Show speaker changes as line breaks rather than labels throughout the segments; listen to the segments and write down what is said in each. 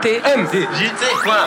TM.
JT, quoi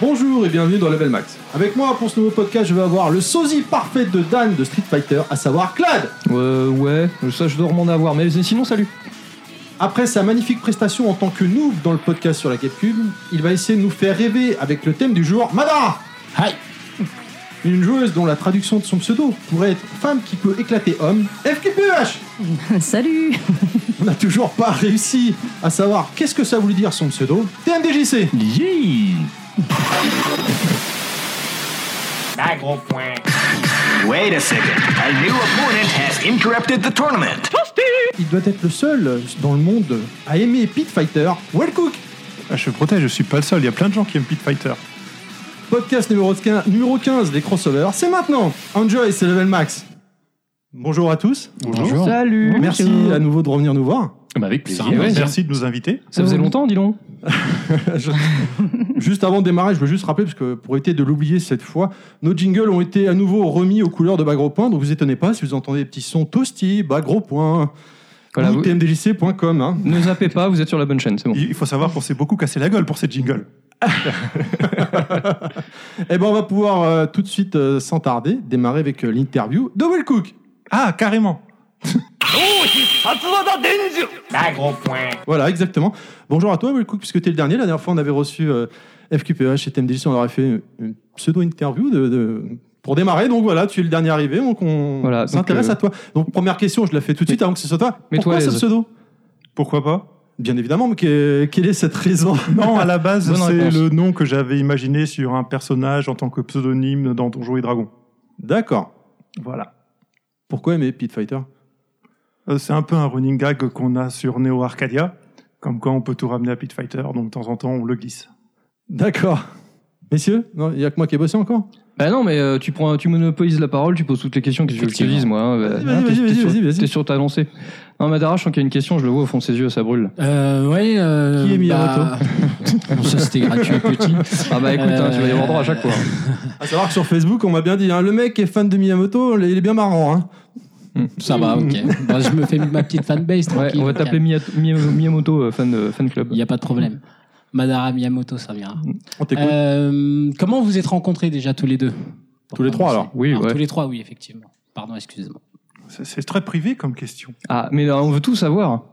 Bonjour et bienvenue dans Level Max. Avec moi pour ce nouveau podcast, je vais avoir le sosie parfait de Dan de Street Fighter, à savoir Clad.
Euh, ouais, ça je dois remonter à voir, mais sinon salut.
Après sa magnifique prestation en tant que noob dans le podcast sur la GameCube, il va essayer de nous faire rêver avec le thème du jour Madara Hi Une joueuse dont la traduction de son pseudo pourrait être femme qui peut éclater homme, FQPH
Salut
On n'a toujours pas réussi à savoir qu'est-ce que ça voulait dire son pseudo, TMDJC
Wait a second. A new opponent has interrupted the tournament.
Il doit être le seul dans le monde à aimer Pit Fighter, Well Cook
Ah, je protège, je suis pas le seul, il y a plein de gens qui aiment Pit Fighter.
Podcast numéro 15, numéro 15 des crossovers, c'est maintenant Enjoy, c'est Level Max Bonjour à tous,
Bonjour.
Salut.
merci à nouveau de revenir nous voir.
avec
C'est
plaisir.
un honneur, ben, Merci de nous inviter.
Ça faisait longtemps, dis donc.
Juste avant de démarrer, je veux juste rappeler, parce que pour éviter de l'oublier cette fois, nos jingles ont été à nouveau remis aux couleurs de Bagro Point, donc vous étonnez pas si vous entendez des petits sons Toasty, Bagro Point,
Voilà,
ou
vous-
tmdjc.com. hein.
Ne zappez pas, vous êtes sur la bonne chaîne, c'est bon.
Il il faut savoir qu'on s'est beaucoup cassé la gueule pour cette jingle.
Eh ben, on va pouvoir euh, tout de suite, euh, sans tarder, démarrer avec euh, l'interview de Will Cook.
Ah, carrément
Voilà, exactement. Bonjour à toi, Will Cook, puisque tu es le dernier. La dernière fois, on avait reçu euh, FQPH et TMDJC, on leur avait fait une, une pseudo-interview de, de- pour démarrer. Donc voilà, tu es le dernier arrivé, donc on
Voilà, donc,
s'intéresse
euh,
à toi. Donc première question, je la fais tout de suite avant que ce soit toi.
mets-toi
Pourquoi
à
ce
l'aise.
pseudo
Pourquoi pas
Bien évidemment, mais que- quelle est cette raison
Non, à la base,
Bonne
c'est
réponse.
le nom que j'avais imaginé sur un personnage en tant que pseudonyme dans Donjons et Dragons.
D'accord.
Voilà.
Pourquoi aimer Pit Fighter
Euh, C'est un peu un running gag qu'on a sur Neo Arcadia, comme quoi on peut tout ramener à Pit Fighter, donc de temps en temps on le glisse.
D'accord. Messieurs, non, il n'y a que moi qui ai bossé encore
Bah non, mais euh, tu prends, tu monopolises la parole, tu poses toutes les questions que tu veux que je te dise, moi. hein, bah,
Vas-y, vas-y,
t'es-
vas-y,
t'es sur-
vas-y, vas-y.
T'es sur ta lancée. Non, Madara, je sens qu'il y a une question, je le vois au fond de ses yeux, ça brûle.
Euh, ouais, euh,
Qui est Miyamoto
bah, bon, Ça, c'était gratuit et petit. Euh,
Ah bah écoute, hein, tu vas y avoir droit à chaque fois.
À savoir que sur Facebook, on m'a bien dit, hein, le mec est fan de Miyamoto, il est bien marrant. hein.
Ça va, ok. Bon, je me fais ma petite fanbase.
Ouais,
tranquille,
on va
calme.
t'appeler Miya- Miya- Miyamoto euh, fan, euh, fan club.
Il n'y a pas de problème. Madara Miyamoto, ça vient.
On t'écoute.
Euh, comment vous êtes rencontrés déjà tous les deux
Tous les trois, alors.
Oui, ouais.
Tous les trois, oui, effectivement. Pardon, excusez-moi.
C'est- C'est très privé comme question.
Ah, mais euh, on veut tout savoir.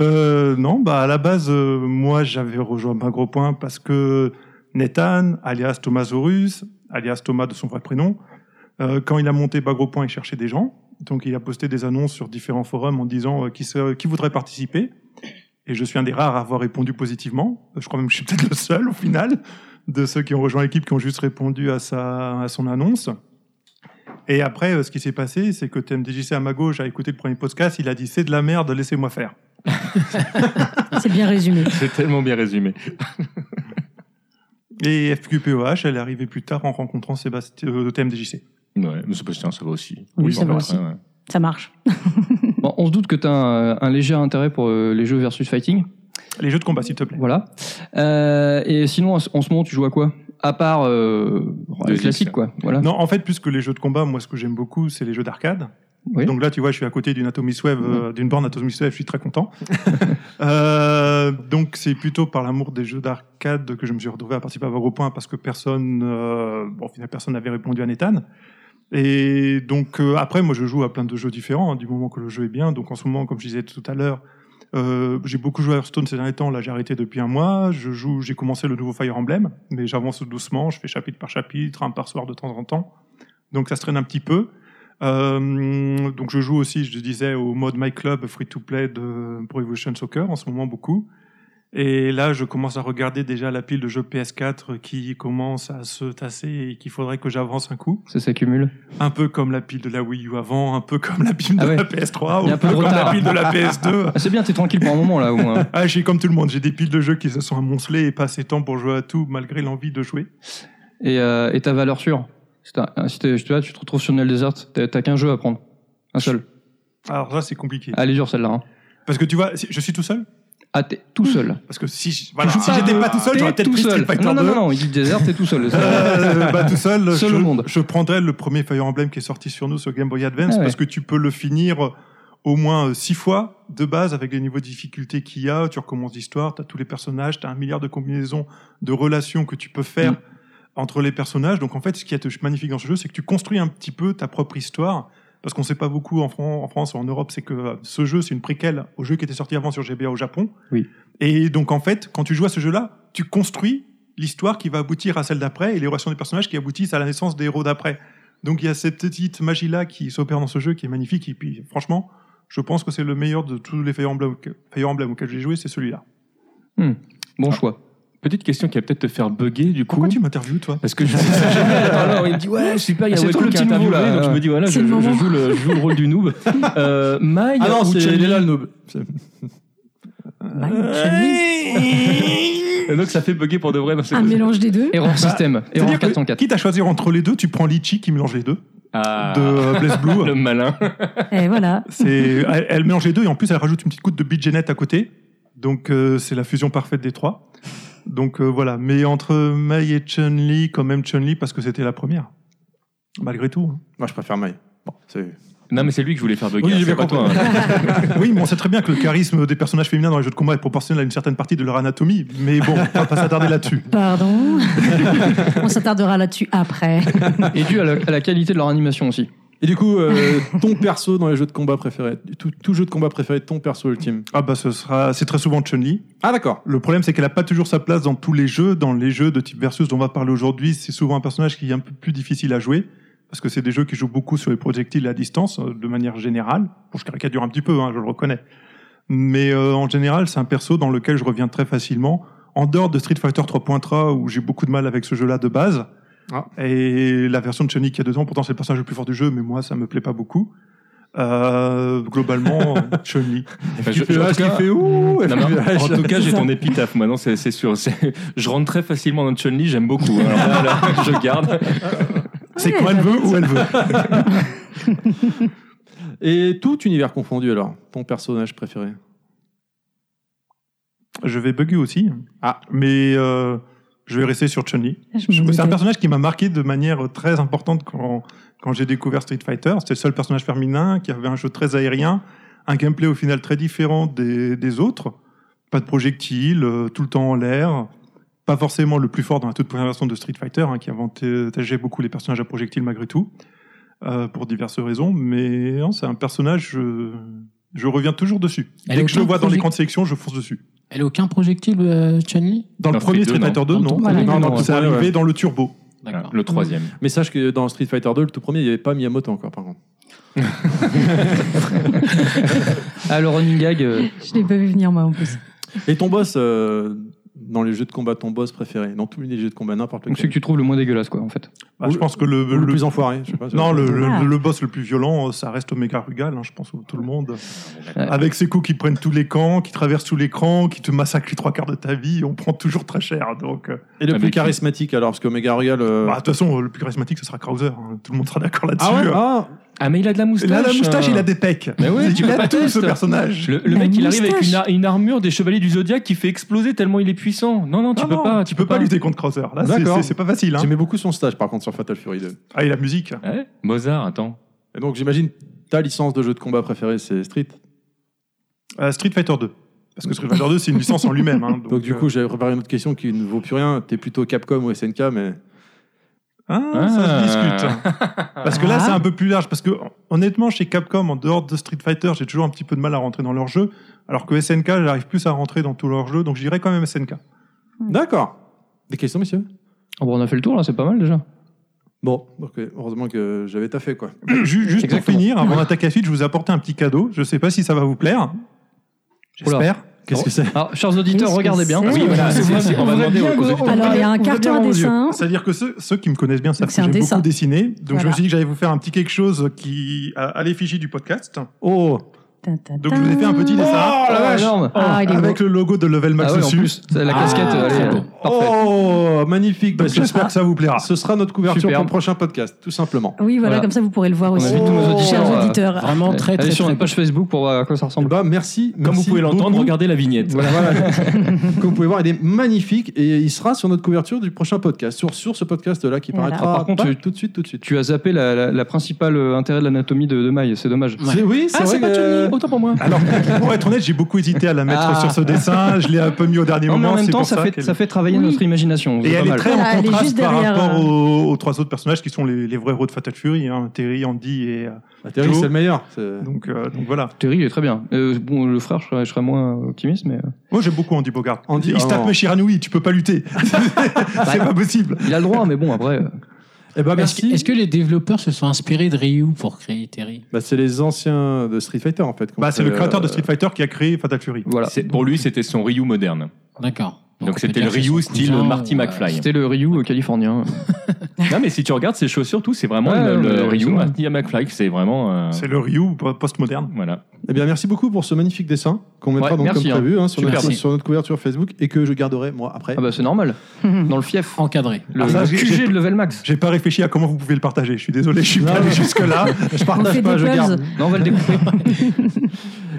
Euh, non, bah à la base, euh, moi j'avais rejoint Magro Point parce que Nathan, alias Thomas Zorus, alias Thomas de son vrai prénom, euh, quand il a monté Bagro Point, il cherchait des gens. Donc il a posté des annonces sur différents forums en disant euh, qui, se- qui voudrait participer. Et je suis un des rares à avoir répondu positivement. Je crois même que je suis peut-être le seul au final de ceux qui ont rejoint l'équipe qui ont juste répondu à, sa, à son annonce. Et après, euh, ce qui s'est passé, c'est que TMDJC à ma gauche a écouté le premier podcast, il a dit c'est de la merde, laissez-moi faire.
C'est bien résumé.
C'est tellement bien résumé.
Et FQPOH, elle est arrivée plus tard en rencontrant Sébastien euh, TMDJC.
Ouais, mais Sébastien, ça va aussi.
Oui, ça va aussi.
ouais, ouais.
Ça marche.
Bon, on se doute que tu as un, un léger intérêt pour euh, les jeux versus fighting.
Les jeux de combat, s'il te plaît.
Voilà. Euh, et sinon, en ce en ce moment, tu joues à quoi À part euh, le
Deux
classique,
X.
quoi. Voilà.
Non, en fait, plus que les jeux de combat, moi, ce que j'aime beaucoup, c'est les jeux d'arcade.
Oui.
Donc là, tu vois, je suis à côté d'une Atomis Web, euh, d'une borne Atomis Web, je suis très content. Euh, donc, c'est plutôt par l'amour des jeux d'arcade que je me suis retrouvé à participer à Vagro Point parce que personne, euh, bon, au final, personne n'avait répondu à Nathan. Et donc, euh, après, moi, je joue à plein de jeux différents hein, du moment que le jeu est bien. Donc, en ce moment, comme je disais tout à l'heure, euh, j'ai beaucoup joué à Hearthstone ces derniers temps. Là, j'ai arrêté depuis un mois. Je joue, j'ai commencé le nouveau Fire Emblem, mais j'avance doucement. Je fais chapitre par chapitre, un par soir de temps en temps. Donc, ça se traîne un petit peu. Euh, donc je joue aussi, je disais, au mode My Club free to play de Pro Evolution Soccer en ce moment beaucoup. Et là, je commence à regarder déjà la pile de jeux PS4 qui commence à se tasser et qu'il faudrait que j'avance un coup.
Ça s'accumule.
Un peu comme la pile de la Wii U avant, un peu comme la pile de
Ah ouais.
la PS3,
Il y
ou
a
un
un
peu
peu de
comme la
retard.
pile de la PS2.
Ah, c'est bien, t'es tranquille pour un moment là au moins.
Ah, je suis comme tout le monde, j'ai des piles de jeux qui se sont amoncelées et pas assez de temps pour jouer à tout malgré l'envie de jouer.
Et, euh, et ta valeur sûre. Si, t'as- si t'es- tu, vois, tu te retrouves sur Nel Desert, t'as t'as qu'un jeu à prendre. Un seul.
Alors là, c'est compliqué.
Elle est dure celle-là. hein.
Parce que tu vois, si- je suis tout seul.
Ah, t'es tout seul.
Parce que si je- voilà,
Toujours
si
pas-
j'étais pas tout seul,
T'es
j'aurais peut-être
tout
pris
seul.
Street Fighter
Non, non,
2.
non, non, il dit Desert, t'es tout seul.
Euh, bah, tout seul,
Seul
je,
au monde.
je prendrais le premier Fire Emblem qui est sorti sur nous sur Game Boy Advance
Ah ouais.
parce que tu peux le finir euh, au moins euh, six fois de base avec les niveaux de difficulté qu'il y a. Tu recommences l'histoire, tu as tous les personnages, tu as un milliard de combinaisons de relations que tu peux faire
Mm.
entre les personnages. Donc en fait, ce qui est magnifique dans ce jeu, c'est que tu construis un petit peu ta propre histoire. Parce qu'on sait pas beaucoup en, Fran- en France ou en Europe, c'est que euh, ce jeu, c'est une préquelle au jeu qui était sorti avant sur GBA au Japon.
Oui.
Et donc en fait, quand tu joues à ce jeu-là, tu construis l'histoire qui va aboutir à celle d'après et les relations des personnages qui aboutissent à la naissance des héros d'après. Donc il y a cette petite magie-là qui s'opère dans ce jeu qui est magnifique. Et puis franchement, je pense que c'est le meilleur de tous les Fire Emblem, Fire Emblem auxquels j'ai joué, c'est celui-là.
Bon choix.
Petite question qui va peut-être te faire bugger du coup.
Pourquoi tu m'interviews, toi
Parce que je trouve ça génial. Alors, il me dit ouais super, il y a
C'est toi
Weko
le
qui a
petit nouveau,
interviewé,
là. euh,
donc je me dis voilà, Ah, je,
C'est le
je- je
moment.
joue le, je joue le rôle du noob. Euh, Maya
Ah non,
ou
c'est
Chun-Li
il est là le noob. C'est-
Mike, Chun-Li.
Et Donc ça fait bugger pour de vrai. parce que-
Un mélange des deux.
Error System. Error
Bah, C'est-à-dire que,
404.
quitte à choisir entre les deux, tu prends Litchi qui mélange les deux
Ah,
de euh, Blaze Blue.
le malin.
Et voilà.
C'est- elle, elle mélange les deux et en plus elle rajoute une petite goutte de Bidgenet à côté. Donc euh, c'est la fusion parfaite des trois. Donc euh, voilà, mais entre Mai et Chun-Li, quand même Chun-Li parce que c'était la première. Malgré tout. hein.
Moi, je préfère Maï. Bon, c'est.
Non mais c'est lui que je voulais faire bugger.
Oui,
hein,
j'ai
c'est
bien
pas toi.
compris.
hein.
Oui, mais on sait très bien que le charisme des personnages féminins dans les jeux de combat est proportionnel à une certaine partie de leur anatomie. Mais bon, on va pas s'attarder là-dessus.
Pardon. On s'attardera là-dessus après.
Et dû à la, à la qualité de leur animation aussi.
hein.
Et du coup, euh, ton perso dans les jeux de combat préférés, tout, tout jeu de combat préféré, ton perso ultime.
Ah bah ce sera, c'est très souvent Chun-Li.
Ah d'accord.
Le problème c'est qu'elle a pas toujours sa place dans tous les jeux. Dans les jeux de type versus dont on va parler aujourd'hui, c'est souvent un personnage qui est un peu plus difficile à jouer parce que c'est des jeux qui jouent beaucoup sur les projectiles à distance euh, de manière générale. Bon, je caricature un petit peu, hein, je le reconnais. Mais euh, en général, c'est un perso dans lequel je reviens très facilement. En dehors de Street Fighter 3.3 où j'ai beaucoup de mal avec ce jeu-là de base.
Ah.
Et la version de Chun-Li qu'il y a dedans, pourtant c'est le personnage le plus fort du jeu, mais moi ça me plaît pas beaucoup. Euh, globalement, Chun-Li.
Enfin, Bah, je-
Tu
je- en
vois
tout
ce qu'il
cas-
fait ouh
Non, mais en tout cas,
C'est
j'ai
ça.
ton épitaphe maintenant, c'est c'est sûr. C'est- Je rentre très facilement dans Chun-Li, j'aime beaucoup. hein. Alors là, là, je garde.
C'est
Ouais,
quand elle
bah,
veut ou elle veut.
Et tout univers confondu alors, ton personnage préféré.
Je vais bugger aussi. Ah. Mais euh, je vais rester sur Chun-Li.
Je
Je-
m'en
C'est un
doutais.
personnage qui m'a marqué de manière très importante quand, quand j'ai découvert Street Fighter. C'était le seul personnage féminin qui avait un jeu très aérien, un gameplay au final très différent des, des autres. Pas de projectiles, euh, tout le temps en l'air. Pas forcément le plus fort dans la toute première version de Street Fighter, hein, qui avantageait beaucoup les personnages à projectiles malgré tout, euh, pour diverses raisons. Mais non, c'est un personnage, je, je reviens toujours dessus.
Elle
Dès
est
que je le
autant
vois dans
project-
l'écran de sélection, je fonce dessus.
Elle a aucun projectile, euh, Chun-Li
Dans le
Dans
premier
Street
Street
deux,
Fighter 2,
Dans le
non.
tout
premier,
Non,
non,
non,
ouais.
c'est arrivé dans le turbo.
Voilà, Le troisième.
Mais sache que dans Street Fighter 2, le tout premier, il n'y avait pas Miyamoto encore par contre.
Ah, le running gag. euh,
Je l'ai pas vu venir, moi, en plus.
Et ton boss euh, dans les jeux de combat, ton boss préféré, dans tous les jeux de combat, n'importe
donc celui
lequel.
que tu trouves le moins dégueulasse, quoi, en fait.
Bah, je pense que le,
Ou le,
le-
plus enfoiré, je sais pas.
non, le, le-
Ah.
le boss le plus violent, euh, ça reste Omega Rugal, hein, je pense, tout le monde.
Ouais.
Avec ses coups qui prennent tous les camps, qui traversent tous les crans, qui te massacrent les trois quarts de ta vie, on prend toujours très cher. Donc, euh,
Et le
Ah,
plus
mais qui-
charismatique alors, parce que Omega Royal. euh,
bah, de toute façon, euh, le plus charismatique, ce sera Krauser. hein, Tout le monde sera d'accord là-dessus.
Ah ouais
hein.
ah,
Ah, mais il a de la moustache.
Là, la moustache,
hein.
euh.
il a des pecs.
Mais ouais,
il
tu peux
a
pas
tout ce
tester.
personnage.
Le, le
La
mec, il arrive avec
moustache.
une, ar- une armure des chevaliers du zodiaque qui fait exploser tellement il est puissant. Non, non, tu
Non,
peux
non,
pas.
tu peux pas lutter contre Krauser. Là, c'est-
D'accord.
c'est c'est pas facile. hein.
J'aimais beaucoup son stage par contre sur Fatal Fury 2.
Ah, et la musique.
Ouais. Mozart, attends.
Et donc j'imagine ta licence de jeu de combat préférée, c'est Street.
Euh, Street Fighter 2. Parce que Street Fighter 2, c'est une licence en lui-même. hein, donc,
Donc du
euh,
coup, j'avais préparé une autre question qui ne vaut plus rien. T'es plutôt Capcom ou SNK, mais
Ah,
Ah.
ça se discute. hein. Parce que là,
Ah.
c'est un peu plus large. Parce que honnêtement, chez Capcom, en dehors de Street Fighter, j'ai toujours un petit peu de mal à rentrer dans leur jeu. Alors que SNK, j'arrive plus à rentrer dans tous leurs jeux. Donc je dirais quand même SNK.
d'accord. Des questions, messieurs
Ah bon, on a fait le tour, là, c'est pas mal déjà.
Bon, donc euh, heureusement que j'avais taffé quoi.
Ju- Juste pour
Exactement.
finir, avant d'attaquer la suite, je vous ai apporté un petit cadeau. Je sais pas si ça va vous plaire. J'espère.
Oh.
Qu'est-ce que c'est
Alors, chers auditeurs,
Qu'est-ce que
regardez bien.
c'est
parce
Oui,
que
voilà,
c'est-
c'est-
c'est- on va
on voit
demander
bien
aux
que-
auditeurs.
on voit
Alors, il y a
bien-
un
on voit
carton
bien
à
mon Dieu.
dessin.
C'est-à-dire que ceux, ceux qui me connaissent bien savent
Donc, c'est
que
un
j'aime
dessin.
beaucoup dessiner. Donc je me
Voilà.
suis dit que j'allais vous faire un petit quelque chose qui à, à l'effigie du podcast.
Oh
Ta, ta,
Donc je vous ai fait un petit
Oh
dessin
la
Oh,
vache
énorme.
Ah, il est beau.
avec le logo de Level Max
Ah ouais, en
dessus.
plus, c'est la
Ah,
casquette, elle est
très beau.
parfaite.
Oh Magnifique
Donc
Bah, ce,
j'espère
sera,
que ça vous plaira.
ce sera notre couverture
Superbe.
pour le prochain podcast, tout simplement.
Oui, voilà,
Voilà.
comme ça vous pourrez le voir
On
aussi. Oh,
invite tous nos auditeurs,
Chers
euh,
auditeurs.
Vraiment très, très,
Allez sur
très
notre page Facebook pour voir à quoi ça ressemble.
Bah, merci.
Comme vous
merci
pouvez l'entendre,
beaucoup.
regardez la vignette.
Voilà, voilà. Comme vous pouvez voir, il est magnifique et il sera sur notre couverture du prochain podcast, sur, sur ce podcast-là qui
Voilà.
paraîtra
Ah, par contre,
pas
tu-
tout de suite, tout de suite.
Tu as zappé la, la, la principale euh, intérêt de l'anatomie de, de Maille, c'est dommage.
Ouais.
C'est- Oui, c'est
Ah,
vrai
c'est pas
que-
Johnny, autant pour moi.
Alors, pour être honnête, j'ai beaucoup hésité à la mettre
Ah.
sur ce dessin. Je l'ai un peu mis au dernier
Non, mais
moment.
en même
c'est
temps,
pour
ça, fait,
qu'elle-
ça fait travailler
Oui.
notre imagination.
Et
C'est pas
elle est
mal.
très
Voilà, Ah, elle
en
est
contraste
juste
par
derrière,
rapport
euh,
aux, aux trois autres personnages qui sont les, les vrais héros de Fatal Fury, hein, Terry, Andy et euh,
Bah, Terry,
Joe.
c'est le meilleur. c'est-
donc, euh, donc voilà.
Terry, il est très bien. Euh, bon, le frère, je serais, je serais moins optimiste, mais euh,
Moi j'aime beaucoup Andy Bogart.
Andy-
il se
oh
tape
non.
mes Shiranoui, tu peux pas lutter, c'est pas possible.
il a le droit, mais bon, après. euh,
Eh ben,
Est-ce que,
merci.
est-ce que les développeurs se sont inspirés de Ryu pour créer Terry
Bah, c'est les anciens de Street Fighter en fait. qu'on
Bah c'est
fait,
le créateur de
euh,
Street Fighter qui a créé Fatal Fury.
Voilà.
C'est- Pour lui, c'était son Ryu moderne.
D'accord.
Donc
on peut
c'était le
dire que c'est
Ryu
son
style
cousin,
Marty
ou, euh,
McFly.
C'était le Ryu euh, californien.
Non, mais si tu regardes ses chaussures, tout, c'est vraiment
Ouais,
le, le
ouais,
Ryu
c'est vrai.
Marty McFly. C'est vraiment. euh,
C'est le Ryu po- post-moderne.
Voilà.
Eh bien, merci beaucoup pour ce magnifique dessin qu'on mettra
Ouais,
donc
merci,
comme
hein.
prévu hein, sur,
Super.
notre,
Merci.
sur notre couverture Facebook et que je garderai moi après.
Ah bah, c'est normal. Dans le fief.
Encadré.
Le,
Ah, ça,
le
j'ai-
QG
j'ai-
de level max.
J'ai pas réfléchi à comment vous pouvez le partager. Je suis désolé, je suis
Non,
pas allé
non.
jusque là.
je
On fait
partage pas,
des
je garde.
puzzles.
Non, on va le découper.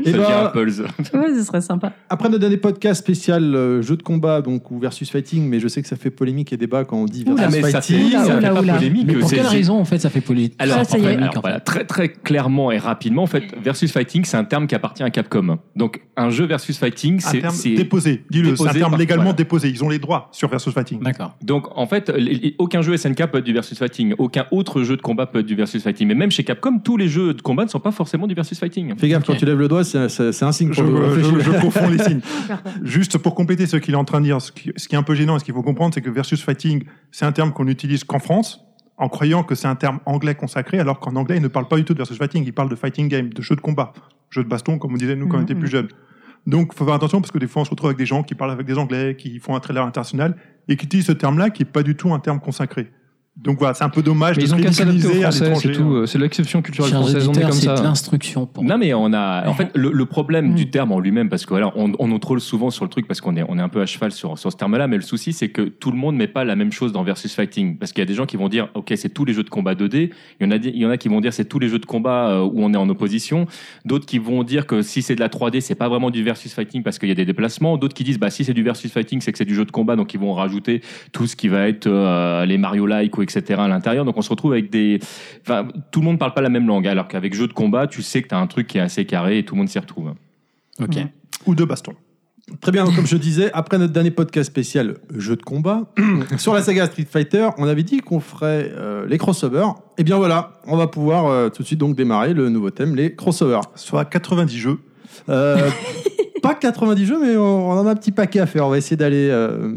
Eh
Ça
ben,
devient un Pulse.
Ouais, ce serait sympa.
après notre dernier podcast spécial euh, jeu de combat donc ou versus fighting, mais je sais que ça fait polémique et débat quand on dit versus
Ah, mais ça fait,
fighting.
Oula,
ça fait
oula,
pas
oula.
polémique.
Mais pour
c'est-
quelle
c'est-
raison, en fait, ça fait polémique
Alors,
Ça, ça y est.
alors, voilà, très très clairement et rapidement, en fait, versus fighting, c'est un terme qui appartient à Capcom. Donc, un jeu versus fighting,
Un
c'est
terme
c'est-
déposé, dis-le. C'est un
déposé
terme
par-
légalement
voilà.
déposé. Ils ont les droits sur versus fighting.
D'accord.
donc en fait, les- les- aucun jeu SNK peut être du versus fighting, aucun autre jeu de combat peut être du versus fighting. Mais même chez Capcom, tous les jeux de combat ne sont pas forcément du versus fighting.
Fais gaffe quand
Ok.
tu lèves le doigt, c'est c'est- c'est un signe.
Je,
pour
Oh,
le-
je- je confonds les signes. Juste pour compléter ce qu'il est en train de dire, ce qui, ce qui est un peu gênant et ce qu'il faut comprendre, c'est que versus fighting, c'est un terme qu'on n'utilise qu'en France, en croyant que c'est un terme anglais consacré, alors qu'en anglais, ils ne parlent pas du tout de versus fighting, ils parlent de fighting game, de jeu de combat, jeu de baston, comme on disait nous quand on
Mhm.
était plus jeunes. Donc, faut faire attention parce que des fois, on se retrouve avec des gens qui parlent avec des anglais, qui font un trailer international et qui utilisent ce terme-là qui est pas du tout un terme consacré. Donc voilà, c'est un peu dommage
Mais
de
ils
se
ont qu'à s'adapter aux
ridiculiser à
Français, c'est
l'étranger. hein.
tout. euh, C'est l'exception culturelle
Chers
française, on est comme
auditeurs, c'est de
ça.
l'instruction pour
Non mais on a en fait le, le problème
Mm.
du terme en lui-même parce que voilà on, on nous troll souvent sur le truc parce qu'on est on est un peu à cheval sur sur ce terme-là mais le souci c'est que tout le monde met pas la même chose dans versus fighting parce qu'il y a des gens qui vont dire OK c'est tous les jeux de combat 2D il y en a di- il y en a qui vont dire c'est tous les jeux de combat euh, où on est en opposition d'autres qui vont dire que si c'est de la 3D c'est pas vraiment du versus fighting parce qu'il y a des déplacements d'autres qui disent bah si c'est du versus fighting c'est que c'est du jeu de combat donc ils vont rajouter tout ce qui va être euh, les Mario like ou etc à l'intérieur donc on se retrouve avec des Enfin, tout le monde parle pas la même langue, alors qu'avec jeu de combat, tu sais que t'as un truc qui est assez carré et tout le monde s'y retrouve.
Ok.
Mm.
euh, Ou de baston.
Très bien, donc, comme je disais, après notre dernier podcast spécial jeu de combat, sur la saga Street Fighter, on avait dit qu'on ferait euh, les crossovers. Et bien voilà, on va pouvoir euh, tout de suite donc démarrer le nouveau thème, les crossovers.
Soit 90 jeux.
Euh, pas 90 jeux, mais on, on en a un petit paquet à faire. On va essayer d'aller euh,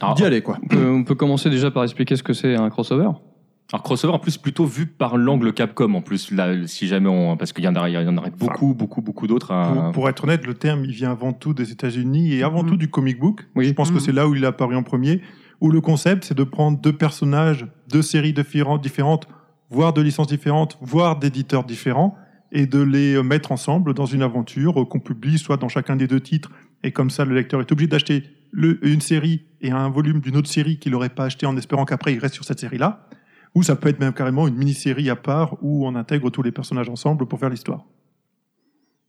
Alors,
d'y aller quoi.
On peut, on peut commencer déjà par expliquer ce que c'est un crossover.
alors, crossover, en plus, plutôt vu par l'angle Capcom, en plus, là, si jamais on. Parce qu'il y en a, il y en aurait beaucoup, beaucoup, beaucoup d'autres.
Pour,
à-
pour être honnête, le terme, il vient avant tout des États-Unis et avant tout du comic book.
Oui.
Je pense que
Mhm.
c'est là où il est apparu en premier, où le concept, c'est de prendre deux personnages, deux séries différentes, différentes, voire de licences différentes, voire d'éditeurs différents, et de les euh, mettre ensemble dans une aventure euh, qu'on publie soit dans chacun des deux titres, et comme ça, le lecteur est obligé d'acheter le- une série et un volume d'une autre série qu'il n'aurait pas acheté en espérant qu'après il reste sur cette série-là. Ou ça peut être même carrément une mini-série à part où on intègre tous les personnages ensemble pour faire l'histoire.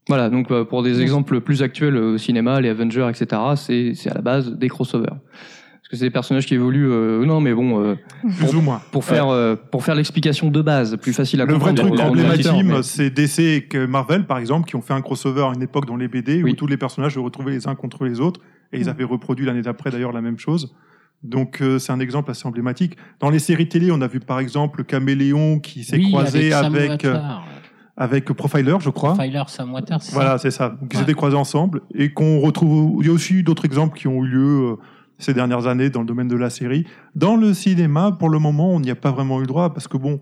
Voilà, donc euh, pour des exemples plus actuels euh, au cinéma, les Avengers, etc., c'est- c'est à la base des crossovers. Parce que c'est des personnages qui évoluent. euh, non, mais bon, euh,
Plus ou moins.
pour faire, euh, pour faire l'explication de base, plus facile à
Le vrai
comprendre.
truc
pour le
emblématique,
consommateur, mais-
c'est DC et que Marvel, par exemple, qui ont fait un crossover à une époque dans les BD où
Oui.
tous les personnages se retrouvaient les uns contre les autres et ils
Mm.
avaient reproduit l'année d'après d'ailleurs la même chose. Donc euh, c'est un exemple assez emblématique. Dans les séries télé, on a vu par exemple Caméléon qui s'est
Oui,
croisé
Sam
avec euh,
Watar.
avec, Profiler, je crois.
Filer Sam Watar, c'est ça
Voilà, c'est ça. Qui
Ouais.
s'étaient croisés ensemble et qu'on retrouve. Il y a aussi d'autres exemples qui ont eu lieu euh, ces dernières années dans le domaine de la série. Dans le cinéma, pour le moment, on n'y a pas vraiment eu le droit parce que bon,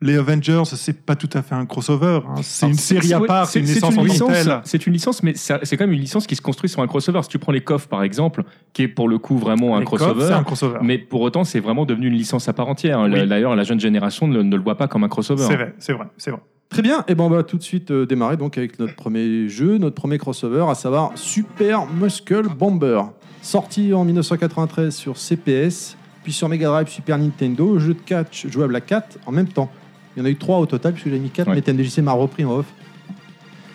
les Avengers, c'est pas tout à fait un crossover. hein. C'est une série à
ouais,
part, c'est une licence en tant que
licence,
telle.
c'est une licence, mais ça- c'est quand même une licence qui se construit sur un crossover. Si tu prends les coffres par exemple, qui est pour le coup vraiment un
Les coffres, C'est
crossover,
un crossover.
mais pour autant c'est vraiment devenu une licence à part entière. hein.
Oui.
La- D'ailleurs, la jeune génération ne, ne le voit pas comme un crossover.
C'est vrai, c'est vrai, c'est vrai.
Très bien, et ben on va tout de suite euh, démarrer donc avec notre premier jeu, notre premier crossover, à savoir Super Muscle Bomber, sorti en 1993 sur CPS, puis sur Mega Drive, Super Nintendo, jeu de catch jouable à 4 en même temps. Il y en a eu 3 au total, puisque j'ai mis 4,
Ouais.
mais TMDJC m'a repris en off.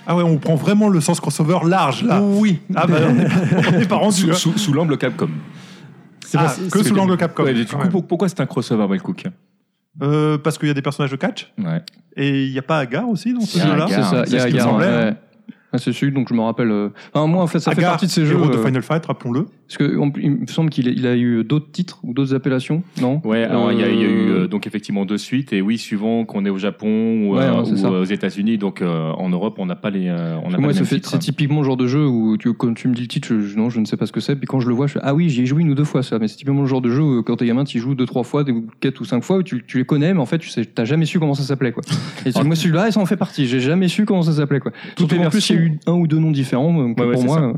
Ah ouais, on prend vraiment le sens crossover large là.
Oui,
Ah bah on est pas- on est pas rendu.
Sous,
hein.
sous- sous l'angle Capcom.
c'est
Ah,
vrai, c'est-
que sous l'angle Capcom.
Ouais, mais du
quand
coup,
même.
pour- pourquoi c'est un crossover, Will Cook
Euh, parce qu'il y a des personnages de catch
Ouais.
et il n'y a pas Agar aussi dans ce
Il y a
jeu-là.
Agar,
C'est ça,
c'est
il y a
ce qui me
Agar,
semblait,
ouais. Ah, c'est celui donc je me rappelle. euh, Enfin, moi, en fait, ça fait
Agar,
partie de ces jeux.
héros de
euh,
Final Fight, rappelons-le.
Parce que on- il me semble qu'il a- il a eu d'autres titres ou d'autres appellations, non
Ouais, alors il y, a- il y a eu
Euh,
euh, donc effectivement deux suites, et oui, suivant qu'on est au Japon ou,
Ouais,
euh,
ouais, c'est
ou,
ça.
euh, aux États-Unis, donc euh, en Europe, on n'a pas les. euh, on n'a
Parce
pas
que moi,
les
ça
mêmes
fait-
titres.
c'est typiquement le genre de jeu où tu, quand tu me dis le titre, je, je- non, je ne sais pas ce que c'est. Puis quand je le vois, je fais Ah oui, j'y ai joué une ou deux fois ça. Mais c'est typiquement le genre de jeu où quand t'es gamin, tu joues deux, trois fois, des- ou quatre ou cinq fois, où tu, tu les connais, mais en fait, tu sais, t'as jamais su comment ça s'appelait. quoi. Et tu- moi, celui-là, ça en fait partie. J'ai jamais su comment ça s'appelait. quoi.
Toutes
Surtout
les
en plus, il y a eu un ou deux noms différents donc,
Ouais, ouais,
pour
c'est
moi.
ça.
euh,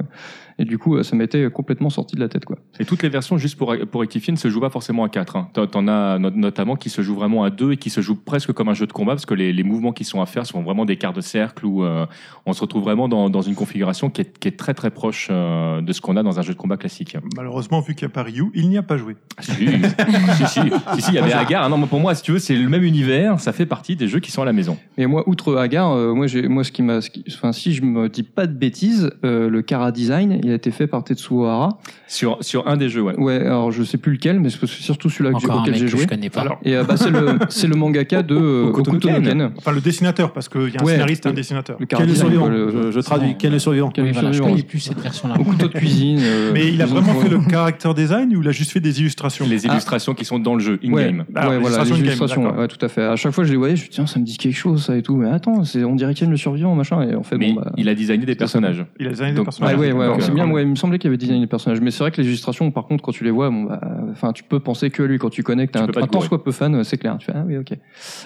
Et du coup, euh, ça m'était complètement sorti de la tête. quoi.
Et toutes les versions, juste pour, pour rectifier, ne se jouent pas forcément à 4. Hein. T'en- T'en as no- notamment qui se jouent vraiment à 2 et qui se jouent presque comme un jeu de combat parce que les, les mouvements qui sont à faire sont vraiment des quarts de cercle où euh, on se retrouve vraiment dans, dans une configuration qui est, qui est très très proche euh, de ce qu'on a dans un jeu de combat classique.
Malheureusement, vu qu'il n'y a pas Ryu, il n'y a pas joué.
Ah, si, si, si, si, si, si, il y avait Agar. Ah non, mais pour moi, si tu veux, c'est le même univers, ça fait partie des jeux qui sont à la maison.
Mais moi, outre Hagar, euh, moi, j'ai, moi, ce qui m'a, ce qui- enfin, si je me dis pas de bêtises, euh, le Kara Design, il a été fait par Tetsuo Hara.
Sur, sur un des jeux, ouais.
Ouais, alors je sais plus lequel, mais c'est surtout celui-là que j'ai-
Encore un
auquel
mec
j'ai
que
joué.
je connais pas.
Alors,
Et euh, bah, c'est le, c'est le mangaka de euh,
Hokuto no
Hokuto no
Ken.
Ken.
enfin, le dessinateur, parce qu'il y a un
Ouais.
scénariste et un dessinateur.
Le Kara
Quel est le
Design,
Euh,
survivant
quoi, le-
je, je traduis,
bon,
quel est le survivant
quel est
Oui,
le
voilà, je
survivant
connais plus cette version-là.
Hokuto de cuisine. euh,
Mais il a
ils ont
vraiment
trouvé-
fait le character design ou il a juste fait des illustrations
Les
Ah.
illustrations qui sont dans le jeu,
Ouais,
in-game.
Ah,
ouais, voilà,
illustration
les
de game,
illustrations,
d'accord.
ouais, ouais, tout à fait. À chaque fois, je les voyais, je me dis, tiens, ça me dit quelque chose, ça et tout. Mais attends, c'est, on dirait Ken le survivant, machin. Et en fait,
Mais
bon, bah,
il a designé des personnages.
Il a designé des
Donc,
Ouais,
personnages.
ouais, ouais,
Donc,
c'est
euh,
bien. Ouais, il me semblait qu'il y avait designé les personnages, mais c'est vrai que les illustrations, par contre, quand tu les vois, bon, bah, enfin, tu peux penser que à lui quand tu connais, que t'es
Tu
un,
peux pas te
un tant
gourer.
soit peu fan, ouais, c'est clair. Tu fais ah oui, ok.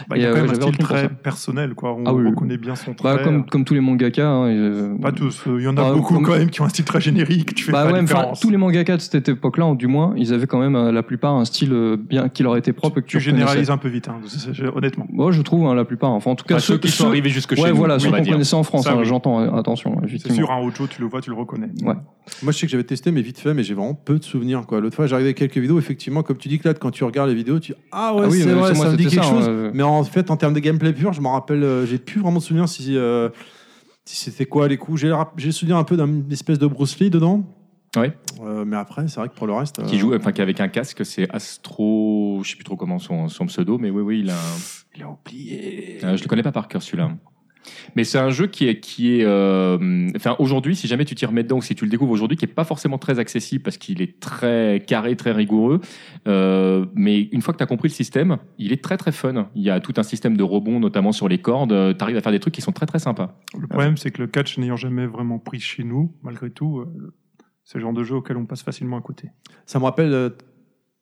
Bah, il y
Et,
a quand
euh,
même un
j'avais
style
retenu pour
très
ça.
personnel, quoi. On
Ah oui, oui.
reconnaît bien son
Bah,
trait.
euh,
euh,
comme comme tous les mangaka. hein, et, euh,
Pas tous. euh, Il y en a
Bah,
beaucoup
comme-
quand même qui ont un style très générique. Tu fais
Bah
pas
ouais,
la
mais enfin,
différence.
tous les mangaka de cette époque-là, du moins, ils avaient quand même euh, la plupart un style euh, bien qui leur était propre et que tu
Tu généralises
reconnaissais.
un peu vite, hein, c'est- c'est- honnêtement.
Moi, je trouve hein, la plupart. Enfin, en tout cas,
Enfin, ceux qui sont arrivés jusque chez
Ouais,
nous,
voilà,
on
ceux
va
qu'on
dire.
connaissait en France.
Ça,
hein,
oui.
J'entends. euh, Attention,
C'est
effectivement.
sûr, un Ojo, tu le vois, tu le reconnais.
Moi, je sais que j'avais testé, mais vite fait, mais j'ai vraiment peu de souvenirs. quoi. L'autre fois, j'arrivais avec quelques vidéos, effectivement, comme tu dis, Claude, quand tu regardes les vidéos, tu dis Ah ouais,
Ah oui,
c'est
mais
vrai,
c'est moi,
ça me dit
c'était
quelque
ça,
chose.
euh,
Mais en fait, en termes de gameplay pur, je m'en rappelle, euh, j'ai plus vraiment de souvenirs si, euh, si c'était quoi les coups. J'ai le rap- j'ai le souvenir un peu d'une espèce de Bruce Lee dedans.
Ouais.
Euh, mais après, c'est vrai que pour le reste. euh,
Qui joue, enfin, qui avec un casque, c'est Astro, je sais plus trop comment son, son pseudo, mais oui, oui, il a.
Il a oublié.
Euh, je le connais pas par cœur celui-là. Mais c'est un jeu qui est, qui est, euh, enfin aujourd'hui, si jamais tu t'y remets dedans ou si tu le découvres aujourd'hui, qui est pas forcément très accessible parce qu'il est très carré, très rigoureux. Euh, mais une fois que tu as compris le système, il est très très fun. Il y a tout un système de rebond, notamment sur les cordes. Euh, T'arrives à faire des trucs qui sont très très sympas.
Le
Ah.
problème, c'est que le catch n'ayant jamais vraiment pris chez nous, malgré tout, euh, c'est le genre de jeu auquel on passe facilement à côté.
Ça me rappelle. euh,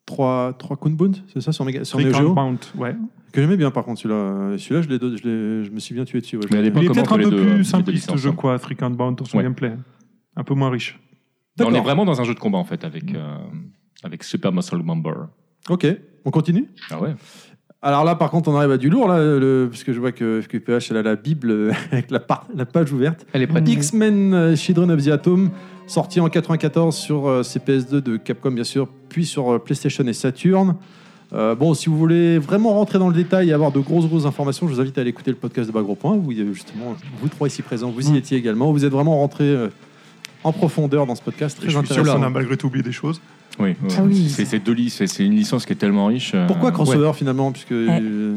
Trois, trois Kunbund, c'est ça sur, Mega- sur
Three
Neo
Crown
Geo
Mount, ouais.
Que j'aimais bien par contre celui-là. Euh, Celui-là, je, l'ai do- je, l'ai- je me suis bien tué dessus. ouais, je
Mais à
l'ai-
l'époque-
Il est
Comment
peut-être un
entre les
peu
deux, euh, les deux
plus simpliste,
licences,
je
hein.
crois, African Bound dans son
Ouais.
gameplay. Un peu moins riche.
On est
D'accord. Mm.
vraiment dans un jeu de combat en fait avec euh, avec Super Muscle Bomber.
Ok, on continue
Ah ouais.
Alors là, par contre, on arrive à du lourd, là, le- parce que je vois que FQPH, elle a la Bible euh, avec la, par- la page ouverte.
Elle est prête.
Mm.
X-Men euh, Children of the Atom, sorti en 94 sur euh, CPS2 de Capcom, bien sûr, puis sur euh, PlayStation et Saturn. Euh, bon, si vous voulez vraiment rentrer dans le détail et avoir de grosses, grosses informations, je vous invite à aller écouter le podcast de Bagro Point, où il y a justement vous trois ici présents, vous
Mmh.
y étiez également. Vous êtes vraiment rentrés euh, en profondeur dans ce podcast,
Je
très
suis sûr
intéressant.
qu'on a malgré tout oublié des choses.
Oui.
Ah
ouais.
oui.
C'est c'est deux li- c'est c'est une licence qui est tellement riche. euh,
Pourquoi crossover finalement Puisque euh,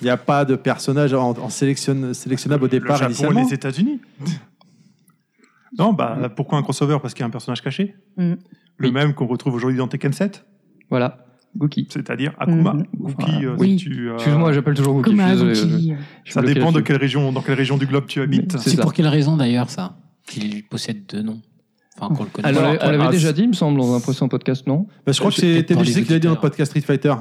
il n'y a pas de personnage en, en sélectionne- sélectionnable au
Le
départ
Japon et
initialement.
les États-Unis. non, bah pourquoi un crossover Parce qu'il y a un personnage caché.
Mm.
Le
Oui.
même qu'on retrouve aujourd'hui dans Tekken 7,
Voilà.
Euh,
Gookie.
c'est-à-dire Akuma.
Mm.
Gookie, euh,
Oui.
si tu, euh,
Excuse-moi, j'appelle toujours Gookie.
Comme
je
un
suis désolé, je-
Gucci.
je suis
ça
bloqué
dépend de
là-dessus.
quelle région, dans quelle région du globe tu habites.
C'est
C'est
ça.
pour quelle raison d'ailleurs ça Qu'il possède deux noms. Enfin, qu'on le connaisse.
Elle l'avait- elle
Ah,
l'avait
c'est-
déjà dit, il me semble, dans un précédent podcast, non
Bah, je crois que
Peut-être
c'est
pour les
TMDJC qui l'a dit dans le
auditeurs.
podcast Street Fighter.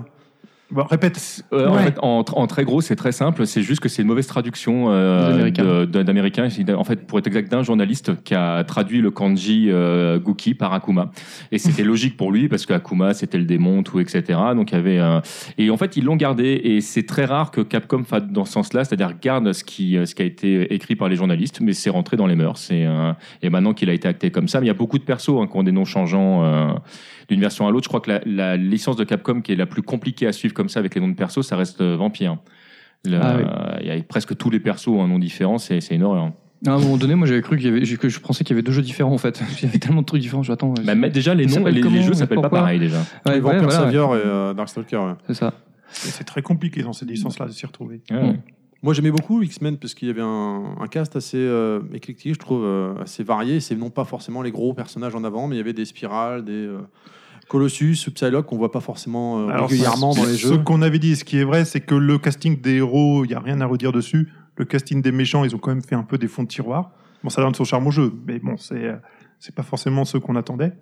Bon, répète.
Euh, en,
Ouais.
fait, en tr- en très gros, c'est très simple. C'est juste que c'est une mauvaise traduction euh,
Des Américains.
de- de- d'américain. C'est- En fait, pour être exact, d'un journaliste qui a traduit le kanji euh, Guki par Akuma. Et c'était logique pour lui parce que Akuma, c'était le démon, tout, etc. Donc il y avait. euh, Et en fait, ils l'ont gardé. Et c'est très rare que Capcom fasse dans ce sens-là, c'est-à-dire garde ce qui euh, ce qui a été écrit par les journalistes, mais c'est rentré dans les mœurs. C'est euh, et maintenant qu'il a été acté comme ça, mais il y a beaucoup de persos hein, qui ont des noms changeants. euh, d'une version à l'autre. Je crois que la, la licence de Capcom qui est la plus compliquée à suivre comme ça avec les noms de persos, ça reste euh, Vampire. Le-
Ah oui.
euh, Il y a presque tous les persos ont un nom différent, c'est c'est une horreur.
À un moment donné, moi j'avais cru qu'il y avait, j'ai- que je pensais qu'il y avait deux jeux différents en fait. Il y avait tellement de trucs différents. J'attends.
Bah, mais déjà, les
Ils
noms,
s'appellent
les, les
comment,
jeux s'appellent pas
pourquoi
pareil déjà.
ouais,
Vampire
voilà, ouais,
Savior et euh, Darkstalker. ouais.
c'est ça.
Et C'est très compliqué dans ces licences-là de s'y retrouver.
Ouais.
Mm.
Moi j'aimais beaucoup X-Men parce qu'il y avait un, un cast assez euh, éclectique, je trouve, euh, assez varié. C'est non pas forcément les gros personnages en avant, mais il y avait des spirales, des euh, Colossus, ou Psylocke qu'on voit pas forcément euh,
Alors,
régulièrement
ce-
dans les
Ce
jeux.
qu'on avait dit, ce qui est vrai, c'est que le casting des héros, il n'y a rien à redire dessus. Le casting des méchants, ils ont quand même fait un peu des fonds de tiroir. Bon, ça donne son charme au jeu, mais bon, c'est euh, c'est pas forcément ce qu'on attendait.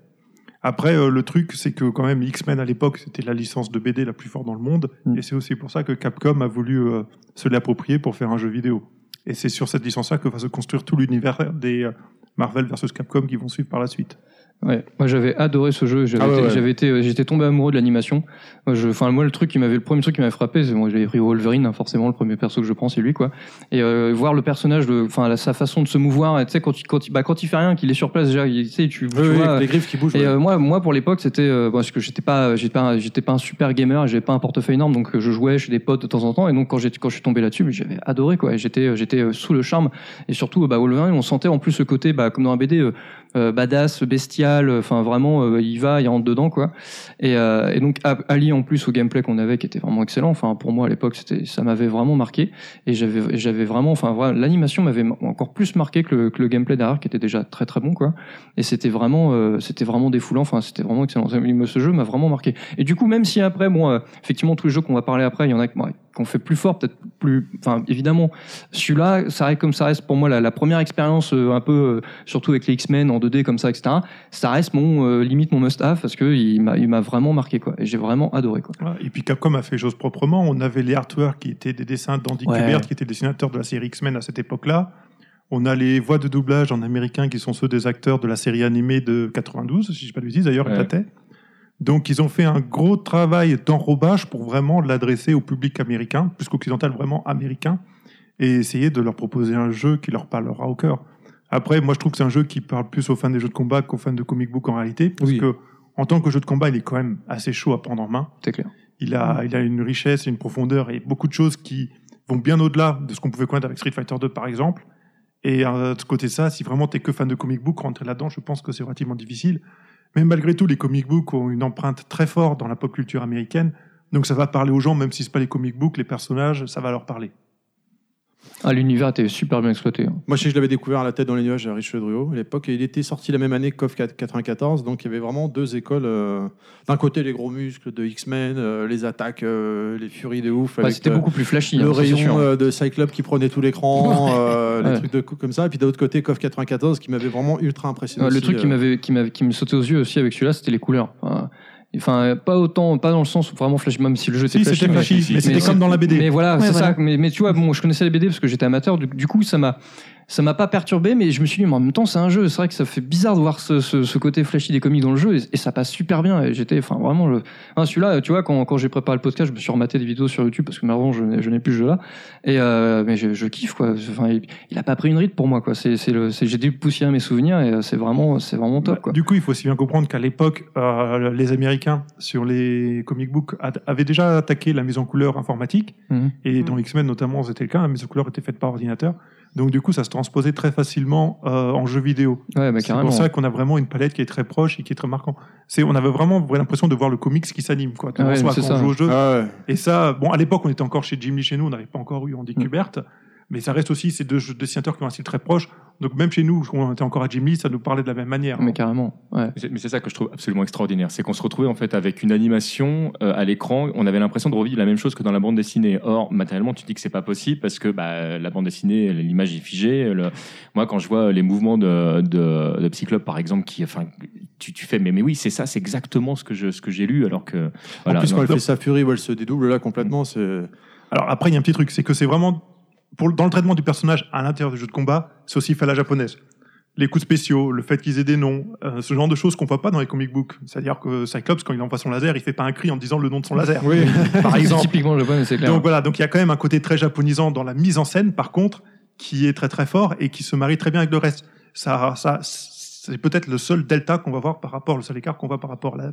Après, euh, le truc, c'est que quand même, X-Men à l'époque, c'était la licence de BD la plus forte dans le monde,
Mm.
et c'est aussi pour ça que Capcom a voulu euh, se l'approprier pour faire un jeu vidéo. Et c'est sur cette licence-là que va se construire tout l'univers des euh, Marvel versus Capcom qui vont suivre par la suite.
Ouais. Moi j'avais adoré ce jeu. J'avais
Ah ouais,
été-
ouais.
j'avais été, euh, j'étais tombé amoureux de l'animation. Moi, je, enfin moi le truc qui m'avait, le premier truc qui m'avait frappé, c'est moi j'avais pris Wolverine, hein, forcément le premier perso que je prends, c'est lui quoi. Et euh, voir le personnage, le- enfin la- sa façon de se mouvoir, et tu sais quand il, quand il, bah, quand il fait rien, qu'il est sur place déjà, il, tu sais tu, tu
Oui, oui,
vois,
avec les griffes qui bougent.
Et
ouais.
euh, moi, moi pour l'époque, c'était euh, parce que j'étais pas, j'étais pas, un- j'étais pas un super gamer, j'avais pas un portefeuille énorme, donc euh, je jouais chez des potes de temps en temps. Et donc quand j'ai, quand je suis tombé là-dessus, mais j'avais adoré quoi. Et J'étais, euh, j'étais euh, sous le charme. Et surtout, euh, bah Wolverine, on sentait en plus ce côté, bah comme dans un BD, euh, euh, badass, bestial. euh, Enfin vraiment, euh, il va, il rentre dedans quoi. Et, euh, et donc a- allié en plus au gameplay qu'on avait, qui était vraiment excellent. Enfin pour moi à l'époque, c'était, ça m'avait vraiment marqué. Et j'avais, j'avais vraiment, enfin voilà, l'animation m'avait ma- encore plus marqué que le, que le gameplay derrière, qui était déjà très très bon quoi et c'était vraiment euh, c'était vraiment défoulant enfin c'était vraiment excellent Il me- ce jeu m'a vraiment marqué et du coup même si après bon euh, effectivement tous les jeux qu'on va parler après il y en a que- ouais, qu'on fait plus fort peut-être plus enfin évidemment celui-là ça reste comme ça reste pour moi la, la première expérience euh, un peu euh, surtout avec les X-Men en 2D comme ça etc ça reste mon euh, limite mon must-have parce que il m'a il m'a vraiment marqué quoi et j'ai vraiment adoré quoi
Voilà. Ah, Et puis Capcom a fait les choses proprement. On avait les artworks qui étaient des dessins d'Andy
Ouais.
Kubert, qui était le dessinateur de la série X-Men à cette époque-là. On a les voix de doublage en américain qui sont ceux des acteurs de la série animée de 92, si je ne dis pas de bêtises, d'ailleurs,
Ouais.
elle datait. Donc ils ont fait un gros travail d'enrobage pour vraiment l'adresser au public américain, plus qu'occidental, vraiment américain, et essayer de leur proposer un jeu qui leur parlera au cœur. Après, moi je trouve que c'est un jeu qui parle plus aux fans des jeux de combat qu'aux fans de comic book en réalité, parce
Oui.
que en tant que jeu de combat, il est quand même assez chaud à prendre en main.
c'est clair
Il a, il a une richesse, et une profondeur et beaucoup de choses qui vont bien au-delà de ce qu'on pouvait connaître avec Street Fighter 2 par exemple. Et euh, de ce côté ça, si vraiment t'es que fan de comic book, rentrer là-dedans, je pense que c'est relativement difficile. Mais malgré tout, les comic books ont une empreinte très forte dans la pop culture américaine. Donc ça va parler aux gens, même si c'est pas les comic books, les personnages, ça va leur parler.
ah l'univers était super bien exploité hein.
Moi, je sais que je l'avais découvert à la tête dans les nuages à Richelieu Druot à l'époque. Et il était sorti la même année que KOF 94. Donc, il y avait vraiment deux écoles. euh, D'un côté, les gros muscles de X-Men, euh, les attaques, euh, les furies de ouf.
Enfin,
avec,
c'était
euh,
beaucoup plus flashy
le
hein, ça, c'est sûr.
rayon euh, de Cyclope qui prenait tout l'écran, euh,
Ouais.
les trucs de coups comme ça. Et puis, de l'autre côté, KOF 94 qui m'avait vraiment ultra impressionné.
Ouais, le
aussi,
truc qui
euh,
m'avait qui m'avait qui me sautait aux yeux aussi avec celui-là, c'était les couleurs. Enfin, Enfin, pas autant, pas dans le sens où vraiment flash, même si le jeu était
Si,
flashy,
c'était
mais-
flashy, mais c'était comme dans la BD.
Mais voilà,
Ouais,
c'est
voilà.
ça. Mais, mais tu vois, bon, je connaissais les BD parce que j'étais amateur. Du, du coup, ça m'a, ça m'a pas perturbé, mais je me suis dit, mais en même temps, c'est un jeu. C'est vrai que ça fait bizarre de voir ce, ce- ce côté flashy des comics dans le jeu, et, et ça passe super bien. Et j'étais, enfin, vraiment, le, hein, celui-là, tu vois, quand, quand j'ai préparé le podcast, je me suis rematé des vidéos sur YouTube parce que maintenant, je, n'ai- je n'ai plus ce jeu-là. Et euh, mais je, je kiffe quoi. Enfin, il, il a pas pris une ride pour moi quoi. C'est, c'est le, c'est- j'ai dépoussiéré mes souvenirs et euh, c'est vraiment, c'est vraiment top
Bah,
quoi.
Du coup, il faut aussi bien comprendre qu'à l'époque, euh, les Américains sur les comic books ad- avaient déjà attaqué la mise en couleur informatique.
Mhm.
Et dans X-Men notamment, c'était le cas. La mise en couleur était faite par ordinateur. Donc du coup, ça se transposait très facilement euh, en jeu vidéo.
Ouais, bah,
c'est
carrément.
pour ça qu'on a vraiment une palette qui est très proche et qui est très marquante. C'est, on avait vraiment vraie l'impression de voir le comics qui s'anime, quoi.
Ah ouais,
soit
c'est
quand
ça.
on joue au jeu.
ah ouais.
Et ça, bon, à l'époque, on était encore chez Jim Lee chez nous, on n'avait pas encore eu Andy
Mm.
Kubert, mais ça reste aussi ces deux jeux- dessinateurs qui ont un style très proche. Donc même chez nous, on était encore à Jim Lee, ça nous parlait de la même manière.
Mais carrément. Ouais.
Mais c'est- Mais c'est ça que je trouve absolument extraordinaire, c'est qu'on se retrouvait en fait avec une animation euh, à l'écran, on avait l'impression de revivre la même chose que dans la bande dessinée. Or, matériellement, tu te dis que c'est pas possible parce que bah, la bande dessinée, elle- l'image est figée. Le- Moi, quand je vois les mouvements de, de, de Psyclope, par exemple, qui, enfin, tu, tu fais, mais, mais oui, c'est ça, c'est exactement ce que je- ce que j'ai lu, alors que. Voilà,
en plus,
non,
quand elle fait sa furie où elle se dédouble là complètement, c'est.
Alors après, il y a un petit truc, c'est que c'est vraiment pour le- dans le traitement du personnage à l'intérieur du jeu de combat, c'est aussi fait à la japonaise. Les coups spéciaux, le fait qu'ils aient des noms, euh, ce genre de choses qu'on voit pas dans les comic books. C'est-à-dire que Cyclops, quand il envoie son laser, il fait pas un cri en disant le nom de son laser,
Oui.
par
C'est
exemple.
typiquement japonais, c'est clair.
Donc voilà, donc il y a quand même un côté très japonisant dans la mise en scène, par contre, qui est très très fort et qui se marie très bien avec le reste. Ça, ça, c'est peut-être le seul delta qu'on va voir par rapport, le seul écart qu'on voit par rapport à la-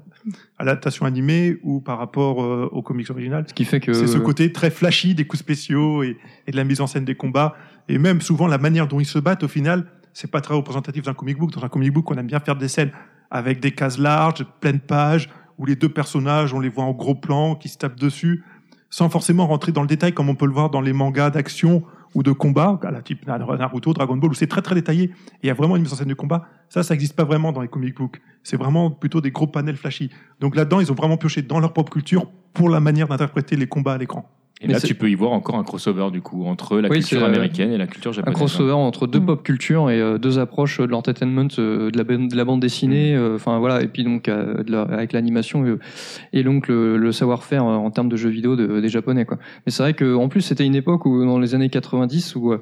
à l'adaptation animée ou par rapport euh, au comics original.
ce qui fait que
C'est ce côté très flashy des coups spéciaux et, et de la mise en scène des combats. Et même souvent, la manière dont ils se battent, au final, c'est pas très représentatif d'un comic book. Dans un comic book, on aime bien faire des scènes avec des cases larges, pleines pages, où les deux personnages, on les voit en gros plan, qui se tapent dessus, sans forcément rentrer dans le détail comme on peut le voir dans les mangas d'action ou de combat, à la type Naruto, Dragon Ball, où c'est très très détaillé. Et il y a vraiment une mise en scène de combat. Ça, ça n'existe pas vraiment dans les comic books. C'est vraiment plutôt des gros panels flashy. Donc là-dedans, ils ont vraiment pioché dans leur propre culture pour la manière d'interpréter les combats à l'écran.
Et
Mais
là,
c'est-
tu peux y voir encore un crossover du coup entre la
Oui,
culture
c'est, euh,
américaine et la culture
un
japonaise.
crossover entre deux
Mm.
pop culture et euh, deux approches euh, de l'entertainment, euh, de, la ban- de la bande dessinée, euh, enfin voilà, et puis donc euh, de la- avec l'animation euh, et donc le, le savoir-faire euh, en termes de jeux vidéo de- des japonais quoi. Mais c'est vrai que en plus c'était une époque où dans les années 90 où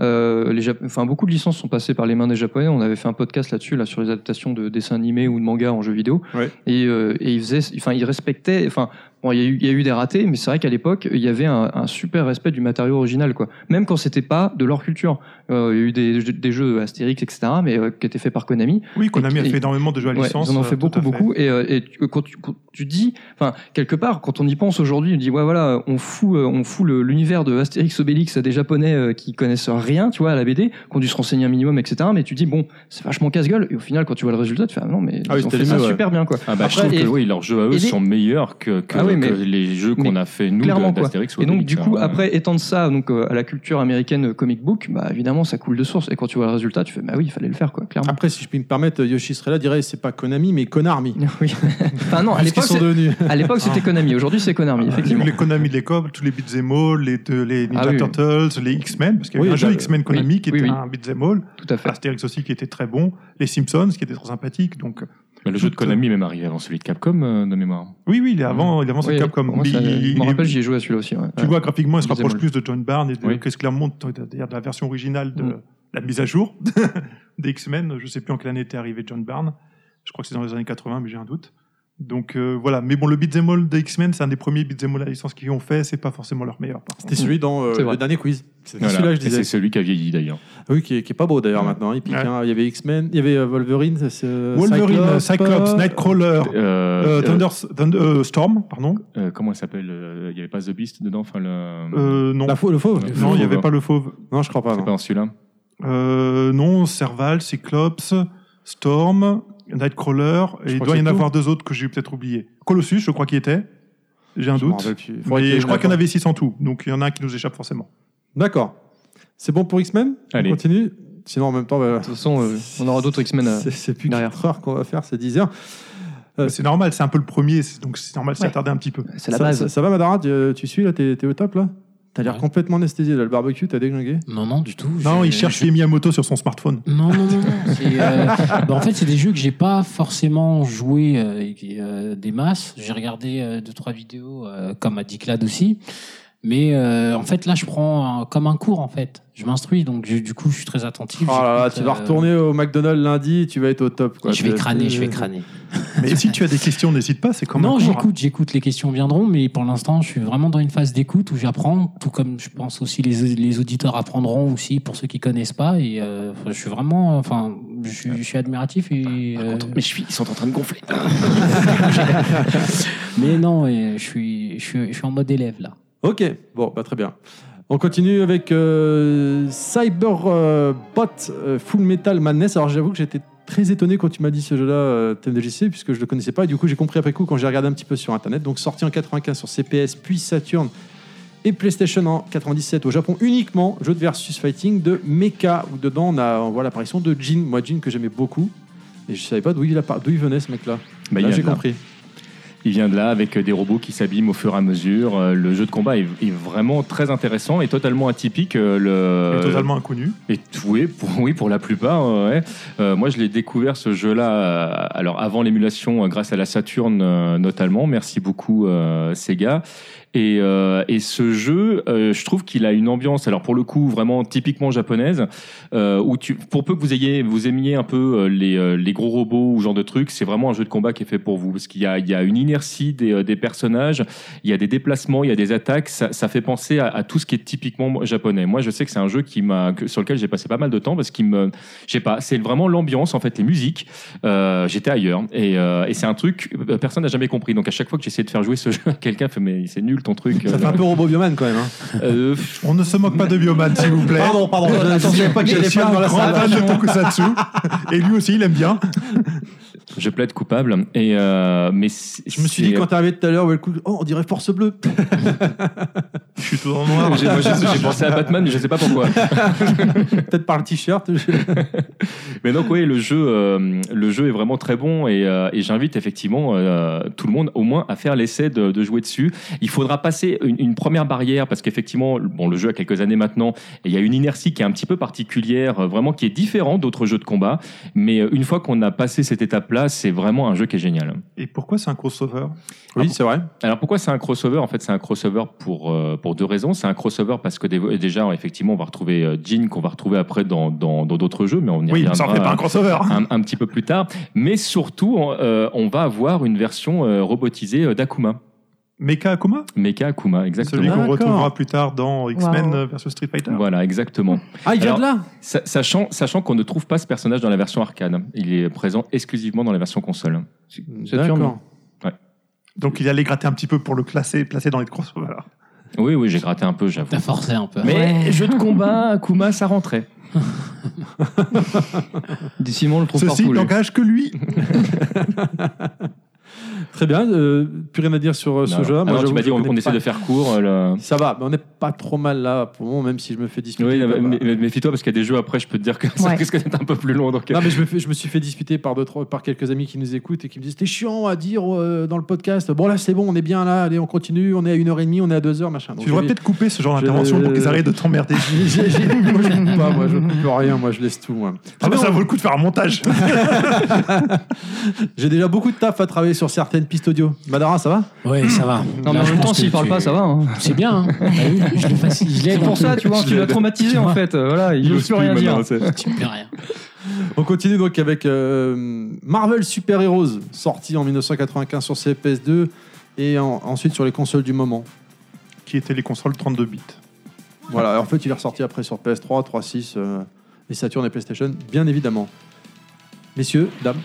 euh, les Jap- enfin beaucoup de licences sont passées par les mains des japonais. On avait fait un podcast là-dessus là sur les adaptations de dessins animés ou de mangas en jeux vidéo
Ouais.
et, euh, et ils faisaient, enfin ils respectaient, enfin Bon, il y, a eu- il y a eu des ratés, mais c'est vrai qu'à l'époque, il y avait un, un super respect du matériau original, quoi. Même quand c'était pas de leur culture. Euh, il y a eu des, des jeux Astérix, etc., mais euh, qui étaient faits par Konami.
Oui, Konami a
Et-
fait énormément de jeux à
Ouais,
licence.
ils en ont fait
euh, tout à fait.
beaucoup, beaucoup. Et, euh, et tu- quand, tu, quand tu dis, enfin, quelque part, quand on y pense aujourd'hui, on dit, ouais, voilà, on fout, euh, on fout le- l'univers de Astérix Obélix à des Japonais euh, qui connaissent rien, tu vois, à la BD, qui ont dû se renseigner un minimum, etc. Mais tu dis, bon, c'est vachement casse-gueule. Et au final, quand tu vois le résultat, tu fais, ah non, mais
Ah oui,
ils ont
c'était
fait ça
mieux, ouais.
super bien, quoi.
Ah bah, je
Après,
trouve que
et-
oui, leurs jeux à eux
et les-
sont meilleurs que, que,
Ah oui, mais-
que les jeux qu'on
mais
a fait nous
clairement,
de-
quoi.
d'Astérix ou
Et donc,
Obélix,
du coup,
hein.
après, étendre ça donc, euh, à la culture américaine euh, comic book, bah, évidemment, ça coule de source. Et quand tu vois le résultat, tu fais, bah oui, il fallait le faire, quoi, clairement.
Après, si je puis me permettre, Yoshi Srella dirait c'est pas Konami, mais Konarmi.
Oui. enfin, non, à
Parce qu'ils
l'époque,
sont
c'est-
devenus.
à l'époque, c'était Konami. Aujourd'hui, c'est Konami,
Ah,
effectivement.
Euh, Les Konami de l'école, tous les Beat'em All, les, de- les Ninja
Ah oui.
Turtles, les X-Men, parce qu'il y
Oui,
avait un
bah,
jeu X-Men Konami qui
oui,
était
oui.
un Beat'em All,
Tout à fait.
Astérix aussi qui était très bon, les Simpsons qui était trop sympathique. Donc euh,
Mais le jeu de
tout, euh,
Konami est même arrivé avant celui de Capcom euh, de mémoire.
oui, oui, il est avant, il est avant
Oui,
sur Capcom.
pour moi, ça-
Mais
je
il-
me rappelle,
il-
j'y ai joué à celui-là aussi. ouais.
tu vois graphiquement, il se
Beat'em
rapproche plus
All.
de John Barnes et de
Oui.
Chris Claremont, c'est-à-dire de la version originale de
Mm.
la mise à jour des X-Men. Je sais plus en quelle année était arrivé John Barnes. Je crois que c'est dans les années 80, mais j'ai un doute. Donc euh, voilà. Mais bon, le beat'em all des X-Men, c'est un des premiers beat'em all à licence qu'ils ont fait. C'est pas forcément leur meilleur. Par contre.
C'était celui dans euh,
C'est vrai.
le dernier quiz. C'était
Voilà.
celui-là, je
Et c'est
disais.
celui qui a vieilli d'ailleurs.
Ah Oui, qui est, qui est pas beau d'ailleurs maintenant. Il pique.
Ouais.
hein. Il y avait X-Men, il y avait euh, Wolverine, c'est, euh,
Wolverine, Cyclops,
euh,
Nightcrawler,
Euh,
euh,
euh,
Thunder- Thunder- euh, Storm, pardon.
euh, comment il s'appelle euh, Il n'y avait pas The Beast dedans enfin, le...
Euh, non,
La fau- le fauve
Ouais.
non, il n'y avait
Fauve.
pas le fauve.
Non, je crois pas.
C'est
non.
pas dans celui-là
Euh, non, Serval, Cyclops, Storm, Nightcrawler, et il
crois
doit
que
y en
c'est
avoir deux autres que j'ai peut-être oublié. Colossus, je crois qu'il était. J'ai un
Je m'en
doute.
rappelle plus. Faudrait qu'il y
Mais
ait
je crois
une-
qu'il y en avait six en tout, donc il y en a un qui nous échappe forcément.
D'accord. C'est bon pour X-Men
Allez.
On continue Sinon, en même temps, bah,
De toute façon, euh, on aura d'autres X-Men. à-
c'est- c'est plus
derrière.
4 heures qu'on va faire, c'est 10 heures. Euh,
C'est normal, c'est un peu le premier, c'est- donc c'est normal de s'attarder un petit peu.
C'est la
ça,
base.
Ça, ça va, Madara tu, euh, tu suis là T'es t'es au top là T'as l'air
Ouais.
complètement anesthésié là, le barbecue, t'as déglingué
Non, non, du tout.
Non,
Je-
il cherche les Miyamoto sur son smartphone.
Non, non, non. non. c'est, euh, bah, en fait, c'est des jeux que j'ai pas forcément joué euh, et qui, euh, des masses. J'ai regardé euh, deux trois vidéos, euh, comme a dit Clad aussi. Mais euh, en fait, là, je prends un- comme un cours. En fait, je m'instruis, donc je- du coup, je suis très attentif.
Oh là là,
J'écoute,
tu vas
euh,
retourner au McDonald's lundi, tu vas être au top. Quoi.
je vais
T'es-
crâner,
t'es-
je vais crâner.
Mais si tu as des questions, n'hésite pas, c'est comme un
Non,
cours, hein.
j'écoute, j'écoute. Les questions viendront, mais pour l'instant, je suis vraiment dans une phase d'écoute où j'apprends, tout comme je pense aussi les, les auditeurs apprendront aussi pour ceux qui connaissent pas. Et euh, enfin, je suis vraiment, enfin, je, suis- je suis admiratif et. euh,
Mes chevilles, ils sont en train de gonfler.
mais non, et je suis, je suis, je suis en mode élève là.
Ok, bon, bah, très bien. On continue avec euh, Cyberbot euh, Full Metal Madness. Alors j'avoue que j'étais très étonné quand tu m'as dit ce jeu-là, euh, TMDJC, puisque je le connaissais pas. Et du coup, j'ai compris après coup quand j'ai regardé un petit peu sur Internet. Donc sorti en 95 sur CPS, puis Saturn et PlayStation en 97 au Japon uniquement. Jeu de versus fighting de Mecha, où dedans on, a, on voit l'apparition de Jin. Moi, Jin que j'aimais beaucoup. Et je savais pas d'où il, appa- d'où il venait ce mec-là.
Bah, il y
Là,
a
j'ai
de la-
compris.
Il vient de là avec euh, des robots qui s'abîment au fur et à mesure. Euh, Le jeu de combat est, est vraiment très intéressant et totalement atypique. euh, Le,
est totalement inconnu.
et oui, pour, oui, pour la plupart. euh, ouais. Euh, moi, je l'ai découvert ce jeu-là. euh, alors avant l'émulation, euh, grâce à la Saturn euh, notamment. Merci beaucoup euh, Sega. Et, euh, et ce jeu, euh, je trouve qu'il a une ambiance. Alors pour le coup, vraiment typiquement japonaise, euh, où tu, pour peu que vous ayez, vous aimiez un peu euh, les, euh, les gros robots ou ce genre de trucs, c'est vraiment un jeu de combat qui est fait pour vous parce qu'il y a, il y a une inertie des, euh, des personnages il y a des déplacements, il y a des attaques, ça, ça fait penser à, à tout ce qui est typiquement japonais. Moi, je sais que c'est un jeu qui m'a, que- sur lequel j'ai passé pas mal de temps parce qu'il me, je sais pas, c'est vraiment l'ambiance en fait, les musiques. Euh, j'étais ailleurs et, euh, et c'est un truc que personne n'a jamais compris. Donc à chaque fois que j'essayais de faire jouer ce jeu, quelqu'un fait mais c'est nul ton truc.
Ça fait un peu Robo Bioman quand même. hein.
Euh,
On ne se moque pas de Bioman, s'il vous plaît.
Pardon, pardon, je ne savais pas qu'il y
Je
avait
suis
pas dans
un
la
grand
salle.
fan de Tokusatsu. Et lui aussi, il aime bien.
je plaide coupable et euh, mais c'est-
Je me suis dit
c'est-
quand t'es arrivé tout à l'heure, ouais, le coup, oh, on dirait Force Bleue.
Je suis tout en noir.
j'ai, moi, j'ai- j'ai pensé à Batman, mais je sais pas pourquoi.
Peut-être par le t-shirt. je-
Ah Mais donc oui, le jeu, euh, le jeu est vraiment très bon et, euh, et j'invite effectivement euh, tout le monde au moins à faire l'essai de, de jouer dessus. Il faudra passer une, une première barrière parce qu'effectivement, bon, le jeu a quelques années maintenant et il y a une inertie qui est un petit peu particulière, euh, vraiment qui est différente d'autres jeux de combat. Mais euh, une fois qu'on a passé cette étape-là, c'est vraiment un jeu qui est génial.
Et pourquoi c'est un crossover Ah,
Oui, c'est vrai.
Alors pourquoi c'est un crossover En fait, c'est un crossover pour euh, pour deux raisons. C'est un crossover parce que dé- déjà, effectivement, on va retrouver euh, Jean qu'on va retrouver après dans dans dans d'autres jeux, mais on
Oui,
y reviendra.
ça en fait pas un crossover.
un, un petit peu plus tard. Mais surtout, on, euh, on va avoir une version euh, robotisée euh, d'Akuma.
Mecha Akuma
Mecha Akuma,
Celui
exactement.
qu'on
D'accord.
retrouvera plus tard dans X-Men
Wow.
euh, versus Street Fighter.
Voilà, exactement.
Ah, il vient
Alors-
de là
Sa- sachant sachant qu'on ne trouve pas ce personnage dans la version arcade. Il est présent exclusivement dans la version console.
Saturne.
D'accord.
Donc il allait gratter un petit peu pour le classer, placer dans les crossovers.
Oui, oui, j'ai gratté un peu, j'avoue.
T'as forcé un peu.
Mais jeu de combat, Akuma, ça rentrait.
Décidément, on le trouve
Ceci
partout. lui.
n'engage que lui.
Très bien. euh, plus rien à dire sur euh, ce
Non,
jeu.
non. Alors, tu
j'avoue,
m'as
je
dit, on,
connais
on essaie
pas.
de faire court. euh, le-
Ça va, mais on n'est pas trop mal là pour le moment, même si je me fais disputer.
Oui,
par-
mais- mais- mais méfie-toi parce qu'il y a des jeux après, je peux te dire que ça
Ouais.
risque d'être un peu plus long. Donc...
euh, Non, mais je me, fais- je me suis fait disputer par, deux, trois, par quelques amis qui nous écoutent et qui me disent C'était chiant à dire euh, dans le podcast. Bon, là, c'est bon, on est bien là, allez, on continue, on est à 1h30, on est à 2h, machin. Donc,
Tu devrais
j'avais-
peut-être couper ce genre
je-
d'intervention pour qu'ils arrêtent de t'emmerder.
J'ai- j'ai- moi, je coupe pas, moi, je coupe rien, moi, je laisse tout, moi.
Ah bah, ça vaut le coup de faire un montage.
J'ai déjà beaucoup de taf à travailler sur certaines pistes audio. Madara, ça va
Ouais, ça va.
Non, mais
Là,
en
je
même temps,
pense que
s'il parle
tu-
pas, ça va. hein.
C'est bien, hein.
Ah
Bah oui, je le facile, je l'aide.
C'est pour ça, tu vois, tu l'as traumatisé en fait. euh, Voilà, il n'ose plus rien dire.
Tu peux rien.
On continue donc avec euh, Marvel Super Heroes, sorti en 1995 sur CPS2 et en- ensuite sur les consoles du moment.
Qui étaient les consoles 32 bits.
Voilà, en fait, il est ressorti après sur PS3, 3.6, euh, et Saturn et PlayStation, bien évidemment. Messieurs, dames,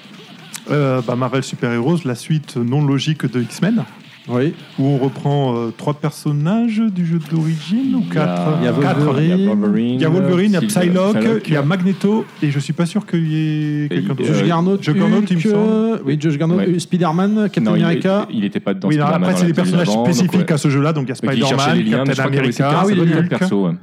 Euh, bah, Marvel Super Heroes, la suite non logique de X-Men,
oui,
où on reprend euh, trois personnages du jeu d'origine ou quatre.
il y a
Quatre.
Wolverine,
Il y a Wolverine, il y a Psylocke, il y a
Max
Magneto, et je suis pas sûr qu'il y ait quelqu'un
Euh,
d'autre.
Josh Garnot,
Josh Garnot, il me
Hulk,
semble.
euh, oui, Josh Garnot,
Ouais.
euh, Spider-Man, Captain
Non, il-
America.
Il n'était pas dedans.
Oui, alors
Spider-Man
après,
dans
c'est
la
les personnages
avant, donc,
spécifiques
ouais.
à ce jeu-là. Donc, il y a
Donc, il cherchait les
Spider-Man,
liens, mais je
Captain
crois qu'il y avait
America.
aussi quatre- quatre
Hulk.
persos, ouais.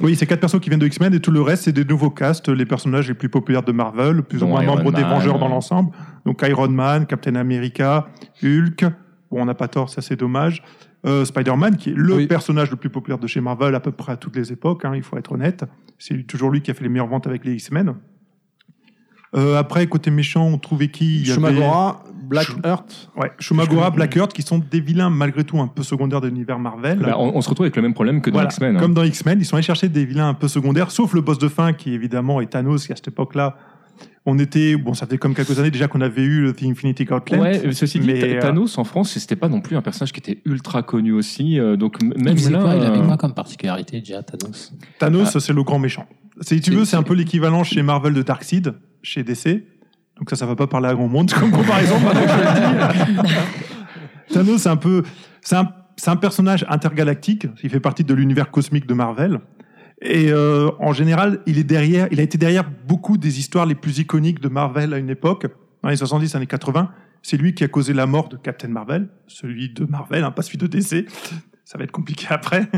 Oui, c'est quatre persos qui viennent de X-Men et tout le reste, c'est des nouveaux castes, les personnages les plus populaires de Marvel, plus ou
Dont
moins
Iron
membres des
Man.
Vengeurs dans l'ensemble. Donc Iron Man, Captain America, Hulk. Bon, on n'a pas tort, ça c'est dommage. Euh, Spider-Man, qui est le
Oui.
personnage le plus populaire de chez Marvel à peu près à toutes les époques, hein, il faut être honnête. C'est toujours lui qui a fait les meilleures ventes avec les X-Men. Euh, après, côté méchant, on trouvait qui Il y avait-
Shumagora, Black
Shum-
Earth.
Ouais, Shumagora, Blackheart, qui sont des vilains malgré tout un peu secondaires de l'univers Marvel.
Bah, on, on se retrouve avec le même problème que dans
Voilà,
X-Men. hein.
Comme dans X-Men, ils sont allés chercher des vilains un peu secondaires, sauf le boss de fin qui évidemment est Thanos, qui à cette époque-là, on était, bon, ça faisait comme quelques années déjà qu'on avait eu le The Infinity Gauntlet.
Ouais, ceci dit,
mais,
Tha-
euh,
Thanos en France, c'était pas non plus un personnage qui était ultra connu aussi. euh, donc m- même
Il faisait
là,
quoi Il avait
euh,
quoi comme particularité déjà, Thanos
Thanos, c'est le grand méchant. Si tu
C'est-
veux, c'est un peu l'équivalent chez Marvel de Darkseid, chez DC. Donc ça, ça va pas parler à grand monde comme comparaison. maintenant que je le dis. Thanos, c'est un peu, c'est un, c'est un personnage intergalactique. Il fait partie de l'univers cosmique de Marvel. Et euh, en général, il est derrière. Il a été derrière beaucoup des histoires les plus iconiques de Marvel à une époque, dans les 70, années 80. C'est lui qui a causé la mort de Captain Marvel, celui de Marvel, hein, pas celui de DC. Ça va être compliqué après.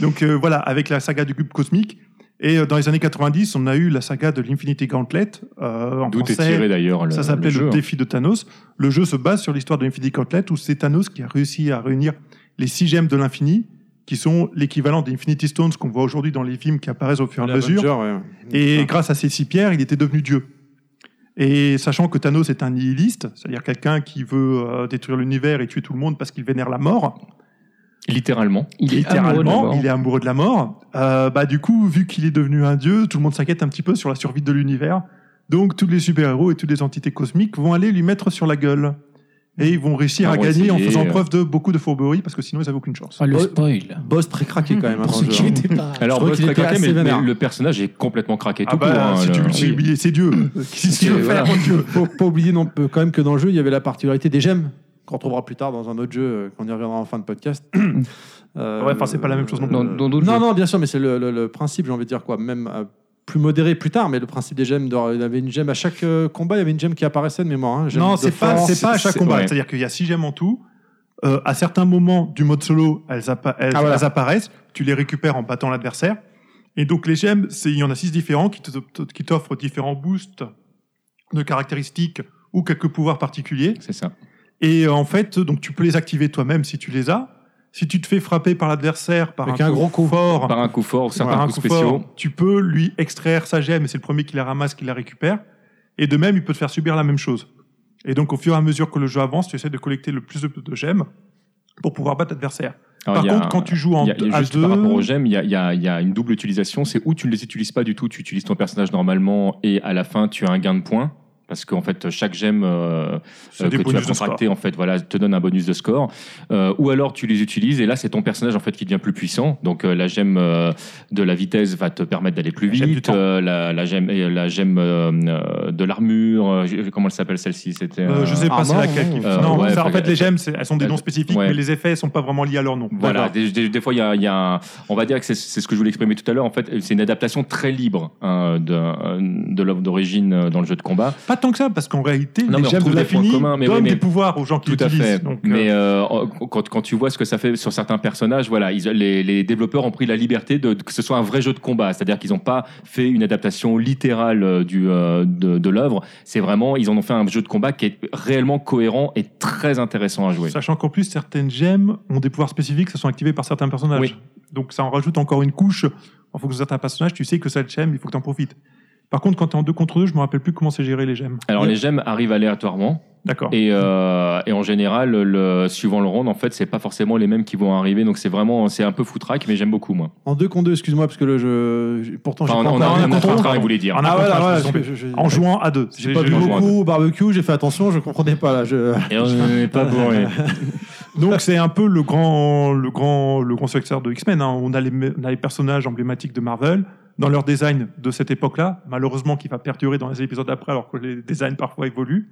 Donc euh, voilà, avec la saga du cube cosmique, Et euh, dans les années 90, on a eu la saga de l'Infinity Gauntlet, euh, en
D'où est
français,
tiré d'ailleurs le,
ça s'appelait le,
jeu. hein.
défi de Thanos. Le jeu se base sur l'histoire de l'Infinity Gauntlet où c'est Thanos qui a réussi à réunir les six gemmes de l'infini, qui sont l'équivalent des Infinity Stones qu'on voit aujourd'hui dans les films qui apparaissent au fur et à mesure. Et
Ah.
grâce à ces six pierres, il était devenu Dieu. Et sachant que Thanos est un nihiliste, c'est-à-dire quelqu'un qui veut euh, détruire l'univers et tuer tout le monde parce qu'il vénère la mort,
Littéralement.
Il est amoureux de la
littéralement,
mort.
il est amoureux de la mort, euh, bah du coup, vu qu'il est devenu un dieu, tout le monde s'inquiète un petit peu sur la survie de l'univers. Donc tous les super-héros et toutes les entités cosmiques vont aller lui mettre sur la gueule. Et ils vont réussir
Ah,
à
ouais,
gagner en
c'est-
faisant preuve de beaucoup de fourberie parce que sinon ils n'avaient aucune chance.
Ah, le spoil.
Boss très craqué quand même. hein,
Pour
dans
ceux
le
qui
jeu.
n'étaient pas.
Alors,
trouvais
Boss
qu'il
très
était
craqué,
assez
mais, mais
vénère.
le personnage est complètement craqué
Ah
tout
bah,
court. hein,
si
le-
tu multiplies, c'est Dieu. Qu'est-ce qu'il veut
voilà.
faire, mon Dieu
faut pas oublier non, peu- quand même que dans le jeu, il y avait la particularité des gemmes, qu'on retrouvera plus tard dans un autre jeu, euh, qu'on y reviendra en fin de podcast. Euh,
Ouais, enfin, c'est pas la même chose non plus.
Dans- dans d'autres
non,
jeux.
non, bien sûr, mais c'est le, le- le principe, j'ai envie de dire quoi. Même euh, plus modéré plus tard, mais le principe des gemmes, d'or- il y avait une gemme à chaque euh, combat, il y avait une gemme qui apparaissait de mémoire. hein, gemme
Non,
de
c'est pas,
force.
c'est pas à chaque
c'est-
combat.
ouais.
C'est-à-dire qu'il y a six gemmes en tout. Euh, à certains moments du mode solo, elles, appa- elles-
Ah, voilà.
elles apparaissent. Tu les récupères en battant l'adversaire. Et donc les gemmes, c'est- il y en a six différents qui te- qui t'offrent différents boosts de caractéristiques ou quelques pouvoirs particuliers.
C'est ça.
Et euh, en fait, donc tu peux les activer toi-même si tu les as. Si tu te fais frapper par l'adversaire par
Avec
un,
un gros coup.
fort,
Par un coup fort, certains
par un
coups
coup
spéciaux.
fort, tu peux lui extraire sa gemme et c'est le premier qui la ramasse, qui la récupère. Et de même, il peut te faire subir la même chose. Et donc, au fur et à mesure que le jeu avance, tu essaies de collecter le plus de, de gemmes pour pouvoir battre l'adversaire.
Alors,
Par
il y a
contre,
un-
quand tu joues en
Il y a- il y a
à
juste
deux,
par rapport aux gemmes, il y a, il y a- il y a une double utilisation. C'est où tu ne les utilises pas du tout, tu utilises ton personnage normalement et à la fin tu as un gain de points. Parce qu'en fait, chaque gemme euh,
c'est
euh,
des
que tu as
bonus de score.
contracté, en fait, voilà, te donne un bonus de score. Euh, ou alors tu les utilises et là c'est ton personnage en fait qui devient plus puissant. Donc euh, la gemme euh, de la vitesse va te permettre d'aller plus
La gemme du
vite.
temps.
euh, la, la gemme, et la gemme euh, euh, de l'armure, euh, j'ai- comment elle s'appelle celle-ci C'était.
Euh, je sais pas, c'est
Armand,
laquelle qui...
euh,
non,
ouais,
ça, en
enfin,
fait, les gemmes, c'est- elles sont des noms spécifiques,
ouais.
mais les effets sont pas vraiment liés à leur nom.
Voilà, des, des- des fois, il y a, il y a un- on va dire que c'est c'est ce que je voulais exprimer tout à l'heure. En fait, c'est une adaptation très libre hein, de, de l'œuvre d'origine euh, dans le jeu de combat.
Pas tant que ça, parce qu'en réalité,
Non, mais
les
on
gemmes de
retrouve des points
l'infini
communs,
donnent
mais oui, mais-
des pouvoirs aux gens qui
Tout à
l'utilisent.
fait.
Donc, euh,
Mais euh, en- quand, quand tu vois ce que ça fait sur certains personnages, voilà, ils- les, les développeurs ont pris la liberté de, que ce soit un vrai jeu de combat, c'est-à-dire qu'ils n'ont pas fait une adaptation littérale euh, du, euh, de, de l'œuvre. C'est vraiment, ils en ont fait un jeu de combat qui est réellement cohérent et très intéressant à jouer.
Sachant qu'en plus, certaines gemmes ont des pouvoirs spécifiques qui sont activés par certains personnages.
Oui.
Donc ça en rajoute encore une couche. En fonction de certains personnages, tu sais que cette gemme, il faut que tu en profites. Par contre, quand tu es en 2 contre 2, je me rappelle plus comment c'est géré les gemmes.
Alors les gemmes arrivent aléatoirement.
D'accord.
Et, euh, et en général, le, suivant le round, en fait, c'est pas forcément les mêmes qui vont arriver. Donc c'est vraiment, c'est un peu foutraque, mais j'aime beaucoup moi.
En deux contre deux, excuse-moi, parce que le jeu. Pourtant, j'ai
Enfin, on,
pas
on,
encore
a
vu
un
le
autre
contrôle.
travail, vous voulez dire.
En
Ah,
attrape,
voilà,
je me
voilà,
suis
je-
trompé.
je- je-
En jouant à 2.
J'ai pas vu
je- je-
beaucoup au barbecue, j'ai fait attention, je comprenais pas là. Je...
Et on n'est pas bourré.
Donc c'est un peu le grand, le grand, le grand successeur de X-Men. hein. On, a les, me- on a les personnages emblématiques de Marvel dans leur design de cette époque-là. Malheureusement, qui va perdurer dans les épisodes d'après, alors que les designs parfois évoluent.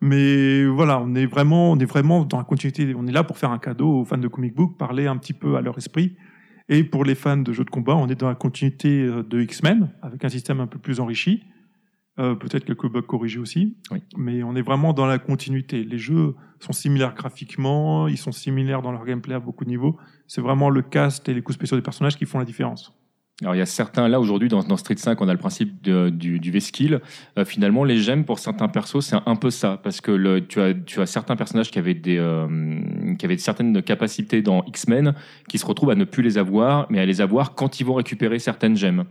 Mais voilà, on est vraiment, on est vraiment dans la continuité. On est là pour faire un cadeau aux fans de comic book, parler un petit peu à leur esprit. Et pour les fans de jeux de combat, on est dans la continuité euh, de X-Men avec un système un peu plus enrichi. Euh, Peut-être quelques bugs corrigés aussi.
Oui.
Mais on est vraiment dans la continuité. Les jeux, sont similaires graphiquement, ils sont similaires dans leur gameplay à beaucoup de niveaux. C'est vraiment le cast et les coups spéciaux des personnages qui font la différence.
Alors il y a certains là aujourd'hui dans, dans Street 5 on a le principe de- du, du V-Skill. Euh, finalement les gemmes pour certains persos c'est un peu ça parce que le, tu, as, tu as certains personnages qui avaient, des, euh, qui avaient certaines capacités dans X-Men qui se retrouvent à ne plus les avoir mais à les avoir quand ils vont récupérer certaines gemmes.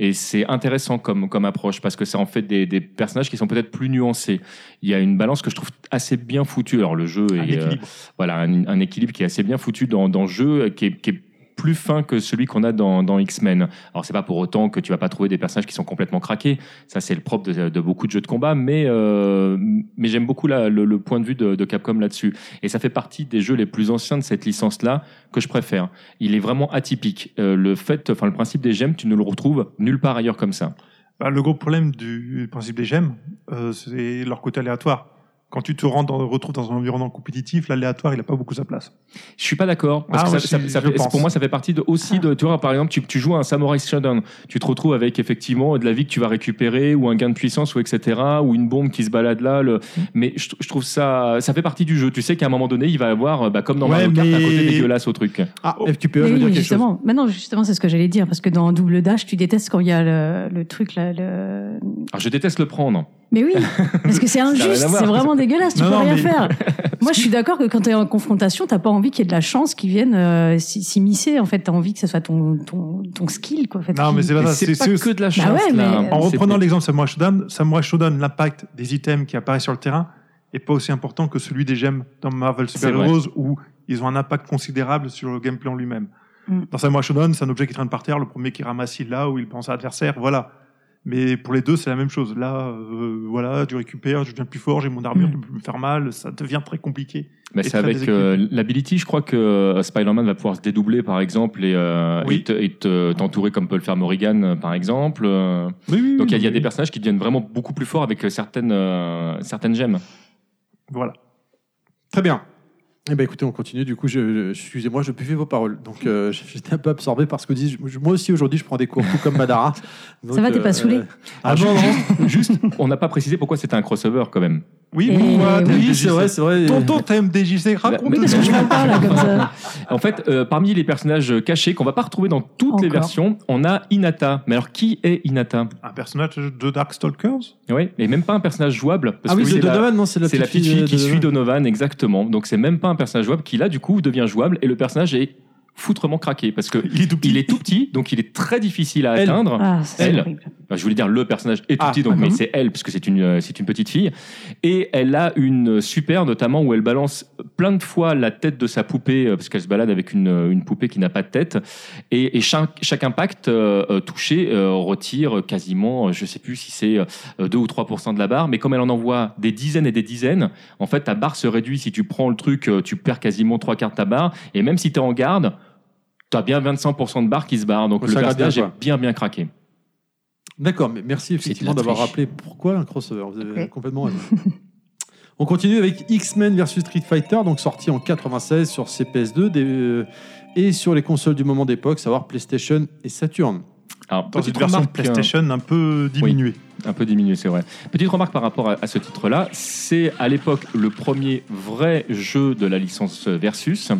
Et c'est intéressant comme, comme approche parce que ça en fait des, des personnages qui sont peut-être plus nuancés. Il y a une balance que je trouve assez bien foutue. Alors le jeu
Un
est, euh,
équilibre.
voilà un, un équilibre qui est assez bien foutu dans, dans le jeu et qui est, qui est plus fin que celui qu'on a dans, dans X-Men. Alors c'est pas pour autant que tu vas pas trouver des personnages qui sont complètement craqués. Ça c'est le propre de, de beaucoup de jeux de combat, mais euh, mais j'aime beaucoup la- le, le point de vue de, de Capcom là-dessus. Et ça fait partie des jeux les plus anciens de cette licence là que je préfère. Il est vraiment atypique. Euh, le fait, enfin le principe des gemmes, tu ne le retrouves nulle part ailleurs comme ça.
Bah, le gros problème du principe des gemmes, euh, c'est leur côté aléatoire. Quand tu te rends dans- retrouves dans un environnement compétitif, l'aléatoire, il n'a pas beaucoup sa place.
Je suis pas d'accord. Parce
Ah,
que
moi,
ça-
je-
ça- ça-
je pense. Ah.
pour moi, ça fait partie de, aussi de. Tu vois, par exemple, tu, tu joues à un Samurai Shodown. Tu te retrouves avec effectivement de la vie que tu vas récupérer, ou un gain de puissance, ou etc., ou une bombe qui se balade là. le-
Hmm.
Mais je, je trouve ça. Ça fait partie du jeu. Tu sais qu'à un moment donné, il va y avoir, euh, bah, comme dans
Ouais,
Mario Kart, un côté
mais-
dégueulasse au truc.
Ah,
Oh.
FQPE,
Mais
je veux dire
oui, mais
quelque chose.
justement. Maintenant, justement, c'est ce que j'allais dire, parce que dans Double Dash, tu détestes quand il y a le, le truc là. Le...
Alors, je déteste le prendre.
Mais oui, parce que c'est
rien à
injuste,
voir.
c'est vraiment dégueulasse, tu
Non,
peux
non,
rien
mais-
faire. Moi, je suis d'accord que quand tu es en confrontation, t'as pas envie qu'il y ait de la chance qui vienne euh, s'y- s'immiscer. En fait, t'as envie que ce soit ton, ton, ton skill, quoi. En fait,
Non,
qui-
mais c'est pas
Mais
ça.
c'est pas
c'est-
que de la chance.
ouais,
là.
mais-
En
C'est-
reprenant l'exemple Samurai Shodown, Samurai Shodown, l'impact des items qui apparaissent sur le terrain est pas aussi important que celui des gemmes dans Marvel Super
vrai.
Heroes où ils ont un impact considérable sur le gameplay en lui-même.
Mm.
Dans Samurai Shodown, c'est un objet qui traîne par terre, le premier qui ramasse il là où il pense à l'adversaire, voilà. Mais pour les deux, c'est la même chose. Là, euh, voilà, tu récupères, je deviens plus fort, j'ai mon armure,
Mm.
tu peux me faire mal, ça devient très compliqué.
Mais
Et
c'est
très
avec euh, l'ability, je crois que euh, Spider-Man va pouvoir se dédoubler, par exemple, et, euh,
Oui.
et te- et te- t'entourer comme peut le faire Morrigan, euh, par exemple. Euh, Donc il y a- il y, a des personnages qui deviennent vraiment beaucoup plus forts avec euh, certaines, euh, certaines gemmes.
Voilà.
Très bien. Eh ben écoutez, on continue. Du coup, je, je- excusez-moi, je buvais vos paroles. Donc, euh, j'étais un peu absorbé par ce que vous dites. Je- Moi aussi, aujourd'hui, je prends des cours, tout comme Madara. Donc,
Ça va,
euh,
t'es pas saoulé
ah,
ju-
non, non.
juste, on n'a pas précisé pourquoi c'était un crossover quand même.
Oui,
Et
pourquoi
oui,
Oui,
TMDJC?
c'est vrai, c'est vrai.
Tonton, t'as MDJC, raconte
Mais parce que je parle pas, là, comme ça.
En fait, euh, parmi les personnages cachés qu'on va pas retrouver dans toutes les
Encore.
versions, on a Inata. Mais alors qui est Inata
Un personnage de Darkstalkers
Oui, et même pas un personnage jouable. parce
Ah oui,
que
c'est
c'est la-
Donovan, non, c'est la
C'est la petite fille
de
qui
Donovan.
suit Donovan, exactement. Donc c'est même pas un personnage jouable qui là du coup devient jouable et le personnage est foutrement craqué parce que
Il est tout petit.
il est tout petit, donc il est très difficile à
Elle.
atteindre.
Ah, ça, c'est
Elle.
horrible.
Enfin, je voulais dire le personnage est tout
Ah,
petit, donc mais c'est elle puisque c'est une euh, c'est une petite fille et elle a une super notamment où elle balance plein de fois la tête de sa poupée euh, parce qu'elle se balade avec une euh, une poupée qui n'a pas de tête et, et chaque chaque impact euh, euh, touché euh, retire quasiment euh, je sais plus si c'est euh, 2 ou 3% de la barre mais comme elle en envoie des dizaines et des dizaines en fait ta barre se réduit si tu prends le truc euh, tu perds quasiment trois quarts de ta barre et même si tu es en garde T'as bien 25% de barre qui se barre, donc
Ça
le
gratte bien,
personnage
quoi.
est bien bien craqué.
D'accord, mais merci effectivement
C'est de la
d'avoir
triche.
rappelé pourquoi un crossover. Vous avez
Ok.
complètement raison. On continue avec X-Men versus Street Fighter, donc sorti en 96 sur CPS2 des- euh, et sur les consoles du moment d'époque, savoir PlayStation et Saturn.
Alors,
Dans
petite euh,
une version
remarque,
PlayStation un peu diminuée.
euh, Un peu diminué, c'est vrai. Petite remarque par rapport à, à ce titre-là. C'est à l'époque le premier vrai jeu de la licence Versus.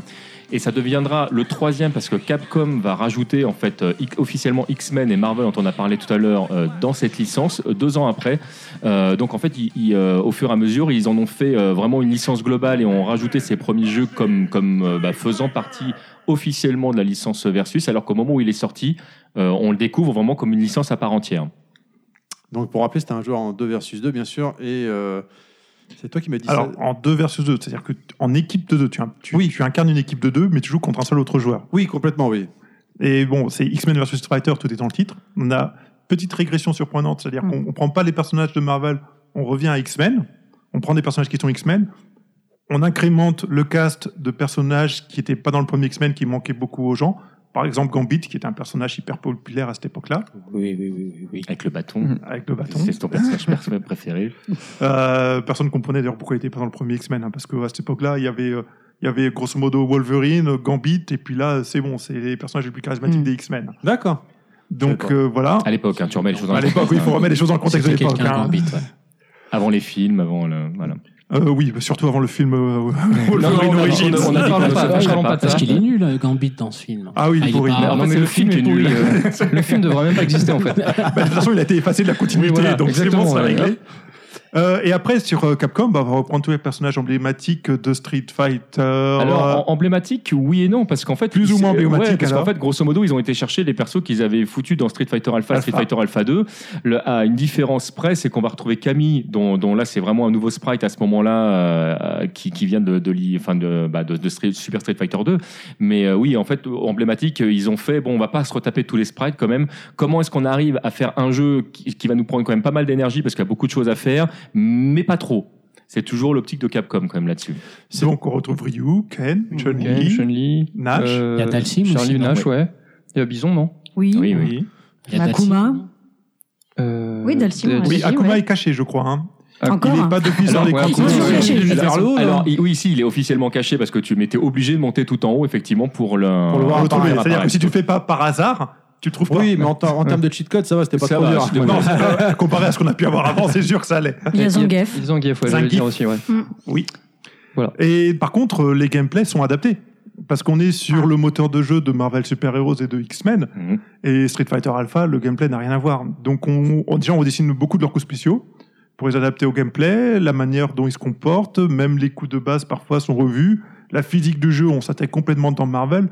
Et ça deviendra le troisième parce que Capcom va rajouter en fait euh, X- officiellement X-Men et Marvel dont on a parlé tout à l'heure euh, dans cette licence euh, deux ans après. Euh, donc en fait, ils- ils, euh, au fur et à mesure, ils en ont fait euh, vraiment une licence globale et ont rajouté ces premiers jeux comme comme euh, bah, faisant partie officiellement de la licence Versus. Alors qu'au moment où il est sorti, euh, on le découvre vraiment comme une licence à part entière.
Donc pour rappeler, c'était un jeu en 2 versus 2, bien sûr, et euh, c'est toi qui m'as dit
Alors,
ça.
en 2 versus 2, c'est-à-dire que t- en équipe de 2, tu, tu-
Oui.
tu incarnes une équipe de 2, mais tu joues contre un seul autre joueur.
Oui, complètement, oui.
Et bon, c'est X-Men versus Street Fighter, tout est dans le titre. On a petite régression surprenante, c'est-à-dire
Mm.
qu'on ne prend pas les personnages de Marvel, on revient à X-Men, on prend des personnages qui sont X-Men, on incrémente le cast de personnages qui n'étaient pas dans le premier X-Men, qui manquaient beaucoup aux gens. Par exemple, Gambit, qui était un personnage hyper populaire à cette époque-là,
Oui, oui, oui, oui, oui.
Avec le bâton.
avec le bâton.
C'est ton personnage perso- préféré.
Euh, personne ne comprenait d'ailleurs pourquoi il était pas dans le premier X-Men, hein, parce qu'à cette époque-là, il y avait. euh, il y avait grosso modo Wolverine, Gambit, et puis là, c'est bon, c'est les personnages les plus charismatiques
Mm.
des X-Men.
D'accord.
Donc
D'accord.
euh, voilà.
À l'époque, hein, tu remets les choses dans
À
le
l'époque,
contexte,
oui, il faut
hein.
remettre les choses dans le contexte de
C'était
l'époque.
quelqu'un
hein.
Gambit, ouais.
Avant les films, avant le. Voilà.
Euh, oui, mais surtout avant le film euh,
Non, non,
Wolverine
on a-
Origins.
on a- on a-
Ah,
on a-
ouais,
ça,
ouais,
je parle pas de
Parce
ça.
qu'il est nul, euh, Gambit, dans ce film.
Ah oui, il est pourri.
pas-
Mais en
non,
fait,
mais
c'est le film qui est nul.
euh,
Le film devrait même pas exister en fait.
Bah, de toute façon, il a été effacé de la continuité,
Oui, voilà,
donc c'est bon,
exactement,
c'est
ouais,
réglé. Euh, et après, sur euh, Capcom, bah, on va reprendre tous les personnages emblématiques de Street Fighter.
Alors, en- emblématique, oui et non, parce qu'en fait.
Plus
ils-
ou moins
ouais,
emblématique,
parce qu'en
alors.
fait, grosso modo, ils ont été chercher les persos qu'ils avaient foutus dans Street Fighter Alpha,
Alpha.
Street Fighter Alpha 2. Le- à une différence près, c'est qu'on va retrouver Camille, dont, dont là, c'est vraiment un nouveau sprite à ce moment-là, euh, qui, qui vient de, de, l'I- enfin, de, bah, de- de Street- Super Street Fighter 2. Mais euh, oui, en fait, emblématique, euh, ils ont fait, bon, on va pas se retaper tous les sprites quand même. Comment est-ce qu'on arrive à faire un jeu qui, qui va nous prendre quand même pas mal d'énergie, parce qu'il y a beaucoup de choses à faire, mais pas trop. C'est toujours l'optique de Capcom quand même là-dessus.
donc, on retrouve Ryu, Ken, Chun-Li.
Chun-Li,
Nash.
euh,
Il y a Dalsim
Charlie
aussi, non
Nash, ouais. Il y a Bison, non
Oui.
Oui,
Oui.
Il y a
Akuma.
Dalsim.
Euh,
Ah,
Oui, Dalsim,
Dal-
ouais.
Euh,
Oui,
Vas-y,
Akuma
ouais.
est caché, je crois. hein.
Encore
Il n'est pas depuis dans
Alors,
les
ouais,
cantines,
encore,
il est
ouais.
juste
Alors,
vers le haut, là.
Alors, il- oui, si, il est officiellement caché parce que tu m'étais obligé de monter tout en haut, effectivement, pour le,
Pour le voir
On le trouve.
apparaître,
C'est-à-dire que si tu le fais pas par hasard, tu le trouves pas.
Oui, mais en, ter- en termes de cheat code, ça va, c'était pas
Ça
trop
va,
dur.
c'était
Non, c'est pas- comparé à ce qu'on a pu avoir avant, c'est sûr que ça allait.
Il y a Zangief.
Il y a Zangief, ouais, j'allais le dire aussi, ouais.
Et par contre, euh, les gameplays sont adaptés. Parce qu'on est sur le moteur de jeu de Marvel Super Heroes et de X-Men,
Mhm.
et Street Fighter Alpha, le gameplay n'a rien à voir. Donc on, on- déjà, on dessine beaucoup de leurs coups spéciaux pour les adapter au gameplay, la manière dont ils se comportent, même les coups de base parfois sont revus, la physique du jeu, on s'attaque complètement dans Marvel.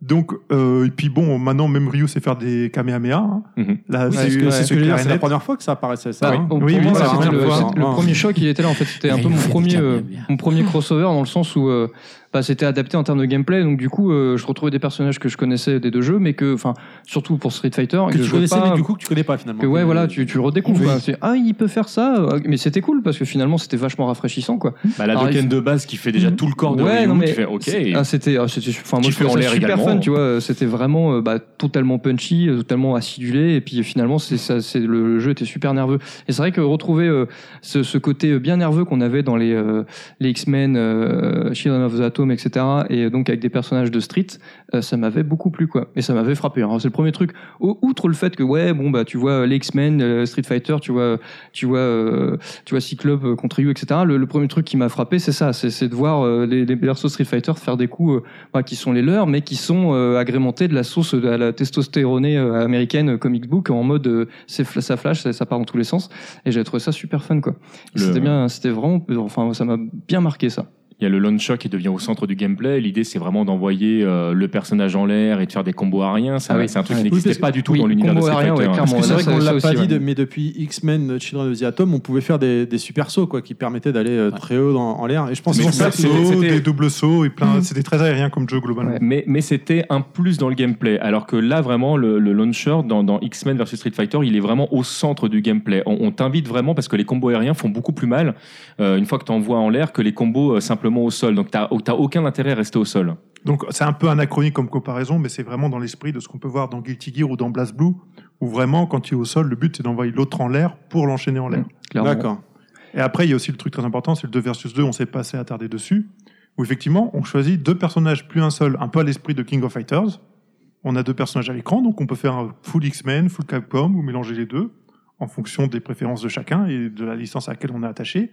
Donc, euh, et puis bon, maintenant même Ryu sait faire des Kamehameha. hein.
Mhm.
Là,
C'est ce que- c'est ce que je veux dire,
clair et
c'est la
net.
première fois que ça apparaissait, ça.
Oui.
hein.
Bon,
Oui,
pour
oui,
moi,
ça,
Bah, c'était
c'est
le,
bien
c'est
voir.
le premier choc, il était là. En fait, c'était un
Il
peu mon
fait des
premier,
câbles,
euh,
bien.
mon premier crossover dans le sens où euh, bah, c'était adapté en termes de gameplay. Donc, du coup, euh, je retrouvais des personnages que je connaissais des deux jeux, mais que, enfin, surtout pour Street Fighter,
Que
je
tu
jouais
connaissais,
pas,
mais du coup, que tu connais pas finalement.
que ouais, voilà, tu, tu le redécouvres.
Oui.
quoi. C'est, ah, il peut faire ça. euh, Mais c'était cool parce que finalement, c'était vachement rafraîchissant, quoi.
Bah, la
Alors, Mm-hmm.
Dokken de base qui fait déjà tout le corps de
Ouais,
Ryu,
non, mais
tu fais OK.
c'est- ah, c'était, ah, c'était, enfin, moi,
Qui
je trouvais
fait
ça
en l'air
super
également.
fun, tu vois. euh, C'était vraiment euh, bah, totalement punchy, euh, totalement acidulé, et puis euh, finalement, c'est ça, c'est le, le jeu était super nerveux. Et c'est vrai que retrouver euh, ce, ce côté euh, bien nerveux qu'on avait dans les euh, les X-Men, euh, Children of the Atom, etc. Et euh, donc avec des personnages de street, euh, ça m'avait beaucoup plu, quoi. Et ça m'avait frappé. Alors, c'est le premier truc. Au- outre le fait que ouais, bon bah, tu vois les X-Men, euh, Street Fighter, tu vois, tu vois. euh, tu vois Cyclope euh, contre You, etc. Le, le premier truc qui m'a frappé, c'est ça, c'est c'est de voir euh, les, les persos Street Fighter faire des coups euh, bah, qui sont les leurs, mais qui sont euh, agrémentés de la sauce de la testostéronée euh, américaine euh, comic book en mode euh, c'est fla- ça flash, ça, ça part dans tous les sens. Et j'avais trouvé ça super fun, quoi. Et
Le-
C'était bien, c'était vraiment, enfin, ça m'a bien marqué ça.
Il y a le launcher qui devient au centre du gameplay. L'idée, c'est vraiment d'envoyer euh, le personnage en l'air et de faire des combos aériens. Ça,
Ah oui.
C'est un truc
Ouais.
qui n'existait
Oui, parce-
pas du tout
oui,
dans l'univers de
combo
Street
aérien,
Fighter.
ouais,
hein.
Parce que
Bon,
c'est
là,
vrai
ça-
qu'on
ça
l'a
aussi,
pas dit,
ouais.
de- mais depuis X-Men, Children of the Atom, on pouvait faire des, des super sauts quoi, qui permettaient d'aller euh, très haut dans- en l'air. Et je pense que
Des
c'est pour ça
super
que c'est-
sauts, des
c'était.
doubles sauts, et plein. C'était très aérien comme jeu globalement.
Ouais.
Mais, mais c'était un plus dans le gameplay. Alors que là, vraiment, le, le launcher dans, dans X-Men vs Street Fighter, il est vraiment au centre du gameplay. On, on t'invite vraiment parce que les combos aériens font beaucoup plus mal euh, une fois que tu envoies en l'air que les combos euh, simplement au sol. Donc, tu n'as aucun intérêt à rester au sol.
Donc c'est un peu anachronique comme comparaison, mais c'est vraiment dans l'esprit de ce qu'on peut voir dans Guilty Gear ou dans BlazBlue, où vraiment quand tu es au sol, le but c'est d'envoyer l'autre en l'air pour l'enchaîner en l'air.
Clairement.
D'accord.
Et après il y a aussi le truc très important, c'est le 2 versus 2, on s'est passé attardé dessus, où effectivement on choisit deux personnages, plus un seul, un peu à l'esprit de King of Fighters. On a deux personnages à l'écran, donc on peut faire un full X-Men, full Capcom, ou mélanger les deux, en fonction des préférences de chacun et de la licence à laquelle on est attaché.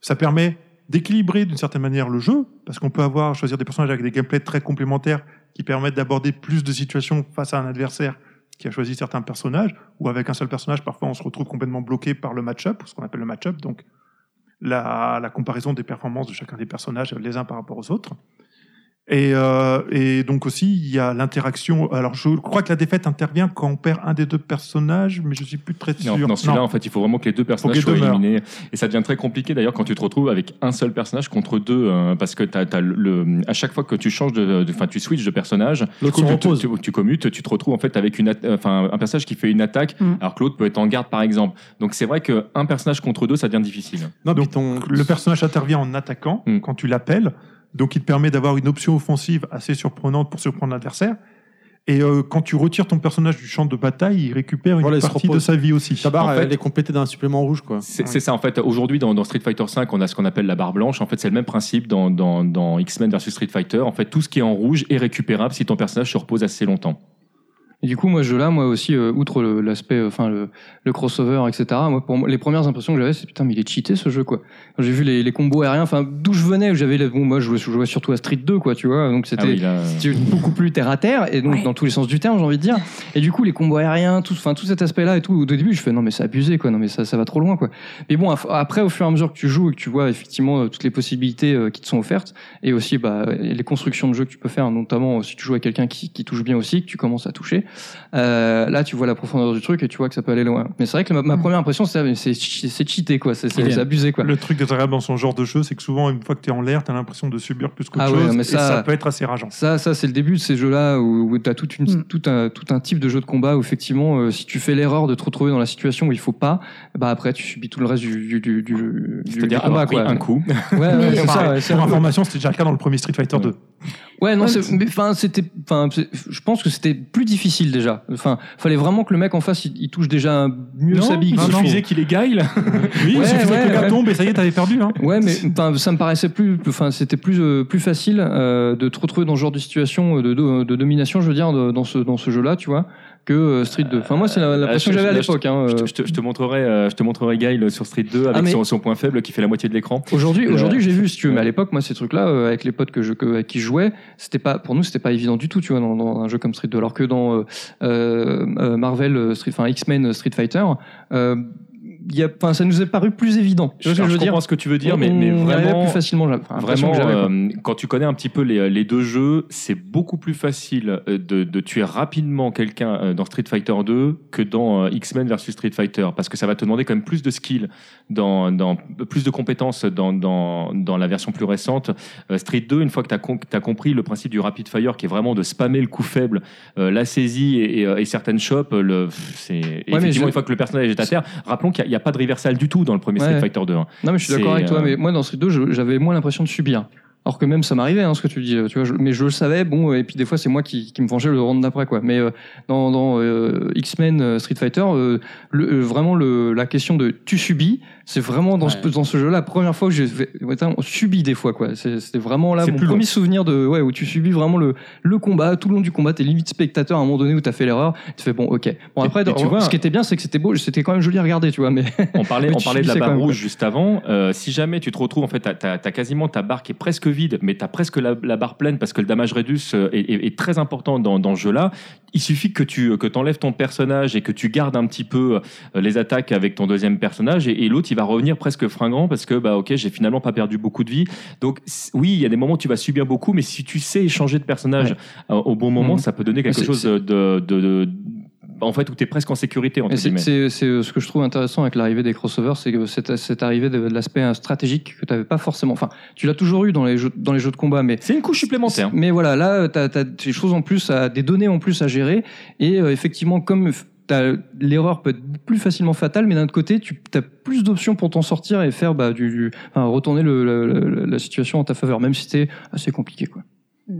Ça permet d'équilibrer d'une certaine manière le jeu, parce qu'on peut avoir choisir des personnages avec des gameplays très complémentaires qui permettent d'aborder plus de situations face à un adversaire qui a choisi certains personnages, ou avec un seul personnage, parfois on se retrouve complètement bloqué par le match-up, ou ce qu'on appelle le match-up, donc la, la comparaison des performances de chacun des personnages les uns par rapport aux autres. Et, euh, et donc aussi, il y a l'interaction. Alors, je crois que la défaite intervient quand on perd un des deux personnages, mais je suis plus très sûr.
Non, non, celui-là, en fait, il faut vraiment que les deux personnages
les deux
soient
meurent.
éliminés. Et ça devient très compliqué d'ailleurs quand tu te retrouves avec un seul personnage contre deux, euh, parce que t'as, t'as le, le- à chaque fois que tu changes de, de- enfin, tu switches de personnage,
L'autre
tu,
se
tu-
repose.
tu- tu commutes, tu te retrouves en fait avec une, atta- enfin, un personnage qui fait une attaque,
Mm.
alors que l'autre peut être en garde par exemple. Donc c'est vrai que un personnage contre deux, ça devient difficile.
Non, puis
Donc,
Ah, ton-
le personnage intervient en attaquant
Mm.
quand tu l'appelles, donc il te permet d'avoir une option offensive assez surprenante pour surprendre l'adversaire. Et euh, quand tu retires ton personnage du champ de bataille, il récupère une
Voilà, il se
partie de
repose.
sa vie aussi.
ta barre,
en fait-
elle est complétée d'un supplément rouge, quoi.
C'est c'est ça en fait. Aujourd'hui, dans, dans Street Fighter 5, on a ce qu'on appelle la barre blanche. En fait, c'est le même principe dans, dans, dans X-Men versus Street Fighter. En fait, tout ce qui est en rouge est récupérable si ton personnage se repose assez longtemps. Ah
Et du coup, moi, je là, moi aussi, euh, outre le- l'aspect, euh, enfin, le, le crossover, etc. Moi, pour moi, les premières impressions que j'avais, c'est putain, mais il est cheaté ce jeu, quoi. Quand J'ai vu les, les combos aériens, enfin, d'où je venais, j'avais, les- bon, moi, je jouais, je jouais surtout à Street 2, quoi, tu vois. Donc, c'était,
Ah oui, là,
c'était beaucoup plus terre à terre, et donc,
Ouais.
dans tous les sens du terme, j'ai envie de dire. Et du coup, les combos aériens, tout, enfin, tout cet aspect-là et tout, au début, je fais, non, mais c'est abusé, quoi, non, mais ça, ça va trop loin, quoi. Mais bon, af- après, au fur et à mesure que tu joues et que tu vois, effectivement, euh, toutes les possibilités euh, qui te sont offertes, et aussi, bah, les constructions de jeu que tu peux faire, notamment euh, si tu joues à quelqu'un qui, qui touche bien aussi, que tu commences à toucher, euh, là, tu vois la profondeur du truc et tu vois que ça peut aller loin. Mais c'est vrai que ma, ma première impression, c'est, ah, mais c'est, chi- c'est cheaté, quoi, c'est, c'est-
Idem.
c'est abusé, quoi.
Le truc désagréable dans son genre de jeu, c'est que souvent, une fois que tu es en l'air, tu as l'impression de subir plus qu'autre
Ah ouais,
chose.
mais
et
ça-
ça peut être assez rageant.
Ça, ça c'est le début de ces jeux-là où, tu as tout, une,
Mm.
tout, un, tout un type de jeu de combat où effectivement, euh, si tu fais l'erreur de te retrouver dans la situation où il faut pas, bah après tu subis tout le reste du, du, du, du, du
c'est-à-dire
combat.
avoir pris
Quoi.
un coup.
Ouais, ouais,
Mais-
c'est
Enfin,
ça. ouais, c'est
Pour information, c'était déjà le cas dans le premier Street Fighter
Ouais.
2.
Ouais, non,
Ouais,
c'est- mais enfin, c'était, enfin, c'est- je pense que c'était plus difficile déjà. Enfin, fallait vraiment que le mec en face, il, il touche déjà mieux sa bille.
il
que je
suffisait
trouve.
qu'il égaille. oui,
Ouais,
il suffisait
ouais,
que le gars
ouais.
tombe et ça y est, t'avais perdu. Hein.
Ouais, mais enfin, ça me paraissait plus, plus- enfin, c'était plus euh, plus facile euh, de te retrouver dans ce genre de situation euh, de, de, de domination, je veux dire, de- dans ce dans ce jeu-là, tu vois, que euh, Street 2. Enfin, moi, c'est la- l'impression
Ah, je-
que j'avais à
là, je-
l'époque. hein,
Je
euh.
te, je te- je te montrerai, euh, je te montrerai Guile sur Street 2 avec
Ah, mais-
son, son point faible qui fait la moitié de l'écran.
Aujourd'hui,
Euh,
aujourd'hui, j'ai vu, si tu veux. Mais à
ouais.
l'époque, moi, ces trucs-là, euh, avec les potes que je, que, avec qui je jouais, c'était pas, pour nous, c'était pas évident du tout, tu vois, dans, dans un jeu comme Street 2. Alors que dans euh, euh, euh, Marvel, euh, Street, enfin X-Men, euh, Street Fighter, euh, il y a, enfin, ça nous est paru plus évident. Tu vois ce que
Alors,
je veux dire
comprends ce que tu veux dire, mais,
On-
mais
on y arrivait
vraiment,
plus facilement. j'ai l'impression
vraiment,
que j'avais, quoi.
euh, quand tu connais un petit peu les, les deux jeux, c'est beaucoup plus facile euh, de, de tuer rapidement quelqu'un euh, dans Street Fighter 2 que dans euh, X-Men versus Street Fighter, parce que ça va te demander quand même plus de skills, dans, dans, plus de compétences dans, dans, dans la version plus récente. Euh, Street 2, une fois que tu as, compris le principe du rapid fire, qui est vraiment de spammer le coup faible, euh, la saisie et, et, euh, et certaines shops, le, pff, c'est effectivement
je-
une fois que le personnage est à terre. Rappelons qu'il n'y a, il y a pas de reversal du tout dans le premier
Ouais.
Street Fighter 2. hein.
Non, mais je suis d'accord
C'est,
avec toi,
euh,
mais moi dans Street 2, je- j'avais moins l'impression de subir. Alors que même ça m'arrivait, hein, ce que tu dis, euh, tu vois, je- mais je le savais, bon, euh, et puis des fois c'est moi qui, qui me vengeais le round d'après, quoi. Mais euh, dans, dans euh, X-Men euh, Street Fighter, euh, le, euh, vraiment le, la question de tu subis, c'est vraiment dans ce,
Ouais.
dans ce jeu-là, la première fois que j'ai fait, ouais, putain, on subit des fois, quoi. C'est- C'était vraiment là
C'est
mon
plus
premier souvenir de, ouais, où tu subis vraiment le, le combat, tout le long du combat, t'es limite spectateur à un moment donné où t'as fait l'erreur, tu fais bon, ok. Bon, après,
et tu
dans-
vois-
ce qui était bien, c'est que c'était beau, c'était quand même joli à regarder, tu vois, mais.
On parlait,
Mais
on
tu
parlait de la
subissais
barre
quand même,
rouge juste avant. Euh, si jamais tu te retrouves, en fait, t'as, t'as- t'as quasiment ta barre qui est presque vide, mais t'as presque la, la barre pleine parce que le damage reduce euh, est, est- est très important dans, dans ce jeu-là. Il suffit que tu que t'enlèves ton personnage et que tu gardes un petit peu euh, les attaques avec ton deuxième personnage et, et l'autre il va revenir presque fringant parce que bah ok j'ai finalement pas perdu beaucoup de vie. Donc c- oui il y a des moments où tu vas subir beaucoup, mais si tu sais changer de personnage euh, au bon moment,
Mhm.
ça peut donner quelque
C'est-
chose de, de, de- en fait où t'es presque en sécurité entre
Et c'est-
guillemets.
C'est c'est, euh, ce que je trouve intéressant avec l'arrivée des crossovers, c'est que cette, cette arrivée de, de l'aspect euh, stratégique que tu n'avais pas forcément. Enfin, tu l'as toujours eu dans les jeux, dans les jeux de combat, mais.
C'est une couche supplémentaire.
Mais voilà, là, tu as, des choses en plus, à, des données en plus à gérer. Et euh, effectivement, comme f- t'as- l'erreur peut être plus facilement fatale, mais d'un autre côté, tu as plus d'options pour t'en sortir et faire bah, du, du- enfin, retourner le- le- le- la situation en ta faveur, même si c'était assez compliqué. Quoi.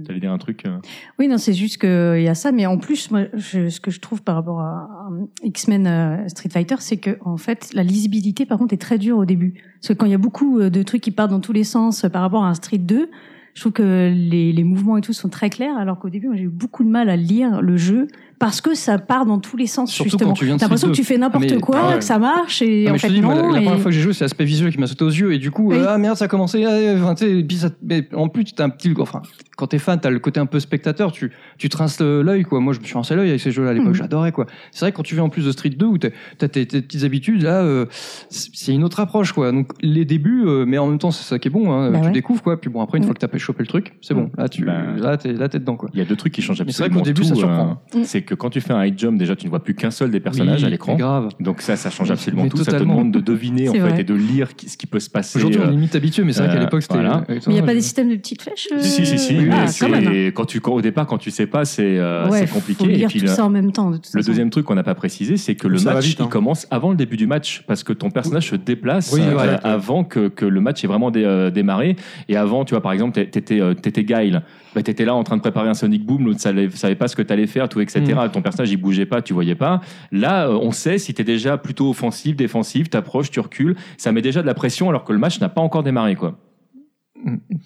T'allais dire un truc. euh,
Oui, non, c'est juste qu'il y a ça, mais en plus, moi, je- ce que je trouve par rapport à, à X-Men euh, Street Fighter, c'est que en fait, la lisibilité, par contre, est très dure au début. Parce que quand il y a beaucoup euh, de trucs qui partent dans tous les sens euh, par rapport à un Street 2, je trouve que les, les mouvements et tout sont très clairs, alors qu'au début, moi, j'ai eu beaucoup de mal à lire le jeu parce que ça part dans tous les sens.
Surtout
justement,
quand tu viens de
t'as l'impression que
Street
tu fais n'importe
Ah, mais-
quoi,
ah ouais.
que ça marche et
Non,
en
mais je
fait
te dis, moi,
non.
la, la
et-
première fois que j'ai joué, c'est l'aspect visuel qui m'a sauté aux yeux. Et du coup,
Oui.
euh, ah merde, ça a commencé. ah, euh, enfin, tu sais, et puis ça- mais en plus, t'as un petit. Enfin, quand t'es fan, t'as le côté un peu spectateur. Tu, tu trinces le- l'œil, quoi. Moi, je me suis rincé l'œil avec ces jeux-là à l'époque.
Mhm.
J'adorais, quoi. C'est vrai, que quand tu viens en plus de Street 2, où t'as t'as tes, tes petites habitudes, là, euh, c'est c'est une autre approche, quoi. Donc, les débuts, euh, mais en même temps, c'est ça qui est bon. Hein,
Bah
tu
ouais. Mm.
découvres, quoi. Puis bon, après, une
Mhm.
fois que t'as chopé le truc, c'est bon. Là, tu
Bah.
là, t'es là, t'es dedans, quoi.
Il y a deux trucs qui changent
Mais c'est vrai
absolument
qu'au début,
tout.
ça surprend.
Mm.
euh, C'est que quand tu fais un high jump, déjà, tu ne vois plus qu'un seul des personnages
Oui,
à l'écran.
c'est grave.
Donc ça, ça change
Mais-
absolument
mais
tout. Ça te
totalement.
demande de deviner en
C'est
fait
vrai.
et de lire qui- ce qui peut se passer.
Aujourd'hui, on est
euh,
limite habitué, mais c'est vrai qu'à
euh,
l'époque, c'était.
voilà.
avec toi,
Mais il n'y a pas
je-
des systèmes de petites flèches euh,
Si, si, si, si.
ah,
mais
quand
c'est-
même.
euh,
quand tu, quand- au départ, quand tu sais pas, c'est euh,
Ouais,
c'est
Faut
compliqué. Et
lire
puis
tout
le,
ça en même temps. De toute
le
façon.
deuxième truc qu'on n'a pas précisé, c'est que le
Ça va
match,
vite, hein.
il commence avant le début du match, parce que ton personnage se déplace
Oui,
euh,
ouais,
exact, ouais.
avant que, que le match ait vraiment dé- euh, démarré. Et avant, tu vois, par exemple, t'é- t'étais euh, t'étais Guile, bah, t'étais là en train de préparer un Sonic Boom, l'autre savait, savait pas ce que t'allais faire, tout, etc. Ton personnage, il bougeait pas, tu voyais pas. Là, euh, on sait si t'es déjà plutôt offensif, défensif, t'approches, tu recules. Ça met déjà de la pression alors que le match n'a pas encore démarré, quoi.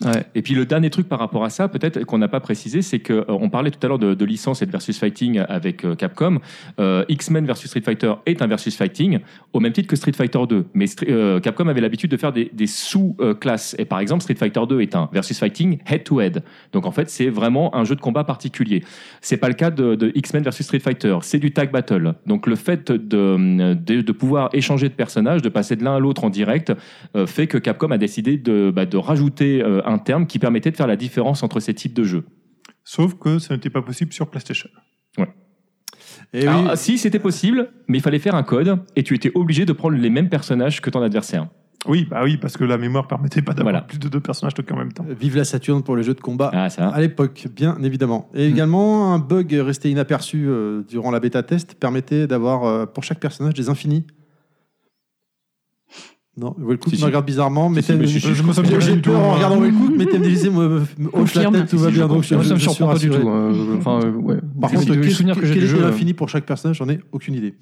Ouais.
Et puis le dernier truc par rapport à ça, peut-être qu'on n'a pas précisé, c'est que euh, on parlait tout à l'heure de, de licence et de versus fighting avec euh, Capcom. Euh, X-Men versus Street Fighter est un versus fighting au même titre que Street Fighter 2. Mais Stri- euh, Capcom avait l'habitude de faire des, des sous-classes. Et par exemple, Street Fighter 2 est un versus fighting head-to-head. Donc en fait, c'est vraiment un jeu de combat particulier. C'est pas le cas de, de X-Men versus Street Fighter. C'est du tag battle. Donc le fait de, de, de pouvoir échanger de personnages, de passer de l'un à l'autre en direct, euh, fait que Capcom a décidé de, bah, de rajouter euh, un terme qui permettait de faire la différence entre ces types de jeux.
Sauf que ça n'était pas possible sur PlayStation.
Et
Alors,
oui,
ah, Si, c'était possible, mais il fallait faire un code et tu étais obligé de prendre les mêmes personnages que ton adversaire.
Oui, bah oui, parce que la mémoire permettait pas d'avoir
Voilà.
plus de deux personnages toqués en même temps.
vive la Saturne pour les jeux de combat.
Ah, ça.
À l'époque, bien évidemment. Et
Mm.
également, un bug resté inaperçu euh, durant la bêta test permettait d'avoir euh, pour chaque personnage des infinis. Non, Wellcook
Si,
me
si.
regarde bizarrement. mais
si, mais je- je- je
Euh, me sens bien
J'ai
du tout,
peur en
moi.
regardant Wellcook, mais Thème Dévisé me me- me hoche la
Confirme.
tête, tout va bien. Donc je
Moi, ça me
je suis
surprend pas du
rassuré.
tout. hein. Je- Enfin, euh, ouais.
Par
Les-
contre,
les
qu'est-ce-
souvenirs que j'ai
quel
du
était
jeu, euh,
l'infini pour chaque personnage J'en ai aucune idée.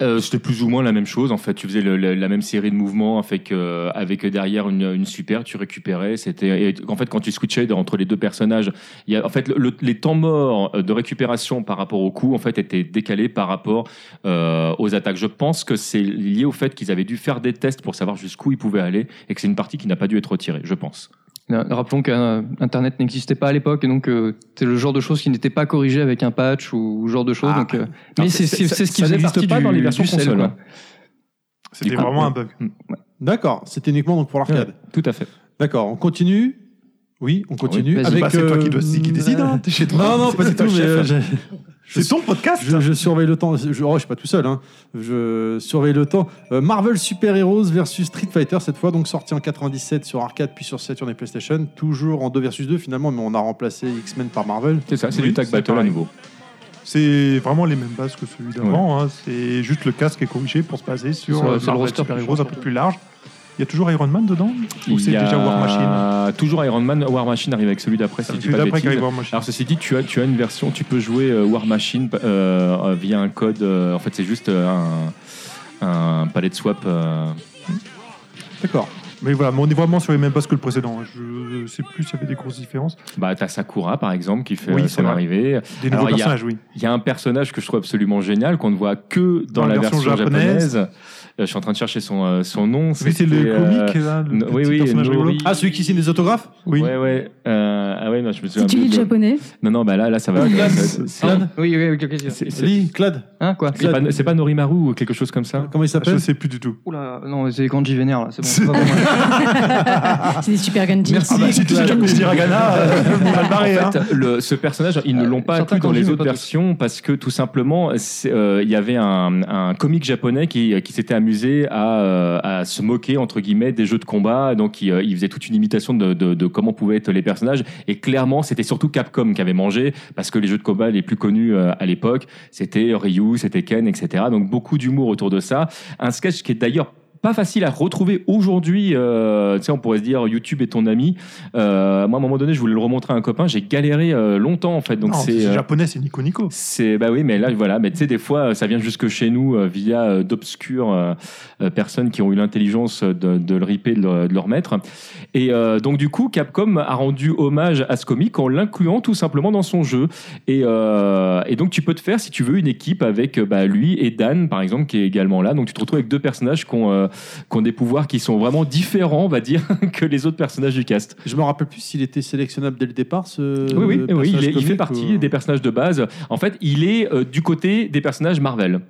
Euh, c'était plus ou moins la même chose. En fait, tu faisais le- le- la même série de mouvements avec euh, avec derrière une, une super, tu récupérais. C'était et en fait quand tu switchais entre les deux personnages, il y a en fait le- le- les temps morts euh, de récupération par rapport au coup en fait étaient décalés par rapport euh, aux attaques. Je pense que c'est lié au fait qu'ils avaient dû faire des tests pour savoir jusqu'où ils pouvaient aller et que c'est une partie qui n'a pas dû être retirée. Je pense.
Rappelons qu'Internet n'existait pas à l'époque, et donc euh, c'est le genre de choses qui n'était pas corrigé avec un patch ou, ou genre de choses.
Ah.
donc, euh, mais
Alors,
c'est
c'est-
c'est- c'est ce qui
ça n'existe
n'existe
pas dans les versions
console.
console,
quoi.
ouais.
C'était
Du coup,
vraiment un bug.
D'accord, c'était uniquement donc pour l'arcade.
hein. Tout à fait.
D'accord, on continue. Oui, on continue.
vas-y.
avec,
Bah, c'est toi
euh,
qui, dois, qui décide, hein, t'es chez toi.
Non, non,
C'est
pas du
toi
tout,
le
mais
chef.
euh, j'ai-
C'est ton podcast
Je, je surveille le temps. Je, oh, je suis pas tout seul. hein. Je surveille le temps. Euh, Marvel Super Heroes versus Street Fighter cette fois, donc sorti en 97 sur arcade puis sur Saturn et PlayStation. Toujours en 2 versus 2 finalement, mais on a remplacé X-Men par Marvel.
C'est ça. C'est
Oui,
du tag
c'est
battle à
pareil.
nouveau.
C'est vraiment les mêmes bases que celui d'avant. hein. C'est juste le casque est corrigé pour se baser sur
C'est le-
euh,
c'est le
Marvel
roster
Super
qui
Heroes un peu plus large. Il y a toujours Iron Man dedans Ou
Il
c'est
y a
déjà War Machine
Toujours Iron Man. War Machine arrive avec celui d'après. Si
C'est
je dis
celui
pas de
d'après qui
bêtises.
arrive War Machine.
Alors ceci dit, tu as, tu as une version, tu peux jouer euh, War Machine euh, euh, via un code, euh, en fait c'est juste euh, un, un palette swap. euh.
D'accord.
Mais voilà, mais on est vraiment sur les mêmes bases que le précédent. hein. Je sais plus s'il y avait des grosses différences.
Bah t'as Sakura par exemple qui fait
Oui,
euh,
c'est
son
vrai.
arrivée.
Des
Alors,
nouveaux
il y a-
personnages, oui.
Il y a un personnage que je trouve absolument génial qu'on ne voit que dans, la version, japonaise. Euh, je suis en train de chercher son, euh, son nom.
Mais c'est le
C'était, euh,
comique, là, le
no-
petit
oui, oui,
personnage rigolo.
Nori.
Ah, celui qui signe des autographes
Oui.
Ouais ouais. Euh, ah ouais non je me souviens.
Si tu
plus
lis le
de-
japonais,
Non non bah là là ça va.
Clad,
C'est- c'est-
Clad,
Oui, oui, avec le plaisir.
c'est- c'est-
Lis, Clad.
Hein, quoi
c'est pas- C'est pas hein. Norimaru ou quelque chose comme ça.
Comment il
Je
s'appelle
sais plus du tout.
Oula, non, c'est Kanji Vénère, là, c'est bon. c'est pas pour moi.
c'est des super Ganji.
Merci.
Ah bah, si tu sais Kakushi Hiragana, euh, on va le barrer, hein.
fait, le- ce personnage, ils ne
Euh,
l'ont pas
certains
inclus dans
kanji,
les
mais
autres
pas tous.
versions parce que tout simplement, c'est, euh, il y avait un, un comique japonais qui, qui s'était amusé à, euh, à se moquer entre guillemets des jeux de combat. Donc, il, euh, il faisait toute une imitation de, de- de comment pouvaient être les personnages. Et clairement, c'était surtout Capcom qui avait mangé parce que les jeux de combat les plus connus euh, à l'époque, c'était Ryu, c'était Ken, etc. Donc, beaucoup d'humour autour de ça. Un sketch qui est d'ailleurs pas facile à retrouver aujourd'hui. euh, tu sais, on pourrait se dire YouTube est ton ami. Euh, moi, à un moment donné, je voulais le remontrer à un copain. J'ai galéré euh, longtemps, en fait. Donc,
Non,
c'est.
c'est
euh,
japonais, c'est Nico Nico.
c'est bah oui mais là voilà mais tu sais des fois euh, ça vient jusque chez nous euh, via euh, d'obscures euh, euh, personnes qui ont eu l'intelligence de, de le ripper de le, de le remettre et euh, donc du coup Capcom a rendu hommage à ce comique en l'incluant tout simplement dans son jeu et, euh, et donc tu peux te faire si tu veux une équipe avec euh, bah, lui et Dan par exemple qui est également là donc tu te retrouves avec deux personnages qui ont, euh, qui ont des pouvoirs qui sont vraiment différents on va dire que les autres personnages du cast
Je me rappelle plus s'il était sélectionnable dès le départ. Ce
oui, oui, oui, il,
personnage
est- il fait
comique
partie
Euh, ou-
des personnages de base. En fait, il est euh, du côté des personnages Marvel.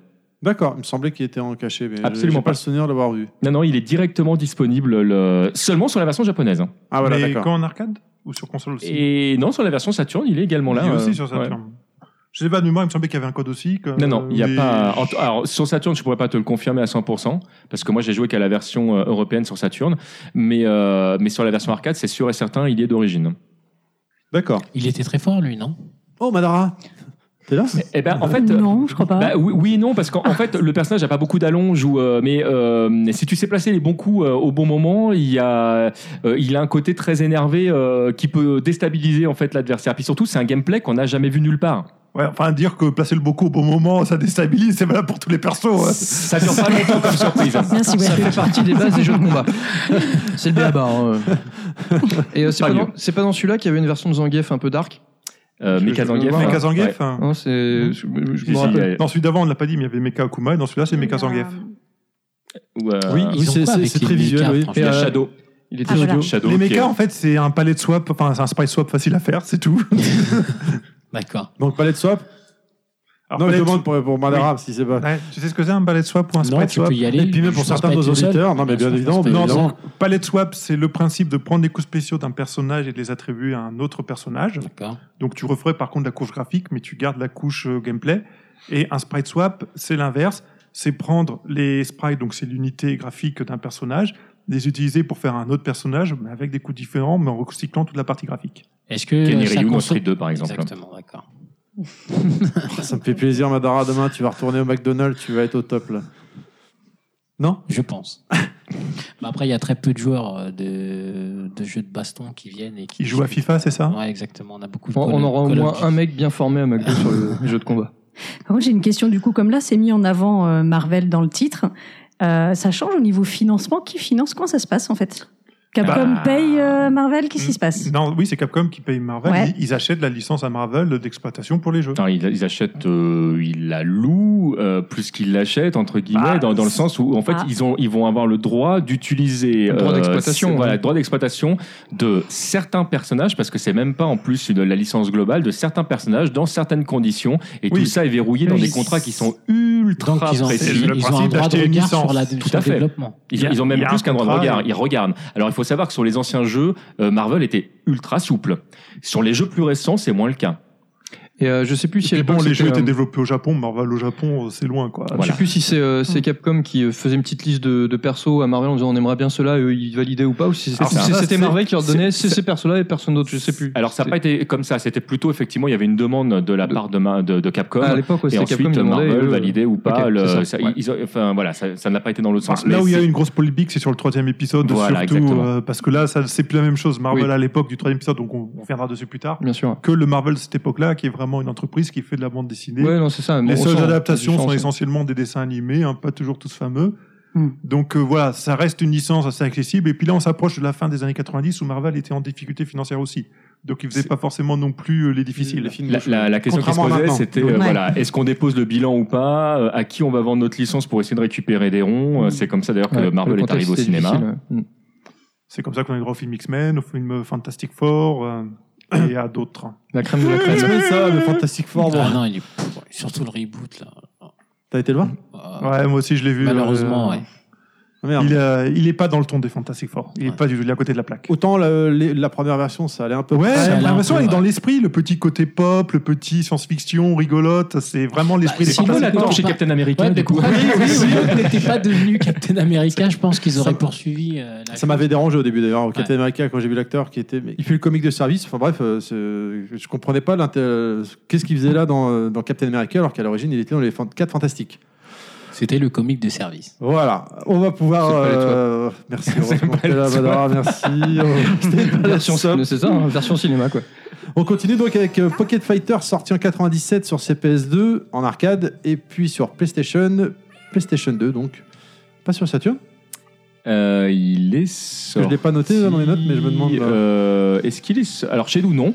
D'accord, il me semblait qu'il était en cachet, mais
Absolument
absolument pas
pas.
le souvenir de l'avoir vu.
Non, non, il est directement disponible le- seulement sur la version japonaise. hein.
Ah voilà,
Mais
d'accord.
quand en arcade Ou sur console aussi
Et non, sur la version Saturn, il est également là.
Il est
euh,
aussi sur
ouais.
Saturn. Je sais pas, de moi, il me semblait qu'il y avait un code aussi. euh, que-
Non, non, il n'y a
mais-
pas. en- Alors, sur Saturn, je pourrais pas te le confirmer à 100%, parce que moi, j'ai joué qu'à la version euh, européenne sur Saturn, mais, euh, mais sur la version arcade, c'est sûr et certain, il est d'origine.
D'accord.
Il était très fort, lui, non
Oh Madara, t'es là
Eh ben, en fait.
Euh, Non, je crois pas.
Bah, oui, oui et non, parce qu'en en fait, le personnage n'a pas beaucoup d'allonges, ou, euh, mais euh, si tu sais placer les bons coups euh, au bon moment, il, y a, euh, il a un côté très énervé euh, qui peut déstabiliser en fait l'adversaire. Puis surtout, c'est un gameplay qu'on n'a jamais vu nulle part.
Ouais, enfin, dire que placer le beaucoup au bon moment, ça déstabilise, c'est valable pour tous les persos. hein. ouais.
Ça dure pas longtemps comme surprise.
Merci,
Ça
Wellcook.
fait partie des bases des jeux de combat. C'est le béaba. hein. Et euh, c'est pas,
Sérieux.
dans- c'est pas dans celui-là qu'il y avait une version de Zangief un peu dark
Euh, Mecha Zangief.
Ouais.
Mecha Zangief,
Ouais.
hein.
Non, c'est. Je me je
Si,
me
si,
rappelle.
euh,
Dans celui d'avant, on l'a pas dit, mais il y avait Mecha Akuma, et dans celui-là, c'est Mecha Zangief.
ou, euh,
Oui,
Ils ont
c'est-
quoi
c'est-
avec
c'est
les
très visuel,
mécas,
oui.
franchement
il y a
euh,
Shadow.
Il était
Ah, voilà.
audio.
Shadow
Les
qui est-
mechas, en fait, c'est un palette swap, enfin, c'est un sprite swap facile à faire, c'est tout.
D'accord.
Donc palette swap
Alors,
Non, je
palette-
demande pour, pour Madara, si c'est pas.
Ouais, tu sais ce que c'est un palette swap ou un
Non,
sprite
tu
swap
peux y aller.
Et puis même pour
Je pense
certains
pas
de nos
être tout seul.
auditeurs, non, mais bien
Je pense
évidemment,
pas être
non,
tout
non.
seul.
Palette swap, c'est le principe de prendre des coups spéciaux d'un personnage et de les attribuer à un autre personnage.
D'accord.
Donc tu referais par contre la couche graphique, mais tu gardes la couche euh, gameplay. Et un sprite swap, c'est l'inverse. C'est prendre les sprites, donc c'est l'unité graphique d'un personnage, les utiliser pour faire un autre personnage, mais avec des coups différents, mais en recyclant toute la partie graphique.
Est-ce que
Kenny
ça
Ryu dans
consomme-
Street 2, par exemple.
Exactement, d'accord.
Ça me fait plaisir, Madara, demain, tu vas retourner au McDonald's, tu vas être au top, là.
Je pense. Bah après, il y a très peu de joueurs euh, de, de jeux de baston qui viennent et qui
Ils jouent à FIFA, c'est ça
Ouais, exactement. On a beaucoup. de
On,
Call
on
of-
aura au
Call of
moins
Duty.
un mec bien formé à McDo sur le jeu de combat.
Par contre, j'ai une question du coup, comme là, c'est mis en avant euh, Marvel dans le titre. euh, ça change au niveau financement. Qui finance Comment ça se passe en fait Capcom
Bah.
paye euh, Marvel Qu'est-ce qui se passe
Non, oui, c'est Capcom qui paye Marvel.
Ouais.
Ils, ils achètent la licence à Marvel d'exploitation pour les jeux.
Non, ils, ils achètent, euh, ils la louent euh, plus qu'ils l'achètent entre guillemets,
Bah,
Ah,
dans, dans le sens où en fait
Ah.
ils ont, ils vont avoir le droit d'utiliser euh,
Le droit d'exploitation,
c'est- voilà,
ouais.
le droit d'exploitation de certains personnages parce que c'est même pas en plus une- la licence globale de certains personnages dans certaines conditions et
Oui.
tout ça est verrouillé dans
Oui.
des contrats qui sont ultra
Donc ils ont,
précis.
C'est le
ils ont un droit
principe
de
d'acheter une
regard sur,
licence.
la,
Tout
sur
à
le
fait.
développement.
Ils,
Il y a-
ils ont même
il y a
plus
un
qu'un droit de
contrat,
regard,
ouais.
ils regardent. Alors il faut savoir que sur les anciens jeux, euh, Marvel était ultra souple. Sur les jeux plus récents, c'est moins le cas.
Et euh, je sais plus si à
Et bon,
l'époque,
les jeux
c'était,
étaient
euh,
développés au Japon. Marvel au Japon, euh, c'est loin, quoi.
Je
Voilà.
sais plus si c'est, euh, c'est Capcom qui euh, faisait une petite liste de, de persos à Marvel en disant on aimerait bien ceux-là, eux, ils validaient ou pas, ou si c'était,
Alors, ça,
si
ça,
c'était
c'est-
Marvel qui leur donnait
c'est-
c'est ces persos-là et personne d'autre, je sais plus.
Alors ça n'a
C'est-
pas été comme ça, c'était plutôt effectivement, il y avait une demande de la
De-
part de, ma- de, de Capcom. hein.
Ah, à l'époque, ouais,
et
c'était
ensuite,
Capcom qui demandait.
Marvel
euh,
validait ou pas.
ok, c'est
le-
ça,
ça-
ouais.
ils ont- enfin voilà, ça ça n'a pas été dans l'autre sens.
Enfin, Bah, là
Mais
où il y a
c'est-
eu une grosse polémique, c'est sur le troisième épisode,
Voilà,
surtout
exactement.
euh, parce que là, ça, c'est plus la même chose. Marvel
Oui.
à l'époque du troisième épisode, donc on, on reviendra dessus plus tard.
euh, Bien sûr.
Que le Marvel de cette époque-là, qui est vraiment une entreprise qui fait de la bande dessinée.
Ouais, non, c'est ça.
Les
bon, on
seules
sent
adaptations
la
sont
différence.
essentiellement des dessins animés, hein, pas toujours tous fameux.
Hmm.
Donc euh, voilà, ça reste une licence assez accessible. Et puis là, on s'approche de la fin des années 90 où Marvel était en difficulté financière aussi. Donc il faisait pas forcément non plus euh, les difficiles.
Les films de
La,
chevaux.
la- la question qui se
Contrairement à
posait,
maintenant.
c'était euh,
Ouais.
voilà, est-ce qu'on dépose le bilan ou pas euh, À qui on va vendre notre licence pour essayer de récupérer des ronds Euh, C'est comme ça d'ailleurs que
Ouais,
le Marvel
le
est arrivé au
contexte était
cinéma.
difficile, ouais. Mm.
C'est comme ça qu'on a eu droit au film X-Men, au film Fantastic Four euh, et à d'autres.
La crème de la crème.
Ouais, ça, le Fantastic Four. bon.
Ah non, il est pff, surtout le reboot là.
T'as été le voir
Euh,
Ouais, moi aussi je l'ai vu.
Malheureusement,
euh,
ouais.
Ah, merde.
Il, euh, il est pas dans le ton des Fantastic Four. Il est
Ouais.
pas du tout à côté de la plaque.
Autant la, les- la première version, ça allait un peu.
Ouais,
Ça a
j'ai
l'air
l'impression
un peu,
elle est
ouais.
dans l'esprit, le petit côté pop, le petit science-fiction rigolote, c'est vraiment l'esprit
Bah,
des
si
Fantastic
vous la
Four.
torche-
chez Captain America,
Ouais, mais
du coup.
pourquoi les- si l'autre n'était pas devenu Captain America, je pense qu'ils auraient poursuivi. euh, la
Ça m'avait dérangé au début d'ailleurs, au Captain
Ouais.
America, quand j'ai vu l'acteur qui était. mais Il fait le comique de service, enfin bref, euh, c'est- je comprenais pas l'intérêt- euh, qu'est-ce qu'il faisait là dans, euh, dans Captain America alors qu'à l'origine il était dans les 4 Fantastiques.
C'était le comique de service.
Voilà, on va pouvoir.
C'est pas les
euh, Merci, heureusement que t'es là, Badara, merci. C'était une belle
Version
somme.
cinéma, c'est ça, hein, version cinéma, quoi.
On continue donc avec euh, Pocket Fighter sorti en 97 sur CPS2 en arcade et puis sur PlayStation, PlayStation 2 donc. Pas sur Saturn
Euh, il est
Parce que Je l'ai pas noté dans mes notes, mais je me demande. euh,
Euh, Est-ce qu'il est. Alors chez nous, non.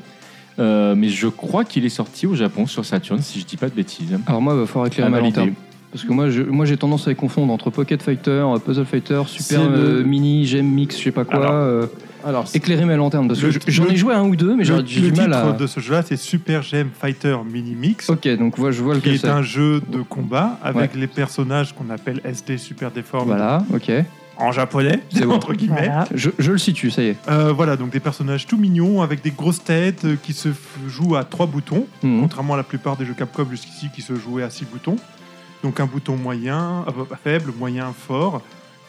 Euh, mais je crois qu'il est sorti au Japon sur Saturn, si je dis pas de bêtises. Ah,
Alors moi, euh, il va falloir éclairer
À
ma
valider.
lanterne. Parce que moi, je- moi, j'ai tendance à les confondre entre Pocket Fighter, euh, Puzzle Fighter, Super
C'est le-
euh, Mini, Gem Mix, je sais pas quoi.
Alors,
euh,
Alors, c'est-
éclairer ma lanterne. Parce que
le-
j- j'en
le-
ai joué un ou deux,
le
mais j'ai j'ai du
titre
mal à.
de ce jeu-là, c'est Super Gem Fighter Mini Mix,
Ok, donc voilà, je vois
qui
lequel
est
c'est.
un jeu de combat avec les personnages qu'on appelle SD Super Deformed
Voilà, ok.
en japonais,
C'est bon.
entre guillemets.
Voilà.
Je, je le situe, ça y est.
Euh, voilà, donc des personnages tout mignons avec des grosses têtes euh, qui se f- jouent à trois boutons,
Mhm.
contrairement à la plupart des jeux Capcom jusqu'ici qui se jouaient à six boutons. Donc un bouton moyen, euh, pas faible, moyen, fort.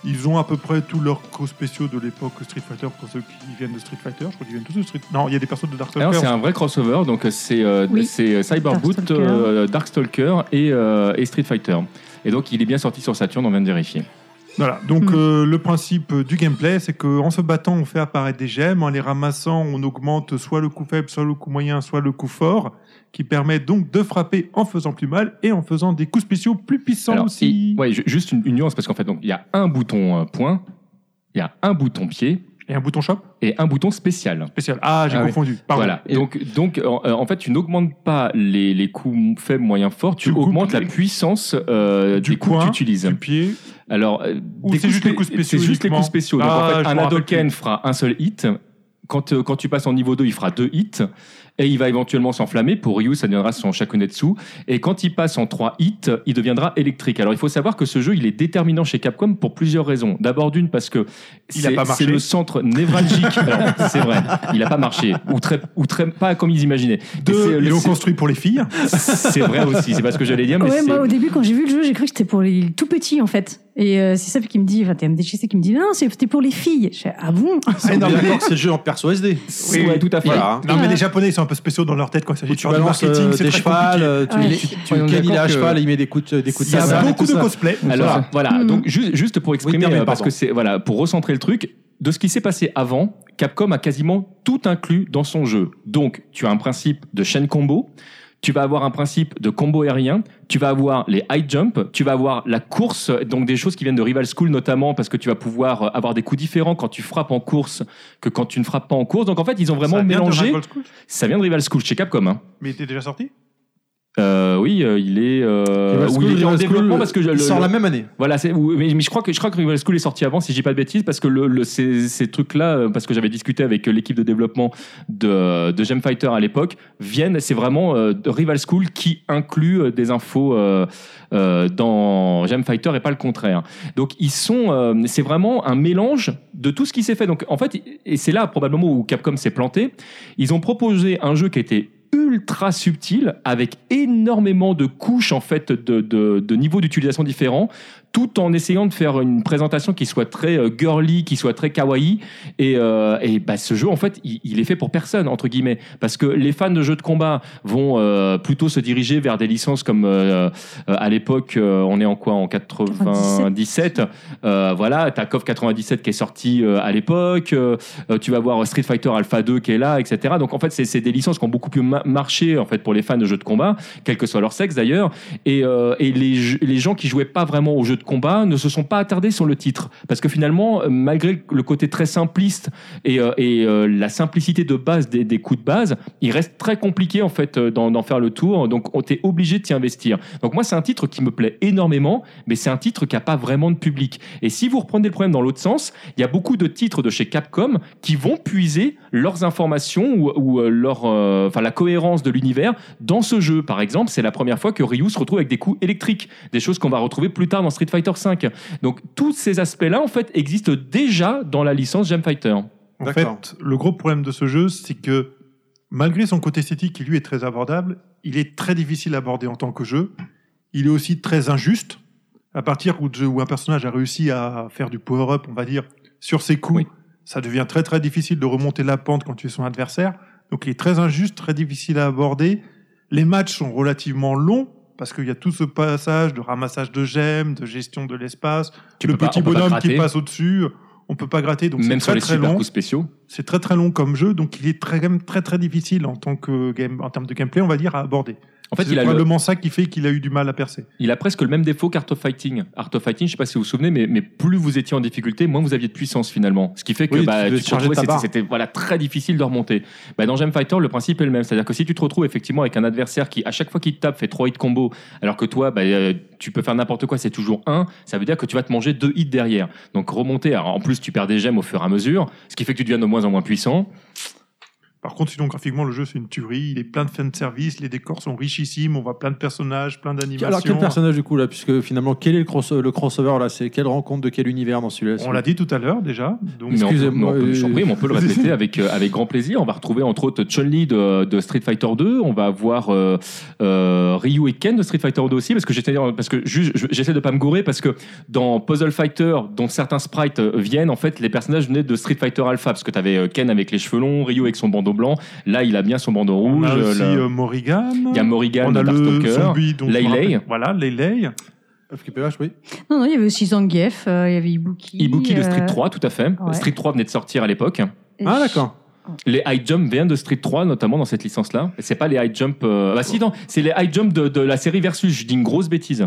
Ils ont à peu près tous leurs coups spéciaux de l'époque Street Fighter pour ceux qui viennent de Street Fighter. Je crois qu'ils viennent tous de Street. Non, il y a des personnes de Dark Souls.
Alors Ah c'est un vrai crossover, donc euh, c'est euh,
Oui.
c'est, euh, Cyberboot,
Darkstalker.
euh, Darkstalker et, euh, et Street Fighter. Et donc il est bien sorti sur Saturn, on vient de vérifier.
Voilà, donc
Mm.
euh, le principe euh, du gameplay, c'est qu'en se battant, on fait apparaître des gemmes, en les ramassant, on augmente soit le coup faible, soit le coup moyen, soit le coup fort, qui permet donc de frapper en faisant plus mal et en faisant des coups spéciaux plus puissants
Alors,
aussi.
et- ouais, ju- juste une, une nuance, parce qu'en fait, donc, il y a un bouton euh, point, il y a un bouton pied
Et un bouton shop
et un bouton spécial.
spécial. Ah, j'ai
Ah oui.
confondu. Pardon.
Voilà.
Et-
Donc, donc en, euh, en fait, tu n'augmentes pas les, les coups faibles, moyens, forts, tu,
Tu coupes
augmentes la
les-
puissance euh,
Du
des coups
coin,
que tu utilises.
Du pied.
Alors, euh,
Ou
des
c'est juste
spé-
les coups spéciaux
C'est juste les
uniquement.
coups spéciaux. Donc,
Ah,
en
je
fait, un
m'en rappelle
Hadoken
plus.
fera un seul hit. Quand, euh, quand tu passes en niveau 2, il fera deux hits. Et il va éventuellement s'enflammer. Pour Ryu, ça deviendra son Shakunetsu. Et quand il passe en trois hits, il deviendra électrique. Alors, il faut savoir que ce jeu, il est déterminant chez Capcom pour plusieurs raisons. D'abord, d'une, parce que
Il a
c'est
pas marché.
c'est le centre névralgique. Alors, c'est vrai. Il n'a pas marché. Ou très, ou très, pas comme ils imaginaient. Mais c'est-
Deux, ils
le-
l'ont construit pour les filles.
C'est vrai aussi. C'est pas ce que j'allais dire, mais
Ah Ouais,
c'est-
moi au début quand j'ai vu le jeu, j'ai cru que c'était pour les tout petits en fait. Et euh, c'est ça qui me dit, enfin TMDJC qui me dit non, c'était pour les filles. Je fais, ah bon
Ah, non, mais d'accord, c'est le jeu en perso SD.
Ouais, tout à fait.
Voilà.
Non, mais les Japonais, ils s'en un peu spéciaux dans leur tête quand il s'agit
Où
de
tu
faire du
balances
marketing.
euh,
c'est
des
très
chevals,
compliqué.
euh, tu,
Ouais.
tu, tu
Soyons
caniles à
d'accord que-
cheval et il met des coups de, des coups
Il
de
y a
sabane et
beaucoup
tout
de
ça.
cosplay.
Alors
ça.
voilà,
Mhm.
donc juste, juste pour exprimer,
terminé,
euh, parce
pardon.
que c'est voilà, pour recentrer le truc, de ce qui s'est passé avant, Capcom a quasiment tout inclus dans son jeu. Donc tu as un principe de chaîne combo. Tu vas avoir un principe de combo aérien, tu vas avoir les high jump, tu vas avoir la course, donc des choses qui viennent de Rival School notamment, parce que tu vas pouvoir euh, avoir des coups différents quand tu frappes en course que quand tu ne frappes pas en course. Donc en fait, ils ont vraiment
Ça vient de
mélangé.
Dragon Ball School,
Ça vient de Rival School chez Capcom. Hein.
Mais il était déjà sorti
Euh, oui, euh, il est, euh,
Rival
oui,
School,
il est en
Rival School,
développement parce que le-
Il sort
le-
la même année.
voilà, c'est, ou- mais, mais je crois que je crois que Rival School est sorti avant, si je dis pas de bêtises, parce que le, le- ces, ces trucs-là, euh, parce que j'avais discuté avec euh, l'équipe de développement de, de Gem Fighter à l'époque, viennent, c'est vraiment euh, de Rival School qui inclut euh, des infos euh, euh, dans Gem Fighter et pas le contraire. Donc ils sont, euh, c'est vraiment un mélange de tout ce qui s'est fait. Donc en fait, et c'est là probablement où Capcom s'est planté. Ils ont proposé un jeu qui était ultra subtil avec énormément de couches en fait de, de, de niveaux d'utilisation différents tout en essayant de faire une présentation qui soit très euh, girly, qui soit très kawaii. Et, euh, et bah, ce jeu, en fait, il, il est fait pour personne, entre guillemets. Parce que les fans de jeux de combat vont euh, plutôt se diriger vers des licences comme euh, euh, à l'époque, euh, on est en quoi En 97 euh, Voilà, t'as KOF 97 qui est sorti euh, à l'époque. euh, euh, tu vas voir Street Fighter Alpha 2 qui est là, etc. Donc en fait, c'est c'est des licences qui ont beaucoup plus ma- marché en fait, pour les fans de jeux de combat, quel que soit leur sexe d'ailleurs et, euh, et les, jeux- les gens qui jouaient pas vraiment aux jeux de combat ne se sont pas attardés sur le titre parce que finalement euh, malgré le côté très simpliste et, euh, et, euh, la simplicité de base des, des coups de base il reste très compliqué en fait euh, d'en d'en faire le tour donc on t'est obligé de t'y investir donc moi c'est un titre qui me plaît énormément mais c'est un titre qui a pas vraiment de public et si vous reprenez le problème dans l'autre sens il y a beaucoup de titres de chez Capcom qui vont puiser leurs informations ou, ou, euh, leur, euh, enfin la cohérence de l'univers dans ce jeu. Par exemple, c'est la première fois que Ryu se retrouve avec des coups électriques, des choses qu'on va retrouver plus tard dans Street Fighter V. Donc tous ces aspects-là, en fait, existent déjà dans la licence Gem Fighter.
En
D'accord.
fait, le gros problème de ce jeu, c'est que malgré son côté esthétique qui lui est très abordable, il est très difficile à aborder en tant que jeu. Il est aussi très injuste. À partir où, où un personnage a réussi à faire du power-up, on va dire, sur ses coups,
Oui.
ça devient très très difficile de remonter la pente quand tu es son adversaire. Donc il est très injuste, très difficile à aborder. Les matchs sont relativement longs parce qu'il y a tout ce passage de ramassage de gemmes, de gestion de l'espace,
Tu
le
peux pas-
petit
on peut pas
bonhomme qui
gratter.
passe au-dessus. On peut pas gratter, donc c'est
Même sur
très
les
très
super
long
coups spéciaux.
c'est très très long comme jeu, donc il est très, quand même très très difficile en tant que game, en termes de gameplay, on va dire, à aborder.
En fait,
c'est
il a, le-
probablement ça qui fait qu'il a eu du mal à percer.
il a presque le même défaut qu'Art of Fighting. Art of Fighting, je sais pas si vous vous souvenez, mais, mais plus vous étiez en difficulté, moins vous aviez de puissance finalement. Ce qui fait que
Oui,
bah,
tu devais
tu te
charger
retrouvais,
ta
c'était,
barre.
c'était, voilà, très difficile de remonter. Bah, dans Gem Fighter, le principe est le même. C'est-à-dire que si tu te retrouves effectivement avec un adversaire qui, à chaque fois qu'il te tape, fait 3 hits combo, alors que toi, bah, euh, tu peux faire n'importe quoi, c'est toujours 1, ça veut dire que tu vas te manger 2 hits derrière. Donc remonter, alors, en plus tu perds des gemmes au fur et à mesure, ce qui fait que tu deviens de moins en moins puissant.
Par contre, sinon graphiquement, le jeu c'est une tuerie, il est plein de fan service, les décors sont richissimes, on voit plein de personnages, plein d'animations.
Alors quel personnage du coup là Puisque finalement, quel est le, cross- le crossover là C'est quelle rencontre de quel univers dans celui-là
on l'a dit tout à l'heure déjà. Donc,
Mais on peut-
Excusez-moi,
mais on peut- je t'en
euh,
prie, mais on peut le répéter avec, euh, avec grand plaisir. On va retrouver entre autres Chun-Li de, de Street Fighter 2. On va avoir euh, euh, Ryu et Ken de Street Fighter 2 aussi. Parce que j'étais- parce que ju- je- j'essaie de pas me gourer. Parce que dans Puzzle Fighter, dont certains sprites euh, viennent, en fait, les personnages venaient de Street Fighter Alpha. Parce que tu avais Ken avec les cheveux longs, Ryu avec son bandeau blanc. Là, il a bien son bandeau
on
rouge.
a
euh,
aussi
le-
euh, Morrigan.
Il y a Morrigan
on
de
a
Dark
le
Stalker.
zombie, dont je me
Laylay.
rappelle- Voilà, Laylay.
FKPH, oui.
Non, non, il y avait aussi Zangief, euh, il y avait Ibuki.
Ibuki de
euh,
Street 3, tout à fait.
ouais.
Street 3 venait de sortir à l'époque.
et-
Ah d'accord.
Les high jump viennent de Street 3, notamment dans cette licence-là. Et C'est pas les high jump. euh, Bah si, non, c'est les high jump de, de la série Versus. Je dis une grosse bêtise.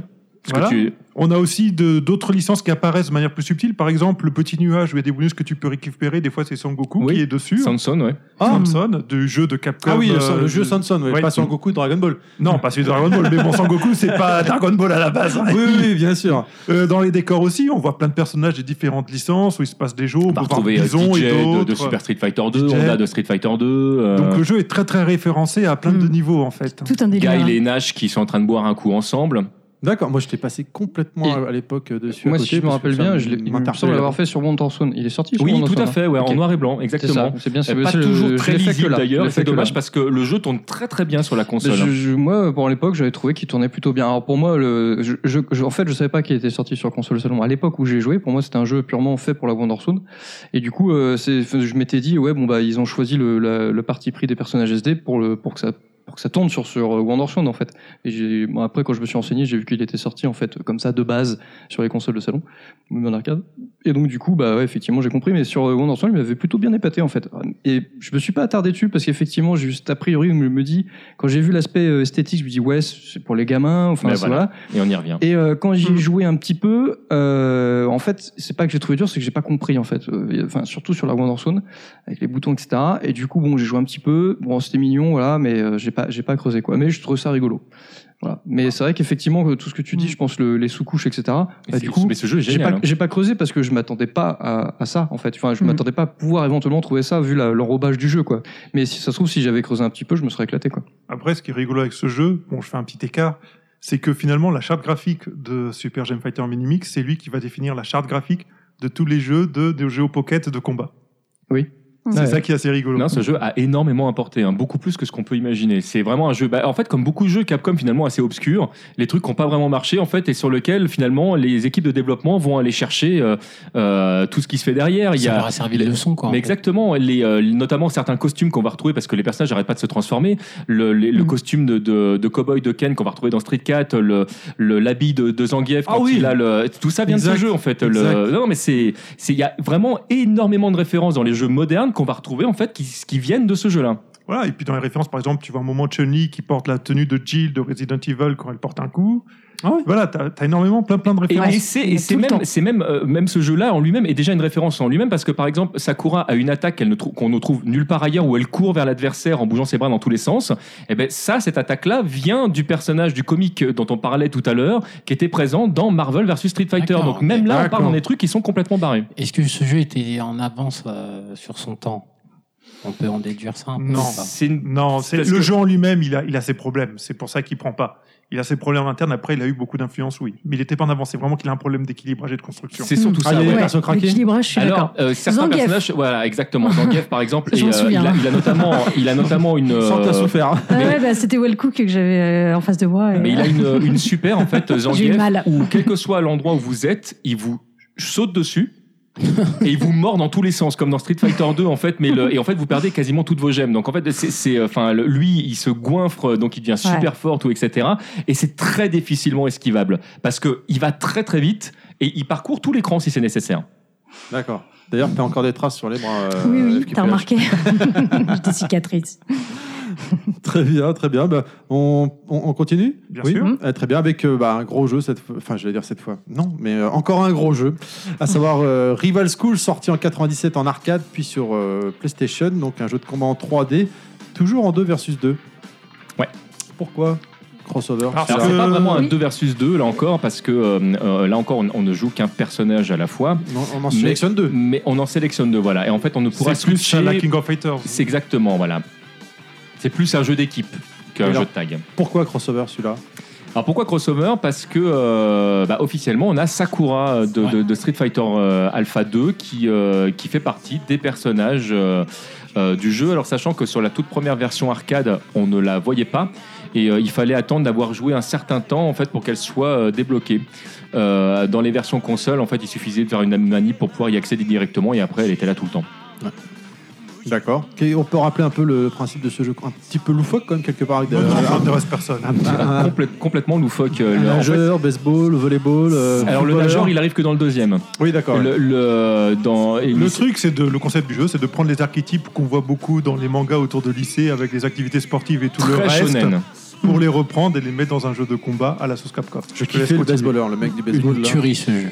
Parce
Voilà.
que tu-
On a aussi de- d'autres licences qui apparaissent de manière plus subtile. Par exemple, le petit nuage où il y a des bonus que tu peux récupérer. Des fois, c'est Son Goku
Oui.
qui est dessus.
Samson, ouais.
Samson, du jeu de Capcom.
Ah oui, le,
euh,
le jeu Sanson, ouais,
ouais.
pas sur Goku de Dragon Ball.
Non, pas celui de Dragon Ball, mais bon, Son Goku, c'est pas Dragon Ball à la base. hein.
oui, oui, oui, bien sûr.
Euh, dans les décors aussi, on voit plein de personnages des différentes licences où il se passe des jeux. On
On va
peut voir
retrouver euh,
Bison
DJ
et
de,
d'autres.
de Super Street Fighter 2,
DJ.
Honda de Street Fighter 2. euh,
Donc le jeu est très très référencé à plein de
Hmm.
Mm.
niveaux en fait.
Tout un délire.
Guile et Nash qui sont en train de boire un coup ensemble.
D'accord, moi je t'ai passé complètement
Et-
à- à l'époque euh, dessus. à
Moi,
côté,
si je me
parce
rappelle
que ça
bien, je l'ai- il me
m'interpellait.
semble l'avoir fait sur Montan Swan. Il est sorti sur
Oui,
Montan
tout à
Swan, hein.
fait, ouais, en
Ok.
noir et blanc,
C'est ça,
exactement.
c'est bien.
Et
C'est
pas
c'est-
toujours
je
très
l'ai fait que
lisible
là, je
d'ailleurs,
l'ai
et c'est
fait que
dommage
là.
parce que le jeu tourne très très bien sur la console.
Mais
hein.
je- je- moi, pour l'époque, j'avais trouvé qu'il tournait plutôt bien. Alors pour moi, le, je, je- je- en fait, je savais pas qu'il était sorti sur console salon. À l'époque où j'ai joué, pour moi, c'était un jeu purement fait pour la Wonderzone. Et du coup, euh, c'est- je m'étais dit, ouais, bon bah, ils ont choisi le, la- le parti pris des personnages SD pour le, pour que ça, pour que ça tourne sur sur euh, Wonderzone en fait. Et j'ai- bon, après, quand je me suis renseigné, j'ai vu qu'il était sorti en fait comme ça de base sur les consoles de salon, même en arcade. Et donc du coup, bah ouais, effectivement, j'ai compris. Mais sur euh, Wonder Swan, il m'avait plutôt bien épaté en fait. Et je me suis pas attardé dessus parce qu'effectivement, juste a priori, je me dis, quand j'ai vu l'aspect euh, esthétique, je me dis ouais, c'est pour les gamins. Enfin
Mais
ça,
voilà.
voilà.
hein. Et on y revient.
Et euh, quand j'y ai joué un petit peu, euh, en fait, c'est pas que j'ai trouvé dur, c'est que j'ai pas compris en fait. Euh, Enfin, surtout sur la Wonderzone avec les boutons, etc. Et du coup, bon, j'ai joué un petit peu. Bon, c'était mignon, voilà, mais euh, j'ai pas, j'ai pas creusé quoi. Mais je trouve ça rigolo. Voilà. Mais c'est vrai qu'effectivement, euh, tout ce que tu dis,
Mm.
je pense le- les sous-couches, etc.
Et
bah,
c'est-
du coup,
mais ce jeu est
j'ai
génial.
pas,
hein.
j'ai pas creusé parce que je m'attendais pas à, à ça en fait. Enfin, je
Mhm.
m'attendais pas à pouvoir éventuellement trouver ça vu la- l'enrobage du jeu quoi. Mais si ça se trouve, si j'avais creusé un petit peu, je me serais éclaté quoi.
Après, ce qui est rigolo avec ce jeu, bon, je fais un petit écart, c'est que finalement, la charte graphique de Super Game Fighter Minimix, c'est lui qui va définir la charte graphique de tous les jeux de, de Geo Pocket de combat.
Oui.
C'est
Ouais.
ça qui est assez rigolo.
Non, ce jeu a énormément apporté, hein, beaucoup plus que ce qu'on peut imaginer. C'est vraiment un jeu, bah, en fait, comme beaucoup de jeux Capcom finalement assez obscurs, les trucs qui n'ont pas vraiment marché en fait, et sur lequel finalement les équipes de développement vont aller chercher euh, euh, tout ce qui se fait derrière. Il y
Ça
a
leur a servi de leçon, quoi. en
mais
fait.
exactement, les, euh, notamment certains costumes qu'on va retrouver parce que les personnages n'arrêtent pas de se transformer. Le, les- le
Mm.
costume de, de, de cowboy de Ken qu'on va retrouver dans Street Cat, le le- l'habit de, de Zangief,
Ah
quand
oui.
il a le- tout ça vient de
Exact.
ce jeu en fait. Le,
Exact.
non mais c'est c'est il y a vraiment énormément de références dans les jeux modernes qu'on va retrouver en fait qui, qui viennent de ce jeu-là.
Voilà, et puis dans les références, par exemple, tu vois un moment Chun-Li qui porte la tenue de Jill de Resident Evil quand elle porte un coup.
Ah ouais.
Voilà, t'as as énormément plein plein de
Et,
références.
et c'est
il y
et
a
c'est
tout le
même
temps.
c'est même euh, même ce jeu-là en lui-même est déjà une référence en lui-même parce que par exemple Sakura a une attaque qu'elle ne trou- qu'on ne trouve nulle part ailleurs où elle court vers l'adversaire en bougeant ses bras dans tous les sens. Et ben ça cette attaque-là vient du personnage du comique dont on parlait tout à l'heure qui était présent dans Marvel versus Street Fighter.
D'accord,
Donc même
ok.
là on
D'accord.
parle dans des trucs qui sont complètement barrés.
Est-ce que ce jeu était en avance euh, sur son temps On peut en déduire ça un peu
Non.
ou pas
C'est une-
Non, c'est le
Ah. Parce que-
jeu en lui-même, il a, il a ses problèmes. C'est pour ça qu'il prend pas. Il a ses problèmes internes. Après, il a eu beaucoup d'influence, oui. Mais il était pas en avant. C'est vraiment qu'il a un problème d'équilibrage et de construction.
c'est surtout
Ah, il
ça.
y a
ouais.
des persos craqués
L'équilibrage, je suis d'accord.
Alors, euh, certains
Zangief.
personnages, voilà, exactement. Zangief, par exemple,
Je m'en
et, euh, il,
souviens.
a, il a notamment, il a notamment une.
Sans que t'as
euh,
souffert. hein.
Ah ouais, bah, c'était Welcou que j'avais euh, en face de moi. et-
Mais il a une, euh, une super en fait
J'ai eu
Zangief
mal.
où quel que soit l'endroit où vous êtes, il vous saute dessus et il vous mord dans tous les sens comme dans Street Fighter 2 en fait mais le, et en fait vous perdez quasiment toutes vos gemmes donc en fait c'est- c'est euh, enfin le- lui il se goinfre euh, donc il devient super
Ouais.
fort tout etc et c'est très difficilement esquivable parce que il va très très vite et il parcourt tout l'écran si c'est nécessaire
D'accord. D'ailleurs, t'as encore des traces sur les bras. euh,
Oui, oui,
FQPH.
t'as remarqué. J'ai des cicatrices.
Très bien, très bien. Bah, on, on- on continue
Bien
Oui.
sûr.
Mhm.
Euh, très bien, avec euh, bah, un gros jeu cette fois. Enfin, je vais dire cette fois. Non, mais euh, encore un gros jeu, à savoir euh, Rival School, sorti en 97 en arcade, puis sur euh, PlayStation, donc un jeu de combat en 3D, toujours en 2 versus 2.
Ouais.
Pourquoi Crossover.
Parce
c'est
Alors,
ça.
c'est
que-
pas vraiment un
Oui.
2 versus 2 là encore parce que euh, euh, là encore on- on ne joue qu'un personnage à la fois
Non, on en
Mais-
sélectionne deux.
mais on en sélectionne deux voilà et en fait on ne pourra
C'est plus
switcher
à la King of Fighters.
C'est exactement, voilà. C'est plus un jeu d'équipe qu'un
Et
jeu
alors-
de tag.
Pourquoi crossover celui-là
Alors pourquoi crossover Parce que euh, bah, officiellement, on a Sakura de, de- de Street Fighter euh, Alpha 2 qui, euh, qui fait partie des personnages euh, euh, du jeu. Alors sachant que sur la toute première version arcade, on ne la voyait pas. Et euh, il fallait attendre d'avoir joué un certain temps en fait pour qu'elle soit euh, débloquée. Euh, dans les versions console, en fait, il suffisait de faire une manip pour pouvoir y accéder directement. Et après, elle était là tout le temps.
D'accord. Ok, On peut rappeler un peu le principe de ce jeu, un petit peu loufoque quand même quelque part avec des-
Non,
euh,
non, ça
un-
intéresse personne.
un- un-
Complète- complètement loufoque.
Ah,
euh, le- en fait,
nageur, baseball, volleyball. euh,
Alors le
footballeur.
nageur, il arrive que dans le deuxième.
Oui, d'accord.
Le, le- dans, et
Le
il-
truc, c'est de le concept du jeu, c'est de prendre les archétypes qu'on voit beaucoup dans les mangas autour de lycée avec les activités sportives et tout le
très
reste
shonen.
pour les reprendre et les mettre dans un jeu de combat à la sauce Capcom.
Je
te laisse
kiffais le
continuer.
baseballeur, le mec du baseball.
Une
là.
tuerie ce jeu.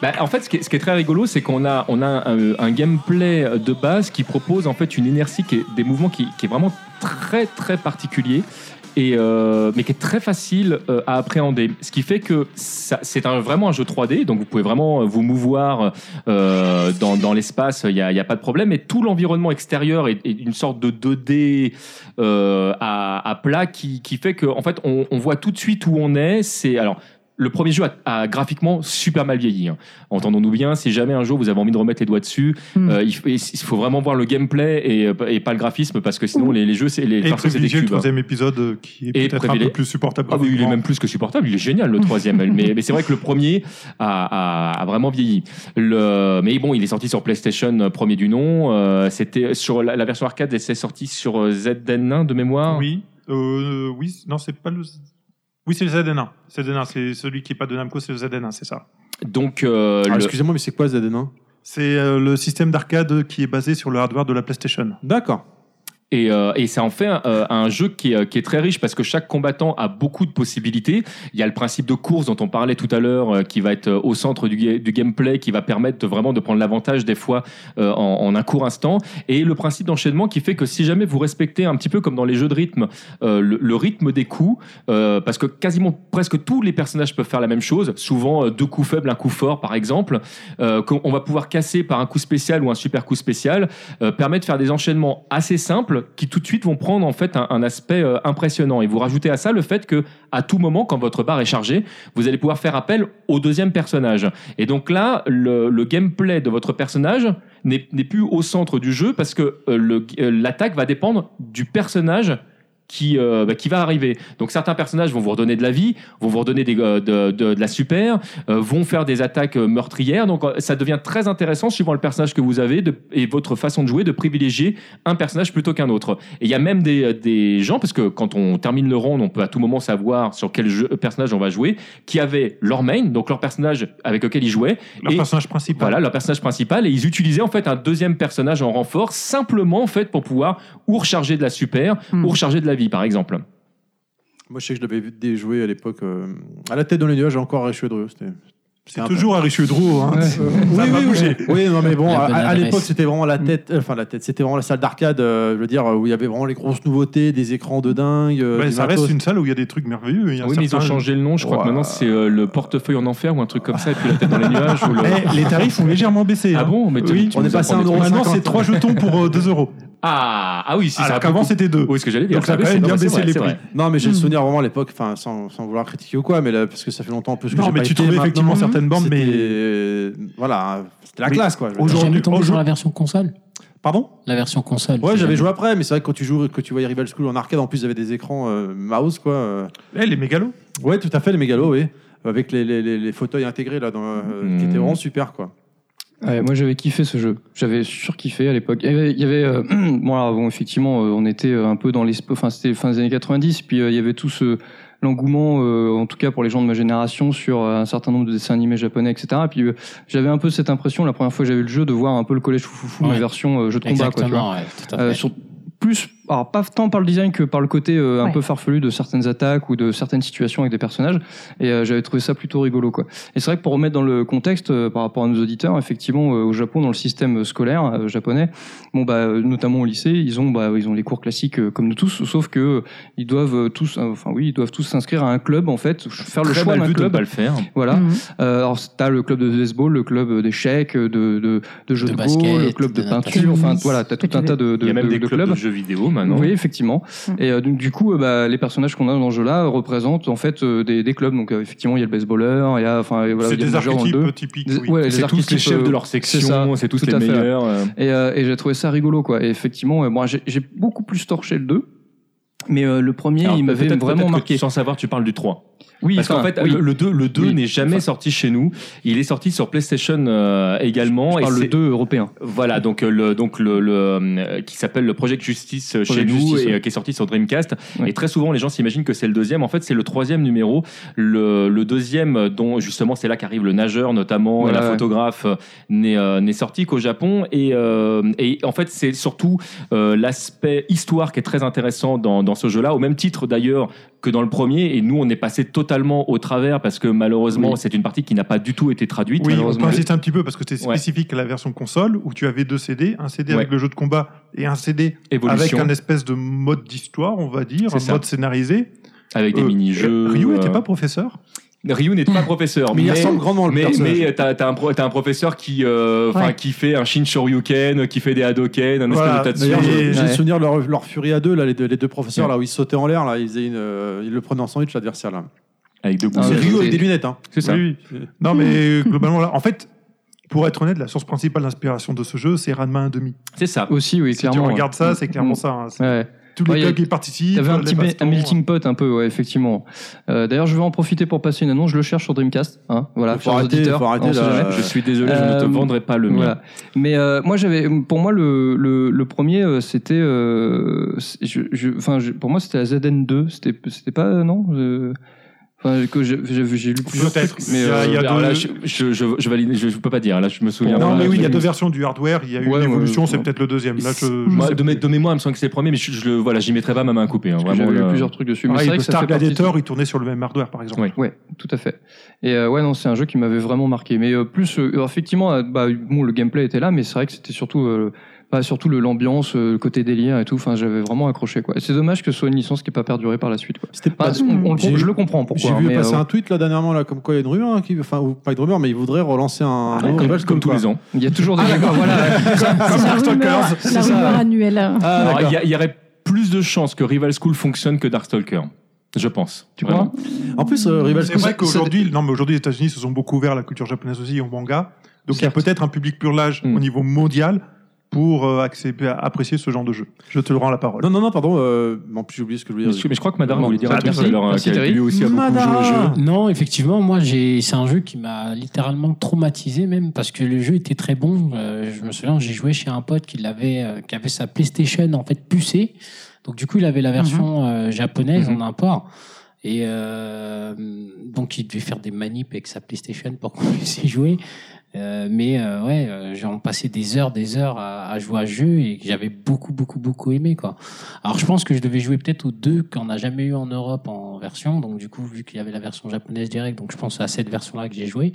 Bah, en fait, ce qui est, ce qui est très rigolo, c'est qu'on a, on a un, un gameplay de base qui propose en fait une inertie, qui est- des mouvements qui, qui est vraiment très très particulier. Et euh, mais qui est très facile euh, à appréhender. Ce qui fait que ça- c'est un, vraiment un jeu 3D, donc vous pouvez vraiment vous mouvoir euh, dans, dans l'espace, il n'y a, il y a pas de problème. Et tout l'environnement extérieur est, est une sorte de 2D euh, à, à plat qui, qui fait que en fait on, on voit tout de suite où on est. C'est alors le premier jeu a, a graphiquement super mal vieilli. hein. Entendons-nous bien, si jamais un jour vous avez envie de remettre les doigts dessus,
Mm.
euh, il, faut, il faut vraiment voir le gameplay et, euh, et pas le graphisme parce que sinon les, les jeux, c'est les
Et
persos, c'est des
privilégier le
cubes, hein.
troisième épisode euh, qui est
Et
peut-être un peu
privilé-
plus supportable.
Ah oui, il est
graphiquement.
même plus que supportable, il est génial le troisième. mais mais c'est vrai que le premier a, a- a vraiment vieilli. Le, mais bon, il est sorti sur PlayStation euh, premier du nom. euh, C'était sur la, la version arcade, c'est sorti sur euh, ZN1 de mémoire.
Oui, euh, oui, c- non, c'est pas le. Oui, c'est le ZN1. ZN1, c'est celui qui est pas de Namco, c'est le ZN1, c'est ça.
Donc euh,
Ah,
le-
Excusez-moi, mais c'est quoi hein ZD1
C'est euh, le système d'arcade qui est basé sur le hardware de la PlayStation.
D'accord.
Et, euh, et ça en fait euh, un jeu qui est, euh, qui est très riche parce que chaque combattant a beaucoup de possibilités. Il y a le principe de course dont on parlait tout à l'heure euh, qui va être euh, au centre du, ga- du gameplay, qui va permettre de vraiment de prendre l'avantage des fois euh, en, en un court instant. Et le principe d'enchaînement qui fait que si jamais vous respectez un petit peu comme dans les jeux de rythme euh, le, le rythme des coups, euh, parce que quasiment presque tous les personnages peuvent faire la même chose, souvent euh, deux coups faibles, un coup fort par exemple, euh, qu'on on va pouvoir casser par un coup spécial ou un super coup spécial euh, permet de faire des enchaînements assez simples qui tout de suite vont prendre en fait un, un aspect euh, impressionnant. Et vous rajoutez à ça le fait que à tout moment, quand votre barre est chargée, vous allez pouvoir faire appel au deuxième personnage. Et donc là, le, le gameplay de votre personnage n'est n'est plus au centre du jeu parce que euh, le- euh, l'attaque va dépendre du personnage. Qui, euh, bah, qui va arriver. Donc certains personnages vont vous redonner de la vie, vont vous redonner des, euh, de, de- de la super, euh, vont faire des attaques euh, meurtrières. Donc euh, ça devient très intéressant suivant le personnage que vous avez de- et votre façon de jouer de privilégier un personnage plutôt qu'un autre. Et il y a même des, euh, des gens parce que quand on termine le round, on peut à tout moment savoir sur quel jeu- euh, personnage on va jouer, qui avaient leur main, donc leur personnage avec lequel ils jouaient,
Leur
Et-
personnage principal.
voilà, leur personnage principal, et ils utilisaient en fait un deuxième personnage en renfort, simplement en fait pour pouvoir ou recharger de la super,
Mm.
ou recharger de la vie par exemple.
Moi, je sais que je l'avais vu déjouer à l'époque. euh, à la tête dans les nuages, j'ai encore Richelieu Dreux. C'était
C'est toujours un Richelieu Drouot. Hein.
Ouais.
Ah, bah. oui,
va
oui,
bouger.
oui. Oui, non, mais bon,
La
à,
bonne
à
adresse.
l'époque, c'était vraiment la tête, euh, enfin la tête, c'était vraiment la salle d'arcade, euh, je veux dire, où il y avait vraiment les grosses nouveautés, des écrans de dingue. euh,
Ouais,
des
ça
matos.
reste une salle où il y a des trucs merveilleux. il y a
oui, mais ils ont
certains-
changé le nom. Je crois que
Ouah.
maintenant c'est euh, le portefeuille en enfer ou un truc comme ça, et puis la tête dans les nuages. ou le-
Eh, les tarifs ont légèrement baissé.
Ah
hein.
bon mais tu-
Oui,
tu
on
nous
est passé
apprends
à
des
un euro.
trucs.
Maintenant,
50.
c'est 3 jetons pour 2 euros.
Ah, ah oui, si ça a
Alors qu'avant,
beaucoup-
c'était 2.
Oui, ce que j'allais dire.
Donc ça a
Ah oui,
quand
c'est
même
vrai,
bien
c'est
baissé
vrai,
les
c'est
prix.
vrai.
Non, mais j'ai le souvenir vraiment à l'époque, enfin, sans, sans vouloir critiquer ou quoi, mais là, parce que ça fait longtemps en plus que
Non,
j'ai
mais
pas
tu
été,
trouvais
maintenant,
effectivement certaines bandes,
c'était- euh,
mais.
voilà, c'était la
Mais
classe quoi. je veux dire.
aujourd'hui-
Jamais tombé sur
aujourd'hui-
la version console
Pardon
La version console.
Ouais,
c'est
j'avais
jamais-
joué après, mais c'est vrai que quand tu joues, que tu voyais Rival School en arcade, en plus, il y avait des écrans euh, mouse quoi. euh,
Eh, les mégalos.
Ouais, tout à fait, les mégalos, oui. Avec les, les, les, les fauteuils intégrés, là, dans, euh,
Mhm.
qui étaient vraiment super, quoi.
Ouais, moi j'avais kiffé ce jeu, j'avais surkiffé à l'époque. Il y avait, il y avait, euh, bon, alors, bon, effectivement, euh, on était euh, un peu dans les, enfin c'était fin des années 90, puis euh, il y avait tout ce l'engouement, euh, en tout cas pour les gens de ma génération, sur euh, un certain nombre de dessins animés japonais, etc. Et puis euh, j'avais un peu cette impression, la première fois que j'avais eu le jeu, de voir un peu le collège foufoufou, mais
Ouais.
version euh, jeu de combat, quoi, tu vois.
Exactement, ouais, tout à fait.
Euh, sur- plus, alors pas tant par le design que par le côté euh, un
Ouais.
peu farfelu de certaines attaques ou de certaines situations avec des personnages. Et euh, j'avais trouvé ça plutôt rigolo, quoi. Et c'est vrai que pour remettre dans le contexte euh, par rapport à nos auditeurs, effectivement, euh, au Japon, dans le système scolaire euh, japonais, bon bah euh, notamment au lycée, ils ont bah ils ont les cours classiques euh, comme nous tous, sauf que euh, ils doivent euh, tous, euh, enfin oui, ils doivent tous s'inscrire à un club en fait, faire le
Très
choix
mal
d'un
vu de ne
club.
pas le faire.
Voilà.
Mhm.
Euh, alors, t'as le club de baseball, le club d'échecs, de, de, de jeux
De
de, go,
basket,
le club de
de
peinture,
natation.
enfin voilà, t'as
Que
tout
tu
un
veux.
tas de, de,
Il y a même
de-
des
de
clubs de jeux vidéo maintenant.
Oui, effectivement.
Mm.
Et euh, donc, du coup, euh, bah, les personnages qu'on a dans ce jeu-là représentent en fait euh, des, des clubs. Donc, euh, effectivement, il y a le baseballeur, il y a. Enfin, et voilà,
C'est
il y a
des
le major dans le
archétypes
deux.
euh, typiques.
Des-
oui.
ouais, les
C'est tous les
archétypes,
chefs de
euh,
leur
c'est ça.
section, c'est tous
Tout
les
à fait.
meilleurs. euh.
Et, euh, et j'ai trouvé ça rigolo, quoi. Et effectivement, euh, moi, j'ai j'ai beaucoup plus torché le 2. Mais euh, le premier,
Alors,
il m'avait
peut-être-
vraiment
peut-être que
marqué.
Sans savoir, tu parles du 3.
Oui,
Parce qu'en
enfin,
fait,
oui.
le- le 2, le 2
Oui.
n'est jamais
Enfin.
sorti chez nous. Il est sorti sur PlayStation euh, également.
Je
et
parle
c'est-
le 2 européen.
Voilà, donc euh, le donc le, le, euh, qui s'appelle le Project Justice euh,
Project
chez nous
Justice,
et euh,
ouais.
qui est sorti sur Dreamcast.
Ouais.
Et très souvent, les gens s'imaginent que c'est le deuxième. En fait, c'est le troisième numéro. Le, le deuxième, euh, dont justement, c'est là qu'arrive le nageur notamment, et
Voilà,
la
ouais.
photographe euh, n'est euh, n'est sorti qu'au Japon. Et, euh, et en fait, c'est surtout euh, l'aspect histoire qui est très intéressant dans, dans ce jeu-là, au même titre d'ailleurs que dans le premier. Et nous, on est passé totalement au travers parce que malheureusement,
Oui.
c'est une partie qui n'a pas du tout été traduite.
Oui, on peut
malheureusement.
insister un petit peu parce que c'était
Ouais.
spécifique à la version console où tu avais deux CD, un CD avec
Ouais.
le jeu de combat et un CD
Évolution
avec un
avec,
espèce de mode d'histoire, on va dire,
C'est
un
ça.
mode scénarisé.
des
Euh,
mini-jeux.
Ryu
euh,
n'était pas professeur.
Ryu n'est pas professeur,
Mais,
mais
il ressemble grandement le
mais,
personnage.
mais t'as t'as un, pro- t'as un professeur qui, euh, enfin,
Ouais.
qui fait un Shin Shoryuken, qui fait des Hadoken, un
Voilà.
espèce de
D'ailleurs,
Tatsu.
Et-
j'ai j'ai
Ouais.
le souvenir de leur, euh, leur furie à deux, là, les deux, les deux professeurs, là, où ils sautaient en l'air, là, ils, faisaient une, euh, ils le prenaient en sandwich, l'adversaire, là.
avec deux
Ah,
C'est
bousées.
ouais.
Ryu avec
c'est-
des lunettes. Hein.
C'est ça.
Oui, oui. Non, mais euh, globalement, là, en fait, pour être honnête, la source principale d'inspiration de ce jeu, c'est Ranma 1,5.
C'est ça.
Aussi, oui,
Si tu
clairement. ouais.
regardes ça, c'est clairement
Mm.
ça. hein. C'est-
Ouais.
Tous
Ouais,
les
y a-
gars qui participent.
Il y avait un petit
les
me-
bastons.
un
hein.
melting pot un peu, ouais, effectivement. Euh, D'ailleurs, je veux en profiter pour passer une annonce. Je le cherche sur Dreamcast. Hein, voilà,
Faut
chers
arrêter-
auditeurs,
faut arrêter
on sait
la-
jamais.
Euh,
Je suis désolé, je ne te
euh,
vendrai pas le mien.
Voilà. Mais euh, moi, j'avais, pour moi, le, le, le premier, euh, c'était, euh, c'est- je, je, enfin, je- pour moi, c'était la ZN2. C'était, c'était pas, euh, non. je- Enfin, que j'ai, j'ai- j'ai lu plusieurs
Peut-être.
trucs,
Il
mais
y a-
euh,
il y a
Alors
deux-
là, je, je, je, je valide, je, je peux pas dire. Là, je me souviens.
Non,
pas.
mais oui, il y a
Je-
deux versions du hardware. Il y a eu
Ouais,
une
ouais,
évolution,
ouais.
c'est peut-être le deuxième. Là, je, je
Moi,
sais
de,
plus. Ah,
mes- de mémoire, il me semble que c'est le premier, mais je, je le voilà, j'y mettrai pas ma main coupée. Hein,
parce que
vraiment,
j'avais lu
là.
plusieurs trucs dessus. Mais
Pareil,
c'est vrai
le Ah,
que ça
Star
fait partie de-
Gladiator, il tournait sur le même hardware, par exemple.
Oui.
Ouais, tout à fait. Et euh, ouais, non, c'est un jeu qui m'avait vraiment marqué. Mais euh, plus, euh, alors, effectivement, euh, bah, bon, le gameplay était là, mais c'est vrai que c'était surtout, euh, bah, surtout le l'ambiance, euh, le côté délire et tout. Enfin, j'avais vraiment accroché quoi. Et c'est dommage que ce soit une licence qui n'ait pas perduré par la suite. Quoi.
C'était
Enfin,
pas.
on- on
Bah,
le-
J'ai-
je le comprends pourquoi.
J'ai
hein,
vu
mais,
passer
euh,
un tweet là dernièrement là comme quoi il y a une rumeur hein, qui enfin ou pas une rumeur mais ils voudraient relancer un
Ah,
Ah, Ouais,
nouveau
comme,
Rebels
comme tous
quoi.
les ans.
Il y a toujours
Ah,
des rumeurs, voilà.
C'est la rumeur, la
ça.
rumeur annuelle.
Ah,
Alors, Il y a- il y, aurait plus de chances que Rival School fonctionne que Darkstalker, je pense.
Tu
Vraiment.
crois
En plus euh, Rivals
C'est vrai
ça- ça-
qu'aujourd'hui, non, mais aujourd'hui, les États-Unis se sont beaucoup ouverts à la culture japonaise aussi, au manga. Donc, il y a
Certes.
peut-être un public purlage
Hmm.
au niveau mondial pour euh, accepter- apprécier ce genre de jeu. Je te le rends la parole.
Non non non pardon euh, en plus j'ai oublié ce que je voulais
Mais
dire.
je, mais je crois que Madara
Bon,
voulait dire un
bah,
truc tout
merci.
à l'heure, hein,
Merci,
qui a-
Thierry.
lui aussi a beaucoup joué au jeu.
Madara
Non, effectivement, moi, j'ai, c'est un jeu qui m'a littéralement traumatisé, même parce que le jeu était très bon. Euh, je me souviens, j'ai joué chez un pote qui l'avait, euh, qui avait sa PlayStation en fait pucée. Donc du coup, il avait la version euh, japonaise en import. Et euh, donc, il devait faire des manips avec sa PlayStation pour qu'on puisse y jouer. Euh, mais euh, ouais, euh, j'en passais des heures, des heures à, à jouer à ce jeu et que j'avais beaucoup, beaucoup, beaucoup aimé quoi. Alors je pense que je devais jouer peut-être aux deux qu'on n'a jamais eu en Europe en version. Donc du coup, vu qu'il y avait la version japonaise directe, donc je pense à cette version-là que j'ai joué.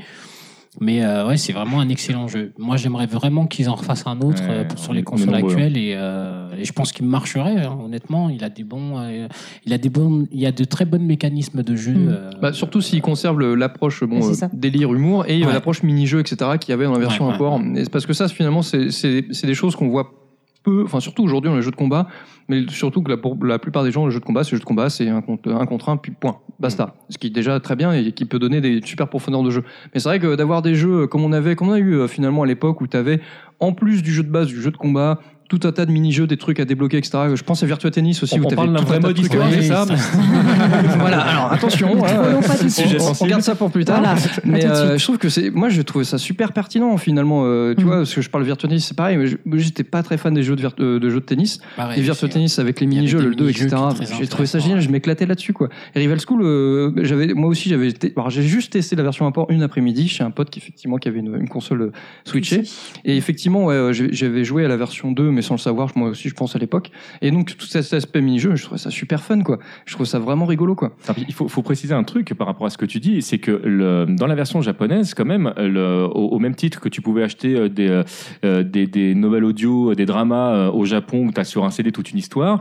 Mais euh, ouais, c'est vraiment un excellent jeu. Moi, j'aimerais vraiment qu'ils en refassent un autre
Ouais,
euh, pour- sur
on est-
les
on est
consoles
nombreux,
actuelles et, euh, et je pense qu'il marcherait. hein, honnêtement, il a des bons, euh, il a des bons, il y a de très bons mécanismes de jeu.
Mm.
euh,
Bah, surtout s'il conserve le- l'approche
Ouais,
bon,
c'est ça.
euh, délire, humour et euh,
Ouais.
l'approche mini-jeu, etc., qu'il y avait dans la version
Ouais, ouais,
import. Et c'est parce que ça, finalement, c'est c'est- c'est des choses qu'on voit peu, enfin, surtout aujourd'hui dans les jeux de combat, mais surtout que la, pour la plupart des gens, le jeu de combat, c'est le jeu de combat, c'est un contre un, contre un puis point,
Mm.
basta. Ce qui est déjà très bien et qui peut donner des super profondeurs de jeu. Mais c'est vrai que d'avoir des jeux comme on avait, comme on a eu euh, finalement à l'époque où tu avais, en plus du jeu de base, du jeu de combat, tout un tas de mini-jeux, des trucs à débloquer, etc. Je pense à Virtua Tennis aussi,
On-
où
on
t'avais
parle d'un
tout un
vrai
tas de
mode
trucs hein. à
histoire,
faire,
c'est
ça,
ça
voilà, alors attention,
Ne
hein,
trollons pas tout de suite.
Sujet
on- on,
sensible.
regarde ça pour plus tard.
Voilà,
Mais
pas tout de
euh,
suite.
je trouve que c'est, moi, je trouve ça super pertinent finalement. euh, tu
Mhm.
vois, parce que je parle Virtua Tennis, c'est pareil. Mais je- moi, j'étais pas très fan des jeux de, virt- euh, de jeux de tennis.
pareil,
et Virtua
c'est-
Tennis avec les
y
mini-jeux,
avait des
le 2,
mini-jeux
etc.
qui étaient très
J'ai trouvé ça
intéressants,
génial.
ouais.
Je m'éclatais là-dessus, quoi. Et Rival School, euh, j'avais, moi aussi, j'avais, été- alors, j'ai juste testé la version import une après-midi chez un pote qui effectivement qui avait une, une console euh, switchée. Et effectivement, ouais, euh, j'ai- j'avais joué à la version 2, mais sans le savoir, moi aussi, je pense à l'époque. Et donc, tout cet aspect mini-jeu, je trouvais ça super fun, quoi. Je trouvais ça vraiment rigolo, quoi.
Ah, puis Il faut, faut préciser un truc par rapport à ce que tu dis, c'est que le, dans la version japonaise, quand même, le- au, au même titre que tu pouvais acheter euh, des, euh, euh, des, des nouvelles audio, euh, des dramas euh, au Japon où tu as sur un CD toute une histoire,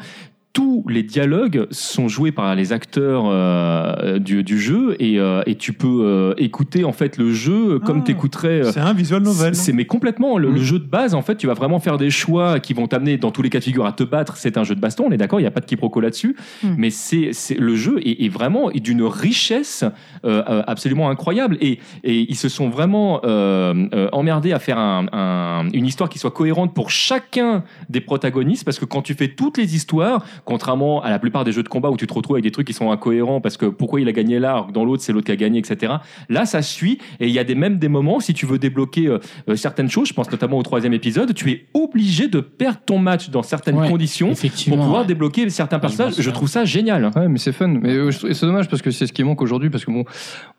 tous les dialogues sont joués par les acteurs euh, du, du jeu et, euh, et tu peux euh, écouter en fait le jeu comme
Ah.
t'écouterais euh,
C'est un visual novel.
c'est mais complètement le,
Mm.
le jeu de base en fait tu vas vraiment faire des choix qui vont t'amener dans tous les cas de figure à te battre c'est un jeu de baston on est d'accord il n'y a pas de quiproquo là-dessus
Mm.
mais c'est c'est- le jeu est, est vraiment d'une richesse euh, euh, absolument incroyable et, et ils se sont vraiment euh, euh, emmerdés à faire un- un- une histoire qui soit cohérente pour chacun des protagonistes parce que quand tu fais toutes les histoires contrairement à la plupart des jeux de combat où tu te retrouves avec des trucs qui sont incohérents parce que pourquoi il a gagné là alors que dans l'autre c'est l'autre qui a gagné etc là ça suit et il y a des, même des moments si tu veux débloquer euh, euh, certaines choses je pense notamment au troisième épisode tu es obligé de perdre ton match dans certaines
Ouais,
conditions pour
effectivement,
pouvoir
ouais.
débloquer certains
je
personnages
pense,
je
ouais.
trouve ça génial
Ouais, mais c'est fun. Mais euh, je trou- et c'est dommage parce que c'est ce qui manque aujourd'hui. Parce que bon,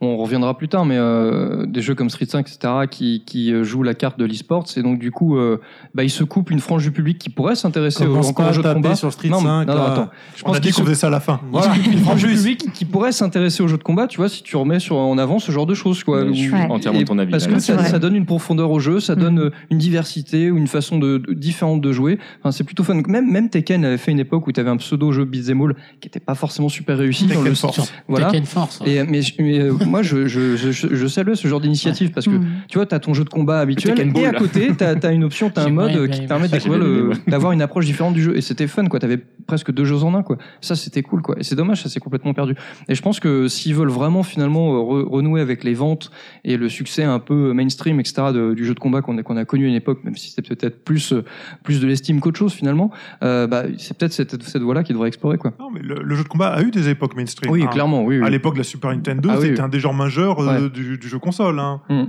on reviendra plus tard, mais euh, des jeux comme Street 5, etc., qui, qui euh, jouent la carte de l'e-sport, et donc du coup, euh, bah, ils se coupent une frange du public qui pourrait s'intéresser au,
Commence
encore
pas
aux
à
jeux de
taper
combat.
sur Street
non, mais-
5
non, non, attends.
là.
Je
On
pense
a dit
qu'ils se
qu'on faisait ça à la fin.
Voilà.
une frange du public qui pourrait s'intéresser aux jeux de combat. Tu vois, si tu remets sur, en avant ce genre de choses, quoi.
Mais je suis
Ouais.
entièrement de ton avis
Parce
là.
que
C'est
ça,
vrai.
ça donne une profondeur au jeu, ça
Mhm.
donne euh, une diversité ou une façon de, de- différente de jouer. Enfin, c'est plutôt fun. Même, même Tekken avait fait une époque où tu avais un pseudo jeu beat'em all qui n'était pas forcément super réussi. Dans
Tekken
le,
Force.
Sur
voilà.
Tekken Force. ouais.
Et, euh, mais je- mais, euh, moi, je, je, je, je salue ce genre d'initiative parce que
Mm.
tu vois, tu as ton jeu de combat habituel
Tekken
et à
Ball.
côté, tu as, une option, tu as un
J'ai
mode
bien
euh,
aimé,
qui te
bien
permet
aimé.
de découvrir
J'ai bien aimé,
le- d'avoir une approche différente du jeu. Et c'était fun, quoi. Tu avais presque presque deux jeux en un, quoi. Ça, c'était cool, quoi. Et c'est dommage, ça s'est complètement perdu. Et je pense que s'ils veulent vraiment, finalement, euh, re- renouer avec les ventes et le succès un peu euh, mainstream, etc., de- du jeu de combat qu'on a, qu'on a connu à une époque, même si c'était peut-être plus, euh, plus de l'estime qu'autre chose, finalement, euh, bah, c'est peut-être cette, cette voie-là qu'ils devraient explorer, quoi.
Non, mais le, le jeu de combat a eu des époques mainstream.
Oui,
hein.
clairement, oui. oui.
À l'époque, la Super Nintendo,
Ah oui,
c'était
oui.
un des genres majeurs euh, du, du jeu console. Hein.
Hmm.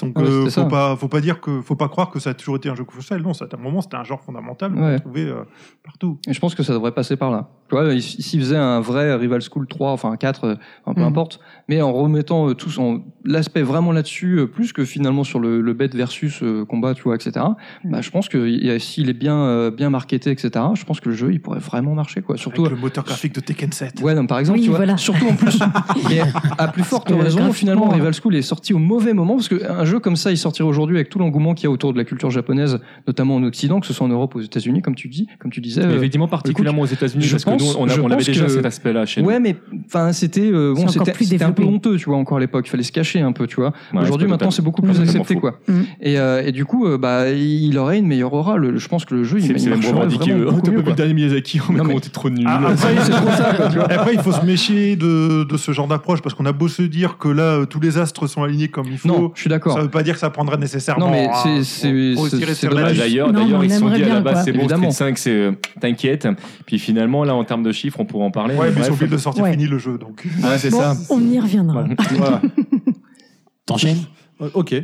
Donc,
Ouais,
euh,
c'était ça.
faut pas, faut pas dire que, faut pas croire que ça a toujours été un jeu console. Non, ça, à un moment, c'était un genre fondamental. On
Ouais.
le trouvait euh, partout.
Et je pense que ça devrait passer par là. Tu vois, s- s'ils faisaient un vrai Rival School 3, enfin 4, euh, enfin, peu
Mhm.
importe, mais en remettant euh, tout son l'aspect vraiment là-dessus, euh, plus que finalement sur le, le bête versus euh, combat, tu vois, etc.
Mhm.
Bah, je pense que il y a- s'il est bien euh, bien marketé, etc. Je pense que le jeu, il pourrait vraiment marcher, quoi. Surtout. euh,
Avec le moteur graphique de Tekken 7.
Ouais, non, par exemple,
Oui,
tu vois,
voilà.
surtout en plus, et à plus forte
Parce que
raison,
graphiquement, hein.
finalement,
ouais.
Rival School est sorti au mauvais moment, parce qu'un jeu comme ça, il sortirait aujourd'hui avec tout l'engouement qu'il y a autour de la culture japonaise, notamment en Occident, que ce soit en Europe, aux États-Unis, comme tu dis, comme tu disais.
Mais
euh,
effectivement, particulièrement aux États-Unis,
je
parce
pense-
que nous, on, a-
je
on avait
pense
déjà
que-
cet aspect-là chez
Ouais, mais enfin, c'était euh,
C'est
bon,
encore
c'était
plus
c'était un peu
développé.
honteux, tu vois, encore à l'époque. Il fallait se cacher un peu, tu vois.
nous. Ouais,
Aujourd'hui,
c'est pas
maintenant,
total.
c'est beaucoup plus
Complètement
accepté,
faux.
quoi.
Mm.
Et, euh, et du coup, euh, bah, il aurait une meilleure aura. Le- je pense que le jeu, il,
C'est c'est
il
même
marcherait
revendiqué.
vraiment
euh,
beaucoup
T'as pas
mieux,
vu le
quoi.
dernier Miyazaki Oh, mais
Non, mais-
comment t'es trop nul.
Ah,
Ouais,
après,
c'est trop ça, quoi, tu vois.
Après, il faut se méfier de, de ce genre d'approche parce qu'on a beau se dire que là, euh, tous les astres sont alignés comme il faut.
Non, je suis d'accord.
ça veut pas dire que ça prendrait nécessairement.
Non, mais
hein.
c'est- c'est-
Faut aussi
c'est-
rester
c'est
Bah,
dommage.
réaliste.
D'ailleurs,
Non, mais
d'ailleurs,
on
ils se sont dit
aimerait
à la
bien,
base,
quoi.
c'est bon,
Évidemment.
Street 5, c'est euh, t'inquiète. Puis finalement, là, en termes de chiffres, on pourra en parler.
Ouais, mais ils
Bref.
sont obligés de sortir
Ouais.
fini le jeu, donc.
Euh,
Ah, c'est
Bon,
ça.
on y reviendra.
Voilà.
T'enchaînes
Euh, Ok. Euh,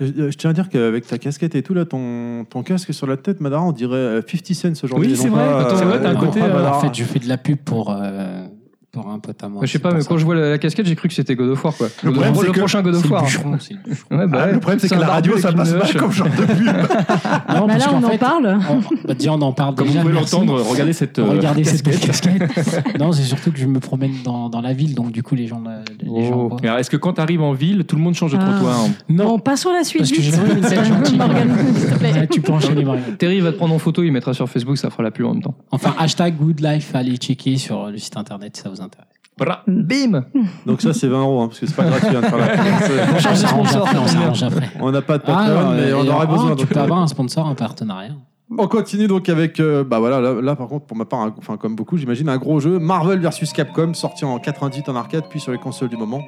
Je tiens à dire qu'avec ta casquette et tout, là, ton, ton casque sur la tête, Madara, on dirait euh, 50 Cent ce genre
Oui,
de Ah,
c'est vrai, quand on le voit, t'as un
Non,
côté,
non,
euh,
non, En fait, je fais de la pub pour, euh, pour un pote à moi.
Ouais, je sais
c'est
pas,
pour
mais
ça.
quand je vois la, la casquette, j'ai cru que c'était God of War, quoi.
Le
God
problème,
of War,
c'est
le
que-
prochain God
C'est
of
le
War.
bûcheron, c'est le bûcheron.
Ouais, bah
Ah,
ouais.
le problème, c'est que
un
la radio,
barbu
ça
avec
passe
une
mal
hache.
comme genre de pub.
Non,
Bah
parce
là, on
qu'en
en
fait,
parle.
on- bah, déjà, on en parle
Comme vous
déjà.
pouvez
merci.
l'entendre, regardez cette euh,
Regardez cette belle
casquette.
casquette. non, c'est surtout que je me promène dans, dans la ville, donc du coup, les gens. la- Les gens voient.
Mais Oh. alors, Est-ce que quand t'arrives en ville, tout le monde change de
Ah.
trottoir hein
Non,
Bon, passons à la suite.
parce que
vite.
j'ai vraiment une tête gentille.
Morgane, s'il te
Ouais,
plaît.
tu peux enchaîner, Morgane.
Terry va te prendre en photo, il mettra sur Facebook, ça fera la pub en même temps.
Enfin, hashtag good life, allez checker sur le site internet si ça vous intéresse.
Voilà.
Mm.
Bim
Donc ça, c'est 20 euros, hein, parce que c'est pas gratuit. hein, de faire la-
On s'arrange
sponsor,
après, on
c'est bien.
s'arrange après.
on n'a pas de
Ah,
patron, mais
et
on aurait
alors,
besoin.
Tu
donc,
peux
euh,
avoir un sponsor, un partenariat.
On continue donc avec, euh, bah voilà, là, là, par contre pour ma part, un- enfin comme beaucoup, j'imagine un gros jeu, Marvel vs Capcom, sorti en 98 en arcade, puis sur les consoles du moment.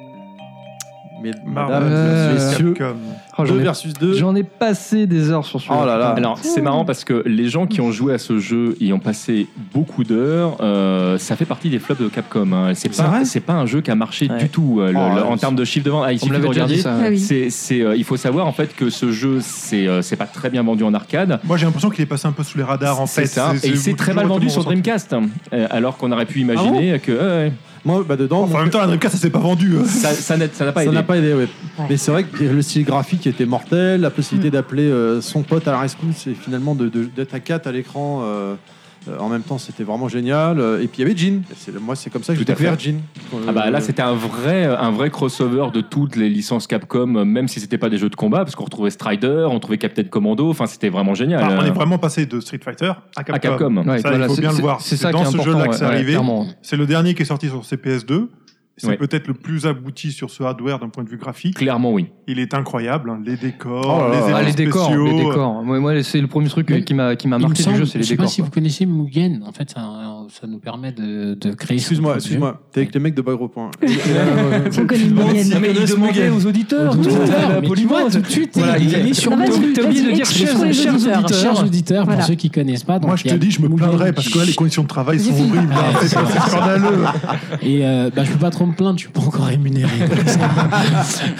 Mais madame,
Euh,
messieurs,
Capcom.
Oh, j'en
2
ai-
versus 2.
J'en ai passé des heures sur celui-là.
Oh là là.
Ah, Alors, c'est marrant parce que les gens qui ont joué à ce jeu y ont passé beaucoup d'heures. euh, ça fait partie des flops de Capcom. hein. C'est
C'est
pas,
vrai
c'est pas un jeu qui a marché
Ouais.
du tout euh, le-
Oh,
le-
là,
en
c'est-
termes de chiffre de vente. Ah,
On
il
me
suffit de
l'avait déjà
regarder.
dit ça.
Ah oui.
C'est, c'est, euh, il faut savoir en fait que ce jeu, c'est, euh, c'est pas très bien vendu en arcade.
Moi, j'ai l'impression qu'il est passé un peu sous les radars, en
C'est
fait.
ça. Et il s'est très mal vendu sur
Dreamcast.
Dreamcast, hein. Euh, alors qu'on aurait pu imaginer que euh, ouais,
Moi, bah dedans,
Enfin, en
mon-
même temps, la Dreamcast, ça s'est pas vendu. hein.
ça, ça n'a, ça n'a pas
ça
aidé.
n'a pas aidé. ouais. Mais c'est vrai que le style graphique était mortel, la possibilité d'appeler euh, son pote à la rescousse et finalement de- de- d'être à 4 à l'écran. euh, euh, en même temps, c'était vraiment génial. Euh, Et puis il y avait Jean. Et c'est- Moi, c'est comme ça que j'ai
Tout à
découvert Jean.
Ah bah là
Euh,
c'était un vrai un vrai crossover de toutes les licences Capcom même si c'était pas des jeux de combat parce qu'on retrouvait Strider, on trouvait Captain Commando, enfin c'était vraiment génial.
Enfin, Ah, on est
Euh,
vraiment passé de Street Fighter à Capcom.
à Capcom.
Ouais,
Ça, il faut
c'est-
bien le
c'est-
voir,
C'est
parce
ça
que
qui est
dans ce
important.
jeu-là que c'est
ouais,
arrivé.
clairement.
C'est le dernier qui est sorti sur CPS2. C'est
Ouais.
peut-être le plus abouti sur ce hardware d'un point de vue graphique.
Clairement oui.
Il est incroyable. hein. Les décors,
Oh là là.
les éléments
Ah, les décors,
spéciaux.
les décors. Moi, moi, c'est le premier truc
Mais
qui m'a qui m'a
Il me
marqué du
semble-
jeu, c'est les
je sais pas
décors.
si vous connaissez Mugen. En fait, ça, ça nous permet de, de créer. son
Excuse-moi,
propre jeu.
excuse-moi. T'es avec les mecs de bas gros point.
On connaît une moyenne.
aux auditeurs,
Aux auditeurs, mais tu vois, tout de suite,
Voilà,
il,
il-
il est sur
Ah,
le
vas-y,
top.
vas-y, explique pour les
chers
auditeurs.
auditeurs, chers auditeurs, pour
Voilà.
ceux qui connaissent pas. Ah, donc
Moi, je
il y
te
a
dis, je me
Mugen
plaindrais
qui-
parce que là, les conditions de travail
J'ai
sont
fini.
horribles. hein. C'est c'est scandaleux.
Et euh, bah, je peux pas trop me plaindre, je suis pas encore rémunéré. comme ça.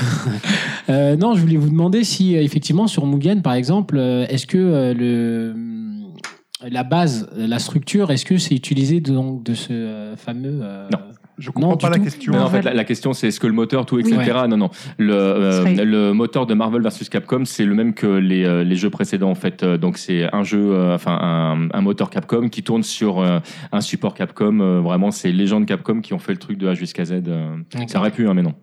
Euh, non, je voulais vous demander si euh, effectivement sur Mugen, par exemple, euh, est-ce que euh, le euh, la base, la structure, est-ce que c'est utilisé de, donc de ce euh, fameux euh,
Non.
Je comprends
Non,
pas
du
la
tout.
question.
Non, en
Marvel.
fait, la, la question c'est est-ce que le moteur, tout, etc.
Oui. Ouais.
Non, non. Le, euh,
Strike.
le moteur de Marvel vs Capcom, c'est le même que les, euh, les jeux précédents, en fait. Euh, Donc, c'est un jeu, euh, enfin, un, un moteur Capcom qui tourne sur euh, un support Capcom. Euh, vraiment, c'est les gens de Capcom qui ont fait le truc de A jusqu'à Z. euh.
D'accord.
Ça aurait pu, hein, mais non.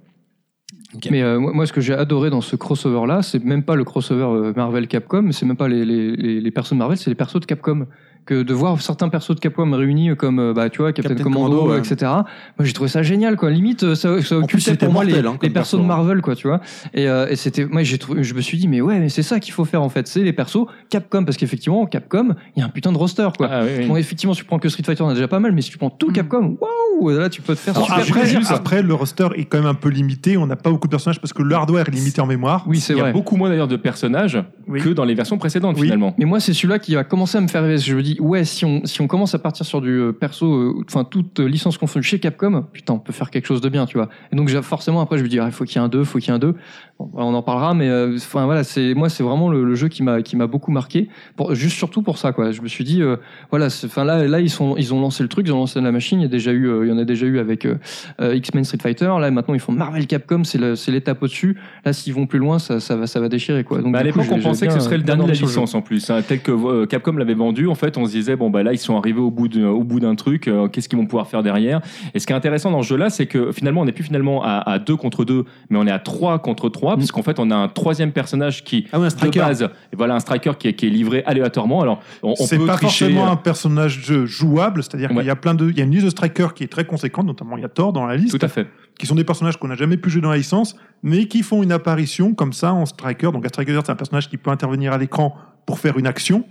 Ok.
Mais euh, moi, moi, ce que j'ai adoré dans ce crossover-là, c'est même pas le crossover euh, Marvel-Capcom, c'est même pas les, les, les, les persos de Marvel, c'est les persos de Capcom. Que de voir certains persos de Capcom réunis euh, comme euh, bah, tu vois, Captain,
Captain
Commando,
Commando, ouais.
etc. Moi, j'ai trouvé ça génial, quoi. Limite, euh, ça, ça
En plus,
occultait
c'était
pour moi les,
mortel, hein, comme
les persos
perso,
de
hein.
Marvel, quoi, tu vois. Et, euh, et c'était, moi, j'ai trouvé, je me suis dit, mais ouais, mais c'est ça qu'il faut faire en fait, c'est les persos Capcom, parce qu'effectivement, Capcom, il y a un putain de roster, quoi.
Ah, oui, oui.
Bon, effectivement, si tu prends que Street Fighter, on a déjà pas mal, mais si tu prends tout
Mm.
Capcom, waouh, là, tu peux te faire
Alors,
super
après,
plaisir.
après, le roster est quand même un peu limité. On n'a pas beaucoup de personnages parce que le hardware est limité en mémoire.
Oui, c'est
Il y
vrai.
a beaucoup moins d'ailleurs de personnages
Oui.
que dans les versions précédentes
Oui.
finalement.
Mais moi, c'est celui-là qui va commencer à me faire rêver. parce que Je me dis, ouais, si on, si on commence à partir sur du euh, perso, euh, enfin, toute euh, licence confondue chez Capcom, putain, on peut faire quelque chose de bien, tu vois. Et donc, j'ai- forcément, après, je me dis, ah, il faut qu'il y ait un 2, faut qu'il y ait un 2. Bon, voilà, on en parlera, mais euh, enfin, voilà, c'est, moi, c'est vraiment le, le jeu qui m'a, qui m'a beaucoup marqué. Pour, juste surtout pour ça, quoi. Je me suis dit, euh, voilà, c'est- enfin, là, là, ils sont, ils ont lancé le truc, ils ont lancé la machine. Il y a déjà eu, euh, il y en a déjà eu avec euh, euh, X-Men Street Fighter. Là, maintenant, ils font Marvel Capcom, c'est, la- c'est l'étape au-dessus. Là, s'ils vont plus loin, ça, ça va, ça va déchirer, quoi. Donc,
Bah, à
du coup,
l'époque, on
j'ai- j'ai
pensait que
bien- euh,
ce serait le
bien
dernier de la
dormi sur jeu.
licence en plus. hein. Tel que euh, Capcom l'avait vendu, en fait, on se disait, bon, bah là, ils sont arrivés au bout de- au bout d'un truc, euh, qu'est-ce qu'ils vont pouvoir faire derrière Et ce qui est intéressant dans ce jeu-là, c'est que finalement, on n'est plus finalement à 2 contre 2, mais on est à 3 contre 3, parce qu'en fait, on a un troisième personnage qui,
Ah oui, un
de
striker.
base, et voilà, un striker qui est, qui est livré aléatoirement. Alors, on, on
C'est
peut
pas
tricher. euh,
forcément un personnage de- jouable, c'est-à-dire
Ouais.
qu'il y a plein de, il y a une liste de strikers qui est très conséquente, notamment il y a Thor dans la liste,
euh, Tout à fait.
qui sont des personnages qu'on n'a jamais pu jouer dans la licence, mais qui font une apparition comme ça en striker. Donc un striker, c'est un personnage qui peut intervenir à l'écran pour faire une action,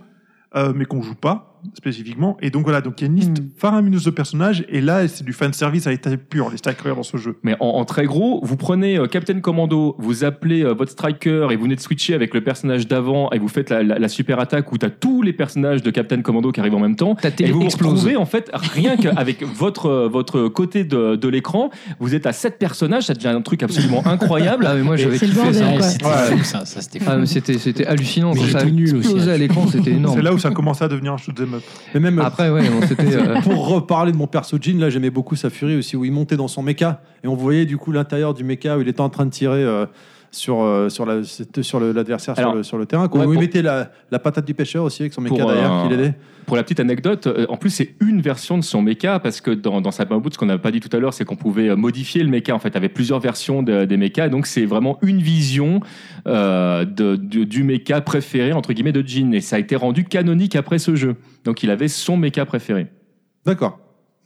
euh, mais qu'on joue pas spécifiquement. Et donc voilà, donc il y a une liste faramineuse de personnages, et là c'est du fan service à l'état pur les strikers dans ce jeu.
Mais en, en très gros, vous prenez euh, Captain Commando, vous appelez euh, votre striker et vous venez de switcher avec le personnage d'avant et vous faites la, la- la super attaque où t'as tous les personnages de Captain Commando qui arrivent en même temps.
Ta
Et
télé
vous vous
explose.
retrouvez en fait rien qu'avec votre, euh, votre côté de, de l'écran, vous êtes à sept personnages, ça devient un truc absolument incroyable.
Ah, mais moi, j'avais
C'est le
kiffé
bordel,
ça.
Ouais,
quoi.
c'était
Ouais.
fou, ça, ça c'était fou.
Ah, mais c'était, c'était hallucinant.
Mais
quand
il
ça
était nul aussi,
explosait
hein.
à l'écran, c'était énorme.
C'est là où ça a commencé à devenir un shoot'em up.
Mais même euh,
Après, ouais, non, c'était. euh,
pour reparler de mon perso Jean, là j'aimais beaucoup sa furie aussi où il montait dans son méca et on voyait du coup l'intérieur du méca où il était en train de tirer euh, sur euh, sur la c'était sur le- l'adversaire sur
Alors,
le, sur le terrain. quoi.
ouais,
Où il
pour-
mettait la, la patate du pêcheur aussi avec son méca
Pour,
derrière
euh,
qui l'aidait.
Pour la petite anecdote, euh, en plus c'est une version de son méca parce que dans, dans Samurai Boot, ce qu'on n'a pas dit tout à l'heure, c'est qu'on pouvait euh, modifier le méca. En fait, il y avait plusieurs versions de- des mécas, donc c'est vraiment une vision euh, de- du, du méca préféré entre guillemets de Jin. Et ça a été rendu canonique après ce jeu. Donc il avait son méca préféré.
D'accord.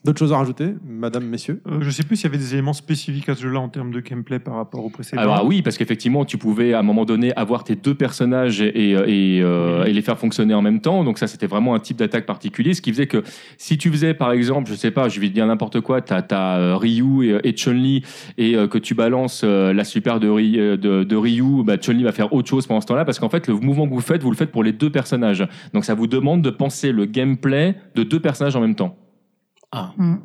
D'autres choses à rajouter, madame, messieurs
Euh, je sais plus s'il y avait des éléments spécifiques à ce jeu-là en termes de gameplay par rapport au précédent.
Alors ah oui, parce qu'effectivement, tu pouvais à un moment donné avoir tes deux personnages et, et, et, euh, et les faire fonctionner en même temps. Donc ça, c'était vraiment un type d'attaque particulier, ce qui faisait que si tu faisais, par exemple, je sais pas, je vais te dire n'importe quoi, t'as t'as, euh, Ryu et, et Chun-Li et euh, que tu balances euh, la super de, Ri- euh, de, de Ryu, bah, Chun-Li va faire autre chose pendant ce temps-là, parce qu'en fait, le mouvement que vous faites, vous le faites pour les deux personnages. Donc ça vous demande de penser le gameplay de deux personnages en même temps.
Ah.
Mm.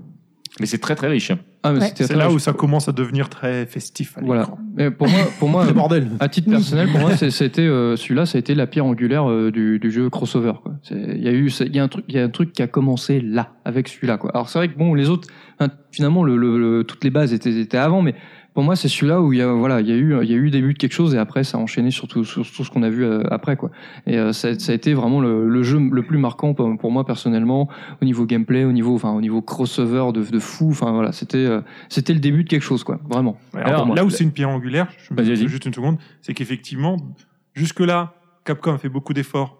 Mais c'est très très riche.
Ah, mais
Ouais.
c'était
C'est
très-
là où ça commence à devenir très festif à l'écran.
Voilà. Mais pour moi, pour moi
Le bordel.
à titre personnel, pour moi, c'est- c'était euh, celui-là, ça a été la pierre angulaire euh, du, du jeu crossover. quoi. C'est- Il y a eu, c'est- il y a un truc, il y a un truc qui a commencé là avec celui-là. Quoi. Alors c'est vrai que bon, les autres, hein, finalement, le, le- le- toutes les bases étaient, étaient avant, mais pour moi, c'est celui-là où il y a, voilà, il y a eu, il y a eu le début de quelque chose et après, ça a enchaîné sur tout, sur tout ce qu'on a vu euh, après, quoi. Et euh, ça, ça a été vraiment le, le jeu le plus marquant pour, pour moi personnellement au niveau gameplay, au niveau, enfin, au niveau crossover de, de fou. Enfin voilà, c'était, euh, c'était le début de quelque chose, quoi. Vraiment.
Ouais,
Alors,
alors,
moi,
là où
la-
c'est une pierre angulaire, je me
Vas-y, vas-y.
juste une seconde, c'est qu'effectivement, jusque-là, Capcom a fait beaucoup d'efforts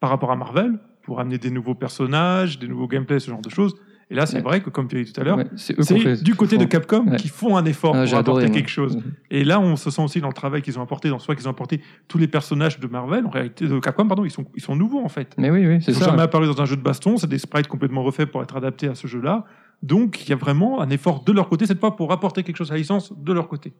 par rapport à Marvel pour amener des nouveaux personnages, des nouveaux gameplays, ce genre de choses. Et là, c'est
Ouais.
vrai que, comme tu as dit tout à l'heure,
Ouais, c'est eux qu'on fait-
c'est du côté de Capcom
Ouais.
qui font un effort
Ah, j'ai
pour apporter
adoré, moi. Mhm.
quelque chose. Et là, on se sent aussi dans le travail qu'ils ont apporté, dans soi qu'ils ont apporté tous les personnages de Marvel, en réalité, de Capcom, pardon, ils sont, ils sont nouveaux en fait.
Oh. Mais oui, oui, c'est
Ils sont
ça.
jamais apparus dans un jeu de baston, c'est des sprites complètement refaits pour être adaptés à ce jeu-là. Donc, il y a vraiment un effort de leur côté, cette fois pour apporter quelque chose à la licence de leur côté.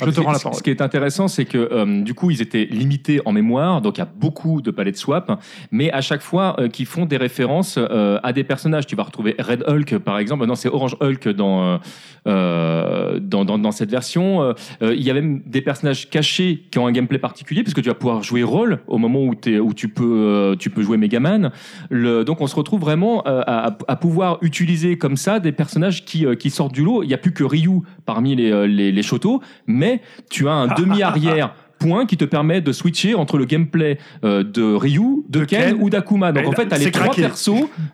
Je te
Ce-
rends la
ce-
parole.
Ce qui est intéressant, c'est que euh, du coup, ils étaient limités en mémoire, donc il y a beaucoup de palais de swap, mais à chaque fois euh, qu'ils font des références euh, à des personnages. Tu vas retrouver Red Hulk, par exemple. Non, c'est Orange Hulk dans, euh, euh, dans, dans, dans cette version. Euh, euh, Il y a même des personnages cachés qui ont un gameplay particulier, puisque tu vas pouvoir jouer rôle au moment où, t'es- où tu, peux, euh, tu peux jouer Megaman. Le, donc on se retrouve vraiment euh, à, à pouvoir utiliser comme ça des personnages qui, euh, qui sortent du lot. Il n'y a plus que Ryu parmi les, euh, les, les Shoto, mais tu as un demi-arrière point qui te permet de switcher entre le gameplay euh, de Ryu, de,
De
Ken,
Ken.
ou d'Akuma. Donc
Et
en
là,
fait, tu as les
c'est
trois
craqué.
persos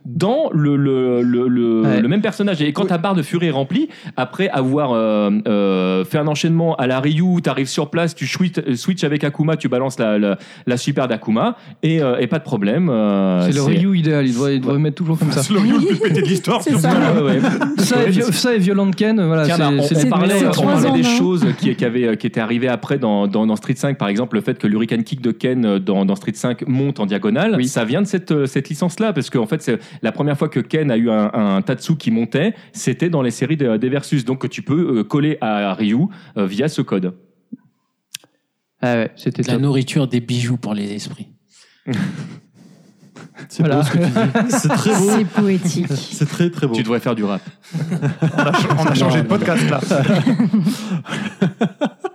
dans le, le, le, le,
Ouais.
le même personnage. Et quand ta barre de furie est remplie, après avoir euh, euh, fait un enchaînement à la Ryu, t'arrives sur place, tu switch, euh, switch avec Akuma, tu balances la, la, la super d'Akuma, et, euh, et pas de problème. euh,
C'est le Ryu idéal, il devrait, il devrait mettre toujours comme ça.
C'est le Ryu le plus pété de l'histoire.
C'est
surtout.
ça.
Ouais, ouais.
Ça et, Vio- ça et Violent Ken, voilà,
Tiens,
Ah, c'est
bah, on,
c'est
on
des- hein.
parlait,
c'est
on
trois
parlait
en
des
un.
choses qui, qui, avaient, euh, qui étaient arrivées après dans, dans, dans Street 5, par exemple, le fait que l'Hurricane Kick de Ken euh, dans, dans Street 5 monte en diagonale,
Oui.
ça vient de cette, euh, cette licence-là, parce qu'en en fait, c'est la première fois que Ken a eu un, un Tatsu qui montait, c'était dans les séries de- des Versus, donc que tu peux euh, coller à, Ryu euh, via ce code.
Ah ouais, c'était
De la
top.
nourriture, des bijoux pour les esprits.
C'est beau
Voilà.
ce que tu dis. C'est très beau.
C'est poétique.
C'est très très beau.
Tu devrais faire du rap.
On a changé de podcast là.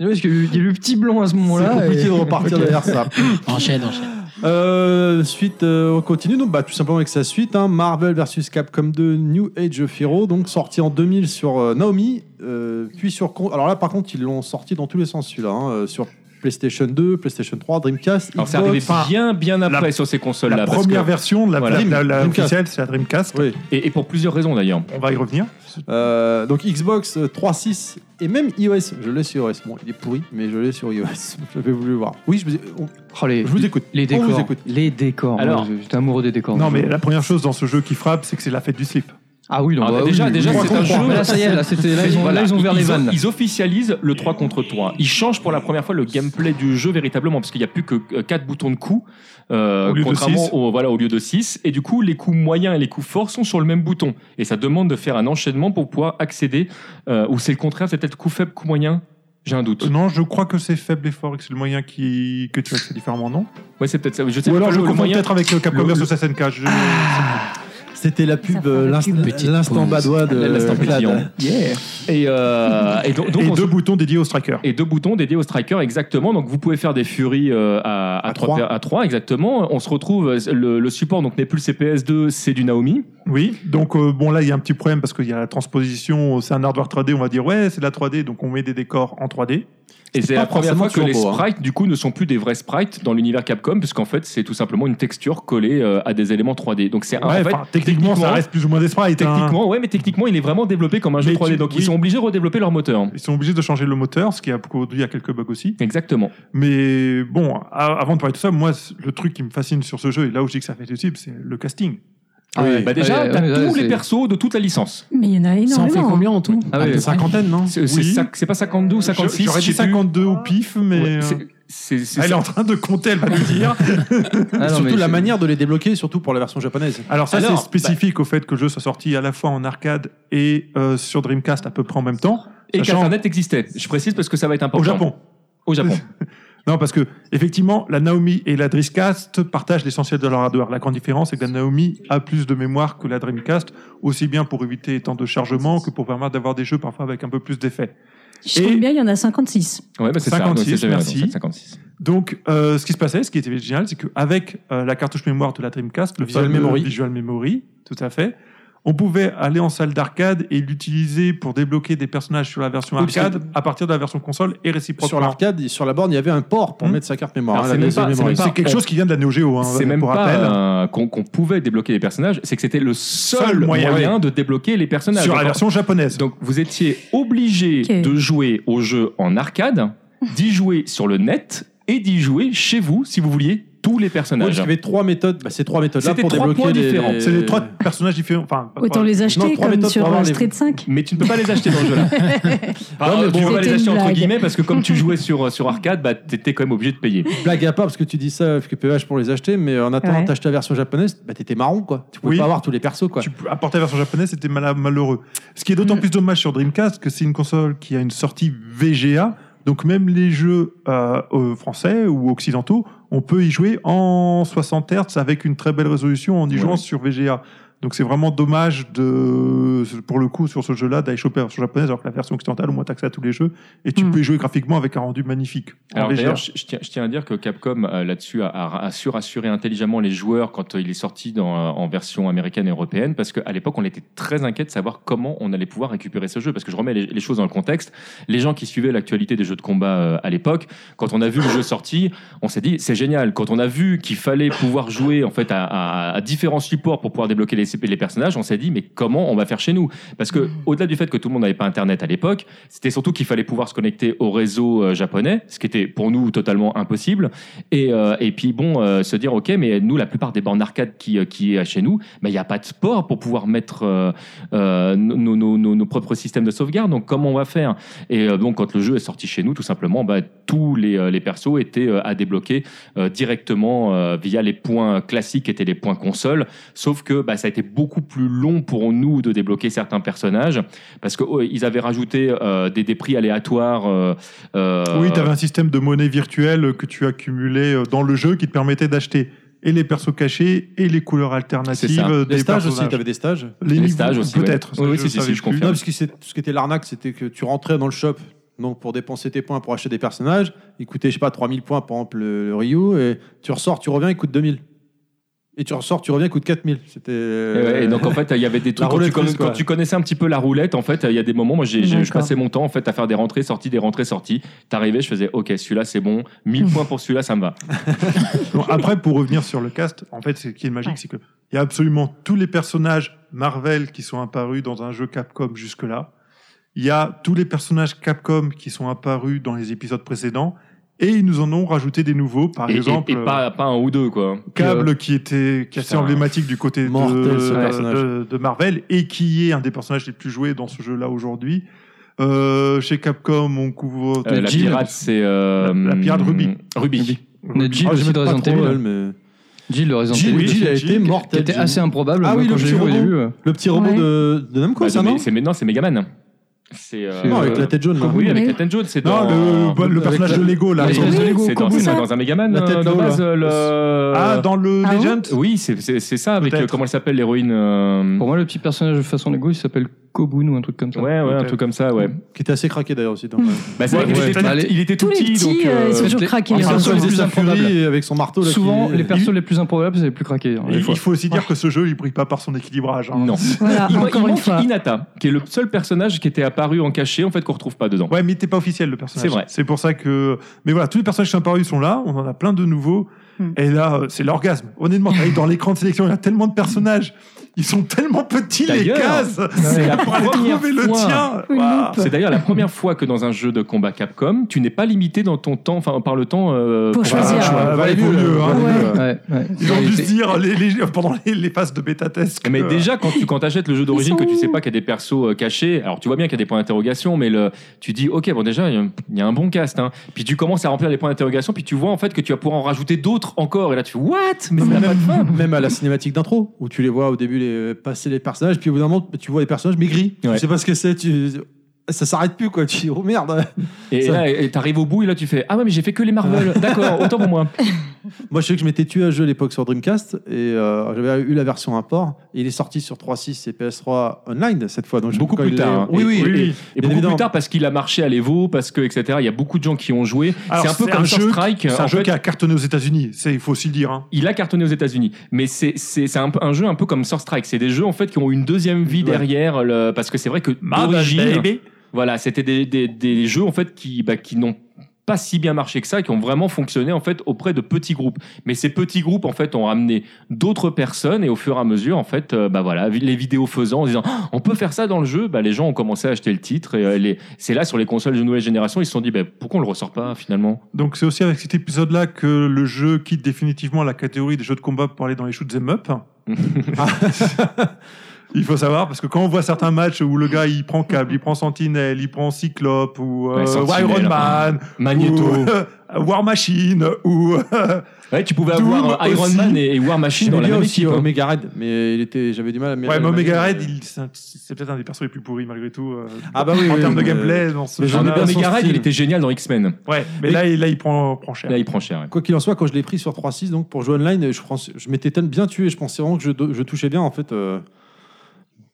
Oui, parce qu'il y a eu le petit blanc à ce
C'est
moment-là.
compliqué
et-
de repartir
Ok.
derrière ça.
Enchaîne, enchaîne.
Euh, suite, euh, on continue donc bah, tout simplement avec sa suite, hein, Marvel vs Capcom 2 New Age of Heroes, donc sorti en 2000 sur euh, Naomi, euh, puis sur con- alors là par contre ils l'ont sorti dans tous les sens celui-là, hein, euh, sur PlayStation 2, PlayStation 3, Dreamcast,
Alors, c'est
Xbox.
arrivé bien, bien après
la-
sur ces
La
consoles-là. parce
première
que-
version de la,
Voilà.
la- la- la
Dreamcast.
officielle, c'est la Dreamcast.
Oui.
et, et pour plusieurs raisons d'ailleurs.
On va y revenir.
Euh, donc Xbox euh, 3.6 et même iOS. Je l'ai sur iOS. Bon, il est pourri, mais je l'ai sur iOS. J'avais voulu le voir. Oui, je vous, on-
Oh, les,
je vous écoute.
les
On vous
décors.
écoute.
Les décors.
Alors-
Alors, j'étais amoureux des décors.
Non, mais la première chose dans ce jeu qui frappe, c'est que c'est la fête du slip.
Ah oui, non,
Alors,
bah
déjà-
oui,
déjà,
oui.
c'est un jeu-
Mais Là, ça y est, là, c'était- là, ils ont,
Voilà,
là, ils ont ouvert les
ils-
vannes.
Ils officialisent le 3 contre 3. Ils changent pour la première fois le gameplay du jeu véritablement, parce qu'il n'y a plus que 4 boutons de coups, euh,
Au lieu de
contrairement
six.
au, voilà, au lieu de 6. Et du coup, les coups moyens et les coups forts sont sur le même bouton. Et ça demande de faire un enchaînement pour pouvoir accéder. euh, ou c'est le contraire, c'est peut-être coup faible, coup moyen J'ai un doute.
Euh, Non, je crois que c'est faible et fort et que c'est le moyen qui... que tu accèdes différemment, non
Ouais, c'est peut-être ça. Je sais
Ou
pas,
alors
le
je le
coup
confonds
moyen-
peut-être avec euh, Capcom
le-
vs SNK. je-
C'était la pub,
Ça fera
euh,
la
l'inst-
pub.
Petite
l'instant
pause.
badois de
L'instant
Clad.
pétillant. Et, euh, et donc, donc,
euh, et
on se-
deux boutons dédiés au striker.
et deux boutons dédiés au striker exactement donc vous pouvez faire des furies euh, à, à,
À
3,
trois.
à trois, exactement on se retrouve euh, le, le support donc n'est plus le CPS2 c'est du Naomi
Oui, donc euh, bon là il y a un petit problème parce qu'il y a la transposition, c'est un hardware 3D, on va dire ouais c'est de la 3D, donc on met des décors en 3D.
et c'est
pas
la première
forcément
fois que les
turbo, hein.
sprites du coup ne sont plus des vrais sprites dans l'univers Capcom puisqu'en fait c'est tout simplement une texture collée euh, à des éléments 3D donc c'est un-
Ouais,
en fait,
enfin, techniquement, ça reste plus ou moins des sprites. hein.
techniquement ouais mais techniquement il est vraiment développé comme un jeu
Mais
3D
tu-
donc
oui.
ils sont obligés de redévelopper leur moteur
Ils sont obligés de changer le moteur, ce qui a produit à quelques bugs aussi.
exactement
Mais bon, a- avant de parler de ça, moi c- le truc qui me fascine sur ce jeu, et là où je dis que ça fait du cible, c'est le casting.
Ah ouais.
bah déjà
Ah ouais,
t'as
ouais,
tous
ouais,
les
c'est-
persos de toute la licence
Mais il y en
Ça
a
en fait
énormément.
combien en tout
Ah oui,
À peu près
Cinquantaine, non
c'est c'est
Oui.
ça- c'est pas 52 ou 56
Je- J'aurais
je
dit
sais plus.
52 au pif, mais
Ouais,
euh,
c'est- c'est- c'est-
elle est en train de compter, elle va nous dire.
Ah non,
surtout
mais
la
c'est-
manière de les débloquer, surtout pour la version japonaise.
Alors ça,
Alors, bah
c'est spécifique au fait que le jeu soit sorti à la fois en arcade et euh, sur Dreamcast à peu près en même temps.
et
sachant-
qu'Internet existait je précise parce que ça va être important
Au Japon.
au Japon
Non, parce que effectivement, la Naomi et la Dreamcast partagent l'essentiel de leur hardware. La grande différence, c'est que la Naomi a plus de mémoire que la Dreamcast, aussi bien pour éviter les temps de chargement que pour permettre d'avoir des jeux parfois avec un peu plus d'effets.
Je compte
Et-
bien, il y en a 56.
Ouais, bah c'est ça.
56,
donc c'est jamais raison,
merci.
ça, 56.
Donc, euh, ce qui se passait, ce qui était génial, c'est qu'avec euh, la cartouche mémoire de la Dreamcast, le
Visual
fameux
Memory.
Visual Memory, tout à fait, on pouvait aller en salle d'arcade et l'utiliser pour débloquer des personnages sur la version
Oui, parce que-
arcade à partir de la version console et
Sur
réciproquement.
l'arcade, sur la borne, il y avait un port pour
Hmm.
mettre sa carte mémoire.
Alors,
hein,
c'est
la
même
deuxième
pas- c'est
mémoire.
même
C'est quelque chose qui vient de la Neo Geo, hein,
c'est même
pour
pas
rappel.
euh, qu'on qu'on pouvait débloquer les personnages, c'est que c'était le seul,
Seul
moyen,
moyen,
de débloquer les personnages.
sur la
Donc,
version japonaise.
Donc vous étiez obligé
Ok.
de jouer au jeu en arcade, d'y jouer sur le net et d'y jouer chez vous si vous vouliez tous les
Oui, parce
personnages.
qu'il y avait trois méthodes. Bah, c'est trois méthodes là
C'était
pour
trois points
débloquer les-
différents.
C'est les trois personnages différents. Enfin, pas
Autant
trois.
les acheter
trois
comme
méthodes
sur
pour avoir
euh,
les-
Street 5.
mais tu ne peux pas les acheter dans le jeu là. Enfin,
Ouais, mais
tu
bon,
peux pas les
c'était
acheter
une
entre
blague.
guillemets parce que comme tu jouais sur, sur arcade, bah, t'étais quand même obligé de payer.
Blague à part, parce que tu dis ça, FQPH pour les acheter, mais en attendant,
Ouais.
t'achetais la version japonaise, bah t'étais marron quoi. Tu pouvais
Oui.
pas avoir tous les persos quoi.
Tu apportais la version japonaise, c'était mal- malheureux. Ce qui est
Mm.
d'autant plus dommage sur Dreamcast que c'est une console qui a une sortie VGA, donc même les jeux euh, euh, français ou occidentaux, on peut y jouer en 60 Hz avec une très belle résolution en y
Ouais,
jouant
ouais.
sur VGA. Donc c'est vraiment dommage de, pour le coup, sur ce jeu-là, d'aller choper la version japonaise alors que la version occidentale, au moins t'accès à tous les jeux et tu
Mm.
peux y jouer graphiquement avec un rendu magnifique. en
Alors
VGA.
d'ailleurs, je, je tiens, je tiens à dire que Capcom euh, là-dessus a, a, a surassuré intelligemment les joueurs quand euh, il est sorti dans, euh, en version américaine et européenne, parce qu'à l'époque on était très inquiet de savoir comment on allait pouvoir récupérer ce jeu, parce que je remets les, les choses dans le contexte. Les gens qui suivaient l'actualité des jeux de combat euh, à l'époque, quand on a vu le jeu sorti, on s'est dit c'est génial. Quand on a vu qu'il fallait pouvoir jouer en fait à, à- à différents supports pour pouvoir débloquer les, les, les personnages, on s'est dit, mais comment on va faire chez nous Parce que au-delà du fait que tout le monde n'avait pas Internet à l'époque, c'était surtout qu'il fallait pouvoir se connecter au réseau euh, japonais, ce qui était pour nous totalement impossible. Et, euh, et puis bon, euh, se dire, ok, mais nous, la plupart des bornes arcade qui, euh, qui est chez nous, bah, il n'y a pas de sport pour pouvoir mettre euh, euh, nos, nos- nos- nos propres systèmes de sauvegarde. Donc comment on va faire Et euh, donc quand le jeu est sorti chez nous, tout simplement, bah, tous les, euh, les persos étaient euh, à débloquer euh, directement euh, via les points classiques, qui étaient les points consoles. Sauf que bah, ça a été beaucoup plus long pour nous de débloquer certains personnages parce que oh, ils avaient rajouté euh, des, des prix aléatoires. euh, euh,
Oui, tu avais un système de monnaie virtuelle que tu accumulais euh, dans le jeu qui te permettait d'acheter et les persos cachés et les couleurs
C'est
alternatives
ça.
euh,
Des,
des
stages aussi,
personnages.
t'avais des stages
Les,
Les
niveaux,
stages aussi, ouais.
peut-être. ça,
Oui, oui,
je
si, si,
savais plus.
je confirme.
Non, parce que c'est- ce qui était l'arnaque, c'était que tu rentrais dans le shop donc pour dépenser tes points pour acheter des personnages. Il coûtait, je sais pas, 3000 points, par exemple, le, le Ryu. Et tu ressors, tu reviens, il coûte 2000. Et tu ressors, tu reviens, il coûte 4000. C'était.
Et, ouais, et donc en fait il y avait des
Euh, La
trucs quand tu,
roulette
connais-
russe, quoi.
quand tu connaissais un petit peu la roulette en fait il y a des moments moi j'ai, j'ai- je
D'accord.
passais mon temps en fait à faire des rentrées sorties des rentrées sorties t'arrivais je faisais ok celui-là c'est bon 1000 points pour celui-là ça me va
Bon, après, pour revenir sur le cast, en fait, ce qui est magique,
Ouais.
c'est que il y a absolument tous les personnages Marvel qui sont apparus dans un jeu Capcom jusque-là. Il y a tous les personnages Capcom qui sont apparus dans les épisodes précédents. Et ils nous en ont rajouté des nouveaux, par
et, et-
exemple. euh,
et pas, pas un ou deux quoi
Cable qui était qui est assez
Euh, Putain.
emblématique du côté de,
Mortel, ce
de-
personnage.
de- de Marvel et qui est un des personnages les plus joués dans ce jeu-là aujourd'hui. Euh, chez Capcom, on couvre
Euh, la
Jill.
pirate c'est euh,
La- la pirate Ruby.
Ruby. Bah,
On a Jill
Ah,
aussi
j'aimais
de
pas
Resident
trop
Evil.
elle, mais-
Jill de Resident
Jill,
Evil.
oui, Jill a
Jill,
été
qui
qui
mortelle.
était
Jill.
assez improbable.
Ah
moi,
oui,
quand
le
je l'ai
petit
vu au
robot. Ah,
début. euh,
Le petit robot
Ouais.
de, de Namco,
Bah,
ça,
mais-
non
c'est mais non c'est Megaman c'est euh,
Non, avec
euh,
la tête Ah, jaune, là.
oui avec
Oui.
la tête jaune c'est
Non, le-
dans
le,
Avec
personnage
la-
de Lego là.
la
c'est
espèce de Lego,
c'est dans,
Kobun.
c'est dans un Megaman
La tête
euh, de
là-haut, là.
base euh, le-
Ah, dans le
Ah ouais
Legend
oui c'est- c'est c'est ça avec
Peut-être.
euh, comment elle s'appelle l'héroïne euh,
Pour moi, le petit personnage de façon Lego, il s'appelle Kobun ou un truc comme ça.
Ouais, ouais, un
Peut-être.
truc comme ça, ouais.
Qui était assez craqué d'ailleurs aussi. dans-
Mmh.
Bah, c'est
Ouais,
vrai qu'il
ouais.
était,
Allez.
il était tout
Tous les
petit,
petits,
donc.
euh,
euh,
ils sont
les-
toujours craqués.
Il
les
hein.
personnages
faisait
les plus
sa furie
improbables.
avec son marteau. Là,
Souvent,
qui-
les persos les plus improbables, c'est les plus craqués. hein, des
Il
fois.
il faut aussi dire que ce jeu, il brille pas par son équilibrage. hein.
Non.
Voilà,
Il, manque- il
euh, encore une
manque
fois.
Inata, qui est le seul personnage qui était apparu en cachet, en fait, qu'on retrouve pas dedans.
Ouais, mais il n'était pas officiel le personnage.
C'est vrai.
C'est pour ça que. Mais voilà, tous les personnages qui sont apparus sont là. On en a plein de nouveaux.
Hmm.
Et là, euh, c'est l'orgasme. Honnêtement, t'arrives dans l'écran de sélection, il y a tellement de personnages. Ils sont tellement petits, les
D'ailleurs,
cases.
c'est la
Pour aller
première
trouver le
fois.
tien.
Une
Waouh.
loupe.
C'est d'ailleurs la première fois que dans un jeu de combat Capcom, tu n'es pas limité dans ton temps, enfin par le temps euh,
Pour
faire
choisir.
un choix.
Ah,
Valait
vaut
mieux,
mieux, hein.
valait mieux.
Ouais, ouais.
Ils ont
Et
dû se
c'est-
dire les- les- pendant les, les phases de bêta test. que- euh,
Mais déjà, quand tu quand achètes le jeu d'origine,
Ils
que
sont
tu sais
où
pas qu'il y a des persos euh, cachés, alors tu vois bien qu'il y a des points d'interrogation, mais le, tu dis, ok, bon, déjà, il y a un- il y, a un bon cast. Hein. Puis tu commences à remplir les points d'interrogation, puis tu vois en fait que tu vas pouvoir en rajouter d'autres encore. Et là, tu fais, what Mais ça n'a pas de fin
Même à la cinématique d'intro, où tu les vois au début les, passer les personnages, puis au bout d'un moment, tu vois les personnages maigris.
Ouais.
Tu sais pas ce que c'est, tu... ça s'arrête plus, quoi. Tu dis, oh merde
Et
Ça-
là, et t'arrives au bout et là tu fais Ah ouais, mais j'ai fait que les Marvel. D'accord, autant pour moi.
Moi, je sais que je m'étais tué à ce jeu à l'époque sur Dreamcast, et euh, j'avais eu la version import. Et il est sorti sur 3.6 et PS3 Online, cette fois. Donc, je-
Beaucoup
quand
plus
il
tard, hein.
est- Oui,
Et-
oui,
oui,
et-
oui. Et
Bien
beaucoup
évidemment.
plus tard parce qu'il a marché à l'Evo, parce que, etc. Il y a beaucoup de gens qui ont joué.
Alors,
C'est un peu comme Sur
jeu-
Strike.
C'est un
en
jeu
fait,
qui a cartonné aux États-Unis. C'est- Il faut aussi le dire. hein.
il a cartonné aux États-Unis, mais c'est c'est c'est un, peu- un jeu un peu comme Sur Strike. C'est des jeux en fait qui ont une deuxième vie
Ouais.
derrière, le, parce que c'est vrai que d'origine, voilà, c'était des, des, des jeux en fait qui bah, qui n'ont pas si bien marché que ça, qui ont vraiment fonctionné en fait auprès de petits groupes. Mais ces petits groupes en fait ont ramené d'autres personnes et au fur et à mesure en fait, euh, bah voilà, les vidéos faisant en disant Ah, on peut faire ça dans le jeu, bah les gens ont commencé à acheter le titre et euh, les- c'est là sur les consoles de nouvelle génération ils se sont dit bah, pourquoi on le ressort pas finalement.
Donc c'est aussi avec cet épisode-là que le jeu quitte définitivement la catégorie des jeux de combat pour aller dans les shoot 'em up. Il faut savoir parce que quand on voit certains matchs où le gars il prend câble, il prend Sentinelle, il prend Cyclope ou euh,
Ouais, Sentinelle,
Iron Man,
Magneto.
ou euh, War Machine ou euh,
Ouais, tu pouvais
Doom
avoir euh, Iron
aussi.
Man et et War Machine
J'aimais
dans la
bien
même
aussi
équipe. hein.
Omega Red, mais il était, j'avais du mal à me-
ouais, mais Omega Red,
euh,
il- c'est un- c'est peut-être un des persos les plus pourris malgré tout euh,
Ah bah oui,
en
oui,
termes de
mais-
gameplay dans ce
mais j'en ai
jeu-là.
bien
Omega
son
Red,
style.
il était génial dans X-Men.
Ouais, mais là, il- là il prend, prend cher.
Là, il prend cher. ouais.
Quoi qu'il en soit, quand je l'ai pris sur 3.6, donc pour jouer online, je, pense- je m'étais tellement bien tué, je pensais vraiment que je, do- je touchais bien, en fait. euh,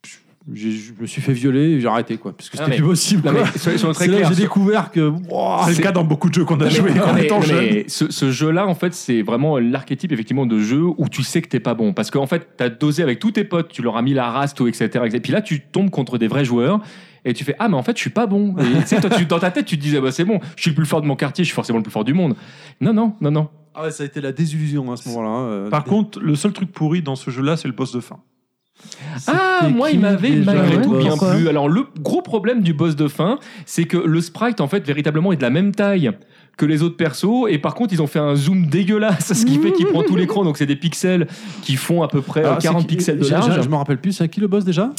je- j'ai- je me suis fait violer et j'ai arrêté, quoi, parce que
Ah,
c'était
mais-
plus possible.
Non,
quoi.
mais soyons- soyons très
C'est là que
clairs,
j'ai
sur-
découvert que. Wouah,
Ah, c'est
c'est-
le cas dans beaucoup de jeux qu'on a joués
Non,
en
mais-
étant
non,
jeune.
mais ce, ce jeu-là, en fait, c'est vraiment l'archétype, effectivement, de jeu où tu sais que t'es pas bon. Parce qu'en fait, t'as dosé avec tous tes potes, tu leur as mis la race, tout, etc. Et puis là, tu tombes contre des vrais joueurs. Et tu fais ah mais en fait je suis pas bon. Et, tu sais, toi, tu- dans ta tête tu te disais bah c'est bon, je suis le plus fort de mon quartier, je suis forcément le plus fort du monde. Non non non non.
Ah ouais, ça a été la désillusion hein, à ce moment-là. hein, euh,
Par contre, le seul truc pourri dans ce jeu-là, c'est le boss de fin.
Ah,
C'était
moi,
qui
il m'avait
déjà Ah,
malgré
le
tout
boss
bien
Pourquoi
plu. Alors, le gros problème du boss de fin, c'est que le sprite, en fait, véritablement, est de la même taille que les autres persos. Et par contre, ils ont fait un zoom dégueulasse, ce qui fait qu'il prend tout l'écran. Donc, c'est des pixels qui font à peu près euh,
Alors, Ah, c'est
40
qui-
pixels de
j'ai- j'ai-
large.
Je me rappelle plus, c'est à qui le boss déjà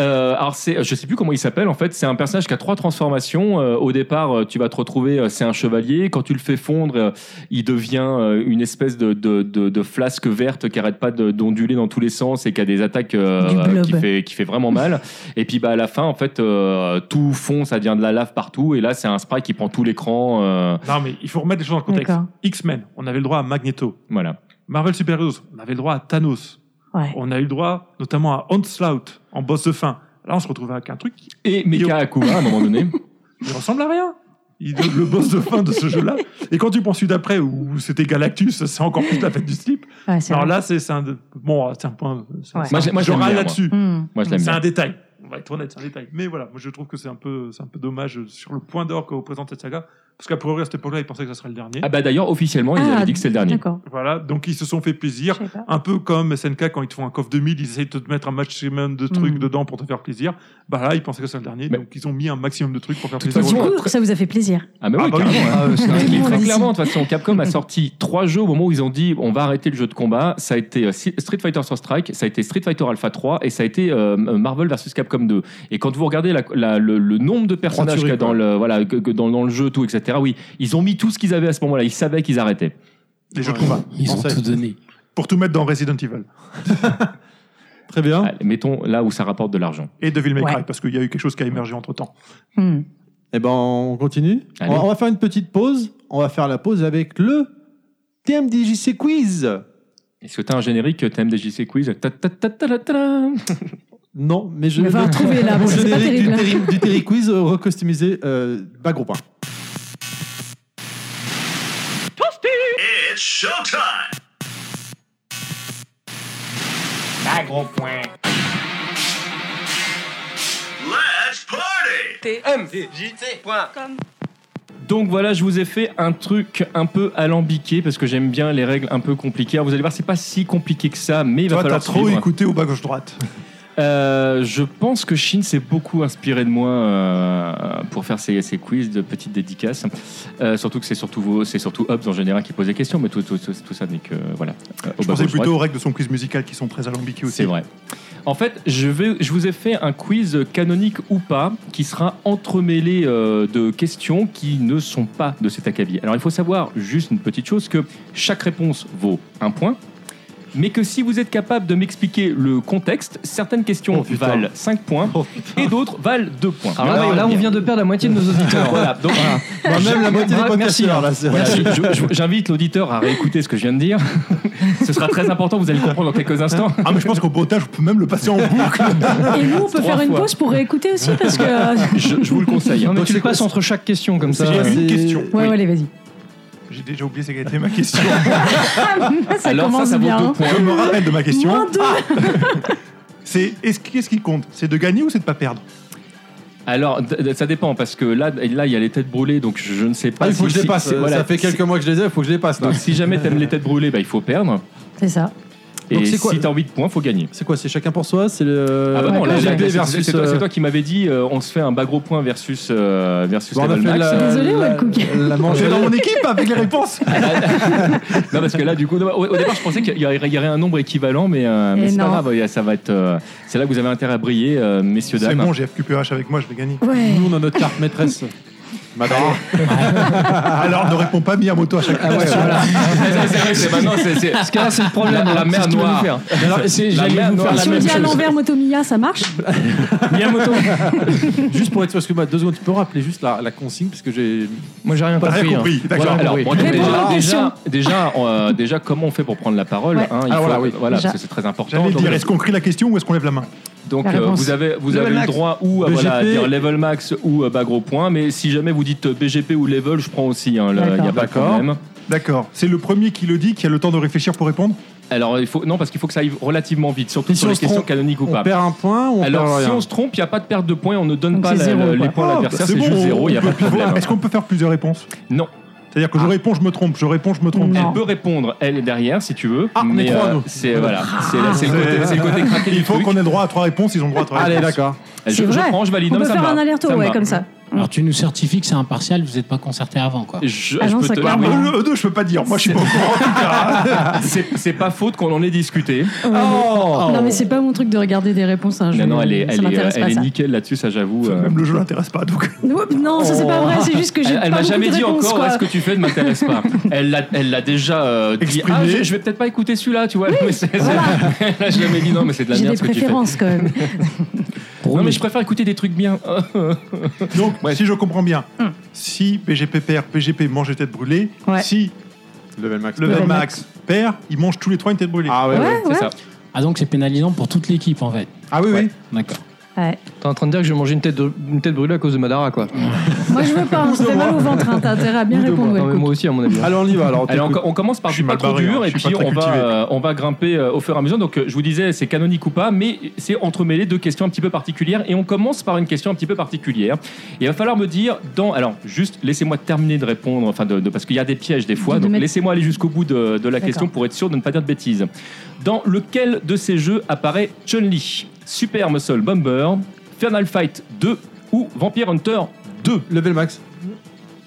Euh, alors, c'est, je sais plus comment il s'appelle. En fait, c'est un personnage qui a trois transformations. Euh, au départ, euh, tu vas te retrouver, euh, c'est un chevalier. Quand tu le fais fondre, euh, il devient euh, une espèce de, de, de- de flasque verte qui arrête pas de- d'onduler dans tous les sens et qui a des attaques euh,
Du blob.
qui, fait, qui fait vraiment mal. Et puis, bah, à la fin, en fait, euh, tout fond, ça devient de la lave partout. Et là, c'est un sprite qui prend tout l'écran. euh,
Non, mais il faut remettre les choses dans le contexte.
D'accord.
X-Men, on avait le droit à Magneto.
voilà.
Marvel Super Heroes, on avait le droit à Thanos.
Ouais.
On a eu le droit notamment à Onslaught en boss de fin. Là, on se retrouvait avec un truc qui
Et Mecha Akuba, à un moment donné.
ne ressemble à rien. Il- le boss de fin de ce jeu-là. Et quand tu prends celui d'après, où c'était Galactus, c'est encore plus la fête du slip.
Ouais, c'est
Alors
vrai.
là, c'est c'est un, de- bon, c'est un point. c'est-
Ouais.
c'est-
Moi, je- moi, je l'aime
J'aurai
bien, moi.
là-dessus.
Hmm.
Moi, je l'aime
C'est
bien.
un détail. On va être honnête, c'est un détail. Mais voilà, moi je trouve que c'est un peu, c'est un peu dommage sur le point d'or que représente cette saga, parce qu'à priori à cette époque-là, ils pensaient que ça serait le dernier.
Ah, bah, d'ailleurs, officiellement, ils
Ah,
avaient dit que c'était le dernier.
D'accord.
Voilà, donc ils se sont fait
Je
plaisir.
savais pas.
Un peu comme SNK quand ils te font un KOF 2000, ils essayent de te mettre un maximum de trucs
Mm.
dedans pour te faire plaisir. Bah là, ils pensaient que ça serait le dernier,
Hmm. Mais-
donc ils ont mis un maximum de trucs pour faire
toute
plaisir.
Du
façon,
aux gens.
coup, ça vous a fait plaisir.
Ah, mais oui,
Ah bah oui.
carrément.
Ah, euh, c'est un-
Mais
Tout le
très
monde
clairement, de toute façon, Capcom a sorti trois jeux au moment où ils ont dit on va arrêter le jeu de combat. Ça a été euh, Si- Street Fighter Sur Strike, ça a été Street Fighter Alpha 3 et ça a été euh, Marvel vs Capcom 2. Et quand vous regardez la- la- le, le nombre de personnages qu'il y a dans le, voilà, que- que dans, dans le jeu, tout, etc., oui, ils ont mis tout ce qu'ils avaient à ce moment-là. Ils savaient qu'ils arrêtaient.
Les jeux de combat.
Ils ont
Français.
tout donné.
Pour tout mettre dans Resident Evil
Très bien.
Allez, mettons là où ça rapporte de l'argent.
et Devil May
Ouais.
Cry, parce qu'il y a eu quelque chose qui a émergé entre temps.
Hmm.
Eh ben, on continue. On,
Allez.
on va faire une petite pause. On va faire la pause avec le TMDJC Quiz.
Est-ce que t'as un générique TMDJC Quiz Ta- ta- ta- ta- ta- ta.
Non, mais je
Mais va retrouver là,
Mon
parce que c'est pas
générique du
terrible.
Terry- du Terry Quiz euh, recustomisé euh, bas gros pain.
It's showtime! Let's party!
Donc voilà, je vous ai fait un truc un peu alambiqué parce que j'aime bien les règles un peu compliquées. Alors, vous allez voir, c'est pas si compliqué que ça, mais il va
Toi, t'as
falloir
trop
suivre.
écouté au bas gauche droite.
Euh, je pense que Shin s'est beaucoup inspiré de moi euh, pour faire ses, ses quiz de petites dédicaces. Euh, surtout que c'est surtout vous, c'est surtout Hobbs en général qui pose des questions, mais tout, tout, tout- tout ça n'est que voilà. euh, au
Je
bas
pensais
gauche, droite.
plutôt aux règles de son quiz musical qui sont très alambiquées aussi.
C'est vrai. En fait, je, vais, je vous ai fait un quiz canonique ou pas, qui sera entremêlé euh, de questions qui ne sont pas de cet acabit. Alors, il faut savoir juste une petite chose que chaque réponse vaut un point, mais que si vous êtes capable de m'expliquer le contexte, certaines questions
Oh, putain.
valent 5 points
Oh,
et d'autres valent 2 points.
Alors Ah, là, là, on vient de perdre la moitié de nos auditeurs.
Ah, Voilà, donc
Bah, même la moitié des
Merci,
podcasteurs,
hein.
là, c'est-
voilà, je- je- j'invite l'auditeur à réécouter ce que je viens de dire. Ce sera très important, vous allez le comprendre dans quelques instants.
Ah, mais je pense qu'au montage, on peut même le passer en boucle.
Et nous, on peut
Trois
faire une
fois.
pause pour réécouter aussi, parce que. Ouais,
Je, je vous le conseille. hein.
Non, mais
Donc,
tu le
c'est quoi-
passes entre chaque question comme ça.
C'est-
une question.
ouais, allez, vas-y.
J'ai déjà oublié c'est quelle était ma question.
ça
Alors ça,
commence
ça vaut
bien.
deux
hein.
points.
Je me rappelle de ma question. Ah.
Moins deux.
C'est est-ce qu'est-ce qui compte C'est de gagner ou c'est de pas perdre
Alors, d- d- ça dépend, parce que là, là, il y a les têtes brûlées, donc je, je ne sais pas
Ah, il
si-
faut que je
si-
les passe.
si- voilà,
ça fait
si-
quelques mois que je les ai, il faut que je les passe. là.
donc, si jamais t'aimes les têtes brûlées, bah, il faut perdre.
C'est ça.
Donc,
et
c'est quoi- Euh,
si t'as envie de points, faut gagner.
C'est quoi C'est chacun pour soi C'est le.
ah bah non,
ouais,
là,
ouais,
là,
GP
c'est-
versus.
c'est toi, c'est
euh,
toi qui m'avais dit, euh, on se fait un bas gros point versus euh, versus
bon, on a
level
fait
max.
la.
Désolé,
la-
Wellcook.
La manche.
J'ai dans mon équipe avec les réponses.
Non, parce que là, du coup, au, au départ, je pensais qu'il y aurait il y aurait un nombre équivalent, mais, euh,
Et
mais c'est pas
non.
grave. il y a- Ça va être. euh, c'est là que vous avez intérêt à briller, euh, messieurs
C'est
dames.
bon, j'ai FQPH avec moi, je vais gagner.
Ouais.
Nous, on a notre carte maîtresse. Madame.
Alors ne réponds pas Miyamoto à chaque
Ah ouais, voilà.
C'est vrai, c'est vrai, c'est maintenant, c'est- c'est-
Parce que là, c'est le problème.
La- la
hein. C'est
mer
ce qu'il va nous
noire.
faire.
Alors, c'est-
La
j'allais
merde,
vous
non,
faire
la
la
Si on
même
dit à
chose.
l'envers Motomiya, ça marche
Miyamoto.
Juste pour être sûr, parce que bah, deux secondes, tu peux rappeler juste la, la consigne, parce que j'ai.
Moi, j'ai rien
T'as rien
compris. hein.
compris, d'accord.
Voilà, alors,
oui.
bon, déjà,
Réponds
déjà,
aux questions.
déjà, euh, déjà, comment on fait pour prendre la parole
Ouais.
hein, il
Ah,
faut-
voilà, oui.
voilà, parce
Déjà.
que c'est très important.
J'allais
Donc,
dire, est-ce qu'on crie la question ou est-ce qu'on lève la main
Donc
La
euh,
réponse.
vous avez, vous avez le droit ou à,
BGP.
voilà, à dire level max ou euh, bas gros point, mais si jamais vous dites euh, BGP ou level, je prends aussi, hein, le- il n'y a pas de
D'accord.
problème.
D'accord. C'est le premier qui le dit qui a le temps de réfléchir pour répondre
Alors il faut non parce qu'il faut que ça aille relativement vite, surtout
Et si on
sur les
se
questions
trompe,
canoniques ou
On
pas.
perd un point ou on perd
Alors si
rien
on se trompe, il n'y a pas de perte de points, on ne donne
Donc,
pas
c'est
la-
zéro, quoi.
le- les points à l'adversaire, c'est
Oh, Ah, bon,
juste zéro,
on
il n'y a
peut
pas de
pivoter.
problème. Ah.
Est-ce qu'on peut faire plusieurs réponses
Non,
C'est-à-dire que je réponds, je me trompe, je réponds, je me trompe.
Non.
Elle peut répondre, elle, derrière, si tu veux.
Ah, on est
mais, euh,
trois, nous.
c'est voilà, c'est c'est le côté,
C'est-
c'est le côté craqué du
Il faut
truc.
qu'on ait le droit à trois réponses, ils ont le droit à trois
Allez,
réponses.
d'accord.
Je,
C'est
je
vrai.
prends, je valide.
On
non,
peut
mais ça me
faire
va.
un
Ça
aller-retour,
me
ouais,
va.
comme ça.
Alors tu nous certifies que c'est impartial, vous n'êtes pas concerté avant, quoi.
Je,
Ah
je
non,
peux
ça
te-
Ah,
clairement.
oui,
mais eux, eux deux, je peux pas dire. Moi, je suis pas au courant. en tout cas.
ah, c'est c'est pas faute qu'on en ait discuté. Oh.
Ouais, mais- Oh. Non, mais c'est pas mon truc de regarder des réponses à un jeu.
Non, non, elle est,
Ça
elle est,
m'intéresse
elle
pas,
est
ça.
nickel là-dessus, ça j'avoue. euh.
Même le jeu l'intéresse pas. Donc,
Oups, Non, ça c'est pas vrai, c'est juste que j'ai
Elle,
pas
elle m'a
beaucoup
jamais
de
dit
réponses,
encore
quoi.
est-ce que tu fais ne m'intéresse pas. Elle l'a, elle l'a déjà euh, dit
Exprimé.
ah je, je vais peut-être pas écouter celui-là tu vois. Mais c'est-
voilà.
Elle l'a jamais dit non mais c'est de la
J'ai
merde
des
ce que tu fais.
préférences quand même.
Non mais je préfère écouter des trucs bien.
donc
Ouais.
si je comprends bien, si PGP perd, PGP mange une tête brûlée.
Hum. Ouais.
Si
Level max.
le
Level
Max perd, ils mangent tous les trois une tête brûlée.
Ah ouais,
Ouais,
ouais.
ouais.
C'est ça.
Ah donc c'est pénalisant pour toute l'équipe en fait.
Ah oui, oui.
D'accord.
Ouais.
T'es en train de dire que je vais manger une tête, de- une tête brûlée à cause de Madara, quoi.
Moi je veux pas, hein, ça fait mal au ventre, hein, t'as intérêt à bien répondre.
Non, mais
Welcook.
moi aussi, à mon avis. hein.
Allez, on y va. Alors,
Alors, on,
t'écoutes.
on commence par
Je
du
suis
pas
mal
trop
barré,
dur
hein,
et
je suis
puis
pas très
on va,
cultivé.
euh, on va grimper euh, au fur et à mesure. Donc euh, je vous disais c'est canonique ou pas, mais c'est entremêlé de questions un petit peu particulières et on commence par une question un petit peu particulière. Et il va falloir me dire dans alors juste laissez-moi terminer de répondre enfin de, de- parce qu'il y a des pièges des fois.
De
donc
mettre-
laissez-moi aller jusqu'au bout de, de la
D'accord.
question pour être sûr de ne pas dire de bêtises. Dans lequel de ces jeux apparaît Chun-Li, Super Muscle Bomber, Final Fight 2 ou Vampire Hunter 2
Level max.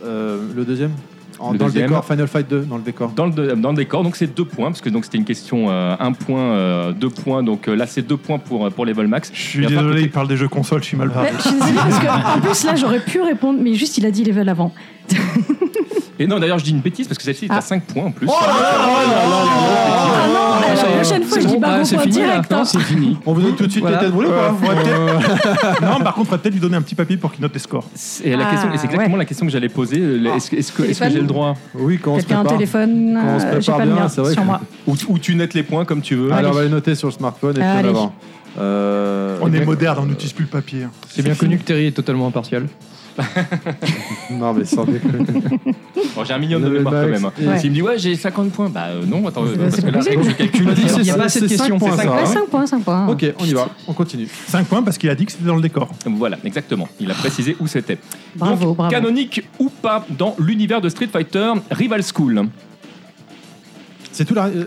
Euh, le deuxième En-
Le
Dans
deuxième.
le décor, Final Fight 2, dans le décor.
dans le, dans le décor. Donc c'est deux points, parce que donc c'était une question euh, un point, euh, deux points. Donc euh, là c'est deux points pour, euh, pour level max.
Je suis
Mais à part
désolé, il parle des jeux consoles, je suis mal barré.
Ouais, je suis désolée parce que en plus là j'aurais pu répondre, mais juste il a dit level avant.
Et non d'ailleurs je dis une bêtise parce que celle-ci est à
Ah.
5 points en plus.
Oh
Ah non,
ouais,
la
ouais,
prochaine
ouais,
fois
c'est
je dis
bon,
Ah,
bah
bah,
bon
c'est
point
fini, là.
direct. hein.
Non, c'est fini.
On vous donne tout de suite
Voilà.
les têtes brûlées ou
Euh,
pas
faudrait peut-être- non, par contre, faudrait peut-être lui donner un petit papier pour qu'il note les scores.
Et la
Ah,
question, et c'est exactement la question que j'allais poser. euh,
Ah.
Est-ce que, est-ce que, est-ce que
Téléphone.
j'ai le droit
Oui, quand on se
Quelqu'un a un
prépare.
téléphone,
Quand on se
euh, j'ai
prépare
pas le
bien,
mien
c'est vrai
sur
que-
moi.
ou, tu- ou tu nettes les points comme tu veux.
Alors, on va les noter sur le smartphone et puis
Allez.
on avance. Euh,
On est moderne, on n'utilise plus le papier. hein.
C'est bien connu que Terry est totalement impartial.
Non, mais sans déconner.
Bon, Oh, j'ai un million de
Level
mémoire quand
max.
même.
Ouais.
S'il me dit ouais j'ai 50 points, bah euh, non attends euh, parce
c'est
que là
possible.
règle, je calcule.
Il n'y a pas assez de
c'est cinq
questions.
points,
c'est
ça,
cinq-
hein.
Ouais, 5 points, 5 points.
Ok, on y va. On continue.
5 points parce qu'il a dit que c'était dans le décor.
Voilà exactement. Il a précisé où c'était.
Bravo,
Donc,
bravo.
Canonique ou pas dans l'univers de Street Fighter Rival School.
C'est tout la. euh,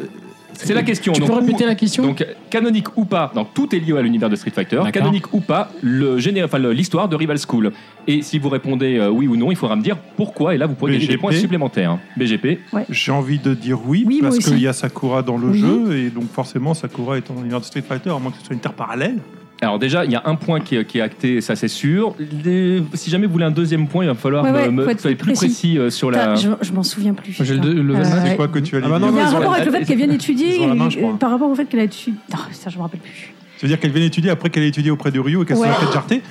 C'est la question.
Tu
donc,
peux répéter
où-
la question
Donc euh, canonique ou pas, donc tout est lié à l'univers de Street Fighter.
D'accord.
Canonique ou pas, le géné- enfin, le- l'histoire de Rival School. Et si vous répondez euh, oui ou non, il faudra me dire pourquoi. Et là, vous pourrez gagner des
BGP.
points supplémentaires. hein. BGP.
J'ai envie de dire oui,
Oui, moi
parce
aussi.
qu'il y a Sakura dans le
Oui.
jeu, et donc forcément Sakura est dans l'univers de Street Fighter, à moins que ce soit une terre parallèle.
Alors déjà, il y a un point qui, est- qui est acté, ça c'est sûr. Les- Si jamais vous voulez un deuxième point, il va me falloir
Ouais,
me-
ouais,
me-
faut être
que soyez plus
précis.
précis euh, sur
Putain,
la.
Je, je m'en souviens plus.
J'ai le
putain.
deux- le
Euh,
vingt-
ouais.
C'est quoi que tu allais
Ah bah non,
dire
Il y a un
Ils ont
rapport
la-
avec le fait qu'elle vienne étudier,
ils ont la main, je crois.
euh, par rapport au fait qu'elle a étudié. Non, ça je me rappelle plus.
Tu veux dire qu'elle vient étudier après qu'elle ait étudié auprès de Ryu et qu'elle
Ouais.
soit fait jarter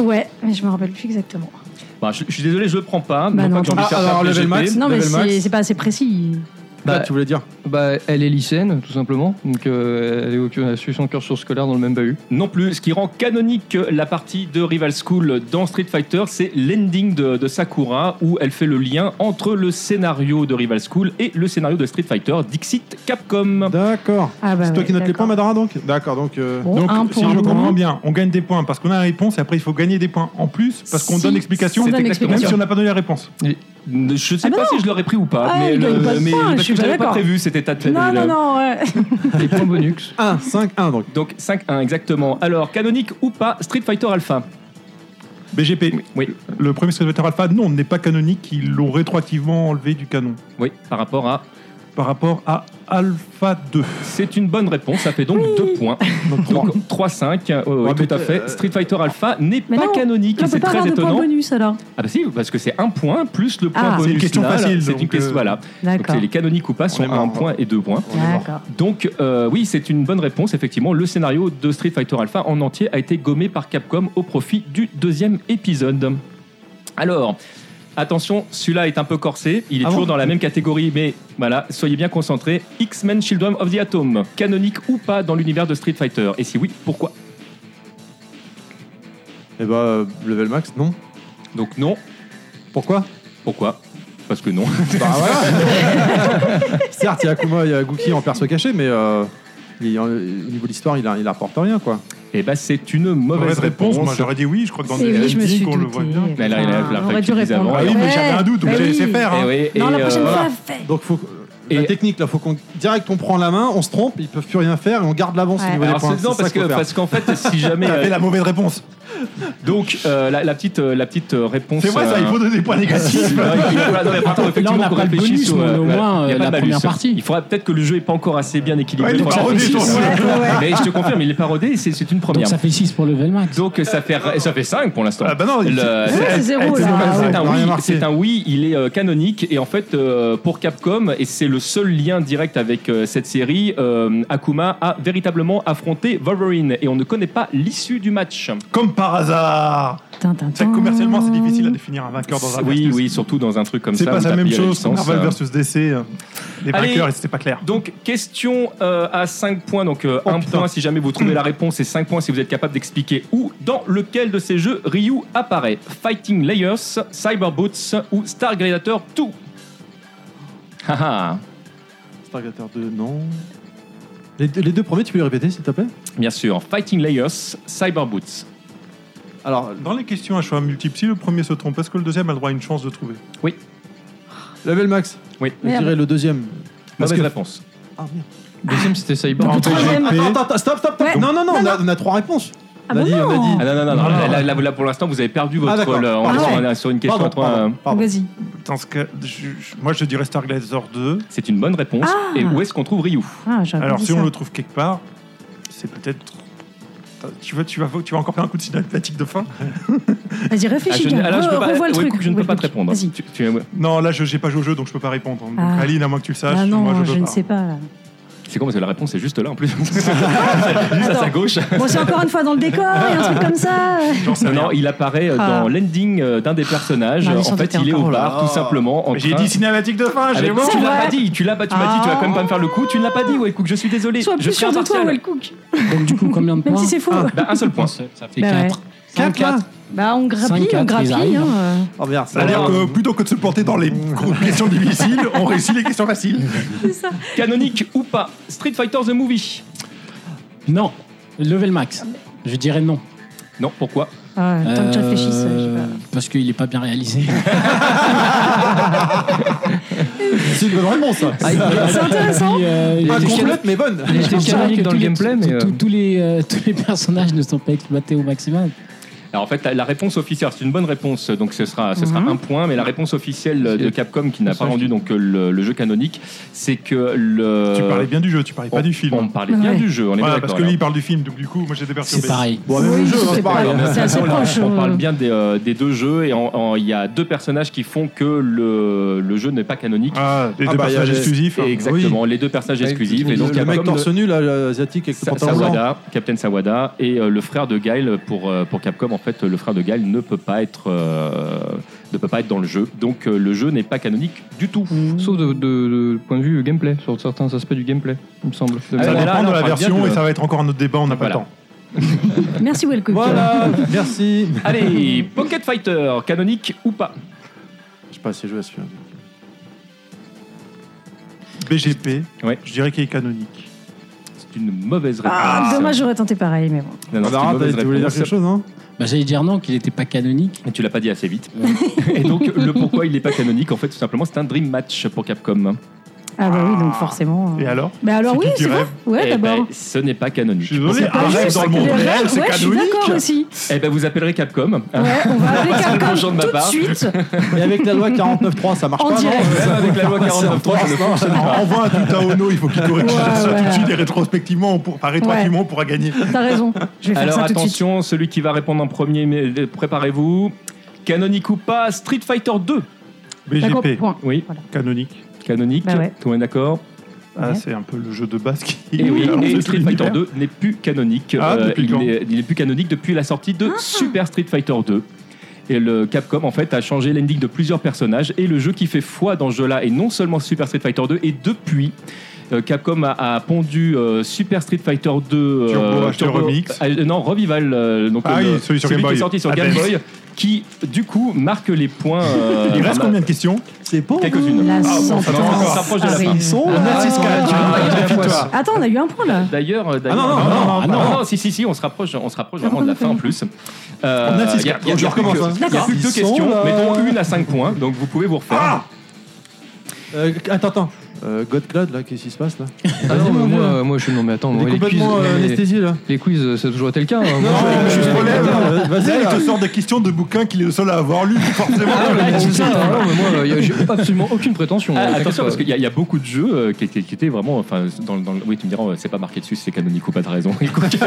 Ouais, mais je me rappelle plus exactement.
Bah, je, je suis désolé, je le prends pas.
Bah
non,
non,
pas que j'ai envie de
Ah,
faire
alors,
perdre
level
BGP.
max.
Non, mais
Level Max.
c'est c'est pas assez précis.
Bah,
Bah,
tu voulais dire
bah, elle est lycéenne, tout simplement. Donc, euh, elle, est au, elle suit son cursus scolaire dans le même bahut.
Non plus. Ce qui rend canonique la partie de Rival School dans Street Fighter, c'est l'ending de, de Sakura où elle fait le lien entre le scénario de Rival School et le scénario de Street Fighter Dixit Capcom.
D'accord.
Ah bah
c'est toi
ouais,
qui notes les points,
d'accord.
Madara, donc D'accord, donc. euh,
Bon,
Donc
un
si
point.
je comprends bien, on gagne des points parce qu'on a la réponse et après il faut gagner des points en plus parce qu'on
Si,
donne l'explication,
on donne
même
l'explication.
si on n'a pas donné la réponse.
Je sais
Ah bah
pas
non.
si je l'aurais pris ou pas,
Ah,
mais,
il gagne pas de
mais
points,
parce
je suis
que
pas
j'avais pas
d'accord.
prévu cet état de
Non, non, non, ouais.
Et point bonus.
1, 5, 1, donc.
Donc 5-1 exactement. Alors canonique ou pas Street Fighter Alpha
BGP,
Oui,
le premier Street Fighter Alpha, non, n'est pas canonique, ils l'ont rétroactivement enlevé du canon
oui, par rapport à.
par rapport à Alpha 2.
C'est une bonne réponse, ça fait donc 2 points.
Donc, trois.
Donc 3-5, ouais, ouais,
Ouais, mais
tout à
t'es-
fait.
euh,
Street Fighter Alpha n'est
Mais
pas
non,
canonique
Là, on
et
peut
c'est
pas
très
avoir de points
étonnant.
bonus alors.
Ah bah si, parce que c'est un point plus le point
Ah.
bonus.
C'est une question
là.
facile,
C'est une
donc,
question,
euh,
voilà. Donc
D'accord.
c'est les canoniques ou pas sont
est mort.
un point et deux points.
D'accord.
Donc euh, oui, c'est une bonne réponse. Effectivement, le scénario de Street Fighter Alpha en entier a été gommé par Capcom au profit du deuxième épisode. Alors. Attention, celui-là est un peu corsé, il est
Ah
toujours
bon
dans la même catégorie, mais voilà, soyez bien concentrés. X-Men Children of the Atom, canonique ou pas dans l'univers de Street Fighter Et si oui, pourquoi
Eh bah, euh, level max, non
Donc non,
Pourquoi
pourquoi Parce que non.
Bah, voilà Certes, il y a Akuma, il y a Gookie en perso caché, mais. euh, Il- euh, niveau de l'histoire, il, a- il apporte rien, quoi.
Et bah, c'est une mauvaise
Mauvaise réponse, moi
réponse.
j'aurais dit oui, je crois que dans
C'est oui, je me suis
on le
doutée.
voit bien.
Mais là, il a la
Enfin, on aurait dû
faculté
répondre.
avant.
Ah oui, mais
Ouais.
j'avais un doute, donc
Bah
j'ai
oui.
laissé faire.
Et
hein.
oui,
Non, la
et,
prochaine
euh,
fois, fais.
Donc, faut, la
Et-
technique, là, faut qu'on. Direct, on prend la main, on se trompe, ils peuvent plus rien faire et on garde l'avance
Ouais.
au niveau
Alors,
des points.
c'est- non,
C'est ça
parce
qu'il faut
que
faire.
parce qu'en fait, si jamais
T'avais
euh,
la mauvaise réponse.
donc euh, la, la petite euh, la petite euh, réponse.
C'est vrai, ça, il faut donner des points négatifs.
Non, il faut- non, mais attends, effectivement,
Là, on n'a
qu'on
pas le bonus,
réfléchisse au-
mais au
ouais,
moins,
il y a
euh,
pas
la
de
première partie.
Il faudra peut-être que le jeu est pas encore assez bien équilibré.
Ouais, il est
Donc, ça fait
parodé,
six.
ton jeu.
Mais je te confirme, il est parodé. C'est c'est une
Donc
première.
ça fait 6 pour level max.
Donc ça fait ça fait 5 pour l'instant.
Ah bah non,
Le-
il-
c'est-
c'est hein. zéro,
Eh, c'est-
là.
Ah
c'est un
Ouais, rien
oui,
marqué.
c'est un oui, il est euh, canonique et en fait euh, pour Capcom et c'est le seul lien direct avec euh, cette série, euh, Akuma a véritablement affronté Wolverine et on ne connaît pas l'issue du match.
comme par hasard. C'est- Commercialement,
Ah.
c'est difficile à définir un vainqueur dans un
Oui,
versus.
oui, surtout dans un truc comme ça.
C'est pas
où
la
t'as
même
pris
chose que
licence,
Marvel
euh.
versus DC. euh, Les
Allez.
vainqueurs, et c'était pas clair.
Donc, question euh, à 5 points. Donc,
Oh,
1 point si jamais vous trouvez la réponse et 5 points si vous êtes capable d'expliquer où, dans lequel de ces jeux Ryu apparaît Fighting Layers, Cyber Boots ou Star Gladiator 2 Haha,
Stargazer 2, non. Les deux, les deux premiers, tu peux les répéter, s'il te plaît
bien sûr. Fighting Layers, Cyber Boots.
Alors,
Dans les questions à choix multiples, si le premier se trompe, est-ce que le deuxième a le droit à une chance de trouver
level max.
Oui.
Je
Merde.
dirais le deuxième.
Mauvaise
que-
réponse.
Ah, merde.
Deuxième, c'était Cyber.
En
troisième.
PGP,
Attends, attends, stop, stop, stop.
Ouais.
Non, non, non, on a, on a trois réponses.
Ah
on a
bah
dit, on a
non.
dit.
Ah non, non, non, non,
Non,
là,
non.
là, là, pour l'instant, vous avez perdu votre.
Ah, d'accord.
le- on est
Pardon.
sur, on est sur une question
Pardon,
à trois,
pardon,
euh,
pardon.
Vas-y.
dans ce cas, je- je- moi je dirais Stargazer 2.
C'est une bonne réponse.
Ah.
Et où est-ce qu'on trouve Ryu
Ah, j'aurais pas
Alors
dit
si on
ça.
le trouve quelque part, c'est peut-être. Tu vas, tu, vas, tu vas encore faire un coup de cinématique de fin
Vas-y, réfléchis.
Ah, je ne-
gars.
ah, là, je peux
Re-
pas-
revois le
ouais,
truc.
écoute, je ne peux
Revois
pas
le
te
truc.
répondre.
Vas-y.
Tu- tu-
Non, là, je j'ai pas joué au jeu, donc je peux pas répondre. hein. Donc,
Ah.
Aline, à moins que tu le saches,
Ah
moi
non,
je,
je
peux
ne
pas.
sais pas. là.
C'est con parce que la réponse est juste là en plus. Juste à sa
Attends.
gauche.
Bon, c'est encore une fois dans le décor et un truc comme ça.
J'en sais
Non,
rien.
non, il apparaît euh,
Ah. Bah,
dans l'ending euh, d'un des personnages.
Non, mais
en
sans
fait,
doute,
il est au
encore,
bar, tout simplement. en
Mais J'ai
train-
dit cinématique de fin, j'ai
Avec-
bon.
C'est
Tu l'as
vrai.
pas dit, tu l'as pas, tu m'as dit, tu vas quand même pas me faire le coup, tu ne l'as pas dit, ouais, écoute, je suis désolé.
Sois
je
Ah. plus
suis
sûr de toi,
impartial.
Wellcook.
Donc du coup, combien de points
Même si c'est faux.
Bah, un seul point.
Ça fait
Bah ouais.
4.
Quatre, là
Bah, on
Cinq,
grappille,
quatre,
on
ils
grappille.
arrivent.
hein, euh.
Oh merde, ça a
C'est-à-dire
l'air.
que plutôt que de se porter dans les questions difficiles, on réussit les questions faciles.
Canonique ou pas Street Fighter The Movie
Non. Level max. Je dirais non.
Non, pourquoi
Ah, ouais, Tant que tu
Euh,
réfléchisses, je sais pas.
Parce qu'il est pas bien réalisé.
C'est une bonne réponse, ça.
C'est intéressant.
Puis, euh, il
Pas
était
complète, mais bonne.
Je pense
était
pas que
canonique dans
tous
le
les-
gameplay,
tous-
mais, euh,
tous- tous les euh, tous les personnages ne sont pas exploités au maximum.
Alors en fait, la, la réponse officielle, c'est une bonne réponse, donc ce sera, ce sera
Mhm.
un point, mais la réponse officielle de Capcom qui n'a pas rendu donc euh, le, le jeu canonique, c'est que le.
Tu parlais bien du jeu, tu parlais pas du film.
Euh, On parlait bien
Ouais.
du jeu, on est
Voilà,
bien
parce
d'accord.
que
là.
lui, il parle du film, donc du coup, moi j'étais perturbé.
C'est pareil.
Bon, même le
Oui,
jeu, hein,
c'est
c'est pareil.
pas-
hein.
c'est assez
Voilà,
proche.
On
euh.
parle bien des, euh, des deux jeux et en- en- il y a deux personnages qui font que le, le jeu n'est pas canonique.
Ah, les
Ah
deux
bah,
personnages
il y a-
exclusifs. hein.
Et exactement, les deux personnages
Ouais,
exclusifs.
tout
Et
le
donc,
Le mec torse
Capcom,
nu, là, l'asiatique avec le
Sa-
pantalon blanc.
Sawada, Captain Sawada et euh, le frère de Guile pour, euh, pour Capcom en fait le frère de Guile ne peut pas être euh, ne peut pas être dans le jeu donc euh, le jeu n'est pas canonique du tout
Sauf de, de- de point de vue gameplay, sur certains aspects du gameplay, il me semble.
Ah,
Ça
là, là,
dépend de
on
la
parle
version
bien
et
de-
ça va être encore un autre débat, on n'a
Voilà.
pas le temps.
Merci, Wellcook.
Voilà, merci.
allez Pocket Fighter canonique ou pas
Je sais pas assez joué à celui-là.
BGP,
Ouais.
je dirais qu'il est canonique.
c'est une mauvaise réponse
Ah, dommage, j'aurais tenté pareil, mais bon.
Non, non, c'est une
Barbara,
mauvaise
t'as- tu voulais dire
réponse.
quelque chose, hein
Bah, J'allais dire non, qu'il n'était pas canonique.
Et tu l'as pas dit assez vite. Et donc, le pourquoi il n'est pas canonique, en fait, tout simplement, c'est un dream match pour Capcom.
Ah, bah oui, donc forcément.
Et
euh.
alors
Mais alors,
si
oui,
tu dis
c'est vrai.
rêve.
Eh
Ouais,
ben,
d'abord.
ce n'est pas
Je suis
canonique.
désolé,
Pas
un rêve
juste,
dans le monde
les
réel,
rêves,
c'est
ouais, je suis d'accord
canonique.
aussi.
Eh ben, vous appellerez Capcom.
Ouais, on va appeler Capcom
Bonjour de ma
tout de
part.
suite.
Mais avec la loi 49.3, ça marche
En
pas,
direct.
non
Même avec la
Ouais,
loi
c'est en
49.3,
France,
je
non
Ah, Envoie un tout à Ono, il faut qu'il corrige
Ouais,
ça tout de
ouais.
suite et rétrospectivement, on pour, enfin, rétroactivement, on pourra gagner.
T'as raison. Je vais faire
Alors,
ça tout de suite.
attention, celui qui va répondre en premier, mais, euh, préparez-vous. Canonique ou pas, Street Fighter 2.
D'accord,
BGP,
point.
Oui,
canonique.
canonique.
Bah ouais.
Tout le monde est d'accord
Ah,
Ouais.
c'est un peu le jeu de base qui.
Et oui,
Alors,
et
c'est
Street
tout
Fighter
l'univers.
2 n'est plus canonique. Euh,
Ah, depuis
il,
quand
est, il est plus canonique depuis la sortie de Super Street Fighter 2. Et le Capcom en fait a changé l'ending de plusieurs personnages et le jeu qui fait foi dans ce jeu-là est non seulement Super Street Fighter 2 et depuis euh, Capcom a, a pondu euh, Super Street Fighter 2 euh,
Turbo HD Remix.
Ah, euh, non, Revival, euh, donc
Ah
le-
oui, celui sur Game
qui est
Boy.
sorti sur Game
Advance.
Boy, qui du coup marque les points. euh,
Il reste
bah,
combien de questions
C'est pas Ah,
Quelques-unes.
La
Ah, bon, ça
sentence
s'approche- ça s'approche de la
arrive.
fin.
Attends, on a eu un point là.
D'ailleurs, euh, d'ailleurs-
non, non,
non,
ah,
non,
non.
non, si, si, si, on se rapproche, on se rapproche vraiment de la fin en plus. Euh,
On a six
il y a-
cartes.
il y a-
Je
il y a plus
recommence,
que-
hein.
Il y a plus que deux
Ils sont
questions,
là. Ah,
mais dont une à 5 points, donc vous pouvez vous refaire.
Euh, attends, attends. Euh, Godclad, là, qu'est-ce qui se passe là
Ah non,
Vas-y,
mais
mon vieux.
moi, moi, je suis non mais attends,
Il
moi,
est
les quiz,
complètement euh,
mais-
anesthésié là.
les quiz, ça a toujours été le cas. hein. Moi,
Non,
je-
mais
je
je-
relève.
Attends,
Là,
Vas-y,
il
là.
te sort des questions de bouquins qu'il est le seul à avoir lu, forcément.
Ah, mais c'est ça, non, non, mais moi, euh, y a- j'ai absolument aucune prétention.
Ah,
euh, t'inquiète
attention,
pas.
parce qu'il y, a- il y a beaucoup de jeux euh, qui, qui- qui étaient vraiment. Enfin, dans, le- dans le- oui, tu me diras, euh, c'est pas marqué dessus, c'est canonique ou pas, t'as raison. Écoute,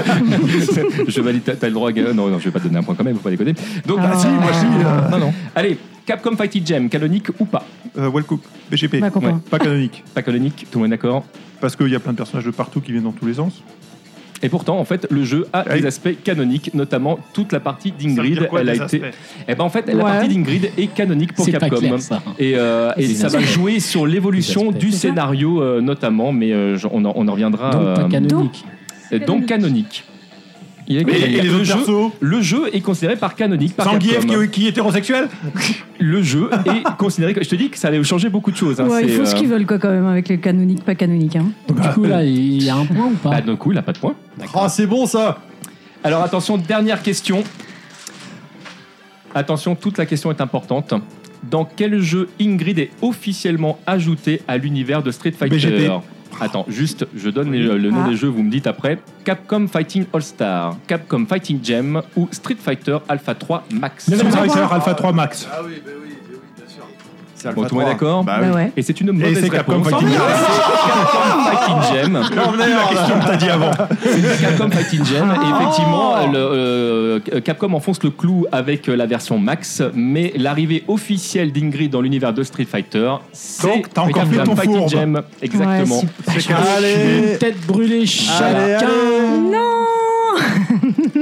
je valide, t'as- t'as le droit. à ga- Non, non, je vais pas te donner un point quand même, faut pas déconner. Donc,
Ah.
si, moi, si. euh,
non, non.
allez, Capcom Fighting Gem, canonique ou pas
Euh, Wellcook, BGP.
Ma comprends.
Pas canonique.
Pas canonique, tout le monde est d'accord.
Parce qu'il y a plein de personnages de partout qui viennent dans tous les sens.
Et pourtant, en fait, le jeu a
Oui.
des aspects canoniques, notamment toute la partie
Ça veut
d'Ingrid.
dire quoi,
Elle a
des
été.
aspects
Eh ben, en fait, la
Ouais.
partie d'Ingrid est canonique pour
C'est pas
Capcom.
clair, ça.
Et, euh, et
C'est
ça
des
va
aspects.
jouer sur l'évolution
Des aspects.
du
C'est ça.
scénario euh, notamment, mais euh, je- on, en, on en reviendra.
Donc,
euh,
pas canonique.
euh, donc canonique.
Il est
Et,
canonique.
et les
Le
autres
jeu-
persos
Le jeu est considéré par canonique. Par
Zangief
Capcom.
qui, qui est hétérosexuel
Le jeu est considéré. Je te dis que ça allait changer beaucoup de choses. hein,
Ouais, ils
c'est,
font
euh,
ce qu'ils veulent quoi quand même avec les canoniques, pas canoniques. Hein.
Donc, du coup, là, il y a un point ou pas
Bah, d'un coup, il n'a pas de point.
Ah, c'est bon ça
Alors attention, dernière question. Attention, toute la question est importante. Dans quel jeu Ingrid est officiellement ajoutée à l'univers de Street Fighter
BGT.
Attends, juste, je donne les- le nom
Ah.
des jeux, vous me dites après. Capcom Fighting All-Star, Capcom Fighting Gem ou Street Fighter Alpha 3 Max.
Street Fighter Alpha 3 Max.
Ah oui, bah oui, oui, bien sûr. C'est
Bon, tout le monde est d'accord
Bah
Bah ouais.
Et c'est une
Et
mauvaise
c'est Capcom
réponse.
Fighting Gem.
Capcom Fighting Gem.
la question que t'as dit avant. Ah.
Capcom Fighting Gem. Et effectivement, le, euh, Capcom enfonce le clou avec euh, la version Max, mais l'arrivée officielle d'Ingrid dans l'univers de Street Fighter, c'est
Donc, t'as encore
Capcom
fait ton
Fighting
fourbe.
Gem. Exactement.
Ouais,
C'est
Allez
Tête brûlée,
Allez,
chacun.
allez
Non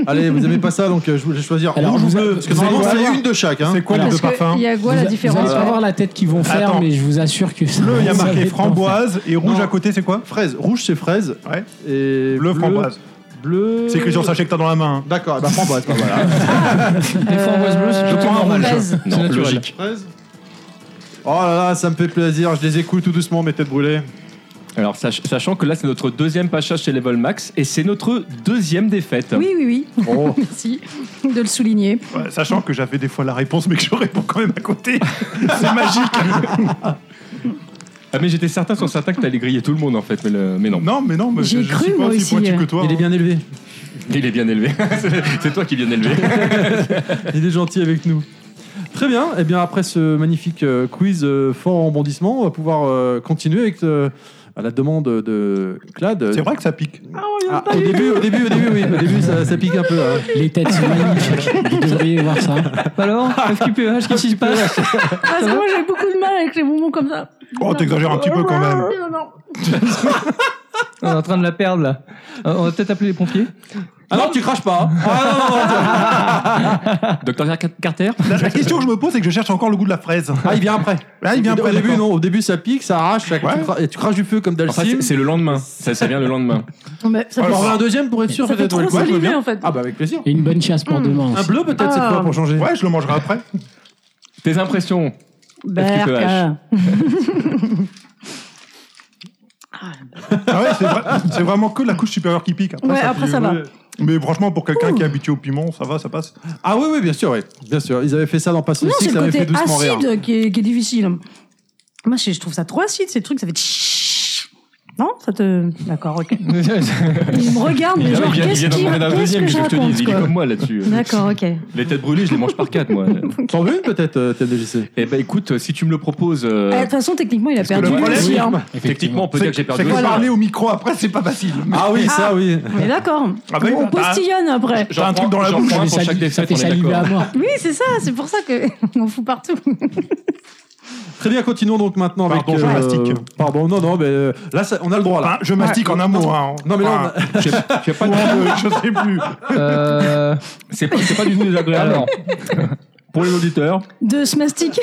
Allez, vous aimez pas ça, donc euh, je vais choisir
Alors,
rouge ou
vous a-
bleu. Parce que
vous
normalement,
allez
c'est
voir.
une de chaque. Hein.
C'est quoi les
Parce
deux
que
parfums
Il y a quoi
Vous
la
a- Vous
différence
allez pas voir la tête qu'ils vont faire,
Attends.
mais je vous assure que ça.
Bleu, il y a
ça va
marqué
être
framboise et rouge
Non.
à côté, c'est quoi
Fraise. Rouge, c'est fraise.
Ouais.
Et
Bleu, framboise.
Bleu.
C'est écrit sur le sachet que t'as dans la main. hein.
D'accord, bah framboise, bah, voilà.
Des framboises bleues, c'est
plutôt normal, ça.
Non,
naturel.
logique.
Fraise. Oh là là, ça me fait plaisir, je les écoute tout doucement, mes têtes brûlées.
Alors, sach- sachant que là, c'est notre deuxième passage chez Level Max et c'est notre deuxième défaite.
Oui, oui, oui.
Oh.
Merci de le souligner.
Ouais, sachant que j'avais des fois la réponse, mais que je réponds quand même à côté. c'est magique.
Ah, mais j'étais certain sur certain que t'allais griller tout le monde en fait, mais, le- mais non.
Non, mais non, mais
J'ai
je, je
cru,
suis pas
moi
aussi
aussi,
pointu
euh.
que toi.
Il est
hein.
bien élevé,
Il est bien élevé. C'est- c'est toi qui es bien élevé.
il est gentil avec nous. Très bien, et bien après ce magnifique euh, quiz euh, fort en bondissement, on va pouvoir euh, continuer avec euh, à la demande de Clad.
C'est vrai que ça pique.
Ah, au début, au début, au début, oui, au début, ça, ça pique un peu. hein.
parfait. Les têtes sont magnifiques. Vous devriez voir ça.
Alors, FQPH, qu'est-ce qui se passe
Parce que Ah, moi, j'ai beaucoup de mal avec les bonbons comme ça.
Oh, t'exagères un petit peu quand même.
Non, non.
On est en train de la perdre là. Euh, On va peut-être appeler les pompiers.
Ah non, tu craches pas. hein.
Docteur Carter
La, la question que je me pose, c'est que je cherche encore le goût de la fraise.
Ah, il vient après.
Ah, il vient
au
après,
début,
d'accord.
non, au début, ça pique, ça arrache, ça-
Ouais.
tu, cra- et tu craches du feu comme
En fait,
Dalsim.
c'est- c'est le lendemain. Ça, ça vient le lendemain.
Non, mais Ah bah, ça
On
fait-
en remet un deuxième pour être sûr.
ça fait
peut-être,
trop
ouais, ouais,
saliver
bien.
en fait.
Ah bah avec plaisir.
Et une bonne chasse pour demain.
Un
aussi.
bleu peut-être cette
Ah.
fois pour changer.
Ouais, je le mangerai après.
Tes impressions
Berk,
FQPH.
ah.
Ah ouais, c'est vrai- c'est vraiment que la couche supérieure qui pique. Après,
Ouais,
ça
après,
pique.
ça va.
Mais franchement, pour quelqu'un qui est habitué au piment, ça va, ça passe.
Ah oui, oui, bien sûr, oui. Bien sûr. Ils avaient fait ça dans Passe le
Non, c'est
cycle,
le
ça avait
côté
fait doucement rire.
acide qui est, qui est difficile. Moi, je je trouve ça trop acide, ces trucs, ça fait tch- non, ça te. D'accord, ok. Il me regarde, mais
Il vient-
genre,
Ah il vient- il
qu'est-ce
vient d'en
qu'il-
demander un
qu'est-ce
deuxième,
que je
qu'est-ce que je te dis
raconte
Il est
quoi
comme moi Euh, là-dessus.
D'accord, ok. Ah,
Les têtes brûlées, je les mange par quatre, moi.
T'en veux une peut-être, euh, TMDJC
Eh ben écoute, euh, si tu me le proposes, euh,
Ah, De toute façon, techniquement, il a perdu
le
lui
problème,
aussi.
oui.
hein.
techniquement, on peut dire que j'ai perdu
C'est que
aussi.
parler au micro après, c'est pas facile.
Ah oui,
Ah.
ça, oui.
On est d'accord.
Ah bah oui,
on
bah,
postillonne après.
J'en
T'as un
prends-
truc dans la
j'en
bouche,
prends un
Ça fait
pour chaque
saliver- ça
défaite,
fait
on est
saliver à
d'accord.
mort.
Oui, c'est ça, c'est pour ça qu'on fout partout.
Très bien, continuons donc maintenant
Pardon, Ah.
avec. euh,
je mastique.
Pardon, non, non, mais euh, là, ça- on a le droit là.
Enfin, je mastique en un mot. Hein.
Non, mais là,
Enfin, ou en deux, je sais plus.
Euh,
C'est pas, c'est pas du tout désagréable.
Alors.
Pour les auditeurs,
De se mastiquer.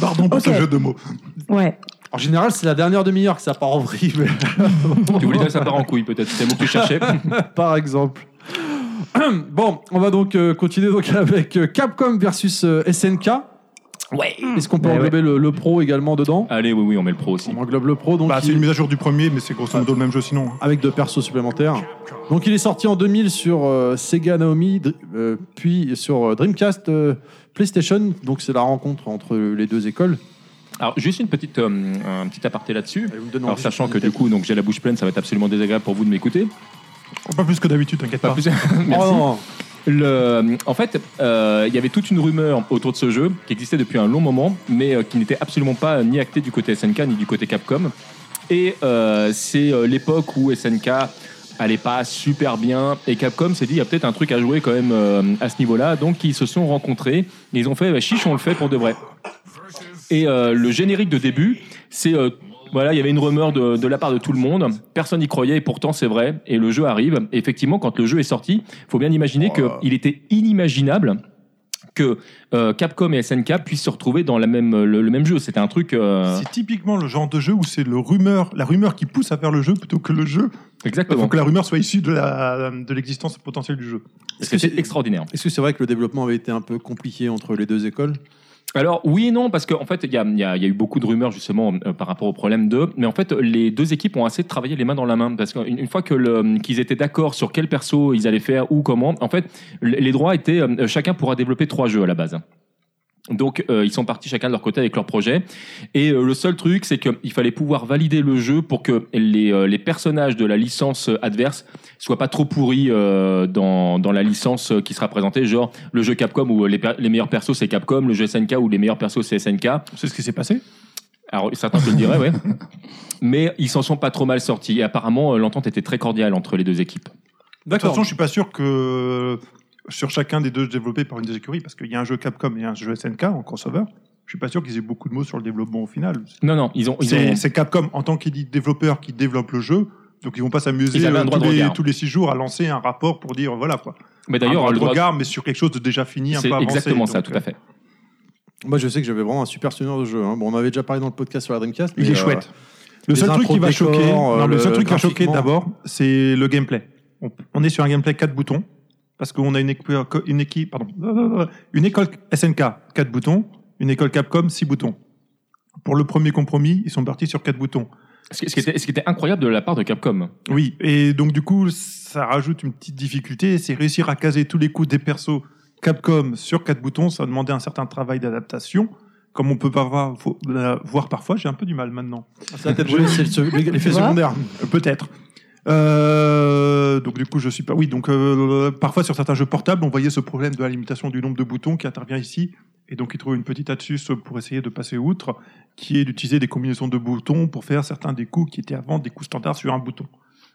Pardon pour
Ok.
ce jeu de mots.
Ouais.
En général, c'est la dernière demi-heure que ça part en vrille, mais-
Tu voulais dire que ça part en couille, peut-être. C'est le mot que tu cherchais.
par exemple. bon, on va donc euh, continuer donc avec euh, Capcom versus euh, SNK. Ouais. Est-ce qu'on peut
Ouais,
englober le, le pro également dedans
Allez, oui, oui, on met le pro aussi.
On englobe le pro, donc
Bah, c'est
il-
une mise à jour du premier, mais c'est grosso modo le même jeu sinon. hein.
avec deux persos supplémentaires. Donc il est sorti en 2000 sur euh, Sega Naomi, dr- euh, puis sur euh, Dreamcast, euh, PlayStation. Donc c'est la rencontre entre les deux écoles.
Alors, juste une petite, euh, un petit aparté là-dessus.
Allez, vous me donnez
Alors,
envie.
sachant que du coup, donc j'ai la bouche pleine, ça va être absolument désagréable pour vous de m'écouter.
Pas plus que d'habitude, t'inquiète
Pas
pas.
plus.
Oh
Merci.
non.
Le- en fait, euh, il y avait toute une rumeur autour de ce jeu qui existait depuis un long moment, mais euh, qui n'était absolument pas ni actée du côté SNK ni du côté Capcom. Et euh, c'est euh, l'époque où SNK allait pas super bien et Capcom s'est dit il y a peut-être un truc à jouer quand même euh, à ce niveau-là. Donc ils se sont rencontrés et ils ont fait bah, chiche, on le fait pour de vrai. Et euh, le générique de début, c'est euh, voilà, il y avait une rumeur de, de la part de tout le monde. Personne n'y croyait et pourtant c'est vrai. Et le jeu arrive. Et effectivement, quand le jeu est sorti, faut bien imaginer
Oh.
qu'il était inimaginable que euh, Capcom et SNK puissent se retrouver dans la même, le, le même jeu. C'était un truc euh,
C'est typiquement le genre de jeu où c'est le rumeur, la rumeur qui pousse à faire le jeu plutôt que le jeu. Il
exactement.
faut que la rumeur soit issue de la- de l'existence potentielle du jeu.
Est-ce que
C'était
c'est
extraordinaire.
est-ce que c'est vrai que le développement avait été un peu compliqué entre les deux écoles
Alors oui et non parce qu'en fait il y a, il y a- il y a eu beaucoup de rumeurs justement euh, par rapport au problème de mais en fait les deux équipes ont assez travaillé les mains dans la main parce qu'une une fois que le- qu'ils étaient d'accord sur quel perso ils allaient faire ou comment en fait l- les droits étaient euh, chacun pourra développer trois jeux à la base. Donc euh, ils sont partis chacun de leur côté avec leur projet et euh, le seul truc c'est qu'il fallait pouvoir valider le jeu pour que les, euh, les personnages de la licence adverse soient pas trop pourris euh, dans, dans la licence qui sera présentée genre le jeu Capcom où les, per- les meilleurs persos c'est Capcom, le jeu SNK où les meilleurs persos c'est SNK.
C'est ce qui s'est passé.
Alors certains te le diraient ouais. Mais ils s'en sont pas trop mal sortis et apparemment euh, l'entente était très cordiale entre les deux équipes.
De toute façon, je suis pas sûr que sur chacun des deux développés par une des écuries, parce qu'il y a un jeu Capcom et un jeu SNK en crossover, je suis pas sûr qu'ils aient beaucoup de mots sur le développement au final.
Non non, ils ont ils
C'est
ont-
c'est Capcom en tant qu'il développeur qui développe le jeu. Donc ils vont pas
Ils
s'amuser
avaient un
euh,
droit
tous,
de
les,
regard.
tous les six jours à lancer un rapport pour dire voilà quoi.
mais
un
d'ailleurs
droit
le
de
droit
regard mais sur quelque chose de déjà fini, un
c'est
peu avancé.
exactement ça
donc,
tout à fait.
Moi, je sais que j'avais vraiment un super souvenir de jeu. hein. Bon, on avait déjà parlé dans le podcast sur la Dreamcast.
Il
mais,
est
euh,
chouette. Le
les
seul truc qui va
impro-décors,
choquer,
euh,
non, le seul
le
truc qui va choquer
graphiquement.
d'abord, c'est le gameplay. On, on est sur un gameplay 4 boutons parce qu'on a une, équi- une équipe, pardon, une école SNK 4 boutons, une école Capcom 6 boutons. Pour le premier compromis, ils sont partis sur 4 boutons.
Ce qui- ce qui était ce qui était incroyable de la part de Capcom.
Oui, et donc du coup, ça rajoute une petite difficulté, c'est réussir à caser tous les coups des persos Capcom sur quatre boutons, ça demandait un certain travail d'adaptation, comme on peut pas voir, faut- la- voir parfois, j'ai un peu du mal maintenant.
Ah, C'est la tête brûlée, c'est le se- l'effet
Tu vois
secondaire.
Euh, Peut-être. Euh, donc du coup, je suis pas. Oui, donc euh, parfois sur certains jeux portables, on voyait ce problème de la limitation du nombre de boutons qui intervient ici, et donc ils trouvent une petite astuce pour essayer de passer outre, qui est d'utiliser des combinaisons de boutons pour faire certains des coups qui étaient avant des coups standards sur un bouton.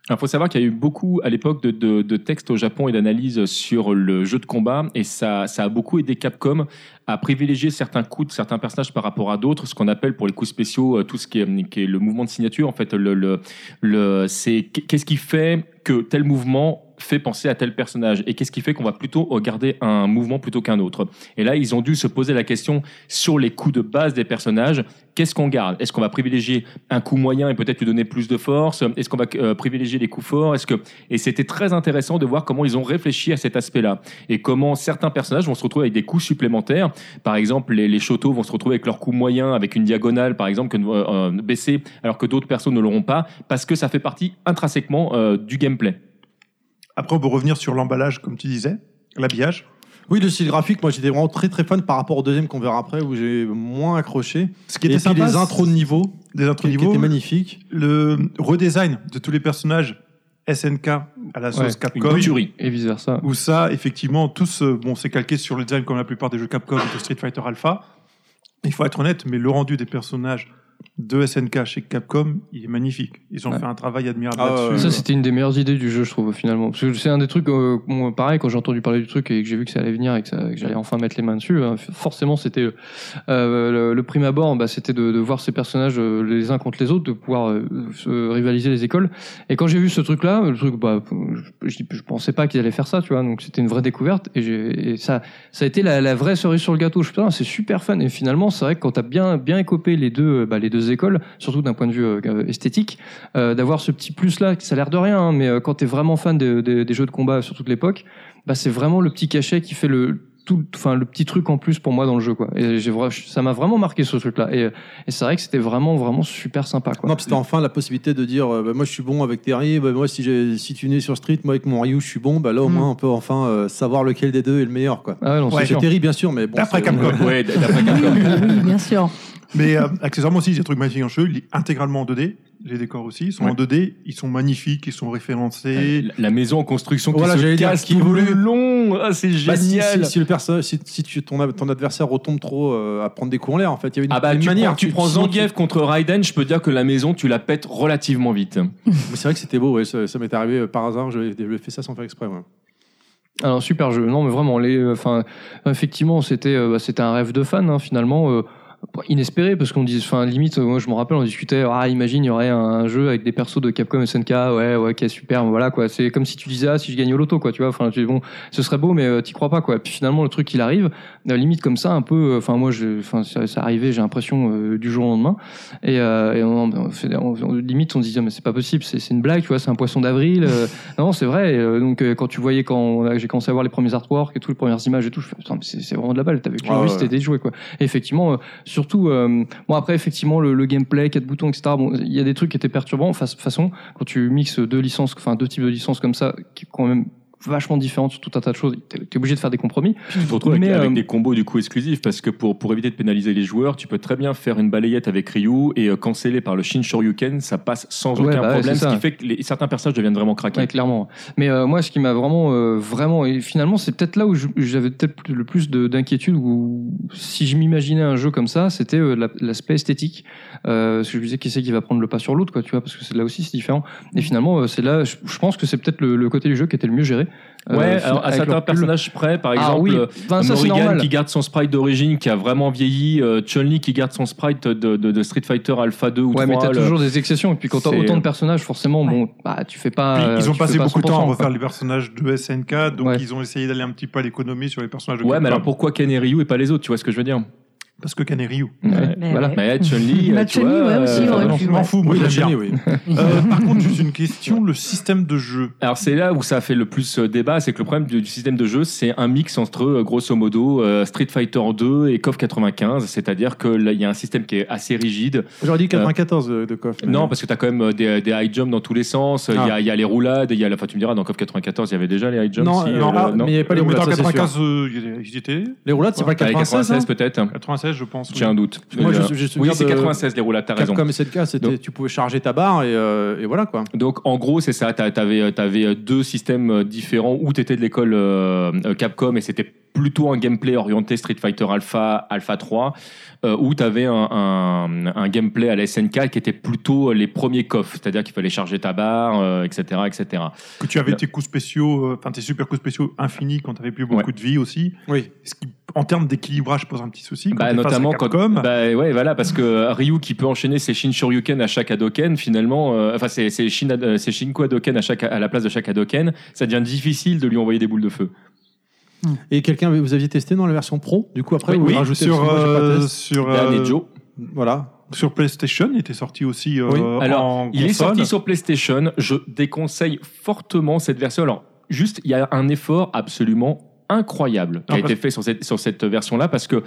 Il faut savoir qu'il y a eu beaucoup à l'époque de, de- de textes au Japon et d'analyses sur le jeu de combat et ça, ça a beaucoup aidé Capcom à privilégier certains coups de certains personnages par rapport à d'autres, ce qu'on appelle pour les coups spéciaux euh, tout ce qui est, qui est le mouvement de signature. En fait, le, le, le- c'est qu'est-ce qui fait que tel mouvement fait penser à tel personnage et qu'est-ce qui fait qu'on va plutôt regarder un mouvement plutôt qu'un autre. Et là, ils ont dû se poser la question sur les coups de base des personnages. Qu'est-ce qu'on garde Est-ce qu'on va privilégier un coup moyen et peut-être lui donner plus de force Est-ce qu'on va euh, privilégier les coups forts Est-ce que et c'était très intéressant de voir comment ils ont réfléchi à cet aspect-là et comment certains personnages vont se retrouver avec des coups supplémentaires. Par exemple, les, les Shoto vont se retrouver avec leurs coups moyens, avec une diagonale par exemple que nous- euh, euh, baissée, alors que d'autres personnes ne l'auront pas parce que ça fait partie intrinsèquement euh, du gameplay.
Après, on peut revenir sur l'emballage, comme tu disais, l'habillage.
Oui, le style graphique, moi j'étais vraiment très très fan par rapport au deuxième qu'on verra après où j'ai moins accroché.
Ce qui
et
était
puis
sympa,
les intros de niveau,
des intros
qui, qui
niveau,
étaient magnifiques.
le redesign de tous les personnages SNK à la sauce
Ouais,
Une
Capcom.
tuerie.
Et vice versa.
Où ça, effectivement, tous, euh, bon, c'est calqué sur le design comme la plupart des jeux Capcom et de Street Fighter Alpha. Il faut être honnête, mais le rendu des personnages, de SNK chez Capcom, il est magnifique. Ils ont
Ouais.
fait un travail admirable
Ah,
là-dessus.
ouais,
Ça, c'était une des meilleures idées du jeu, je trouve, finalement. Parce que c'est un des trucs, euh, bon, pareil, quand j'ai entendu parler du truc et que j'ai vu que ça allait venir et que, ça- que j'allais enfin mettre les mains dessus, hein, forcément, c'était euh, le, le prime abord, bah, c'était de, de voir ces personnages euh, les uns contre les autres, de pouvoir euh, se rivaliser les écoles. Et quand j'ai vu ce truc-là, le truc, bah, je, je pensais pas qu'ils allaient faire ça, tu vois. Donc, c'était une vraie découverte et, j'ai- et ça, ça a été la, la vraie cerise sur le gâteau. Je putain, c'est super fun. Et finalement, c'est vrai que quand t'as bien, bien écopé les deux, euh, bah, les deux écoles, surtout d'un point de vue euh, esthétique, euh, d'avoir ce petit plus là, ça a l'air de rien, hein, mais euh, quand t'es vraiment fan de- de- des jeux de combat, surtout de l'époque, bah c'est vraiment le petit cachet qui fait le tout, enfin le petit truc en plus pour moi dans le jeu quoi. Et j'ai vra- ça m'a vraiment marqué ce truc là. Et, euh, et c'est vrai que c'était vraiment vraiment super sympa quoi.
Non, puis c'était enfin la possibilité de dire euh, bah, moi je suis bon avec Terry, bah, moi si, j'ai- si tu es né sur Street, moi avec mon Ryu je suis bon, bah là au
Hmm.
moins on peut enfin euh, savoir lequel des deux est le meilleur. quoi.
Ah ouais, non, c'est
Mm. Ouais.
C'est
sûr.
Terry bien sûr, mais bon.
D'après
c'est-
Capcom.
Ouais, d- d'après
Oui,
Capcom.
oui, bien sûr.
Mais euh, accessoirement aussi, il y a des trucs magnifiques en jeu. Il est intégralement en 2D. Les décors aussi ils sont
Ouais.
en 2D. Ils sont magnifiques, ils sont référencés.
La- La maison en construction qui
Voilà,
se
j'allais dire,
casse
qui
tout
évolue.
le long. Ah, c'est
Bah, si,
génial.
si- si le perso- si, si tu, ton, ad- ton adversaire retombe trop euh, à prendre des coups en l'air, en fait, il y a une,
Ah bah
une
tu
manière.
prends, tu prends
sinon,
Zangief contre Raiden, je peux dire que la maison tu la pètes relativement vite.
Mais C'est vrai que c'était beau, ouais, ça, ça m'est arrivé euh, par hasard, j'avais j'avais fait ça sans faire exprès. ouais.
Alors super jeu. Ah Non mais vraiment les euh, enfin effectivement c'était euh, bah, c'était un rêve de fan hein, finalement euh, inespéré parce qu'on disait enfin limite euh, moi je me rappelle on discutait ah imagine il y aurait un, un jeu avec des persos de Capcom SNK ouais ouais ok super voilà quoi c'est comme si tu disais ah si je gagne au loto quoi tu vois enfin tu dis, bon ce serait beau mais euh, t'y crois pas quoi puis finalement le truc il arrive euh, limite comme ça un peu euh, enfin moi je enfin ça, ça arrivait j'ai l'impression euh, du jour au lendemain et, euh, et on, on fait- on- on- limite on se disait mais c'est pas possible c'est c'est une blague tu vois c'est un poisson d'avril euh, non, c'est vrai. et, euh, donc, euh, quand tu voyais, quand on a- j'ai commencé à voir les premiers artworks et tout, les premières images et tout, je fais, putain, mais c'est c'est vraiment de la balle. T'avais qu'une
Ah
envie,
ouais.
c'était d'y jouer, quoi. Et effectivement, euh, surtout, euh, bon, après, effectivement, le, le gameplay, quatre boutons, etc. Bon, il y a des trucs qui étaient perturbants. Fa façon, quand tu mixes deux licences, enfin, deux types de licences comme ça, qui quand même vachement différentes sur tout un tas de choses, t'es t'es obligé de faire des compromis.
Tu te retrouves avec,
Mais,
avec
euh,
des combos du coup exclusifs parce que pour, pour éviter de pénaliser les joueurs, tu peux très bien faire une balayette avec Ryu et euh, canceller par le Shin Shoryuken, ça passe sans
Ouais,
aucun
bah ouais,
problème,
c'est
ce
ça.
qui fait que les- certains personnages deviennent vraiment craqués.
Ouais, clairement. Mais euh, moi, ce qui m'a vraiment, euh, vraiment, et finalement, c'est peut-être là où je- j'avais peut-être le plus de- d'inquiétude, ou si je m'imaginais un jeu comme ça, c'était euh, la- l'aspect esthétique. Euh, parce que je me disais, qui c'est qui va prendre le pas sur l'autre, quoi, tu vois, parce que c'est là aussi, c'est différent. Et finalement, euh, c'est là, je, je pense que c'est peut-être le, le côté du jeu qui était le mieux géré. Euh,
ouais,
fin-
alors à
avec le
certains
recul.
personnages près, par
Ah
exemple,
oui,
euh,
enfin, ça, c'est
Morrigan
normal.
qui garde son sprite d'origine, qui a vraiment vieilli, euh, Chun-Li qui garde son sprite de, de- de Street Fighter Alpha 2 ou
Ouais,
3.
mais t'as
le-
toujours des exceptions. Et puis quand t'as
C'est- euh,
autant de personnages, forcément, bon, bah, tu fais pas.
Puis,
euh,
ils ont
tu
passé
fais pas
beaucoup de temps à
100%,
refaire
quoi.
les personnages de SNK, donc
Ouais.
ils ont essayé d'aller un petit peu à l'économie sur les personnages de
Ouais, mais
Capcom.
alors pourquoi Ken et Ryu et pas les autres Tu vois ce que je veux dire
Parce que Ken et Ryu.
Ouais,
Mais
voilà.
ouais.
Mais Chun-Li,
Bah,
euh, tu
Chun-Li,
vois,
ouais, aussi,
euh,
il aurait
Je
pu,
m'en
ouais.
fous, moi,
Oui,
je
la
l'aime bien.
gênée, oui.
Euh, Par contre, juste une question, le système de jeu.
Alors c'est là où ça fait le plus euh, débat, c'est que le problème du du système de jeu, c'est un mix entre euh, grosso modo euh, Street Fighter 2 et KOF 95, c'est-à-dire que là, il y a un système qui est assez rigide.
J'aurais dit 94 de- de Coff. mais-
Euh, Non, parce que tu as quand même euh, des, des high jumps dans tous les sens, il y,
Ah.
a, il y a les roulades, il y a la enfin, tu me diras dans KOF 94, il y avait déjà les high jumps
Non,
si,
non,
euh,
ah, mais il n'y avait pas les
Mais
roulades.
dans
ça, c'est sûr.
95, euh, ils étaient
Les roulades, c'est pas
Ah, les
96.
96
hein
peut-être.
96, je pense. oui.
J'ai un doute.
Moi, je-
Euh,
je- je
oui,
regarde,
c'est
euh,
96 les roulades, t'as raison.
Comme c'est le cas, c'était-
Donc-
tu pouvais charger ta barre et, euh, et voilà quoi.
Donc en gros c'est ça, T'as- t'avais avais deux systèmes euh, différents où t'étais de l'école euh, euh, Capcom et c'était plutôt un gameplay orienté Street Fighter Alpha, Alpha 3, euh, où t'avais un, un, un gameplay à la SNK qui était plutôt euh, les premiers coffres, c'est-à-dire qu'il fallait charger ta barre, euh, etc. etc.
Que tu avais
Là.
tes coups spéciaux, euh, enfin tes super coups spéciaux infinis quand t'avais plus beaucoup de vie aussi.
Oui.
Ce qui, en termes d'équilibrage, pose un petit souci. Quand
Bah,
t'es face à
notamment quand
Capcom,
bah ouais voilà parce que Ryu qui peut enchaîner ses Shin Shoryuken à chaque Hadoken finalement euh, enfin c'est c'est Shin euh, c'est Shinku Hadoken à chaque à la place de chaque Hadoken ça devient difficile de lui envoyer des boules de feu.
Et quelqu'un, vous aviez testé dans la version pro, du coup après
Oui,
vous
oui,
le rajoutez
sur,
parce que moi, j'ai pas
euh,
testé.
sur,
Dernier
euh,
Joe.
Voilà.
sur PlayStation, il était sorti aussi euh,
Oui.
Alors,
en
Il est
console.
sorti sur PlayStation. Je déconseille fortement cette version. Alors, juste, il y a un effort absolument incroyable qui
Non,
a
parce-
été fait sur cette, sur cette version-là parce que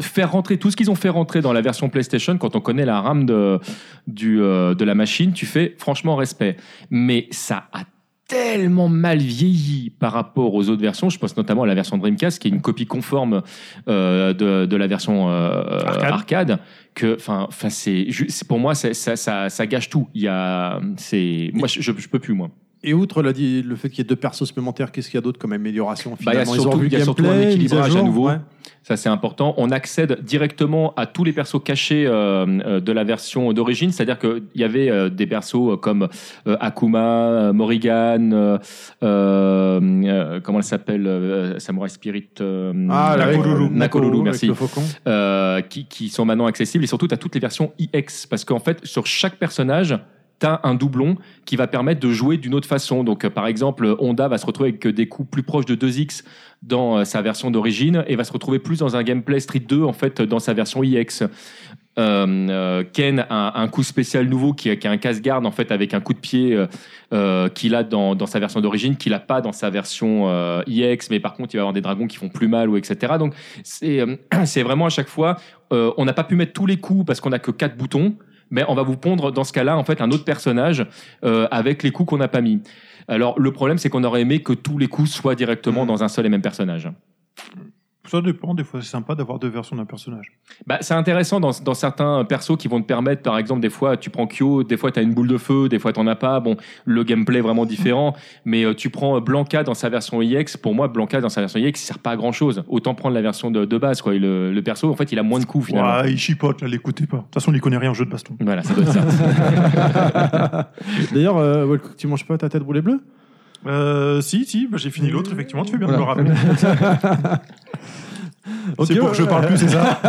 faire rentrer tout ce qu'ils ont fait rentrer dans la version PlayStation quand on connaît la RAM de, du, euh, de la machine, tu fais franchement respect. Mais ça a tellement mal vieilli par rapport aux autres versions. Je pense notamment à la version Dreamcast qui est une copie conforme euh, de, de la version euh,
Arcade.
arcade. que, enfin, enfin, c'est, ju- c'est- pour moi, ça, ça, ça, ça gâche tout. Il y a, c'est, moi, je, je, je peux plus, moi.
Et outre la di- le fait qu'il y ait deux persos supplémentaires, qu'est-ce qu'il y a d'autre comme amélioration
Bah, il y a
finalement Ils ont
surtout,
revu
il y a
le
surtout
gameplay,
un
mise
équilibrage à
jour,
nouveau.
ouais.
Ça, c'est important. On accède directement à tous les persos cachés euh, euh, de la version d'origine. C'est-à-dire qu'il y avait euh, des persos euh, comme euh, Akuma, euh, Morrigan, euh, euh, euh, comment elle s'appelle euh, Samurai Spirit. euh,
Ah, la
Nakolulu. Nakolulu,
avec
merci
le faucon.
euh, qui, qui sont maintenant accessibles. Et surtout, tu as toutes les versions IX. Parce qu'en fait, sur chaque personnage, tu as un doublon qui va permettre de jouer d'une autre façon. Donc, euh, par exemple, Honda va se retrouver avec des coups plus proches de 2X dans euh, sa version d'origine et va se retrouver plus dans un gameplay Street 2, en fait, dans sa version IX. Euh, euh, Ken a un coup spécial nouveau qui, est- qui est un casse-garde en fait avec un coup de pied euh, euh, qu'il a dans, dans sa version d'origine qu'il a pas dans sa version euh, IX mais par contre il va avoir des dragons qui font plus mal ou etc donc c'est euh, c'est vraiment à chaque fois euh, on n'a pas pu mettre tous les coups parce qu'on a que quatre boutons mais on va vous pondre dans ce cas-là en fait un autre personnage euh, avec les coups qu'on n'a pas mis alors le problème c'est qu'on aurait aimé que tous les coups soient directement dans un seul et même personnage
Ça dépend, des fois c'est sympa d'avoir deux versions d'un personnage.
Bah, c'est intéressant dans, dans certains persos qui vont te permettre, par exemple, des fois tu prends Kyo, des fois tu as une boule de feu, des fois t'en as pas. Bon, le gameplay est vraiment différent, mais euh, tu prends euh, Blanca dans sa version EX. Pour moi, Blanca dans sa version EX, il sert pas à grand chose. Autant prendre la version de, de base, quoi. Et le, le perso, en fait, il a moins de coups finalement.
Ouah, il chipote là, l'écoutez pas. De toute façon, il connaît rien au jeu de baston.
Voilà, ça doit être ça.
D'ailleurs, euh, Walcook, tu manges pas ta tête brûlée bleue
Euh, si, si, bah, j'ai fini l'autre, effectivement, tu fais bien de
Voilà.
me le rappeler.
Ok,
c'est pour que je parle plus, c'est ça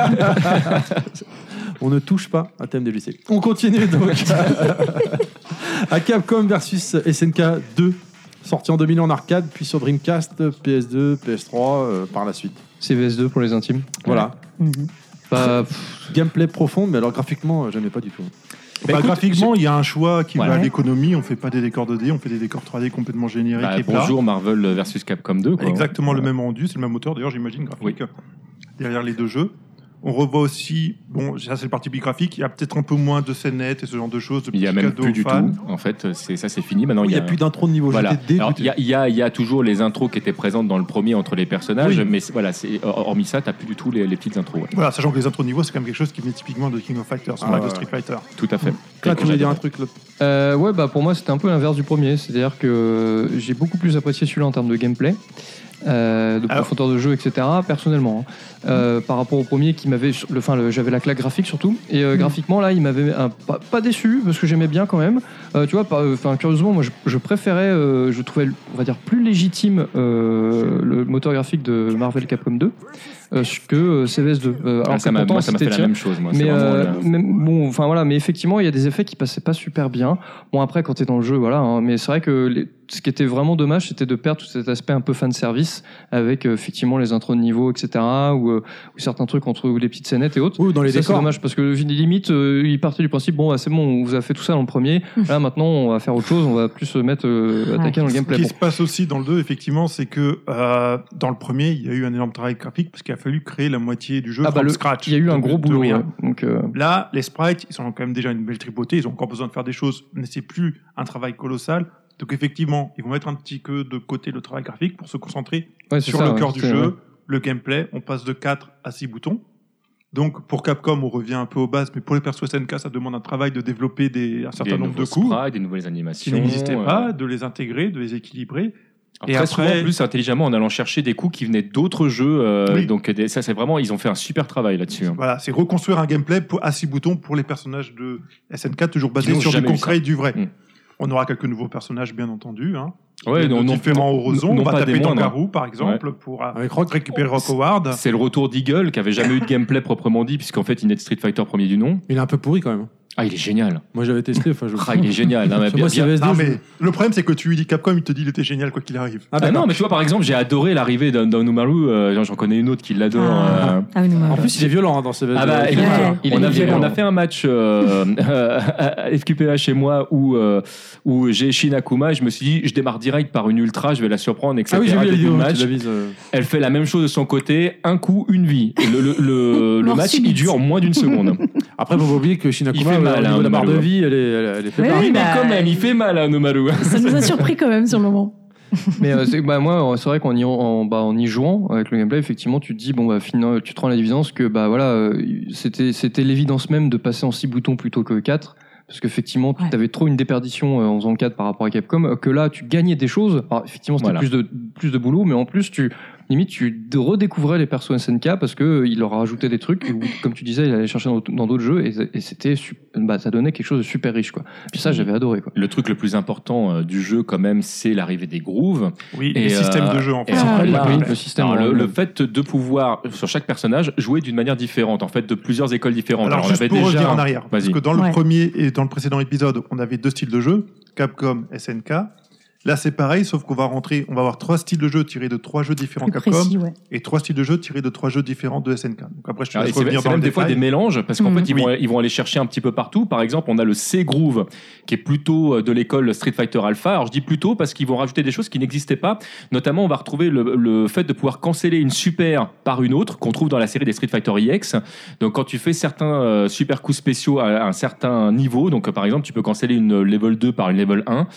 On ne touche pas à thème DLC. On continue donc à Capcom versus SNK 2, sorti en 2000 en arcade, puis sur Dreamcast, PS2, PS3 euh, par la suite.
CVS2 pour les intimes.
Voilà.
Pas- Bah, pff,
Gameplay profond, mais alors graphiquement, euh, j'aimais pas du tout.
Bah,
Bah,
écoute,
Graphiquement, il y a un choix qui va
Voilà.
à l'économie. On fait pas des décors 2D, on fait des décors 3D complètement génériques
Bah,
et plats.
bonjour Marvel versus Capcom 2.
Hein.
Quoi.
Hein. Exactement le même rendu, c'est le même auteur d'ailleurs, j'imagine, graphique, euh, derrière les deux jeux. On revoit aussi, bon, ça c'est le parti big graphique, il y a peut-être un peu moins de scènes nettes et ce genre de choses, de
Il y a
petits
même
cadeaux
plus
aux
du
fans.
tout. En fait, c'est ça, c'est fini. Maintenant,
Il n'y a plus d'intro de niveau,
Voilà.
j'étais
Alors,
dégoûté.
il y a, il y a- il y a toujours les intros qui étaient présentes dans le premier entre les personnages, mais c'est- voilà, c'est- hor- hormis ça, t'as plus du tout les, les petites intros. ouais.
Voilà, sachant que les intros de niveau, c'est quand même quelque chose qui venait typiquement de King of Fighters,
Ah
pas de
ouais.
Street Fighter.
Tout à fait.
Là, Ah, tu voulais dire un truc, là.
euh, ouais, bah pour moi c'était un peu l'inverse du premier, c'est-à-dire que j'ai beaucoup plus apprécié celui-là en termes de gameplay, euh, de
Alors-
profondeur de jeu, etc. Personnellement, hein. Euh, par rapport au premier qui m'avait, le, enfin le- j'avais la claque graphique surtout, et
Mhm.
euh, graphiquement là il m'avait un- pas, pas déçu parce que j'aimais bien quand même. Euh, tu vois, par- enfin curieusement moi je, je préférais, euh, je trouvais on va dire plus légitime euh, le moteur graphique de Marvel Capcom 2 euh, que euh, CVS2. Euh,
Ah,
alors
ça
que
m'a
pourtant,
moi, ça m'a fait
c'était
la
tiré-
même chose. Moi. C'est
mais,
vraiment,
euh,
euh,
même- bon, enfin voilà, mais effectivement, il y a des effets qui passaient pas super bien. Bon, après, quand t'es dans le jeu, voilà. hein, mais c'est vrai que les- ce qui était vraiment dommage, c'était de perdre tout cet aspect un peu fan service avec euh, effectivement les intros de niveau, etc. Ou, euh, ou certains trucs entre les petites scénettes et autres.
Oui, dans les
Ça, c'est
décors.
dommage parce que limite, euh, il partait du principe bon, bah, c'est bon, on vous a fait tout ça dans le premier. Là, maintenant, on va faire autre chose. On va plus se mettre euh, attaquer dans le gameplay.
Ce qui
Bon.
se passe aussi dans le 2, effectivement, c'est que euh, dans le premier, il y a eu un énorme travail graphique parce qu'il a fallu créer la moitié du jeu
Ah, bah,
from
le-
scratch.
Il y a eu un
de-
gros
de
boulot.
rien.
ouais. Donc, euh,
Là, les sprites, ils ont quand même déjà une belle tripotée, ils ont encore besoin de faire des choses, mais c'est plus un travail colossal. Donc effectivement, ils vont mettre un petit peu de côté le travail graphique pour se concentrer
ouais, c'est
sur
ça,
le
ouais,
cœur du
c'était-
jeu,
ouais.
le gameplay. On passe de 4 à 6 boutons. Donc pour Capcom, on revient un peu aux bases, mais pour les persos SNK, ça demande un travail de développer des, un certain
des
nombre de
nouveaux
coups
sprites, des nouvelles animations.
qui n'existaient
euh,
pas, de les intégrer, de les équilibrer.
Alors,
Et
très
après-
souvent, en plus intelligemment, en allant chercher des coups qui venaient d'autres jeux. euh,
Oui.
Donc des- ça, c'est vraiment, ils ont fait un super travail là-dessus. hein.
Voilà, c'est reconstruire un gameplay pour, à six boutons pour les personnages de SNK, toujours basé
n'ont
sur du
jamais eu
concret et du vrai.
Mm.
On aura quelques nouveaux personnages, bien entendu. Hein.
Ouais,
de
non, non-
différents
non-
horizons.
non
on va
pas des
taper
moindres. hein.
Tangaroo, par exemple, pour euh,
Avec Rock,
récupérer Rock Howard.
C'est le retour d'Eagle qui avait jamais eu de gameplay proprement dit, puisqu'en fait, il n'est de Street Fighter premier du nom.
il est un peu pourri quand même.
Ah, il est génial.
Moi, j'avais testé. Enfin, je...
Ah, il est génial. hein, mais
Parce que
bien-
moi,
bien-
CVS2,
Non,
je-
mais le problème, c'est que tu lui dis Capcom, il te dit il était génial quoi qu'il arrive.
Ah,
Ah
d'accord.
non, mais tu vois, par exemple, j'ai adoré l'arrivée d'un d'un Umaru. euh, j'en- J'en connais une autre qui l'adore.
Ah.
euh,
Ah oui, non,
En
mais-
plus, il est violent hein, dans CVS2.
Ah bah, écoute,
Ouais.
Il
on,
est
a fait,
violent.
on a fait un match euh, euh, à FQPA chez moi où, euh, où j'ai Shin Akuma et je me suis dit, je démarre direct par une ultra, je vais la surprendre, etc.
Ah oui, j'ai vu la
Début de
vidéo.
match,
tu l'avises, euh.
elle fait la même chose de son côté, un coup, une vie. Et le, le- le- le
Mort
match, il
subite.
dure moins d'une seconde.
Après, faut pas oublier que
Il
Shinakuma,
fait
euh,
mal,
au
hein,
niveau de la barre de
Umaru.
vie, elle est, elle, elle est faite.
Oui,
par-
oui,
Mais
bah,
quand même, il fait mal hein, à Nomaru.
Ça nous a surpris quand même sur le moment.
Mais euh, c'est- bah, moi, c'est vrai qu'en y, en, bah, en y jouant avec le gameplay, effectivement, tu te dis, bon, bah, finalement, tu te rends à l'évidence que bah, voilà, euh, c'était c'était l'évidence même de passer en 6 boutons plutôt que 4. Parce qu'effectivement,
Ouais.
tu avais trop une déperdition euh, en faisant le 4 par rapport à Capcom, euh, que là, tu gagnais des choses. Alors, effectivement, c'était
Voilà.
plus, de, plus de boulot, mais en plus, tu limite, tu de- redécouvrais les persos SNK parce que euh, il leur a ajouté des trucs, ou comme tu disais, il allait chercher dans dans d'autres jeux, et, et c'était, su- bah, ça donnait quelque chose de super riche, quoi. Puis ça, j'avais adoré, quoi.
Le truc le plus important euh, du jeu, quand même, c'est l'arrivée des grooves.
Oui,
Et,
les systèmes
euh,
de jeu en
et
fait.
c'est
Ah,
Ouais,
là,
ouais,
oui.
ouais.
Bah, le système.
Alors, le,
euh,
le fait de pouvoir, sur chaque personnage, jouer d'une manière différente, en fait, de plusieurs écoles différentes.
Alors,
on
juste
avait
pour
déjà-
revenir en arrière, parce
Vas-y.
que dans le
Ouais.
premier et dans le précédent épisode, on avait deux styles de jeu, Capcom, SNK. Là, c'est pareil, sauf qu'on va rentrer, on va avoir trois styles de jeu tirés de trois jeux différents
Plus
Capcom
précis, ouais.
et trois styles de jeu tirés de trois jeux différents de SNK. Donc après, je te
Alors,
laisse
Ah, et C'est
revenir
c'est
dans le
même des fois
détail.
des mélanges parce qu'en
Mhm.
fait ils vont, ils vont aller chercher un petit peu partout. Par exemple, on a le C Groove qui est plutôt euh, de l'école Street Fighter Alpha. Alors je dis plutôt parce qu'ils vont rajouter des choses qui n'existaient pas. Notamment, on va retrouver le, le fait de pouvoir canceller une super par une autre qu'on trouve dans la série des Street Fighter EX. Donc quand tu fais certains euh, super coups spéciaux à un certain niveau, donc euh, par exemple, tu peux canceller une euh, level 2 par une level 1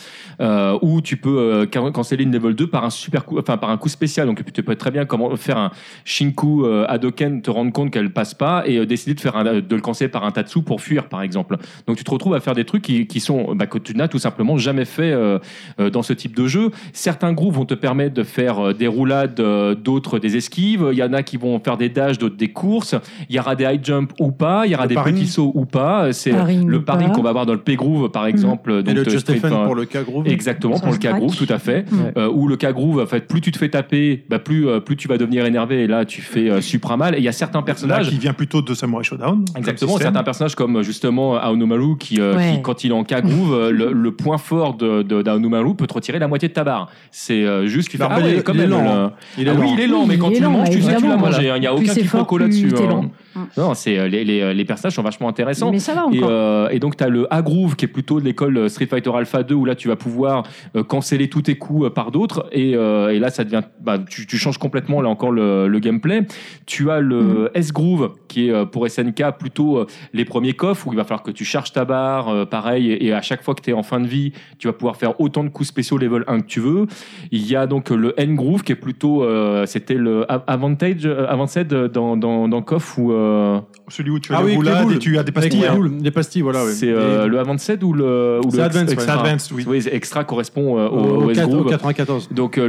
euh, ou tu peux euh, can- canceller une level 2 par un super coup, enfin par un coup spécial. Donc tu peux très bien comment faire un Shinku euh, Hadoken, te rendre compte qu'elle passe pas et euh, décider de faire un- de le canceller par un Tatsu pour fuir, par exemple. Donc tu te retrouves à faire des trucs qui, qui sont bah, que tu n'as tout simplement jamais fait euh, euh, dans ce type de jeu. Certains groupes vont te permettre de faire euh, des roulades, euh, d'autres des esquives. Il y en a qui vont faire des dashs, d'autres des courses. Il y aura des high jump ou pas. Il y aura
Le
des
paring.
petits sauts ou pas. C'est
Paring ou
le pari
pas. Mm.
qu'on va avoir dans le P-Groove, par exemple.
Et
donc,
le
de
Just
Street
Stephen
Fighter.
pour le cas groove.
Exactement, pour le
Sans
cas groove,
crack.
tout à fait.
Mm.
Euh, où le cas groove, en fait, plus tu te fais taper, bah, plus, euh, plus tu vas devenir énervé et là tu fais euh, supra mal. Et il y a certains
Là,
personnages.
qui vient plutôt de Samurai Showdown. comme
Exactement,
système.
certains personnages comme euh, justement Aonomaru qui, euh,
Ouais.
qui, quand il est en cas groove, euh, le, le point fort de, de, d'Aonomaru peut te retirer la moitié de ta barre. C'est euh, juste tu fais
Barbel,
ah ouais,
il-
quand
il est
même,
lent,
le-
hein. Il est
Ah oui,
lent.
il est lent, mais quand
Il est
tu le
lent,
manges,
bah,
tu sais que tu l'as
évidemment,
mangé. hein. Il n'y a
Plus
aucun
c'est fort,
quiproquo
plus
là-dessus.
t'es
hein.
lent.
Non, c'est euh, les, les, les personnages sont vachement intéressants.
Mais ça va
Et,
encore.
euh, et donc, tu as le A-Groove qui est plutôt de l'école euh, Street Fighter Alpha 2 où là, tu vas pouvoir euh, canceller tous tes coups euh, par d'autres. Et, euh, et là, ça devient, bah, tu, tu changes complètement là encore le, le gameplay. Tu as le S-Groove qui est euh, pour SNK plutôt euh, les premiers coffres où il va falloir que tu charges ta barre, euh, pareil. Et, et à chaque fois que tu es en fin de vie, tu vas pouvoir faire autant de coups spéciaux level 1 que tu veux. Il y a donc le N-Groove qui est plutôt, euh, c'était le A- Avantage, euh, Avanced dans, dans, dans Coff ou. euh,
Celui où tu as
Ah oui,
des
avec les
roulades
boules.
et tu as des
Avec
pastilles.
les
hein.
boules, les pastilles, voilà. Ah ouais.
c'est euh, le Advanced ou le, ou le
C'est Advanced,
Extra-
ouais.
Advanced, oui.
Oui, Extra correspond euh,
Au-
au,
au
West
quatre- au
Groove.
94.
Donc euh,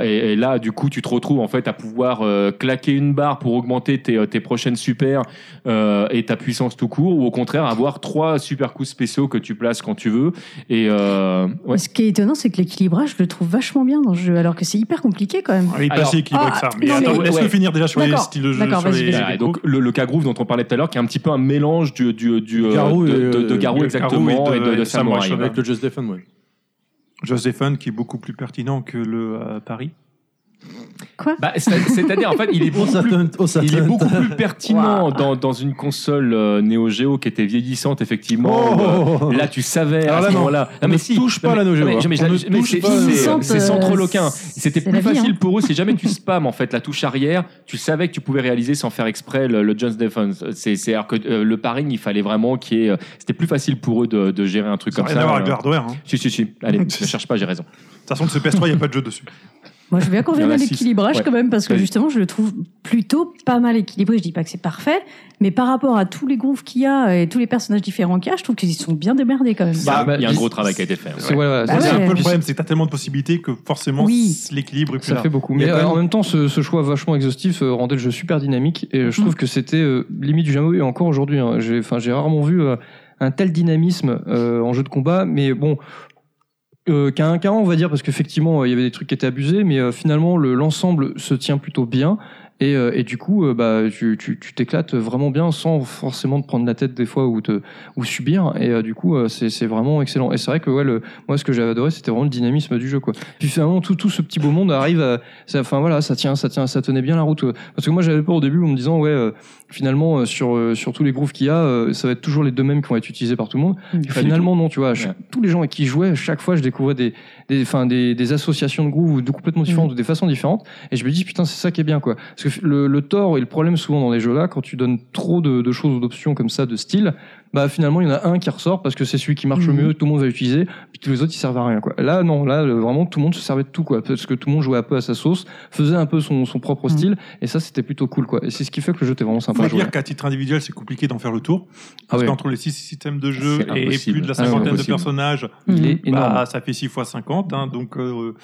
le, et, et là, du coup, tu te retrouves en fait à pouvoir euh, claquer une barre pour augmenter tes, euh, tes prochaines super euh, et ta puissance tout court, ou au contraire avoir trois super coups spéciaux que tu places quand tu veux. Et euh, ouais.
Ce qui est étonnant, c'est que l'équilibrage, je le trouve vachement bien dans ce jeu, alors que c'est hyper compliqué quand même.
Ah Oui,
Alors-
pas si équilibré que ça.
Ah,
Mais
non,
attends,
mais-
laisse-le
ouais.
finir déjà sur les
D'accord,
styles de jeu.
d'accord,
sur
vas-y,
les-
vas-y.
Voilà, Ah, et donc le, le K-Groove dont on parlait tout à l'heure, qui est un petit peu un mélange du, du, du, euh,
Garou
de,
et,
de- de
euh,
Garou
Garou
exactement
et
et
de-
de, de
et de Samurai
Samurai.
Shodown.
Avec le Just Stephen, ouais.
Joséphine qui est beaucoup plus pertinent que le euh, Paris.
Bah, c'est- C'est-à-dire, en fait, il est
Oh,
beaucoup
ça
plus
teinte, oh, ça
Il est
teinte.
beaucoup plus pertinent dans, dans une console euh, Neo Geo qui était vieillissante, effectivement.
Oh,
Euh,
oh, oh.
Là, tu savais
Alors
à
là,
ce
non.
moment-là.
On ne touche pas
mais-
la Neo Geo,
mais-
hein.
mais-
On
mais-
ne
mais
touche
c'est-
pas.
c'est-
Vieillissante,
C'est sans trop
euh,
loquin.
c'est-
C'était
c'est
plus
la vie,
facile
hein.
pour eux si jamais tu spams en fait la touche arrière. Tu savais que tu pouvais réaliser sans faire exprès le, le John's Defense. C'est c'est- alors que euh, le paring, il fallait vraiment qu'il y ait. euh, C'était plus facile pour eux de, de gérer un truc
Ça n'a
comme
rien à
ça.
voir avec le
Euh,
hardware. hein.
Si, si, si. Allez, ne cherche pas, j'ai raison.
De toute façon, de ce PS3, il n'y a pas de jeu dessus.
Moi, je veux bien qu'on
Il y en
revienne
a
à
six.
l'équilibrage
Ouais.
quand même, parce que
Vas-y.
justement, je le trouve plutôt pas mal équilibré. Je dis pas que c'est parfait, mais par rapport à tous les grooves qu'il y a et tous les personnages différents qu'il y a, je trouve qu'ils se sont bien démerdés quand même.
Il y a-
Bah,
il y a un
c'est-
gros travail qui a été fait. hein.
c'est- voilà,
Bah
c'est-
c'est
ouais.
un peu le
Puis-
problème, c'est que tu as tellement de possibilités que forcément,
Oui.
c- l'équilibre est plus
Ça
là.
fait beaucoup.
Il y a
Mais
quand
euh,
même-
en même temps, ce, ce choix vachement exhaustif euh, rendait le jeu super dynamique. Et je trouve que c'était euh, limite du jamais vu, et encore aujourd'hui. hein. J'ai enfin, j'ai rarement vu euh, un tel dynamisme euh, en jeu de combat. Mais bon, euh, qu'à un qu'à un, on va dire, parce qu'effectivement, euh, il y avait des trucs qui étaient abusés. Mais euh, finalement, le- l'ensemble se tient plutôt bien. Et, euh, et du coup, euh, bah, tu tu- tu t'éclates vraiment bien sans forcément te prendre la tête des fois ou, te, ou subir. Et euh, du coup, euh, c'est c'est vraiment excellent. Et c'est vrai que ouais, le, moi, ce que j'avais adoré, c'était vraiment le dynamisme du jeu. Quoi. Puis finalement, tout, tout ce petit beau monde arrive à, ça, enfin voilà, ça tient, ça tient, ça tenait bien la route. euh. Parce que moi, j'avais peur au début en me disant, ouais, euh, finalement, euh, sur, euh, sur tous les grooves qu'il y a, euh, ça va être toujours les deux mêmes qui vont être utilisés par tout le monde.
Mm.
Et finalement, non, tu vois, à chaque- tous les gens avec qui je jouais, à chaque fois, je découvrais des, des, enfin, des, des associations de grooves de complètement différentes, ou des façons différentes. Et je me dis, putain, c'est ça qui est bien, quoi. Parce que le, le tort et le problème souvent dans les jeux-là, quand tu donnes trop de, de choses ou d'options comme ça, de style, bah finalement il y en a un qui ressort parce que c'est celui qui marche le
Mhm.
mieux, tout le monde va l'utiliser, puis tous les autres ils servent à rien quoi. Là non, là euh, vraiment tout le monde se servait de tout quoi, parce que tout le monde jouait un peu à sa sauce, faisait un peu son, son propre
Mhm.
style, et ça c'était plutôt cool quoi. Et c'est ce qui fait que le jeu était vraiment
Faut
sympa à jouer.
dire qu'à titre individuel, c'est compliqué d'en faire le tour.
Ah
Parce
ouais.
qu'entre les six systèmes de jeu
C'est
et
impossible.
plus de la
Ah ouais,
cinquantaine de
impossible.
personnages,
Il
Mhm.
est énorme.
bah, ça fait 6 fois 50. hein, donc, euh,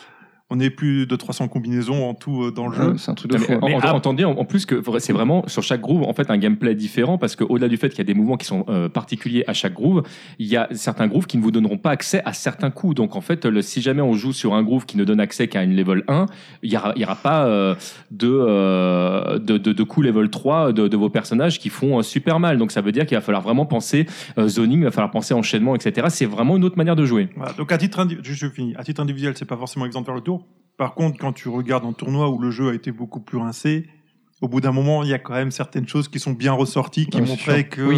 on est plus de 300 combinaisons en tout euh, dans le jeu.
Euh, c'est un truc de
Non,
fou.
mais
hein.
en-
Mais
en-
ah.
entendez, en en plus que vra- c'est vraiment sur chaque groove en fait un gameplay différent parce que au-delà du fait qu'il y a des mouvements qui sont euh, particuliers à chaque groove, il y a certains grooves qui ne vous donneront pas accès à certains coups. Donc en fait, le- si jamais on joue sur un groove qui ne donne accès qu'à une level 1, il y aura, il y aura pas euh, de, euh, de, de de coups level 3 de, de vos personnages qui font euh, super mal. Donc ça veut dire qu'il va falloir vraiment penser euh, zoning, il va falloir penser enchaînement, etc. C'est vraiment une autre manière de jouer.
Voilà, donc à titre, indi- je- je finis. à titre individuel, c'est pas forcément exempt de faire le tour. Par contre, quand tu regardes en tournoi où le jeu a été beaucoup plus rincé, au bout d'un moment, il y a quand même certaines choses qui sont bien ressorties, qui
Ouais, c'est
montraient
sûr.
que
Oui.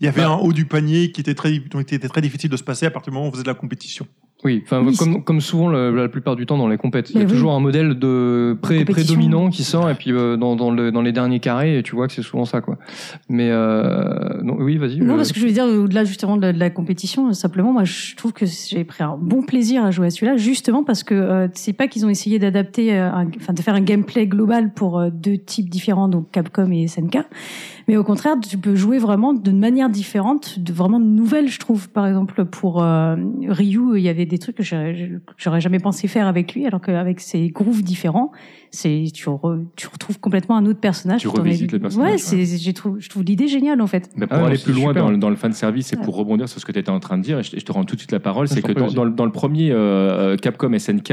il y
Bah.
avait un haut du panier qui était très, qui était très difficile de se passer à partir du moment où on faisait de la compétition.
Oui, enfin,
Oui,
comme, comme souvent le- la plupart du temps dans les compètes. Il y a
Mais oui.
toujours un modèle de pré-
Compétition.
prédominant qui sort et puis euh, dans, dans, le, dans les derniers carrés, et tu vois que c'est souvent ça. quoi. Mais euh, non, oui, vas-y.
Non,
euh,
parce que je veux dire, au-delà justement de la, de la compétition, euh, simplement, moi, je trouve que j'ai pris un bon plaisir à jouer à celui-là, justement parce que euh, c'est pas qu'ils ont essayé d'adapter, euh, un- enfin, de faire un gameplay global pour euh, deux types différents, donc Capcom et SNK, mais au contraire, tu peux jouer vraiment d'une manière différente, de vraiment nouvelle, je trouve. Par exemple, pour euh, Ryu, il y avait des trucs que j'aurais j'aurais jamais pensé faire avec lui, alors qu'avec ses grooves différents, c'est tu, re- tu retrouves complètement un autre personnage.
Tu
T'en es-
revisites le personnage,
Ouais,
ouais.
c'est- j'ai trouvé- je trouve l'idée géniale en fait.
Mais pour
Ah ouais,
aller
c'est
plus loin
super.
dans, le- dans le fan service et pour rebondir sur ce que tu étais en train de dire, et je, je te rends tout de suite la parole,
Ah, Je
c'est
t'en
que
prie,
dans,
vas-y.
dans le, dans le premier euh, Capcom SNK,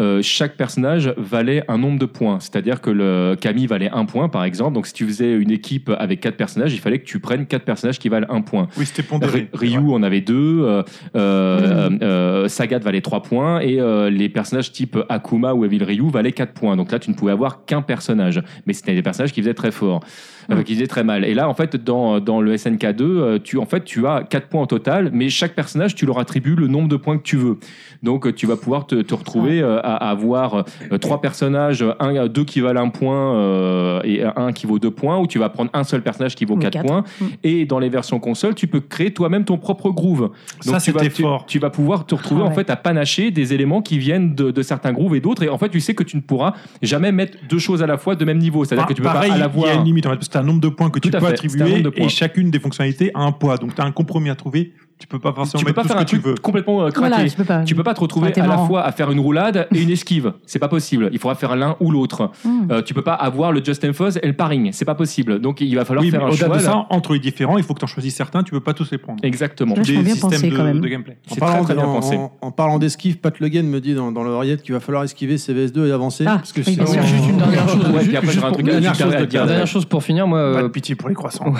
euh, chaque personnage valait un nombre de points. C'est-à-dire que le Camille valait un point, par exemple. Donc si tu faisais une équipe avec quatre personnages, il fallait que tu prennes quatre personnages qui valent un point.
Oui, c'était
Ry-
pondéré.
Ryu en avait deux, euh, euh,
Mm.
euh, Sagat valait trois points et euh, les personnages type Akuma ou Evil Ryu valaient quatre points. Donc là, tu ne pouvais avoir qu'un personnage, mais c'était des personnages qui faisaient très fort,
Mm.
euh, qui faisaient très mal. Et là, en fait, dans, dans le SNK 2, euh, tu en fait tu as quatre points au total, mais chaque personnage tu leur attribues le nombre de points que tu veux. Donc euh, tu vas pouvoir te, te retrouver euh, à, à avoir euh, trois personnages, euh, un, euh, deux qui valent un point euh, et un qui vaut deux points, ou tu vas prendre un seul personnage qui vaut
Ou
quatre,
quatre.
points.
Mm.
Et dans les versions console, tu peux créer toi-même ton propre groove.
Ça,
tu vas,
c'était
tu,
fort.
tu vas pouvoir te retrouver
Ah ouais.
en fait à panacher des éléments qui viennent de, de certains grooves et d'autres. Et en fait, tu sais que tu ne pourras jamais mettre deux choses à la fois de même niveau. C'est-à-dire
Par-
que tu peux
Ah, pareil,
pas à la
il y a
voir.
une limite. en fait, C'est un nombre de points que
Tout
tu peux
à fait, c'est un
attribuer
nombre de points.
et chacune des fonctionnalités a un poids. Donc, tu as un compromis à trouver. Tu peux pas forcément
Tu peux
mettre
pas
tout
faire
ce
un
que tu
truc
veux.
complètement euh, craqué.
Voilà, tu peux pas.
Tu peux pas te retrouver
Ah, t'es
à la
marrant.
fois à faire une roulade et une esquive. C'est pas possible. Il faudra faire l'un ou l'autre.
Mm.
Euh, tu peux pas avoir le Justin Fuzz et le paring. C'est pas possible. Donc il va falloir
Oui, mais
faire un
au-delà
choix.
de
là.
ça, entre les différents, il faut que tu en choisisses certains. Tu peux pas tous les prendre.
Exactement.
Là, je trouve bien pensé,
de,
quand même.
de gameplay.
En
C'est
parlant,
très, très
de-
bien
en-
pensé.
en- en parlant d'esquive, Pat Le Guen me dit dans, dans l'oreillette qu'il va falloir esquiver ses VS2 et avancer.
Ah,
parce que
oui,
sinon- euh,
bien sûr.
Juste une dernière chose.
Ouais,
ju-
puis après,
juste
j'aurai un
pour-
truc à-
dernière
juste à-
chose
à
de-
dire.
dernière chose pour finir, moi,
Pas de
euh,
pitié pour les croissants.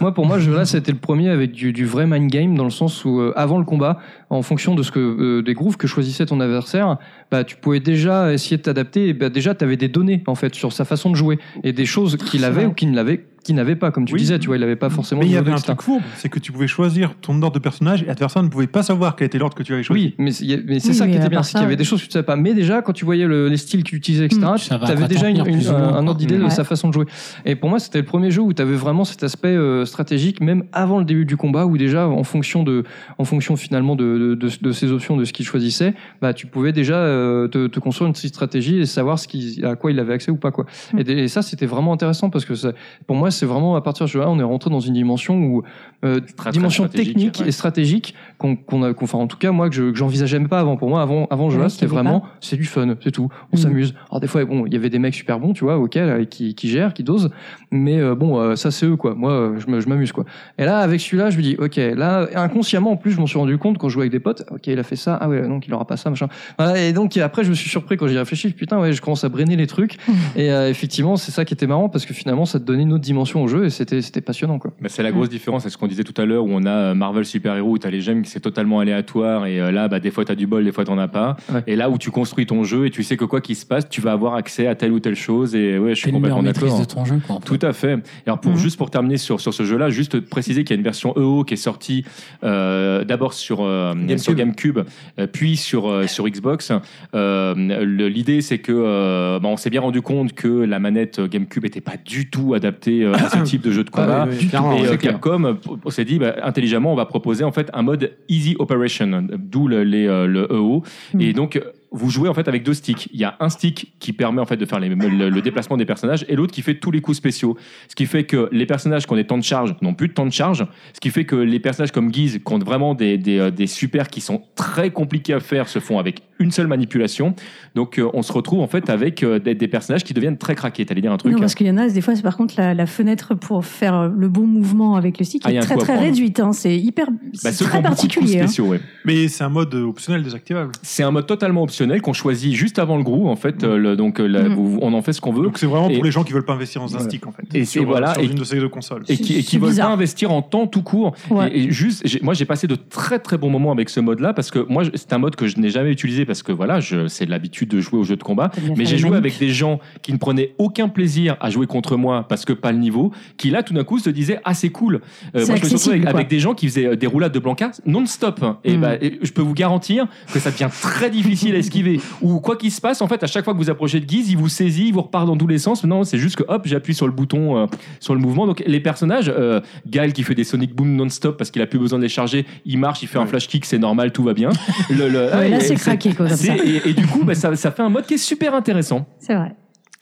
Moi, pour moi, je, là, c'était le premier avec du, du vrai mind game dans le sens où, euh, avant le combat, en fonction de ce que euh, des grooves que choisissait ton adversaire, bah, tu pouvais déjà essayer de t'adapter. Et bah, déjà, tu avais des données en fait sur sa façon de jouer et des choses qu'il avait ou qu'il n'avait qu'il n'avait pas, comme tu
Oui.
disais. Tu vois, il n'avait pas forcément.
Mais il y
le
avait
niveau
un
d'extra.
truc fourbe, c'est que tu pouvais choisir ton ordre de personnage et personne ne pouvait pas savoir quel était l'ordre que tu avais choisi.
Oui, mais c'est- il y a- mais c'est
Oui,
ça
mais
qui
à
était bien,
part
c'est qu'il y
ça,
avait
ouais.
des choses que tu savais pas. Mais déjà, quand tu voyais le- les styles qu'il utilisait, etc.,
Mm.
tu
Ça va
avais
quoi
déjà
t'en
une-
tenir, plus
une-
ou moins,
un, un
quoi.
ordre d'idée de
Ouais.
sa façon de jouer. Et pour moi, c'était le premier jeu où tu avais vraiment cet aspect euh, stratégique, même avant le début du combat, où déjà, en fonction, de, en fonction finalement de, de, de, de ses options, de ce qu'il choisissait, bah, tu pouvais déjà euh, te, te construire une petite stratégie et savoir ce qui, à quoi il avait accès ou pas. Quoi.
Mm.
Et, des- et ça, c'était vraiment intéressant parce que ça- pour moi, c'est vraiment à partir de ce jeu-là, on est rentré dans une dimension où euh,
très
dimension
stratégique,
technique
ouais.
et stratégique qu'on qu'on a qu'on- enfin en tout cas moi que je- que j'envisageais même pas avant pour moi avant avant je
Ouais,
là
qu'il
c'était
y avait
vraiment c'est du fun c'est tout on
Mhm.
s'amuse alors des fois bon il y avait des mecs super bons tu vois ok là, qui qui gèrent qui dosent mais euh, bon euh, ça c'est eux quoi moi euh, je me- je m'amuse quoi et là avec celui-là je me dis ok là inconsciemment en plus je m'en suis rendu compte quand je jouais avec des potes ok il a fait ça ah ouais donc il aura pas ça machin Voilà, et donc et après je me suis surpris quand j'y réfléchis putain ouais je commence à brainer les trucs et euh, effectivement c'est ça qui était marrant parce que finalement ça te donnait une autre dimension au jeu et c'était c'était passionnant quoi.
Mais c'est la grosse différence à ce qu'on disait tout à l'heure où on a euh, Marvel Super Hero où t'as les gemmes qui c'est totalement aléatoire et euh, là bah, des fois t'as du bol, des fois t'en as pas.
Ouais.
Et là où tu construis ton jeu et tu sais que quoi qu'il se passe, tu vas avoir accès à telle ou telle chose et ouais, je
T'es
suis
une meilleure
complètement
maîtrise
d'accord. hein.
de ton jeu, quoi. en fait.
Tout à fait. Et alors pour
Mhm.
juste pour terminer sur sur ce jeu-là, juste préciser qu'il y a une version EO qui est sortie euh, d'abord sur euh, sur GameCube, euh, puis sur euh, sur Xbox. Euh, le- L'idée c'est que euh, bah, on s'est bien rendu compte que la manette GameCube était pas du tout adaptée euh, à ce type de
Ah,
jeu de combat.
oui, oui, clairement,
Et
c'est
euh,
clair.
Capcom euh, on s'est dit bah, intelligemment on va proposer en fait un mode easy operation, d'où le, les, euh, le EO.
Hmm.
Et donc vous jouez en fait avec deux sticks. Il y a un stick qui permet en fait de faire les- le, le déplacement des personnages et l'autre qui fait tous les coups spéciaux. Ce qui fait que les personnages qui ont des temps de charge n'ont plus de temps de charge. Ce qui fait que les personnages comme Guise, qui ont vraiment des, des, euh, des supers qui sont très compliqués à faire, se font avec une seule manipulation. Donc euh, on se retrouve en fait avec euh, des, des personnages qui deviennent très craqués. T'allais dire un truc
Non,
hein
parce qu'il y en a, des fois, c'est par contre la, la fenêtre pour faire euh, le bon mouvement avec le stick
Ah, il y
est
a un
très
coup à
très
prendre.
réduite. hein. C'est hyper,
Bah,
c'est
ceux qui
très
ont beaucoup de coups
particulier. hein.
spéciaux, ouais.
Mais c'est un mode euh, optionnel désactivable.
C'est un mode totalement optionnel qu'on choisit juste avant le groupe en fait. euh, le- donc euh, la-
Mhm.
vous- on en fait ce qu'on veut.
Donc c'est vraiment
Et-
pour les gens qui veulent pas investir dans un
Ouais.
stick en fait.
Et c'est-
sur,
voilà,
sur
et-
une de ces deux consoles.
et qui, et qui
C'est
veulent
bizarre.
pas investir en temps tout court.
Ouais.
Et, et juste, j'ai- moi j'ai passé de très très bons moments avec ce mode-là parce que moi je- c'est un mode que je n'ai jamais utilisé parce que voilà, je- c'est l'habitude de jouer aux jeux de combat.
T'aimes bien
Mais
faire
j'ai
les
joué
manips.
avec des gens qui ne prenaient aucun plaisir à jouer contre moi parce que pas le niveau, qui là tout d'un coup se disaient ah c'est cool.
C'est
moi je me suis retrouvé
accessible,
avec,
quoi.
avec des gens qui faisaient euh, des roulades de Blanca non-stop. Et
Mm.
bah, et je peux vous garantir que ça devient très difficile à esquiver. Ou quoi qu'il se passe, en fait, à chaque fois que vous approchez de Guise, il vous saisit, il vous repart dans tous les sens. Non, c'est juste que hop, j'appuie sur le bouton, euh, sur le mouvement. Donc les personnages, euh, Gal qui fait des Sonic Boom non-stop parce qu'il a plus besoin de les charger, il marche, il fait un flash kick, c'est normal, tout va bien. Le- le-
Ouais, là,
et-
c'est craqué, quoi, comme
c'est-
ça.
Et, et du coup, bah, ça, ça fait un mode qui est super intéressant.
C'est vrai.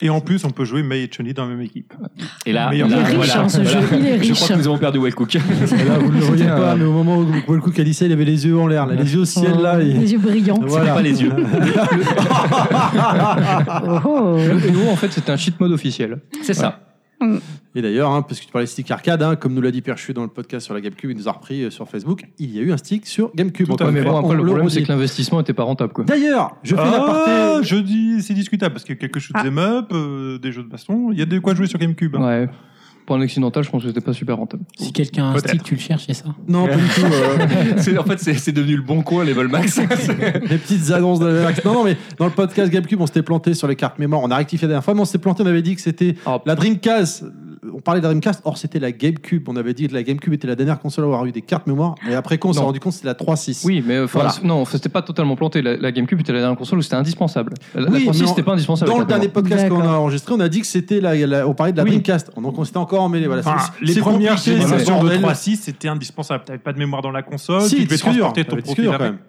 Et en plus, on peut jouer Mei et Chun-Li dans la même équipe.
Et là,
Il est
là,
riche,
hein, ce jeu, il est
Je crois
riche.
que nous avons perdu Wellcook.
Et Là, vous ne le voyez
C'était
pas,
euh,
un-
mais au moment où Walcook a dit ça, il avait les yeux en l'air, là, les yeux au ciel, là. et-
Les yeux brillants.
Voilà.
pas les yeux.
Oh, oh.
Le EO en fait c'était un cheat mode officiel.
C'est ça.
Et d'ailleurs, hein, parce que tu parlais de stick arcade, hein, comme nous l'a dit Perchu dans le podcast sur la GameCube, il nous a repris euh, sur Facebook, il y a eu un stick sur GameCube. encore
Ouais, mais
une
bon
fois, on
après le problème
redit.
c'est que l'investissement était pas rentable quoi.
D'ailleurs, je fais
ah,
l'aparté.
je dis, c'est discutable parce qu'il y a quelques shoot them up, euh, des jeux de baston, il y a de quoi jouer sur GameCube. hein.
Ouais. Pour un occidental je pense que c'était pas super rentable.
Si quelqu'un a un
Peut-être.
stick, tu le cherches, c'est ça
Non, pas du tout. euh,
C'est- En fait, c'est c'est devenu le bon coin, les Volmax.
les petites annonces de la Non, non, mais dans le podcast GameCube, on s'était planté sur les cartes mémoire. On a rectifié la dernière fois, mais on s'était planté. On avait dit que c'était
Ah.
la Dreamcast. On parlait de la Dreamcast, or c'était la GameCube. On avait dit que la GameCube était la dernière console à avoir eu des cartes mémoire. Et après, qu'on s'est
Non.
rendu compte, c'était la 3.6.
Oui, mais enfin,
Voilà.
non, enfin, c'était pas totalement planté. La, la GameCube était la dernière console où c'était indispensable. La, la
Oui,
3.6,
mais en-
c'était pas indispensable.
Dans le dernier
exactement.
podcast qu'on a
D'accord.
enregistré, on a dit que c'était la, la- on parlait de la
Oui.
Dreamcast. On- Donc on s'était encore emmêlé. Voilà.
Enfin,
C'est-
les
c'est
premières
compliqué, c'est
générations
un
de
bordel.
3.6, c'était indispensable. T'avais pas de mémoire dans la console,
Si,
Ah, tu devais
disque dur,
transporter ton
t'avais disque
profil
dur, quand
avec.
même.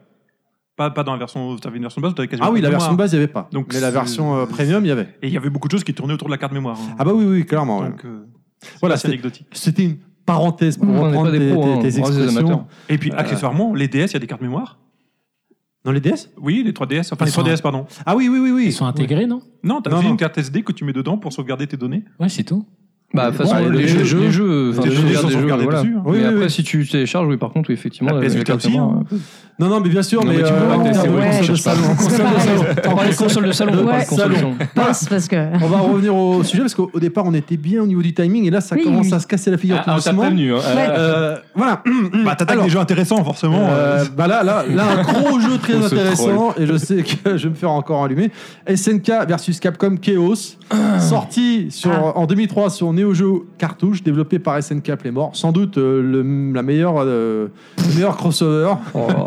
Pas, pas dans la version, t'avais une version de base, t'avais quasiment
Ah oui,
pas
la
de
version de
mémoire.
base, il n'y avait pas.
Donc,
mais la
c'est-
version euh, premium, il y avait.
Et il y avait beaucoup de choses qui tournaient autour de la carte mémoire. hein.
Ah bah oui, oui, clairement. ouais.
Donc, euh, c'est
Voilà,
assez
c'est-
anecdotique.
C'était une parenthèse pour
Mmh, on n'est
reprendre
pas des
tes,
pros, hein,
tes- tes
on reste des amateurs.
expressions.
Et puis, accessoirement, les DS, il y a des cartes mémoire.
Dans les DS
Oui, les 3DS, enfin les
Ils sont-
3DS, pardon.
Ah oui, oui, oui, oui.
Ils sont intégrés, non
Non, t'as
Non,
juste
non.
une carte SD que tu mets dedans pour sauvegarder tes données.
Ouais, c'est tout.
Bah, de toute façon,
Bon,
les,
les
jeux,
jeux-
les jeux, enfin,
les
les
jeux
jeux,
sont regardés
voilà.
dessus, hein.
Oui,
mais
oui,
après,
oui.
si tu télécharges, oui, par contre, oui, effectivement,
La PS Vita
carte
aussi,
mémoire,
hein.
euh,
Non, non, mais bien sûr,
Non,
mais,
mais tu peux
euh,
pas
en
tester,
termes de
ouais,
console de
cherche pas.
salon, console de salon.
On parle des consoles de salon, on parle
Ouais,
des consoles de
salon.
salon.
Passe, parce que.
On va revenir au sujet parce qu'au départ, on était bien au niveau du timing et là, ça
Oui,
commence
oui.
à se casser la figure
Ah,
tout
on t'a
doucement.
prévenu. hein.
Ouais.
Euh,
Euh, voilà.
Bah, t'attaques
Alors,
des jeux intéressants, forcément.
Euh, bah là, là, là, un gros jeu très
On se
intéressant et je sais que je vais me faire encore allumer. SNK versus Capcom Chaos,
Ah.
sorti sur, en 2003 sur Neo Geo cartouche, développé par SNK Playmore. Sans doute euh, le, la meilleure, euh, le meilleur crossover.
Oh.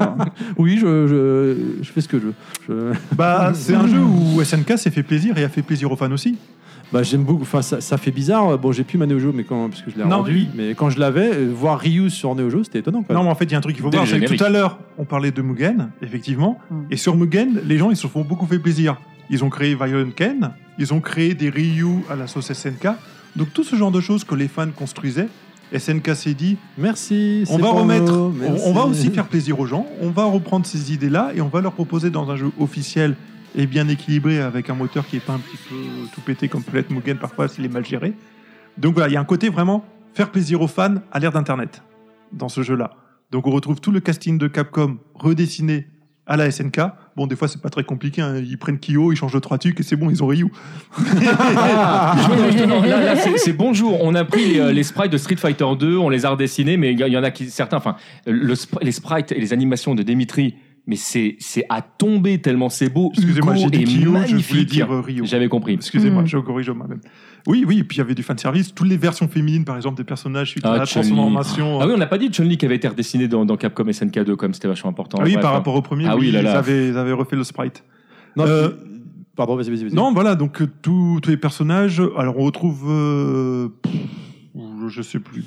oui, je, je, je fais ce que je veux. Je-
Bah, c'est un jeu où SNK s'est fait plaisir et a fait plaisir aux fans aussi.
bah, j'aime beaucoup. Enfin, ça, ça fait bizarre. Bon, j'ai plus ma Neo Geo, mais quand, parce que je l'ai
Non,
rendu.
oui.
Mais quand je l'avais, euh, voir Ryu sur Neo Geo, c'était étonnant. Quand même.
Non, mais en fait, il y a un truc qu'il faut
Dès
voir,
le
c'est que
générique.
tout à l'heure, on parlait de Mugen, effectivement,
Mm.
et sur Mugen, les gens, ils se font beaucoup fait plaisir. Ils ont créé Violent Ken, ils ont créé des Ryu à la sauce SNK, donc tout ce genre de choses que les fans construisaient, SNK s'est dit,
Merci.
on
c'est
va
pour
remettre,
nous,
on, on va
merci.
aussi faire plaisir aux gens, on va reprendre ces idées-là et on va leur proposer dans un jeu officiel et bien équilibré avec un moteur qui est pas un petit peu tout pété comme peut l'être Mugen parfois s'il est mal géré. Donc voilà, il y a un côté vraiment faire plaisir aux fans à l'ère d'Internet dans ce jeu-là. Donc on retrouve tout le casting de Capcom redessiné à la SNK. Bon, des fois, c'est pas très compliqué. hein. Ils prennent Kyo, ils changent de trois trucs et c'est bon, ils ont Ryu.
Non, non, là, là, c'est c'est bonjour. On a pris euh, les sprites de Street Fighter 2, on les a redessinés, mais il y, il y en a qui certains. Enfin, le spr- les sprites et les animations de Dimitri, mais c'est c'est à tomber tellement c'est beau.
Excusez-moi,
Hugo
j'ai dit
est
Kyo, je voulais
magnifique.
dire euh, Ryu.
J'avais compris.
Excusez-moi,
Mm.
je corrige moi-même. Oui, oui, et puis il y avait du fanservice. Toutes les versions féminines, par exemple, des personnages suite
Ah,
à la
Chun-Li.
transformation. euh,
Ah oui, on n'a pas dit Chun-Li qui avait été redessiné dans, dans Capcom SNK2, comme c'était vachement important.
Ah oui,
Bref,
par
hein.
rapport au premier,
Ah oui,
oui,
là,
ils,
là.
avaient, ils avaient refait le sprite.
Non,
Euh,
puis- Pardon, vas-y, vas-y. vas-y.
Non, voilà, donc euh, tous tous les personnages. Alors, on retrouve. euh, pff, je sais plus.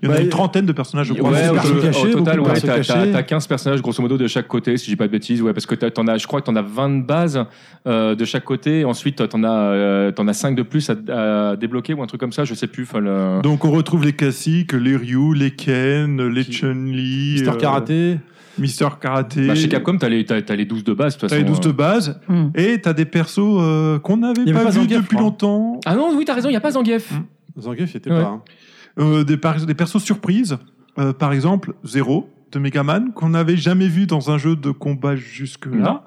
Il y en
Bah,
a une
il-
trentaine de personnages, je
Ouais,
crois.
beaucoup de
au,
persos
au
cachés, beaucoup
total,
de
ouais,
persos
t'as,
cachés.
t'as- t'as 15 personnages grosso modo de chaque côté, si je dis pas de bêtises, ouais, parce que t'as- t'en as, je crois que t'en as 20 de base euh, de chaque côté, ensuite t'en as, euh, t'en as 5 de plus à, à débloquer ou un truc comme ça, je sais plus. enfin, le-
Donc, on retrouve les classiques, les Ryu, les Ken, les
Qui-
Chun-Li.
Mister
euh,
Karaté.
Mister Karaté.
Bah, chez Capcom, t'as les, t'as, t'as les 12 de base, de toute
T'as les
façon.
12 de
euh.
base.
Hmm.
Et t'as des persos euh, qu'on n'avait
Il y avait
pas,
pas
vus
Zangief,
depuis
je crois.
longtemps.
Ah non, oui, t'as raison, il n'y a pas Zangief.
Zangief, c'était
Ouais.
pas. hein.
Euh, des, par- des persos surprises. Euh, par exemple, Zero de Megaman, qu'on n'avait jamais vu dans un jeu de combat
Non.
jusque-là.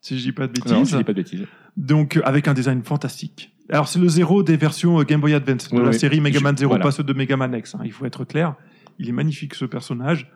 Si je dis pas de
Non,
bêtises.
je dis pas de bêtises.
Donc, euh, avec un design fantastique. Alors, c'est le Zero des versions euh, Game Boy Advance, de
Oui,
la
oui.
série Mega Man
Je-
Zero,
voilà.
pas ceux de Mega Man X. hein, il faut être clair. Il est magnifique, ce personnage.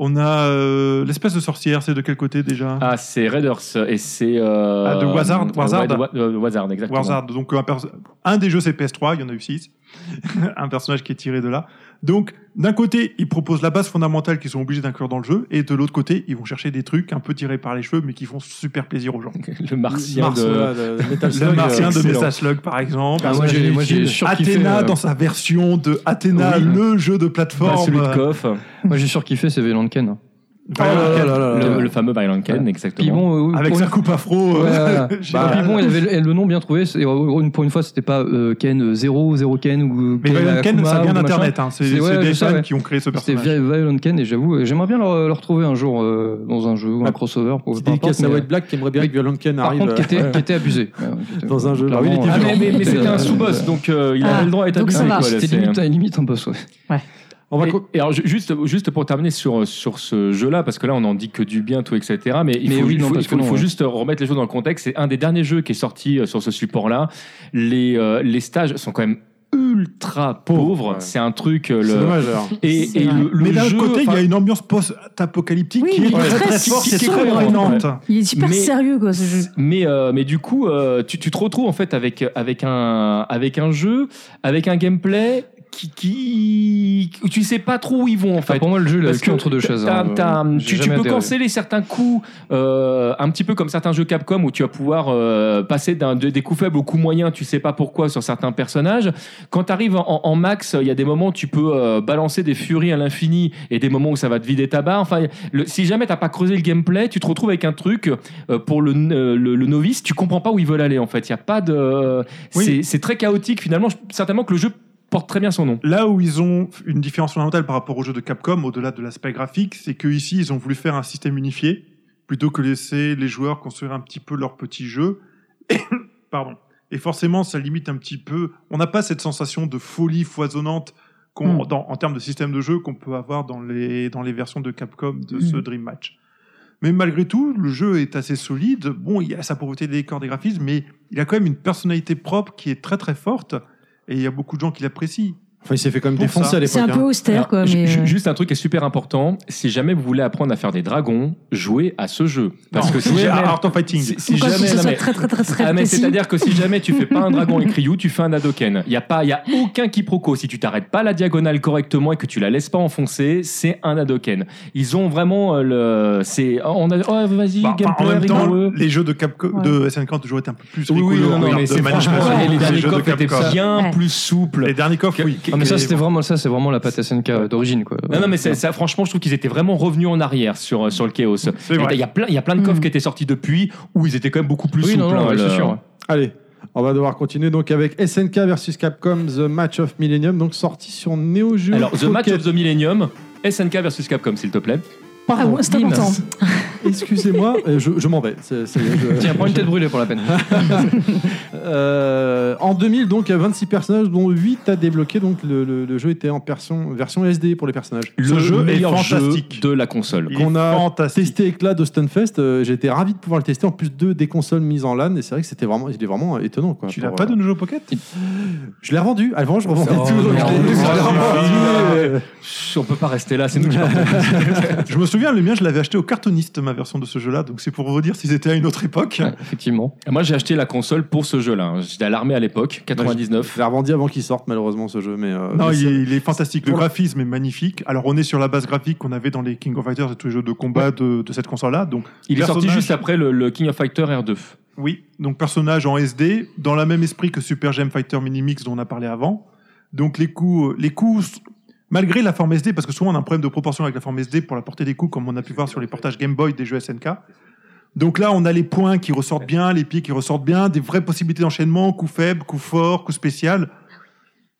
On a euh, l'espèce de sorcière, c'est de quel côté déjà
Ah, c'est Raiders et c'est. euh,
Ah, de Wizard,
euh,
Wizard.
ouais, de Wa- euh, Wizard, exactement.
Warzard, donc un, perso- un des jeux c'est PS3, il y en a eu 6. un personnage qui est tiré de là. Donc d'un côté, ils proposent la base fondamentale qu'ils sont obligés d'inclure dans le jeu, et de l'autre côté, ils vont chercher des trucs un peu tirés par les cheveux, mais qui font super plaisir aux gens.
Le martien
Mars,
de.
Voilà, de Metal
le
Slug,
martien de
euh,
Mesa Slug par exemple.
Ah, moi, j'ai- moi, j'ai surkiffé,
Athéna
euh,
dans sa version de Athéna,
Oui. Bah,
le jeu de plateforme.
Pas celui de Koff,
Euh,
Moi, j'ai surkiffé, c'est Vélan Ken.
Oh
Voilà.
là là là là là.
le, le fameux Violent Ken,
Voilà. Puis
exactement.
bon, euh,
Avec
pour
sa
une-
coupe afro. euh,
Ouais, voilà.
j'ai-
Bah, puis bon, il avait le, le nom bien trouvé. c'est- euh, une- Pour une fois, c'était pas euh, Ken 0, 0 Ken ou
mais Violent Ken,
Akuma
ça vient
ou machin.
d'internet. hein, C'est
C'est-
c'est
ouais,
des
je sais,
fans
ouais.
qui ont créé ce
C'était
personnage.
Vi- Violent Ken et j'avoue, euh, j'aimerais bien le, le retrouver un jour euh, dans un jeu ou un
Ah,
crossover. Pour,
Petit
peu importe,
dédicace à
mais-
White Black qui aimerait bien
Oui.
que Violent Ken
par
arrive.
contre, qui était,
euh,
qui était abusé. Ouais, qui était-
Dans un jeu. Ah oui, il était
clairement,
Ah, mais, mais- mais
euh,
c'était un sous-boss, donc euh, il avait
Ah,
le droit d'être
donc ça
abusé,
va.
quoi, là,
C'était
c'est-
limite, un- limite un boss, ouais.
On va
Et-
co-
et alors, ju- juste, juste pour terminer sur, euh, sur ce jeu-là, parce que là, on en dit que du bien, tout, etc. Mais il
Mais
faut,
oui,
il
non,
faut,
parce
il faut-
que non,
il faut
ouais.
juste remettre les choses dans le contexte. C'est un des derniers jeux qui est sorti euh, sur ce support-là. Les, euh, les stages sont quand même ultra pauvres.
ouais.
C'est un truc. euh,
C'est
le...
dommage alors.
Et,
C'est
et
vrai.
le, le
mais d'un
jeu,
côté, il y
enfin,
a une ambiance post-apocalyptique
Oui,
qui est
il est
très,
très
très forte,
si-
c'est
si-
très
cohérent,
prenante.
Il est super
Mais-
sérieux, quoi, ce jeu.
Mais, euh, mais du coup, euh, tu, tu te retrouves en fait avec, avec, un, avec un jeu, avec un gameplay qui, qui. Tu sais pas trop où ils vont en
Enfin,
fait.
pour moi, le jeu, il a le
Parce
cul
que
entre deux chaises.
t'as-
hein.
t'as-
J'ai
tu, tu
jamais
peux
adhéré.
canceller certains coups, euh, un petit peu comme certains jeux Capcom où tu vas pouvoir euh, passer d'un- de- des coups faibles aux coups moyens, tu sais pas pourquoi, sur certains personnages. Quand tu arrives en, en max, il y a des moments où tu peux euh, balancer des furies à l'infini et des moments où ça va te vider ta barre. Enfin, le- si jamais t'as pas creusé le gameplay, tu te retrouves avec un truc euh, pour le, euh, le, le novice, tu comprends pas où ils veulent aller en fait. Il y a pas de.
Oui.
c'est- C'est très chaotique finalement. Je- Certainement que le jeu porte très bien son nom.
Là où ils ont une différence fondamentale par rapport au jeu de Capcom, au-delà de l'aspect graphique, c'est qu'ici, ils ont voulu faire un système unifié, plutôt que laisser les joueurs construire un petit peu leur petit jeu. Pardon. Et forcément, ça limite un petit peu. On n'a pas cette sensation de folie foisonnante qu'on- dans- en termes de système de jeu qu'on peut avoir dans les, dans les versions de Capcom de ce Dream Match. Mais malgré tout, le jeu est assez solide. Bon, il y a sa pauvreté des décors, des graphismes, mais il a quand même une personnalité propre qui est très très forte. Et il y a beaucoup de gens qui l'apprécient.
Enfin, il s'est fait quand même
Pour
défoncer
ça.
à
C'est un
l'époque.
peu
hein.
austère,
Alors,
quoi.
ju-
Mais
ju-
euh,
Juste un truc qui est super important, si jamais vous voulez apprendre à faire des dragons, jouez à ce jeu. Parce que si
Oui,
jamais...
Art of Fighting.
Si, si
faut quand même que
jamais,
ce
non,
soit
mais-
très, très, très, très
Ah, mais
précis.
c'est-à-dire que si jamais tu fais pas un dragon avec Ryu, tu fais un Hadoken. Il y a pas, il y a aucun quiproquo. Si tu t'arrêtes pas la diagonale correctement et que tu la laisses pas enfoncer, c'est un Hadoken. Ils ont vraiment euh, le, c'est, on a, oh, vas-y,
Bah, enfin,
gameplay
en même temps,
rigoureux.
les jeux de, Capcom,
Ouais.
de SNK ont toujours été un peu plus
Oui,
rigoureux.
oui, non,
en
non,
termes
mais
de
c'est
management.
franchement,
Les
les derniers
jeux de
coffres étaient
Capcom.
bien
Ouais.
plus souples.
Les derniers coffres, oui.
Ah, mais ça, c'était vraiment ça, c'est vraiment la patte SNK euh, d'origine, quoi.
Non, non, mais c'est- ça, franchement, je trouve qu'ils étaient vraiment revenus en arrière sur, euh, sur le chaos. Et
vrai.
Il y, a plein- il y a plein de coffres
Mm.
qui étaient sortis depuis où ils étaient quand même beaucoup plus
Oui,
souples.
non, non,
hein,
ouais,
le-
c'est sûr. ouais.
Allez, on va devoir continuer donc avec SNK versus Capcom The Match of Millennium, donc sorti sur Neo Geo.
Alors, The Match
Pocket.
of the Millennium, SNK versus Capcom, s'il te plaît.
Ah,
Pardon,
bon, c'est
mince.
important.
Excusez-moi, euh, je, je m'en vais. C'est- ça y est, je-
Tiens, prends une tête brûlée pour la peine.
Euh, en 2000, donc, il y a 26 personnages, dont 8 à débloquer. Donc, le, le- le jeu était en perso- version SD pour les personnages.
Le
Ce jeu est
meilleur
fantastique.
jeu de la console.
Il
qu'on
est
a
fantastique.
Testé éclat de Stunfest, euh, j'ai été ravi de pouvoir le tester. En plus, deux des consoles mises en LAN, et c'est vrai que c'était vraiment, il est vraiment étonnant. Quoi,
Tu
Pour,
l'as pas
euh,
donné au Pocket
Je l'ai revendu. Avant, je revendais
Oh,
tout. donc je l'ai-
merde.
je l'ai revendu, euh,
On peut pas rester là, c'est nous qui partons.
Je me souviens, le mien, je l'avais acheté au cartoniste, ma version de ce jeu-là. Donc c'est pour vous dire s'ils étaient à une autre époque.
Ouais, effectivement.
Moi, j'ai acheté la console pour ce jeu-là. hein. J'étais à l'armée à l'époque, 99.
Je l'ai revendu avant qu'il sorte, malheureusement, ce jeu. Mais, euh,
Non,
mais
il
c'est-
est, il est fantastique. Le
Pour-
graphisme est magnifique. Alors, on est sur la base graphique qu'on avait dans les King of Fighters et tous les jeux de combat de, de cette console-là. Donc,
Il est sorti
personnage-
juste après le, le King of Fighter R2.
oui. Donc, personnage en SD, dans la même esprit que Super Gem Fighter Minimix dont on a parlé avant. Donc, les coups, euh, les coups, malgré la forme SD, parce que souvent on a un problème de proportion avec la forme SD pour la portée des coups, comme on a pu voir sur les portages Game Boy des jeux SNK. Donc là, on a les points qui ressortent bien, les pieds qui ressortent bien, des vraies possibilités d'enchaînement, coup faible, coup fort, coup spécial.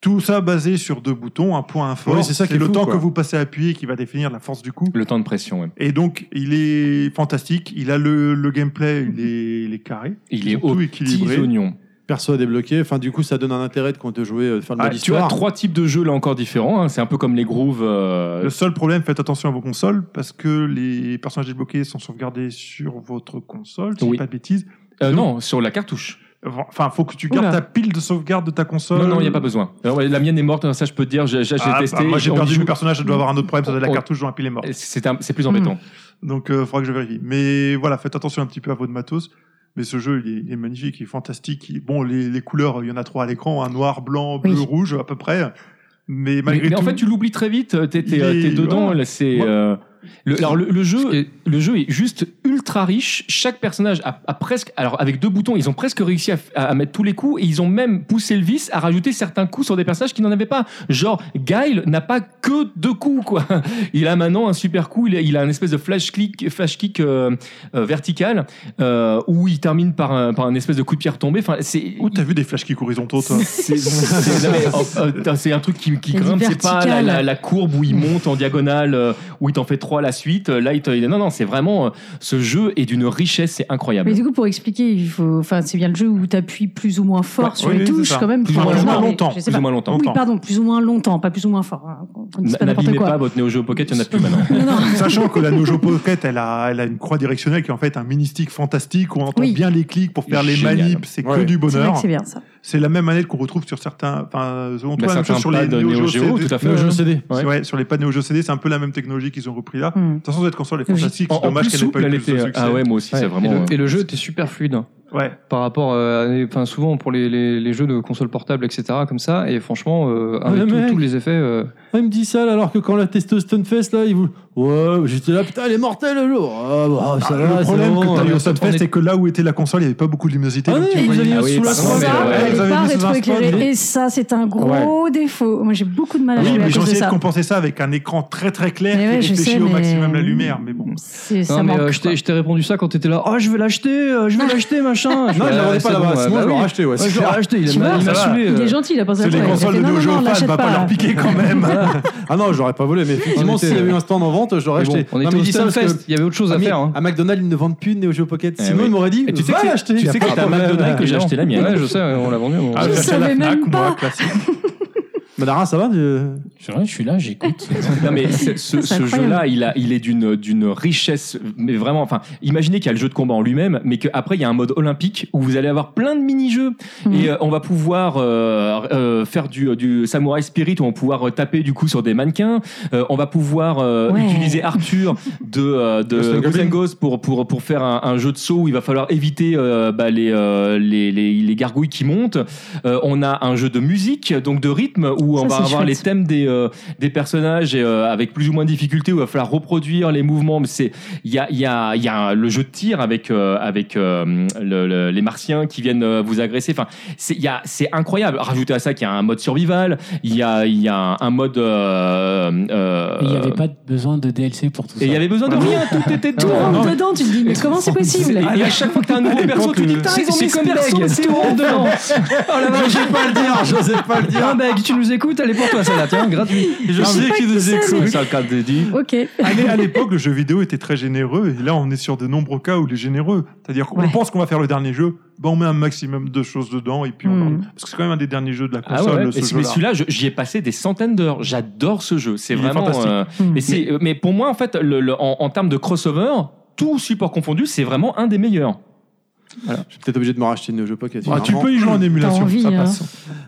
Tout ça basé sur deux boutons, un point, un fort.
Oui, c'est ça qui est
le
fou,
temps
quoi.
que vous passez à appuyer qui va définir la force du coup.
Le temps de pression, ouais.
Et donc, il est fantastique. Il a le, le gameplay, il est, il est carré.
Il
Ils
est
sont
au
tout
petits
équilibré.
oignons.
perso à débloquer. Enfin, du coup, ça donne un intérêt de quand de jouer, euh, de faire de
Ah, tu as
l'histoire.
trois types de jeux là encore différents. hein. C'est un peu comme les grooves. euh,
Le seul problème, faites attention à vos consoles parce que les personnages débloqués sont sauvegardés sur votre console, si je
Oui.
dis pas de bêtises.
euh,
non.
non, sur la cartouche.
Enfin, faut que tu gardes
Oula.
ta pile de sauvegarde de ta console.
Non, non, il n'y a pas besoin. Alors, ouais, la mienne est morte, ça je peux te dire. J'ai j'ai- j'ai
Ah, bah,
testé.
moi, j'ai
on y
perdu
joue.
mes personnages, je dois avoir un autre problème, ça doit être
On-
la cartouche, dans la pile est morte.
C'est un- c'est plus embêtant.
Donc, il faudra que je vérifie. Mais voilà, faites attention un petit peu à votre matos. Mais ce jeu, il est, il est magnifique, il est fantastique. Il- Bon, les, les couleurs, il y en a trois à l'écran, un noir, blanc, bleu,
Oui.
rouge, à peu près. Mais
Mais,
malgré
mais
tout,
en fait, tu l'oublies très vite. euh, T'es t'es,
Il
euh,
est-
t'es dedans. là, C'est
Ouais.
euh, le, alors le, le
Ce
jeu.
qui est-
Le jeu est juste ultra riche. Chaque personnage a, a presque, alors avec deux boutons, ils ont presque réussi à, f- à- à mettre tous les coups et ils ont même poussé le vice à rajouter certains coups sur des personnages qui n'en avaient pas. Genre, Guile n'a pas que deux coups, quoi. Il a maintenant un super coup. Il a, il a un espèce de flash click, flash kick euh, euh, vertical euh, où il termine par un, par un espèce de coup de pierre tombé. Enfin, c'est
Où t'as vu des flashs qui horizontaux, toi
c'est- c'est non, mais, oh, oh, putain, c'est un truc qui, qui
Il y a du
grimpe, c'est pas la,
vertical.
la- la courbe où il
Mm.
monte en diagonale, euh, où il t'en fait trois à la suite. euh, Là, il te- il- non, non, c'est vraiment euh, ce jeu est d'une richesse, c'est incroyable.
Mais du coup, pour expliquer, il faut, enfin, c'est bien le jeu où tu appuies plus ou moins fort
Ouais,
sur
oui,
les
oui,
touches,
c'est ça.
quand même.
Plus
Enfin,
ou moins
je sais pas,
longtemps,
mais
longtemps.
je sais
Plus
pas.
ou moins longtemps.
Oui, pardon, plus ou moins longtemps, pas plus ou moins fort. hein. On ne
N-
dit pas n'importe
N'abîmez
quoi.
pas votre Neo Geo Pocket, il n'y en a plus maintenant.
Non, non.
Sachant que la Nojo Pocket, elle a, elle a une croix directionnelle qui est en fait un mini-stick fantastique où on entend
Oui.
bien les clics pour faire les
Génial.
manips, c'est que
Ouais.
du
C'est vrai
bonheur.
que c'est bien ça.
C'est la même manette qu'on retrouve sur certains, enfin, selon
Bah,
toi, la même
certains
chose sur les
pads
Neo Geo CD.
tout à fait.
Le jeu
ouais.
CD.
Ouais.
Ouais, sur les pads Neo Geo CD, c'est un peu la même technologie qu'ils ont repris là. De
Hmm.
toute façon, cette console est
Logique.
fantastique,
En,
c'est
en
dommage
plus
qu'elle n'ait pas
souple,
eu
elle
plus de
était.
succès.
Ah ouais, moi aussi, c'est
Et
vraiment.
le,
euh,
et le jeu était super fluide. hein.
Ouais.
par rapport euh, à enfin, souvent pour les, les, les jeux de consoles portables etc comme ça et franchement euh, avec
le
tout-
mec.
tous les effets euh,
Ah, il me dit ça là, alors que quand on l'a testé au Stunfest, là, il vous. Ouais, j'étais là, putain, elle est mortelle le jour. Ah, bah, ça
Ah,
va,
le problème
c'est
que
bon,
t'as
euh,
eu au
on est-
Sunfest, c'est que là où était la console, il n'y avait pas beaucoup de luminosité.
Ah
donc
oui,
tu
ils
voyais-
avaient
Ah oui,
sous la
pardon,
soie,
mais
ça,
ouais,
elle
vous
est
avez
pas
mis sous un
rétroéclairée.
spot, mais-
Et ça, c'est un gros défaut. Moi, j'ai beaucoup de mal à
Oui,
jouer à
mais j'ai
cause de
essayé de
ça.
compenser ça avec un écran très très clair
Mais ouais, je
qui réfléchit
sais,
au
mais- Mm.
maximum la lumière. Mais bon,
C'est-
non,
Ça
mais, euh,
manque.
je t'ai-
quoi.
je t'ai répondu ça quand t'étais là oh je vais l'acheter euh, je vais l'acheter machin
Non, je l'avais pas là-bas, sinon je l'aurais acheté, ouais. c'est
je l'aurais
clair.
acheté il
Tu
m'a
vois,
il m'a
ça va.
saoulé
Il
euh.
est gentil, il a pensé à
c'est
toi.
les
Il a
consoles
fait,
de
non,
Neo
non,
Geo
non,
Fan,
l'achète
va pas leur piquer quand même.
Ah non, j'aurais pas volé, mais effectivement,
On était-
s'il y avait eu un stand en vente, j'aurais
Mais bon,
acheté.
on
Non,
était
mais
au
il dit ça parce que-
Stunfest il y avait autre chose
Ah,
à
mais
faire hein.
à McDonald's, ils ne vendent plus de Neo Geo Pocket.
Eh
Sinon,
oui.
ils m'auraient dit,
Et tu sais
va
que c'est-
l'acheter.
tu sais que
Après, ah,
c'est à
t'as-
McDonald's que j'ai acheté la mienne.
ouais je sais on l'a vendu on-
Je
j'ai acheté à la
savais
Fnac,
même
moi,
pas.
classique.
Madara, ça va tu-
C'est vrai, je suis là, j'écoute.
Non mais ce, ce-
c'est
ce
incroyable.
jeu-là, il, a- il est d'une d'une richesse, mais vraiment. Enfin, imaginez qu'il y a le jeu de combat en lui-même, mais qu'après il y a un mode olympique où vous allez avoir plein de mini-jeux
Mhm.
et euh, on va pouvoir euh, euh, faire du, du samouraï spirit, où on va pouvoir euh, taper du coup sur des mannequins, Euh, on va pouvoir euh,
Ouais.
utiliser Arthur de euh, de
Ghost and
Ghost and
Goblin.
Ghost pour pour pour faire un, un jeu de saut où il va falloir éviter euh, bah, les, euh, les les les gargouilles qui montent. Euh, on a un jeu de musique, donc de rythme où
Ça,
on va
c'est
avoir
chouette.
les thèmes des euh, des personnages et, euh, avec plus ou moins de difficultés où il va falloir reproduire les mouvements. Mais c'est il y a il y a il y a le jeu de tir avec euh, avec euh, le- le- les martiens qui viennent euh, vous agresser. Enfin, c'est il y a c'est incroyable. Rajoutez à ça qu'il y a un mode survival, il y a il y a un mode euh, euh,
Mais Il n'y avait pas besoin de DLC pour tout ça.
et il y avait besoin de rien, tout était tout.
Tout
rond.
rentre dedans, tu te dis, mais comment c'est possible
Et à chaque fois que t'as un nouveau perso, tu dis, putain, ils ont mis ce perso, mais c'est horrible.
Oh la vache, j'ai pas le dire, j'osais pas le dire. Ah, bah, tu nous écoutes, elle est pour toi, celle-là, tiens, gratuit.
Je
sais
sais
pas
qu'il
qui
nous
c'est,
écoute.
mais-
Ça, le cadre dit.
Ok.
À l'é- à l'époque, le jeu vidéo était très généreux, et là, on est sur de nombreux cas où il est généreux. C'est-à-dire qu'on
Ouais.
pense qu'on va faire le dernier jeu, ben on met un maximum de choses dedans, et puis on
Hmm.
en- Parce que c'est quand même un des derniers jeux de la
Ah
console,
ouais, ouais.
ce
Et- mais
jeu-là.
celui-là, je- j'y ai passé des centaines d'heures. J'adore ce jeu. C'est
Il est
vraiment.
fantastique.
euh,
Hmm.
mais, c'est- mais pour moi, en fait, le- le- en, en termes de crossover, tout support confondu, c'est vraiment un des meilleurs.
Je suis peut-être obligé de me racheter une jeu pocket.
Ah, tu
finalement.
peux y jouer en émulation,
envie,
ça
hein.
passe.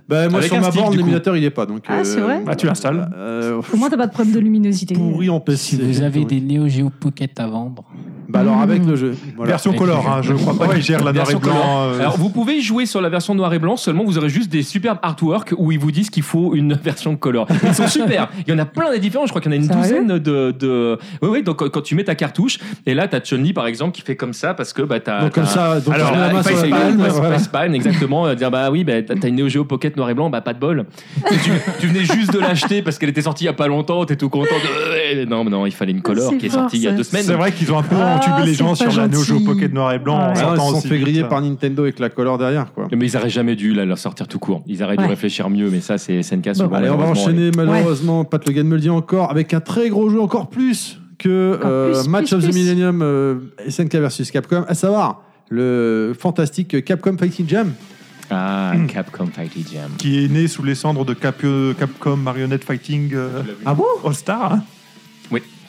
Bah, moi,
Avec
sur
un
ma
stick,
borne,
du coup.
l'émulateur, il est pas. Donc,
Ah, c'est vrai
Bah, tu l'installes.
euh,
Au moins, t'as pas de problème de luminosité.
pourri en PC.
euh, Si vous avez des Neo Geo Pocket à vendre,
Bah, alors, avec le jeu. Voilà.
Version color, hein, je crois pas qu'il gère la noir et
Version
blanc. euh,
Alors, vous pouvez y jouer sur la version noir et blanc, seulement vous aurez juste des superbes artworks où ils vous disent qu'il faut une version color. Ils sont super. Il y en a plein des différents. Je crois qu'il y en a une
Sérieux
douzaine de. de... Oui, oui. Donc, euh, quand tu mets ta cartouche, et là, t'as Chun-Li, par exemple, qui fait comme ça parce que bah, t'as.
Donc, comme
t'as-
ça, donc,
Alors,
on
Voilà,
la main sur
Face
la
Palm,
palme,
Face-
voilà.
Face Palm, exactement. euh, Dire, bah oui, bah, t'as t'as une Neo Geo Pocket noir et blanc, bah pas de bol. Tu, tu venais juste de l'acheter parce qu'elle était sortie il y a pas longtemps, t'es tout content. de- euh, Non, mais non, il fallait une color
C'est
qui est
fort,
sortie il y a
ça.
deux semaines.
C'est vrai qu'ils ont un peu
Ah,
entubé les
c'est
gens
pas
sur la Neo Geo
gentil.
Pocket noir et blanc.
Ouais.
en
Ah,
sortant
ils se sont
aussi
fait
vite,
griller
là.
par Nintendo avec la color derrière, quoi.
Mais ils auraient jamais dû la, la sortir tout court. Ils auraient dû
Ouais.
réfléchir mieux, mais ça, c'est SNK. souvent,
Allez, on va
malheureusement,
enchaîner malheureusement. Pat Le Guen me le dit encore avec un très gros jeu, encore plus que
Encore
euh,
plus,
Match
plus,
of the
plus.
Millennium euh, SNK versus Capcom, à savoir le fantastique Capcom Fighting Jam.
Ah, Capcom Fighting Jam.
Qui est né sous les cendres de Cap- euh, Capcom Marionette Fighting euh,
Ah bon
All-Star. hein.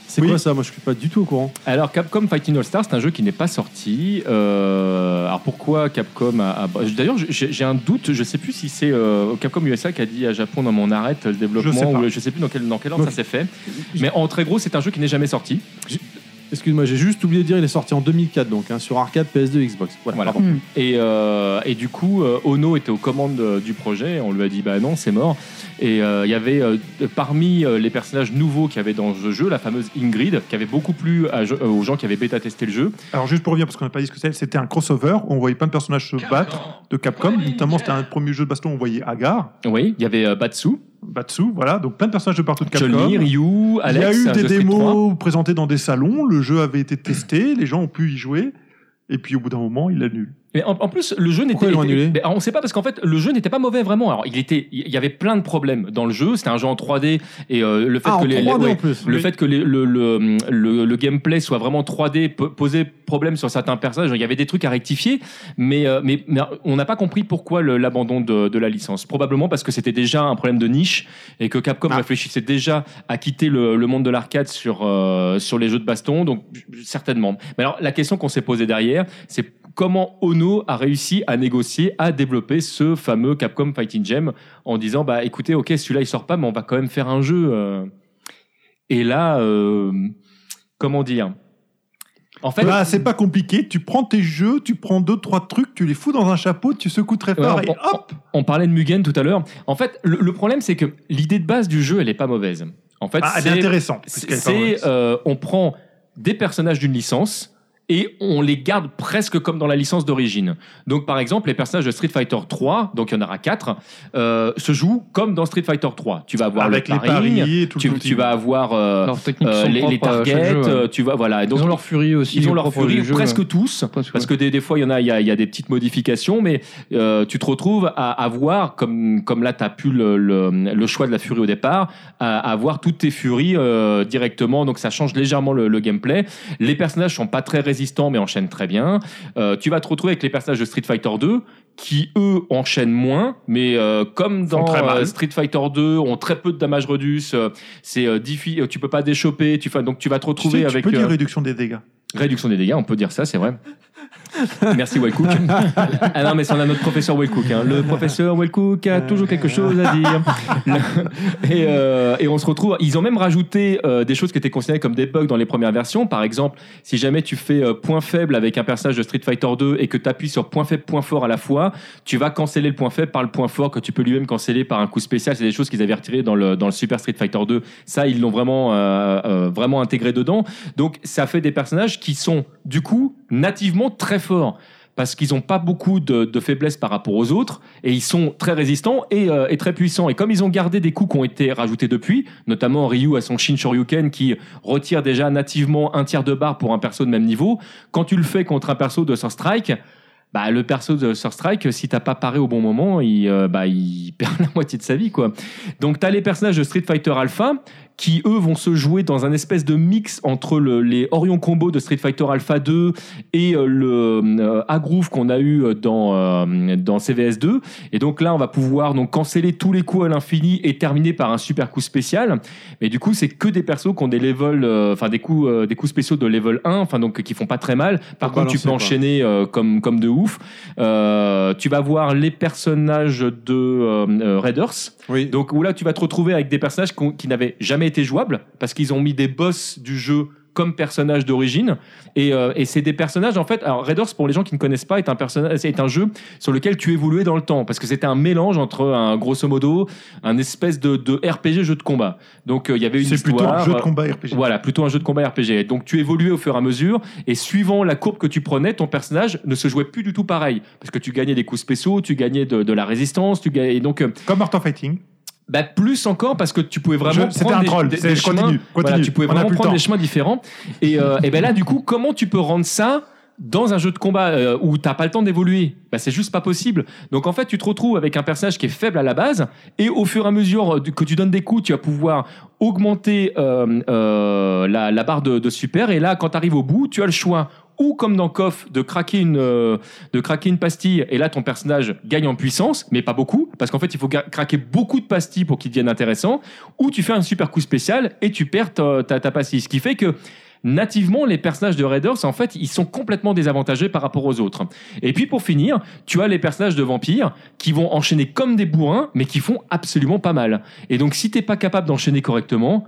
C'est
Oui.
quoi ça Moi, je suis pas du tout au courant.
Alors, Capcom Fighting All Star, c'est un jeu qui n'est pas sorti. Euh, alors, pourquoi Capcom a. a- D'ailleurs, j'ai j'ai un doute, je sais plus si c'est euh, Capcom USA qui a dit à Japon, non, mais on arrête le développement,
Je sais pas.
ou euh, je sais plus dans quel, dans quel ordre
Donc-
ça s'est fait. Mais en très gros, c'est un jeu qui n'est jamais sorti.
Excuse-moi, j'ai juste oublié de dire, il est sorti en 2004 donc hein, sur arcade, PS2, Xbox. Voilà.
Voilà.
pardon.
Et, euh, et du coup, euh, Ono était aux commandes euh, du projet. On lui a dit, bah non, c'est mort. Et euh, il y avait euh, parmi euh, les personnages nouveaux qu'il y avait dans ce jeu, la fameuse Ingrid, qui avait beaucoup plu à je- euh, aux gens qui avaient bêta testé le jeu.
Alors juste pour revenir, parce qu'on n'a pas dit ce que c'était, c'était un crossover où on voyait plein de personnages se battre de Capcom. Notamment, c'était un premier jeu de baston où on voyait Agar,
Oui, il y avait euh, Batsu,
Batsu, voilà. Donc plein de personnages de partout de Capcom.
Chun-Li, Ryu,
Il y a
Alex.
eu
euh,
des
de Street 3.
démos présentées dans des salons, le jeu avait été testé, les gens ont pu y jouer, et puis au bout d'un moment, il annule.
Mais en, en plus, le jeu n'était
Pourquoi ils l'ont
était-
annulé
Mais alors, on sait pas parce qu'en fait, le jeu n'était pas mauvais vraiment. Alors, il était, il y avait plein de problèmes dans le jeu. C'était un jeu en 3D et euh, le fait
Ah, en
que les, les-
3D
ouais.
en plus.
Le fait que les- le, le, le, le gameplay soit vraiment 3D po- posait problème sur certains personnages. Il y avait des trucs à rectifier, mais, euh, mais, mais on n'a pas compris pourquoi le- l'abandon de, de la licence. Probablement parce que c'était déjà un problème de niche et que Capcom réfléchissait déjà à quitter le, le monde de l'arcade sur, euh, sur les jeux de baston, donc j- certainement. Mais alors la question qu'on s'est posée derrière, c'est comment Ono a réussi à négocier, à développer ce fameux Capcom Fighting Gem en disant, bah écoutez, ok, celui-là il sort pas, mais on va quand même faire un jeu. euh. Et là, euh, comment dire En fait,
Bah, c'est pas compliqué, tu prends tes jeux, tu prends deux, trois trucs, tu les fous dans un chapeau, tu secoues très fort,
Ouais,
et
on- on-
hop
on parlait de Mugen tout à l'heure. En fait, le, le problème, c'est que l'idée de base du jeu, elle est pas mauvaise. En fait,
Ah, elle est
c'est
intéressante.
c'est c'est,
hein.
euh, on prend des personnages d'une licence et on les garde presque comme dans la licence d'origine. Donc par exemple, les personnages de Street Fighter 3, donc il y en aura 4, se jouent comme dans Street Fighter 3. Tu vas avoir
avec
le
les
pari,
paris et tout
tu,
le
tu vas avoir euh,
Leurs techniques
euh,
sont
les, les
propres à
targets,
chaque jeu, ouais.
euh, tu vas voilà. Et donc,
ils ont leur furie aussi.
ils ont leur
propre
furie
du jeu,
presque
ouais.
tous.
Presque,
Parce
ouais.
que des, des fois, il y en a, il y a, il y a des petites modifications, mais euh, tu te retrouves à avoir, comme, comme là, tu as pu le, le, le choix de la furie au départ, à à avoir toutes tes furies euh, directement. Donc, ça change légèrement le, le gameplay. Les personnages sont pas très résistants, mais enchaînent très bien. Euh, tu vas te retrouver avec les personnages de Street Fighter 2 qui, eux, enchaînent moins, mais euh, comme
Font
dans
très mal.
euh, Street Fighter 2, ont très peu de damage reduce, euh, c'est euh, diffi- euh, tu peux pas déchoper, tu, fais- donc tu vas te
tu,
retrouver
sais, tu
avec...
peux dire
euh,
réduction des dégâts.
Réduction des dégâts, on peut dire ça, c'est vrai. Merci Wellcook. ah non, mais c'est on a notre professeur Wellcook. hein. Le professeur Wellcook a toujours quelque chose à dire. Le- et, euh, et on se retrouve. Ils ont même rajouté euh, des choses qui étaient considérées comme des bugs dans les premières versions. Par exemple, si jamais tu fais euh, point faible avec un personnage de Street Fighter 2 et que tu appuies sur point faible, point fort à la fois, tu vas canceller le point faible par le point fort que tu peux lui-même canceller par un coup spécial. C'est des choses qu'ils avaient retirées dans le, dans le Super Street Fighter 2. Ça, ils l'ont vraiment, euh, euh, vraiment intégré dedans. Donc ça fait des personnages qui sont du coup nativement très forts parce qu'ils n'ont pas beaucoup de, de faiblesses par rapport aux autres et ils sont très résistants et, euh, et très puissants. Et comme ils ont gardé des coups qui ont été rajoutés depuis, notamment Ryu à son Shin Shoryuken qui retire déjà nativement un tiers de barre pour un perso de même niveau, quand tu le fais contre un perso de Sun Strike, bah, le perso de Surstrike, si t'as pas paré au bon moment, il, euh, bah, il perd la moitié de sa vie, quoi. Donc, t'as les personnages de Street Fighter Alpha, qui eux vont se jouer dans un espèce de mix entre le- les Orion Combo de Street Fighter Alpha 2 et euh, le euh, Agroove qu'on a eu dans, euh, dans CVS 2. Et donc là, on va pouvoir donc canceller tous les coups à l'infini et terminer par un super coup spécial. Mais du coup, c'est que des persos qui ont des levels, euh, enfin des coups, euh, des coups spéciaux de level 1, enfin donc qui font pas très mal. Par
Faut
contre, tu
balancer,
peux
quoi.
enchaîner euh, comme comme de ouf. Euh, tu vas voir les personnages de euh, euh, Raiders.
Oui.
Donc où là, tu vas te retrouver avec des personnages qu'on- qui n'avaient jamais été jouables parce qu'ils ont mis des boss du jeu comme personnages d'origine et, euh, et c'est des personnages en fait alors Raiders pour les gens qui ne connaissent pas est un personnage est un jeu sur lequel tu évoluais dans le temps parce que c'était un mélange entre un grosso modo un espèce de, de RPG jeu de combat donc euh, il y avait une
C'est
histoire euh,
plutôt un jeu de combat RPG.
voilà, plutôt un jeu de combat RPG. Donc tu évoluais au fur et à mesure, et suivant la courbe que tu prenais, ton personnage ne se jouait plus du tout pareil. Parce que tu gagnais des coups spéciaux, tu gagnais de, de la résistance, tu gagnais. Et donc, euh,
Comme Art of Fighting.
bah, plus encore, parce que tu pouvais vraiment.
Je- C'était
prendre
un
des-
troll.
des-
C'est-
des
je
chemins-
continue.
voilà,
continue.
tu pouvais
On a
vraiment
plus le
prendre
temps.
des chemins différents. Et, euh, et ben là, du coup, comment tu peux rendre ça dans un jeu de combat euh, où t'as pas le temps d'évoluer bah, C'est juste pas possible. Donc en fait, tu te retrouves avec un personnage qui est faible à la base, et au fur et à mesure euh, du- que tu donnes des coups, tu vas pouvoir augmenter euh, euh, la, la barre de, de super. Et là, quand tu arrives au bout, tu as le choix ou comme dans Coff de craquer une euh, de craquer une pastille et là ton personnage gagne en puissance mais pas beaucoup parce qu'en fait il faut ga- craquer beaucoup de pastilles pour qu'ils deviennent intéressants ou tu fais un super coup spécial et tu perds ta, ta, ta pastille ce qui fait que nativement les personnages de Raiders en fait ils sont complètement désavantagés par rapport aux autres et puis pour finir tu as les personnages de vampires qui vont enchaîner comme des bourrins mais qui font absolument pas mal et donc si t'es pas capable d'enchaîner correctement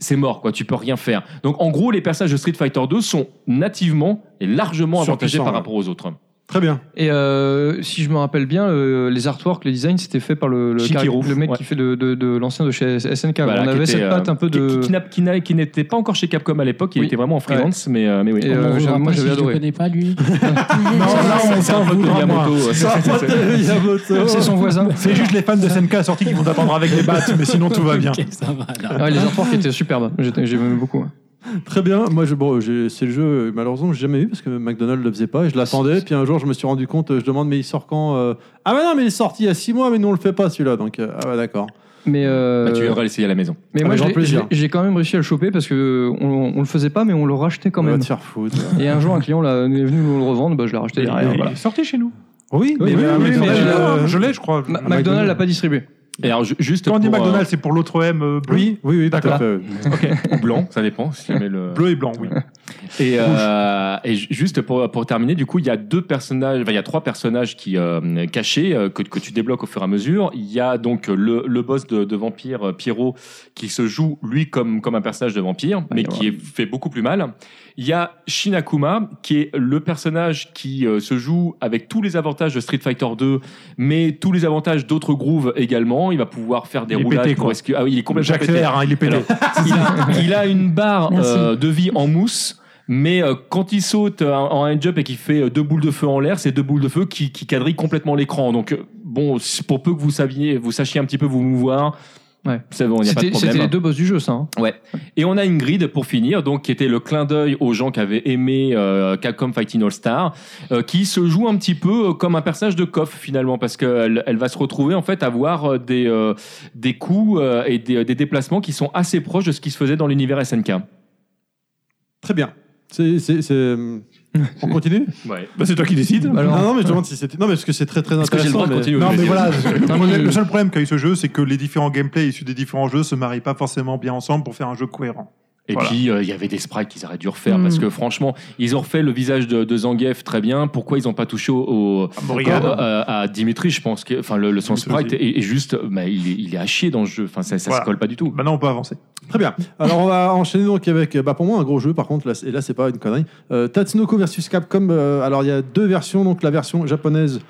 c'est mort, quoi. Tu peux rien faire. Donc, en gros, les personnages de Street Fighter 2 sont nativement et largement avantagés
Surpuissants,
par
ouais.
rapport aux autres.
Très bien.
Et euh, si je me rappelle bien, euh, les artworks, le design, c'était fait par le, le,
Shigeru,
le mec
ouais.
qui fait de, de, de l'ancien de chez SNK.
Voilà,
on
qui
avait
était,
cette patte
euh,
un peu
qui-
de.
qui, n'a- qui n'a- qui n'était pas encore chez Capcom à l'époque, il
Oui.
était vraiment en freelance, mais, euh, mais oui.
Et,
On
euh,
me
j'avais-
revoit
moi,
pas
j'avais
si je
adoré.
le connais pas lui.
on s'en fout de moi.
hein.
Miyamoto, euh,
C'est son voisin.
C'est juste les fans de SNK sortis qui vont t'attendre avec des
Ah,
battes, mais sinon tout va bien.
Ok, ça va, alors.
Ouais, les artworks étaient superbes. hein. J'étais- J'aimais beaucoup.
Très bien. Moi, je, bon, j'ai- c'est le jeu, malheureusement, que j'ai jamais eu parce que McDonald's le faisait pas et je l'attendais. Puis un jour, je me suis rendu compte, je demande, mais il sort quand euh, Ah, bah non, mais il est sorti il y a 6 mois, mais nous, on le fait pas celui-là. Donc, euh, ah, bah d'accord.
Mais, euh,
bah, tu viendras l'essayer à la maison.
mais
Avec
moi, je
grand
l'ai-
plaisir.
je l'ai- j'ai quand même réussi à le choper parce que on, on le faisait pas, mais on le rachetait quand
On va
même.
te faire foutre.
Et un jour, un client là, est venu nous le revendre, bah, je l'ai racheté derrière. voilà.
Sortez chez nous. Oui,
mais- mais- mais-
euh,
mais-
je l'ai, je crois.
Ma- McDonald's l'a pas distribué.
Et alors, ju- juste
Quand on dit
pour, euh,
McDonald's, c'est pour l'autre M euh, bleu.
Oui, oui, oui,
D'accord.
tout à fait.
ou blanc, ça dépend. si jamais le...
Bleu et blanc, oui.
Et, euh, et ju- juste pour, pour terminer, du coup, il y a deux personnages, enfin, il y a trois personnages qui euh, cachés euh, que, que tu débloques au fur et à mesure. Il y a donc euh, le, le boss de, de vampire euh, Pierrot qui se joue lui comme comme un personnage de vampire, mais
il y
qui est, fait beaucoup plus mal. Il y a Shinakuma qui est le personnage qui euh, se joue avec tous les avantages de Street Fighter 2, mais tous les avantages d'autres grooves également. Il va pouvoir faire des
Il est
roulades.
pété,
pour
quoi.
esquiver- Ah oui, il est complètement pété.
J'accélère, hein, il est pété.
Alors, il, a, il a une barre
Merci.
euh, de vie en mousse. Mais euh, quand il saute euh, en hand jump et qu'il fait euh, deux boules de feu en l'air, c'est deux boules de feu qui, qui quadrillent complètement l'écran. Donc euh, bon, c'est pour peu que vous saviez, vous sachiez un petit peu vous mouvoir,
Ouais.
c'est bon, il n'y a pas de
C'était c'était
problème.
les deux boss du jeu, ça. hein.
Et on a Ingrid pour finir, donc qui était le clin d'œil aux gens qui avaient aimé euh, Capcom Fighting All Star, euh, qui se joue un petit peu euh, comme un personnage de Kof finalement, parce qu'elle elle va se retrouver en fait à avoir euh, des euh, des coups euh, et des, des déplacements qui sont assez proches de ce qui se faisait dans l'univers SNK.
Très bien. C'est, c'est, c'est- On continue
Ouais.
Bah, c'est toi qui décides.
Alors-
Non, non, mais je demande si c'était. Non, mais parce que c'est très très
Est-ce que j'ai le
intéressant.
droit de
mais-
continuer
Non, mais
Olivier
voilà, le,
Non,
problème-
mais-
le seul problème qu'a eu ce jeu, c'est que les différents gameplays issus des différents jeux se marient pas forcément bien ensemble pour faire un jeu cohérent.
Et
Voilà.
puis, euh, il y avait des sprites qu'ils auraient dû refaire,
Mm.
parce que franchement, ils ont refait le visage de, de Zangief très bien. Pourquoi ils n'ont pas touché au, au-
Morrigan.
au- à, à Dimitri Je pense que enfin, le, le son
Dimitri
sprite est, est juste, bah, il, est, il est à chier dans le jeu, enfin, ça, ça
Voilà.
se colle pas du tout.
Maintenant, Bah on peut avancer.
Très bien. Alors on va enchaîner donc avec, bah pour moi un gros jeu par contre, là, c'est- et là c'est pas une connerie. Euh, Tatsunoko versus Capcom. euh, alors il y a deux versions, donc la version japonaise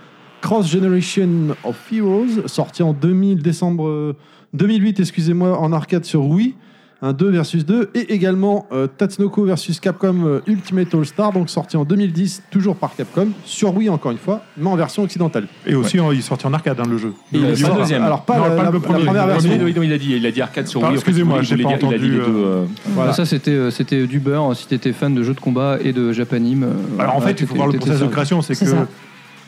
Cross Generation of Heroes, sortie en 2000 décembre euh, 2008, excusez-moi, en arcade sur Wii. Un 2 versus 2 et également euh, Tatsunoko versus Capcom euh, Ultimate All Star, donc sorti en 2010, toujours par Capcom, sur Wii encore une fois, mais en version occidentale.
Et aussi, il est sorti en arcade, hein, le jeu.
Et
Le
il est
pas
sorti-
deuxième.
Alors pas,
Non,
la,
pas
la-
le
la
premier,
première
le
version.
Non, non, il a dit, il a dit arcade sur
Ah,
Wii. en fait,
excusez-moi,
il
j'ai
voulait
pas
dire- il a dit les
entendu,
deux, euh,
Voilà.
Ça, c'était euh, c'était du beurre. Si t'étais fan de jeux de combat et de japanime. euh,
Alors en
voilà,
fait, il faut
t'étais-
voir le
t'étais
process de
servi.
création, c'est
C'est
que
ça.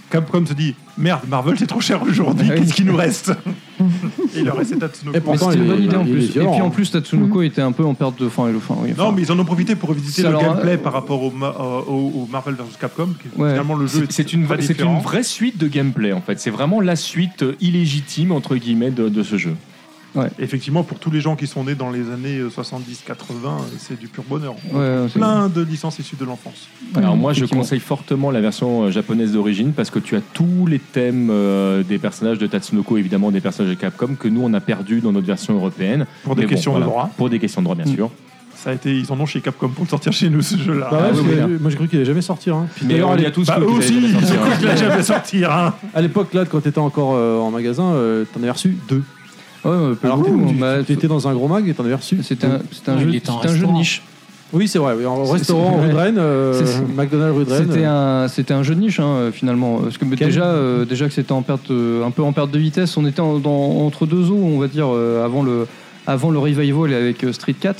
Capcom se dit merde, Marvel c'est trop cher aujourd'hui,
Ah oui.
qu'est-ce qui nous reste Et il leur reste Tatsunoko.
Et
Mais
pourtant,
c'était
il
une
est-
bonne idée en
il est
plus. Et
violent,
puis en
hein.
plus, Tatsunoko était un peu en perte de fin. et le fin, oui, enfin,
Non, mais ils en ont profité pour revisiter
Ça
le
leur a-
gameplay par rapport au, ma- euh, au- au Marvel vs Capcom. Qui,
Ouais.
Finalement, le jeu
C'est-
est
C'est une,
pas
vraie- c'est
différent.
une vraie suite de gameplay en fait. C'est vraiment la suite euh, illégitime entre guillemets de, de ce jeu.
Effectivement, pour tous les gens qui sont nés dans les années euh, 70-80, euh, c'est du pur bonheur.
Ouais, ouais, c'est-
Plein de licences issues de l'enfance.
Alors moi je
effectivement.
conseille fortement la version euh, japonaise d'origine parce que tu as tous les thèmes euh, des personnages de Tatsunoko, évidemment des personnages de Capcom que nous on a perdu dans notre version européenne.
Pour des
Mais bon,
questions
voilà.
de droit.
Pour des questions de droit bien
Mm.
sûr.
Ça a été, ils en ont chez Capcom pour le sortir chez nous ce jeu-là. Ah
Bah ouais, parce
oui,
que
oui, là.
moi j'ai cru qu'il allait jamais sortir. hein. Puis
Mais
d'ailleurs,
on
à
y a tous
Bah,
cru
eux
que
aussi,
j'allais
ils
sortir, hein.
croient que là jamais sortir. hein.
À l'époque, là, quand t'étais encore euh, en magasin, euh, t'en avais reçu deux.
Ouais, ouais, peu-
Alors que
Ouh,
tu
bah,
t'étais dans un gros mag et t'en avais reçu.
C'était un, c'était un
Il
jeu,
était en
c'était un jeu de
restaurant.
niche.
Oui, c'est vrai. oui, En
C'est-
restaurant,
c'est-
rue de Rennes, euh,
C'est- c'est-
McDonald's, rue de Rennes.
C'était un, c'était un jeu de niche hein, euh, finalement. Parce que mais
Quel-
déjà, euh, déjà que c'était en perte, euh, un peu en perte de vitesse, on était en- dans- entre deux eaux, on va dire, euh, avant le, avant le revival avec euh, Street Cat.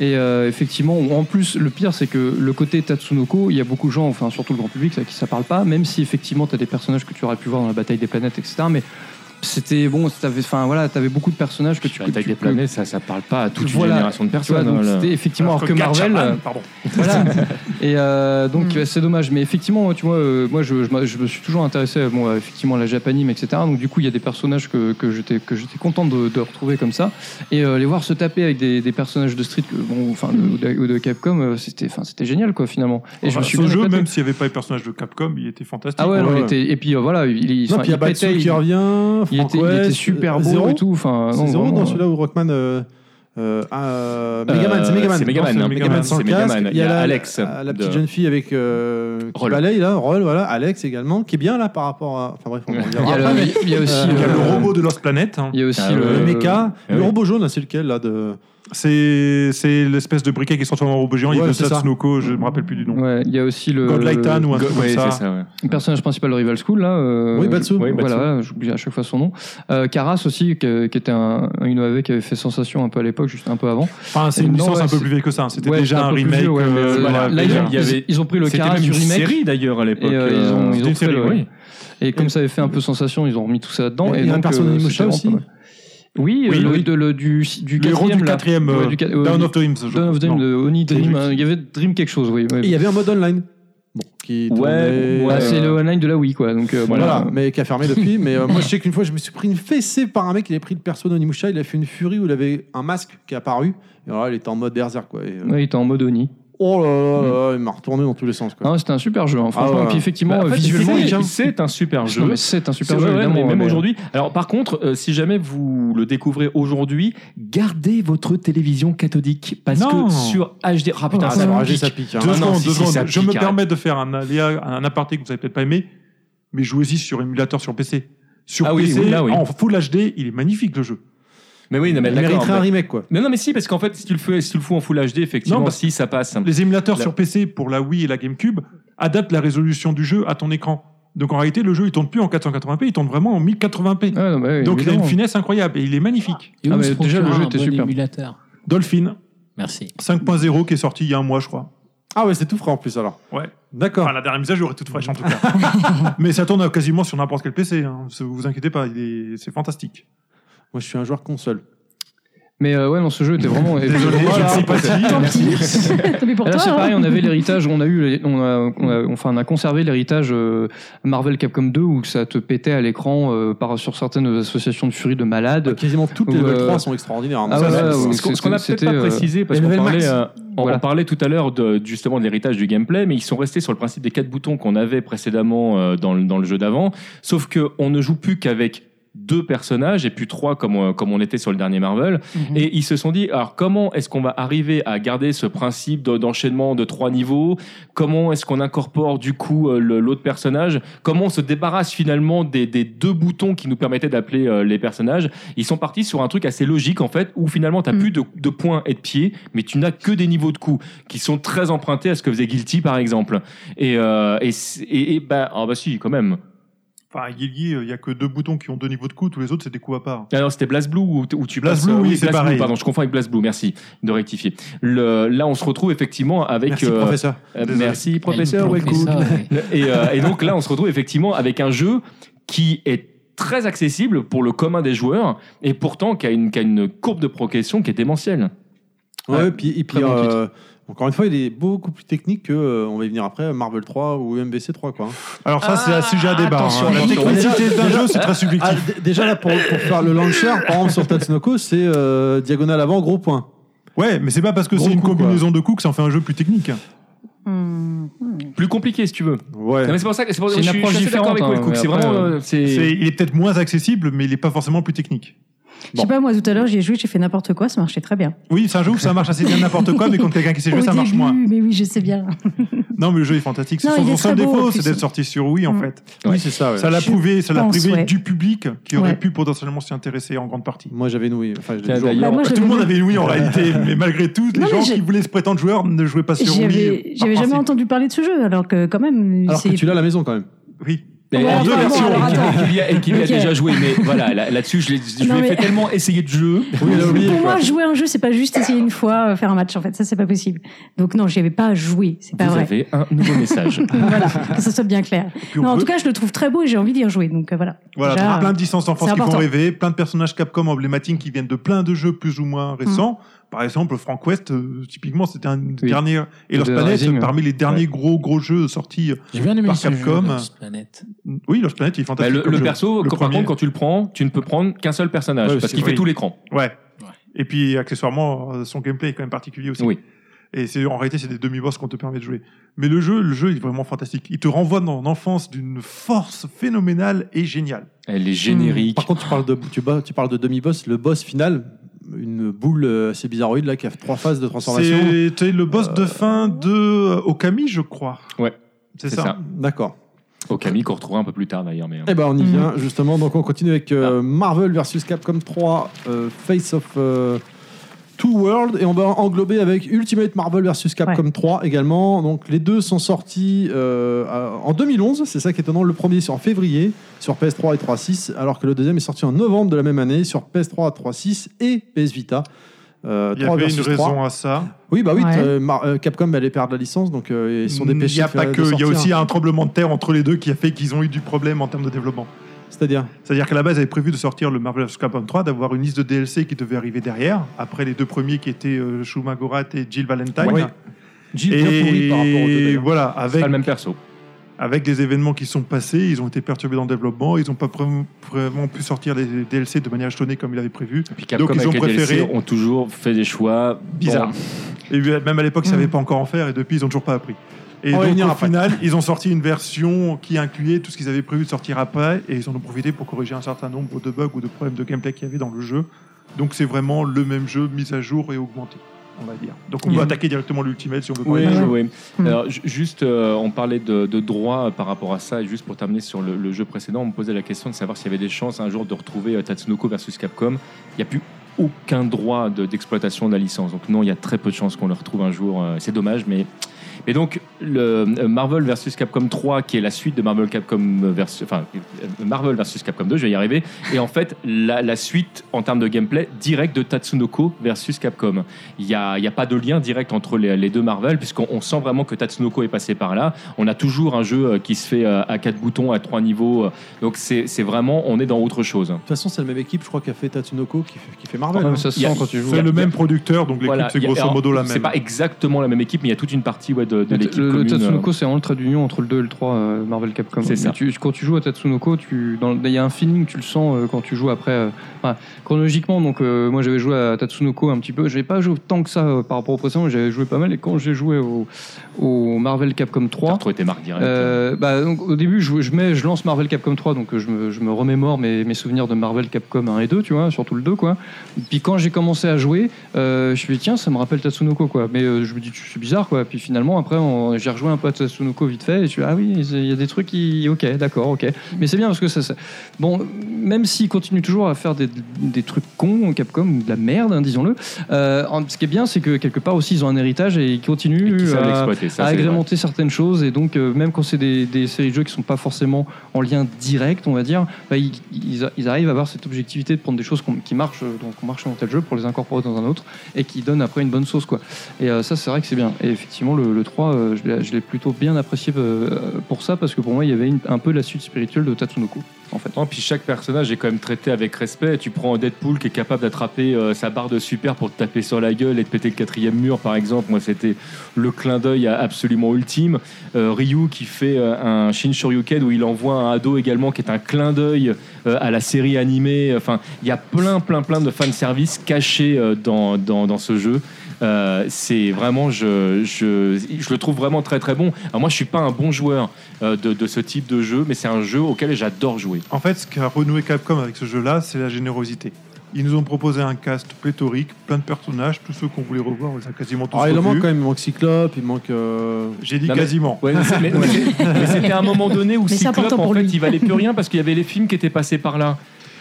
Et euh, effectivement, en plus, le pire, c'est que le côté Tatsunoko, il y a beaucoup de gens, enfin surtout le grand public, là, qui ça parle pas. Même si effectivement, t'as des personnages que tu aurais pu voir dans la bataille des planètes, etc. Mais c'était bon, t'avais, enfin voilà, t'avais beaucoup de personnages que tu,
La taille
tu-
des
que-
planètes, ça, ça parle pas à toute une
Voilà.
génération de
tu vois,
personnes.
donc
hein, là.
c'était effectivement alors que
Gatchaman,
Marvel. euh,
pardon.
voilà. Et euh, donc
Mm.
ouais, c'est dommage. Mais effectivement, tu vois, euh, moi je, je m'a- je me suis toujours intéressé bon, euh, effectivement à la japanime, etc. Donc du coup, il y a des personnages que, que j'étais que j'étais content de, de retrouver comme ça. Et euh, les voir se taper avec des, des personnages de street, que, bon, enfin
Mm.
de- ou de, ou de Capcom, euh, c'était enfin, c'était génial quoi finalement. Et je
Enfin,
me suis
ce
bien
jeu,
éclaté.
même s'il n'y avait pas les personnages de Capcom, il était fantastique.
Ah ouais, non,
Ouais,
il
ouais.
était- et puis euh, voilà, il, il,
Non,
enfin,
puis il y a
il pétait,
Batsu qui
il-
revient.
il était, il
Franck
était
West,
super
euh,
beau
zéro.
et tout. Enfin, non,
C'est zéro
vraiment,
dans
euh,
celui-là où Rockman. Euh, euh, euh, Megaman, c'est
Euh,
Megaman.
Non,
C'est Megaman,
c'est
hein,
Megaman
Megaman,
sans
c'est Megaman.
Il y a la,
Alex.
la- la
de-
petite jeune fille avec euh, qui
Roll.
balaye là, Roll, voilà, Alex également, qui est bien là par rapport à. Enfin bref, on en reviendra
Il y
après,
a le-
mais-
il y a aussi
Il
Il y a le
euh,
robot de Lost Planet. hein.
Il y a aussi
Ah,
le
euh,
méca,
ah
le
oui.
robot jaune, là, c'est lequel là de
C'est c'est l'espèce de briquet qui se transforme en robot géant. il y a
Ouais,
de
c'est ça.
Tatsunoko, je ne me rappelle plus du nom.
Ouais, il y a aussi le
Godlightan ou un truc
Go-
comme
ouais,
ça.
c'est ça, ouais.
Le personnage principal de Rival School, là. euh,
Oui, Batsu.
Oui, Batsu.
Voilà, j'oublie à chaque fois son nom. Euh, Karas aussi, que- qui était un, un Inoue qui avait fait sensation un peu à l'époque, juste un peu avant.
Enfin, c'est une
Non,
licence
ouais,
un peu
c'est-
plus vieille que ça. C'était
Ouais,
déjà
c'était
un,
peu plus
remake.
vieux, ouais, mais,
euh,
euh,
voilà,
là, ils,
déjà.
ont,
Il y avait-
ils- ils ont pris le
C'était
Karas
même
du
une
remake.
série d'ailleurs à l'époque.
Et euh, ils
euh,
ont, ils
c'était
ont
une
fait
série,
le-
oui.
Et comme ça avait fait un peu sensation, ils ont remis tout ça dedans.
Et
Et,
il y a un
donc,
personnage
euh,
Musha
c'était vraiment
aussi.
pas mal. Oui,
Oui,
euh, le-
oui.
de- le- du du
Le héros du
quatrième, là.
quatrième,
Ouais,
euh,
du quat- euh,
Down of Dreams. je
Dawn
crois.
of Dream,
Non.
de Oni Dream. hein, Il y avait Dream quelque chose, oui. oui.
Et il y avait un mode online. Bon, qui tournait- euh,
Ah,
ouais,
c'est le online de la Wii, quoi. Donc, euh,
Voilà.
Voilà, mais qui a fermé depuis. Mais euh, moi, je sais qu'une fois, je me suis pris une fessée par un mec. Il avait pris le perso d'Onimusha. Il a fait une furie où il avait un masque qui est apparu. Et alors là, il était en mode Berserk, quoi. Et, euh,
Ouais, il était en mode Oni.
Oh là là, là, il m'a retourné dans tous les sens, quoi.
Ah, C'était un super jeu, hein, franchement.
ouais.
Et puis, effectivement,
Bah, en fait,
visuellement,
c'est-
il tient.
c'est un super jeu.
Non, mais c'est un
C'est-
super
ouais,
jeu,
ouais, mais
évidemment.
même
mais-
aujourd'hui. Alors par contre, euh, si jamais vous le découvrez aujourd'hui, gardez votre télévision cathodique parce
Non.
que sur HD, ah putain,
Ah,
ça
ça
me
m'a ragé,
pique.
ça pique. hein.
Deux
Ah non,
secondes,
si,
deux
si, ça
secondes. Je me
pique, arrête.
permets de faire un aléa, un aparté que vous n'avez peut-être pas aimé, mais jouez-y sur émulateur sur PC. Sur
Ah oui,
PC,
oui, là, oui.
en full HD, il est magnifique le jeu.
Mais oui, non, mais
Il
d'accord.
mériterait un
mais-
remake, quoi.
Mais non, mais si, parce qu'en fait, si tu le fais, si tu le fous en Full HD, effectivement,
Non, parce- Ah,
si ça passe.
Les émulateurs
Là.
sur PC pour la Wii et la GameCube adaptent la résolution du jeu à ton écran. Donc en réalité, le jeu il tourne plus en 480p, il tourne vraiment en 1080p.
Ouais, non, bah oui,
Donc il a une
évidemment.
finesse incroyable et il est magnifique.
Et où
Ah, mais
se
déjà, le
procure
jeu
un
était
bon
super.
émulateur
Dolphin
Merci.
Ah. 5.0 qui est sorti il y a un mois, je crois.
Ah ouais, c'est tout frais en plus, alors.
Ouais.
D'accord.
Enfin, la dernière mise à jour est toute fraîche en tout cas. Mais ça tourne quasiment sur n'importe quel PC. Hein. Vous vous inquiétez pas, il est- c'est fantastique.
Moi, je suis un joueur console.
Mais euh, ouais, non, ce jeu était vraiment.
Désolé,
Voilà.
je ne sais pas si.
Tant pis pour
Là,
toi.
c'est
hein.
pareil, on avait l'héritage, on a eu, les- on a, on
Mm.
a- enfin, on a conservé l'héritage euh, Marvel Capcom 2 où ça te pétait à l'écran euh, par sur certaines associations de furies de malades.
Quasiment toutes les
Ou, euh,
level 3 sont extraordinaires. hein.
Ah
Ça,
ouais,
c'est-
ouais,
Ce
ouais.
qu'on- ce qu'on a peut-être
c'était,
pas
euh,
précisé, parce
les
qu'on
nouvelles
parlait,
Max.
euh, on
Voilà.
on parlait tout à l'heure de, justement de l'héritage du gameplay, mais ils sont restés sur le principe des quatre boutons qu'on avait précédemment euh, dans, le- dans le jeu d'avant, sauf que on ne joue plus qu'avec deux personnages et puis trois comme, euh, comme on était sur le dernier Marvel et ils se sont dit alors comment est-ce qu'on va arriver à garder ce principe de- d'enchaînement de trois niveaux comment est-ce qu'on incorpore du coup euh, le- l'autre personnage comment on se débarrasse finalement des, des deux boutons qui nous permettaient d'appeler euh, les personnages ils sont partis sur un truc assez logique en fait où finalement t'as
Mm.
plus de, de points et de pieds mais tu n'as que des niveaux de coups qui sont très empruntés à ce que faisait Guilty par exemple et euh, et, c'est- et- et bah ah bah si quand même
Enfin, Guilly, il n'y a que deux boutons qui ont deux niveaux de coups, tous les autres, c'est des coups à part.
Alors c'était BlazBlue ou, t- ou tu passes-
BlazBlue,
euh,
oui, c'est
BlazBlue,
pareil.
Pardon, je confonds avec BlazBlue. Merci de rectifier. Le, là, on se retrouve effectivement avec.
Merci,
euh,
professeur.
euh,
Désolé.
merci, professeur.
Ouais, le
Wellcook.
professeur, ouais.
Et, euh, et donc là, on se retrouve effectivement avec un jeu qui est très accessible pour le commun des joueurs et pourtant qui a une, qui a une courbe de progression qui est démentielle.
Ouais,
Ouais,
et puis, et puis,
bon
euh, encore une fois, il est beaucoup plus technique que, euh, on va y venir après, Marvel 3 ou MVC 3. Quoi. hein.
Alors ça, c'est un sujet à débat.
attention,
hein. La
attention.
technicité d'un jeu, c'est très subjectif.
Ah, d- déjà, là, pour, pour faire le launcher, par exemple, sur Tatsunoko, c'est euh, diagonale avant, gros point.
Ouais, mais c'est pas parce que
ah, Gros
c'est une
coup, quoi.
combinaison de coups que ça en fait un jeu plus technique.
Hmm.
Plus compliqué si tu veux.
Ouais.
Non, mais c'est pour ça que c'est pour-
C'est une
je suis-
approche
je suis assez d'accord
différente,
avec Wellcook.
hein,
c'est
mais
vraiment.
après,
euh,
C'est-
c'est...
il est peut-être moins accessible, mais il est pas forcément plus technique.
Je sais pas, moi, tout à l'heure, j'y ai joué, j'ai fait n'importe quoi, ça marchait très bien.
Oui, c'est un jeu où ça marche assez bien n'importe quoi, mais contre quelqu'un qui sait
Au
jouer, ça marche
début,
moins.
mais oui, je sais bien.
Non, mais le jeu est fantastique. C'est
Non,
son,
il est
son
très beau, en
défaut,
plus.
c'est d'être sorti sur Wii, en
Mm.
fait.
Oui, c'est ça. ouais.
Ça l'a
Je
prouvé, ça l'a
pense,
privé
ouais.
du public qui aurait
Ouais.
pu potentiellement s'y intéresser en grande partie.
Moi, j'avais une Wii. Enfin, je l'ai
Tiens,
toujours.
d'ailleurs,
Bah, moi, je
Tout le
l'avais
monde
vu.
avait une Wii en réalité, mais malgré tout,
Non,
les
mais
gens
j'ai-
qui voulaient se prétendre joueurs ne jouaient pas sur
J'avais
Wii. par
j'avais jamais
principe.
entendu parler de ce jeu, alors que quand même,
Alors que
c'est
tu l'as à la maison quand même.
Oui.
Mais-
Ouais,
en deux
attends,
versions,
attends,
et qu'il-
attends.
et qu'il y a, et qu'il y a
Ok.
déjà joué. Mais voilà, là- là-dessus, je l'ai, je
Non,
l'ai
mais-
fait tellement essayer de jeu.
Bah
Pour moi, jouer à un jeu, c'est pas juste essayer une fois, euh, faire un match. En fait, ça, c'est pas possible. Donc non, j'y avais pas joué. C'est pas
Vous
vrai.
avez un nouveau message.
voilà, que ça soit bien clair.
Et puis on
Non, en
veut-
tout cas, je le trouve très beau et j'ai envie d'y rejouer. Donc euh, voilà.
Voilà,
Déjà,
donc plein de licences enfants
c'est
qui font
important.
rêver, plein de personnages Capcom emblématiques qui viennent de plein de jeux plus ou moins récents. Par exemple, Frank West, euh, typiquement, c'était un des
Oui.
derniers et Lost
The
Planet,
Rising,
parmi les derniers gros gros jeux sortis.
J'ai bien aimé
Par
ce jeu,
Capcom.
Lost Planet.
Oui, Lost Planet, il est
Bah,
fantastique.
le,
comme
le
jeu.
perso,
Le
quand- par
premier.
contre, quand tu le prends, tu ne peux prendre qu'un seul personnage
Ouais,
parce
c'est-
qu'il fait
oui.
tout l'écran.
Ouais.
Ouais.
Et puis, accessoirement, euh, son gameplay est quand même particulier aussi.
Oui.
Et c'est, en réalité, c'est des demi-boss qu'on te permet de jouer. Mais le jeu, le jeu, il est vraiment fantastique. Il te renvoie dans l'enfance d'une force phénoménale et géniale.
Elle est générique.
Par contre, tu parles de, tu, bas- tu parles de demi-boss. Le boss final, une boule euh, assez bizarroïde là, qui a trois phases de transformation.
C'était le boss de fin de euh, Okami, je crois.
Ouais.
C'est
C'est
ça.
ça.
D'accord.
Mm.
Okami qu'on retrouvera un peu plus tard d'ailleurs. Mais... euh,
Eh ben, on y
Mhm.
vient justement. Donc, on continue avec euh, Marvel versus Capcom 3, euh, Face of euh, Two World, et on va englober avec Ultimate Marvel versus Capcom 3 également. Donc, les deux sont sortis euh, à- en 2011. C'est ça qui est étonnant. Le premier c'est en février sur PS3 et 3.6, alors que le deuxième est sorti en novembre de la même année sur PS3, 3.6 et PS Vita. Euh,
Il y
3
avait une
versus 3.
raison hein. à ça.
Oui, bah oui,
Ouais.
euh, Mar- euh, Capcom allait perdre la licence, donc euh, ils se sont dépêchés.
Il y a
de faire- hein.
pas
de
que. Il y a
sortir.
aussi un tremblement de terre entre les deux qui a fait qu'ils ont eu du problème en termes de développement.
C'est-à-dire
C'est-à-dire qu'à la base, ils avaient prévu de sortir le Marvel vs. Capcom 3, d'avoir une liste de DLC qui devait arriver derrière, après les deux premiers qui étaient euh, Shuma Gorath et Jill Valentine.
Oui. Jill bien pourri par rapport aux deux,
Et
d'ailleurs.
voilà,
C'est
avec,
pas le même perso.
avec des événements qui sont passés, ils ont été perturbés dans le développement, ils n'ont pas pr- vraiment pu sortir les DLC de manière échelonnée comme ils avaient prévu.
Puis Capcom
Donc, ils ont
avec les DLC
préféré-
ont toujours fait des choix
Bizarre.
Bon,
Et même à l'époque, ils
Mm.
ne savaient pas encore en faire, et depuis, ils n'ont toujours pas appris. Et
On va y
donc,
venir
au
après.
final, ils ont sorti une version qui incluait tout ce qu'ils avaient prévu de sortir après, et ils en ont profité pour corriger un certain nombre de bugs ou de problèmes de gameplay qu'il y avait dans le jeu. Donc, c'est vraiment le même jeu mis à jour et augmenté, on va dire. Donc, on
Il y
peut
a-
attaquer directement l'ultimate si on veut
Oui,
parler du
oui,
jeu.
oui.
Hmm.
Alors, ju- juste, euh, on parlait de, de droit euh, par rapport à ça, et juste pour terminer sur le, le jeu précédent, on me posait la question de savoir s'il y avait des chances un jour de retrouver euh, Tatsunoko versus Capcom. Il n'y a plus aucun droit de- d'exploitation de la licence, donc non, il y a très peu de chances qu'on le retrouve un jour. euh, C'est dommage, mais. Mais donc, le euh, Marvel versus Capcom 3, qui est la suite de Marvel Capcom versus, enfin, euh, Marvel versus Capcom 2, je vais y arriver, et en fait, la, la suite en termes de gameplay direct de Tatsunoko versus Capcom il n'y a, il y a pas de lien direct entre les, les deux Marvel, puisqu'on on sent vraiment que Tatsunoko est passé par là. On a toujours un jeu euh, qui se fait euh, à quatre boutons, à trois niveaux. euh, Donc c'est c'est vraiment, on est dans autre chose.
De toute façon, c'est la même équipe, je crois, qui a fait Tatsunoko, qui fait, qui fait Marvel.
Enfin,
hein.
ça se
Il y a-
sent quand tu joues.
C'est le
il y a-
même producteur, donc l'équipe,
Voilà,
c'est
il y a-
grosso
alors,
modo la
C'est
même.
pas exactement la même équipe, mais il y a toute une partie ouais, de, de
Le,
l'équipe
le
commune. euh,
Tatsunoko, c'est vraiment le trait d'union entre le 2 et le 3 euh, Marvel Capcom.
C'est ça.
Mais tu- quand tu joues à Tatsunoko, tu- dans le- il y a un feeling, tu le sens euh, quand tu joues après. euh, enfin, chronologiquement, donc euh, moi j'avais joué à Tatsunoko un petit peu. J'avais pas joué tant que ça euh, par rapport au précédent, mais j'avais joué pas mal. Et quand j'ai joué au, au Marvel Capcom
T'as
3,
retrouvé tes marques directes.
euh, bah, donc, au début, je, je mets, je lance Marvel Capcom 3, donc euh, je me, je me remémore mes, mes souvenirs de Marvel Capcom 1 et 2, tu vois, surtout le 2, quoi. Puis quand j'ai commencé à jouer, euh, je me suis dit, tiens, ça me rappelle Tatsunoko, quoi. Mais euh, je me dis, c'est bizarre, quoi. Puis finalement, marrant. Après, on- j'ai rejoint un peu Tatsunoko vite fait. Et je suis ah oui, il y a des trucs qui. Ok, d'accord, ok. Mais c'est bien parce que ça. ça- Bon, même s'ils continuent toujours à faire des, des trucs cons, Capcom, ou de la merde, hein, disons-le, euh, en- ce qui est bien, c'est que quelque part aussi, ils ont un héritage et ils
Et
continuent
qui savent
à,
l'exploiter, ça,
à
c'est vrai.
agrémenter certaines choses. Et donc, euh, même quand c'est des, des séries de jeux qui sont pas forcément en lien direct, on va dire, bah, ils, ils a- ils arrivent à avoir cette objectivité de prendre des choses qu'on- qui marchent, euh, donc, qu'on marche dans tel jeu pour les incorporer dans un autre et qui donnent après une bonne sauce. quoi. Et euh, ça, c'est vrai que c'est bien. Et effectivement, le, le 3, euh, je l'ai- je l'ai plutôt bien apprécié euh, pour ça, parce que pour moi, il y avait une- un peu la suite spirituelle de Tatsunoko, en fait.
Non, puis chaque personnage est quand même traité avec respect. Tu prends Deadpool qui est capable d'attraper euh, sa barre de super pour te taper sur la gueule et te péter le quatrième mur, par exemple. Moi, c'était le clin d'œil à- absolument ultime. Euh, Ryu qui fait euh, un Shin Shoryuken où il envoie un ado également qui est un clin d'œil euh, à la série animée. Enfin, il y a plein, plein, plein de fanservice cachés euh, dans, dans, dans ce jeu. Euh, c'est vraiment, je, je, je le trouve vraiment très très bon. Alors moi, je suis pas un bon joueur euh, de, de ce type de jeu, mais c'est un jeu auquel j'adore jouer.
En fait, ce qu'a renoué Capcom avec ce jeu-là, c'est la générosité. Ils nous ont proposé un cast pléthorique, plein de personnages, tous ceux qu'on voulait revoir, on les a quasiment tous
Ah, il en manque
revus.
quand même, il manque Cyclope, il manque. euh,
J'ai dit
Non, mais-
quasiment.
Ouais, mais c'est- mais, mais c'est- mais c'était à un moment donné où
Mais c'est
Cyclope,
important
en
pour
fait,
lui.
il valait plus rien parce qu'il y avait les films qui étaient passés par là.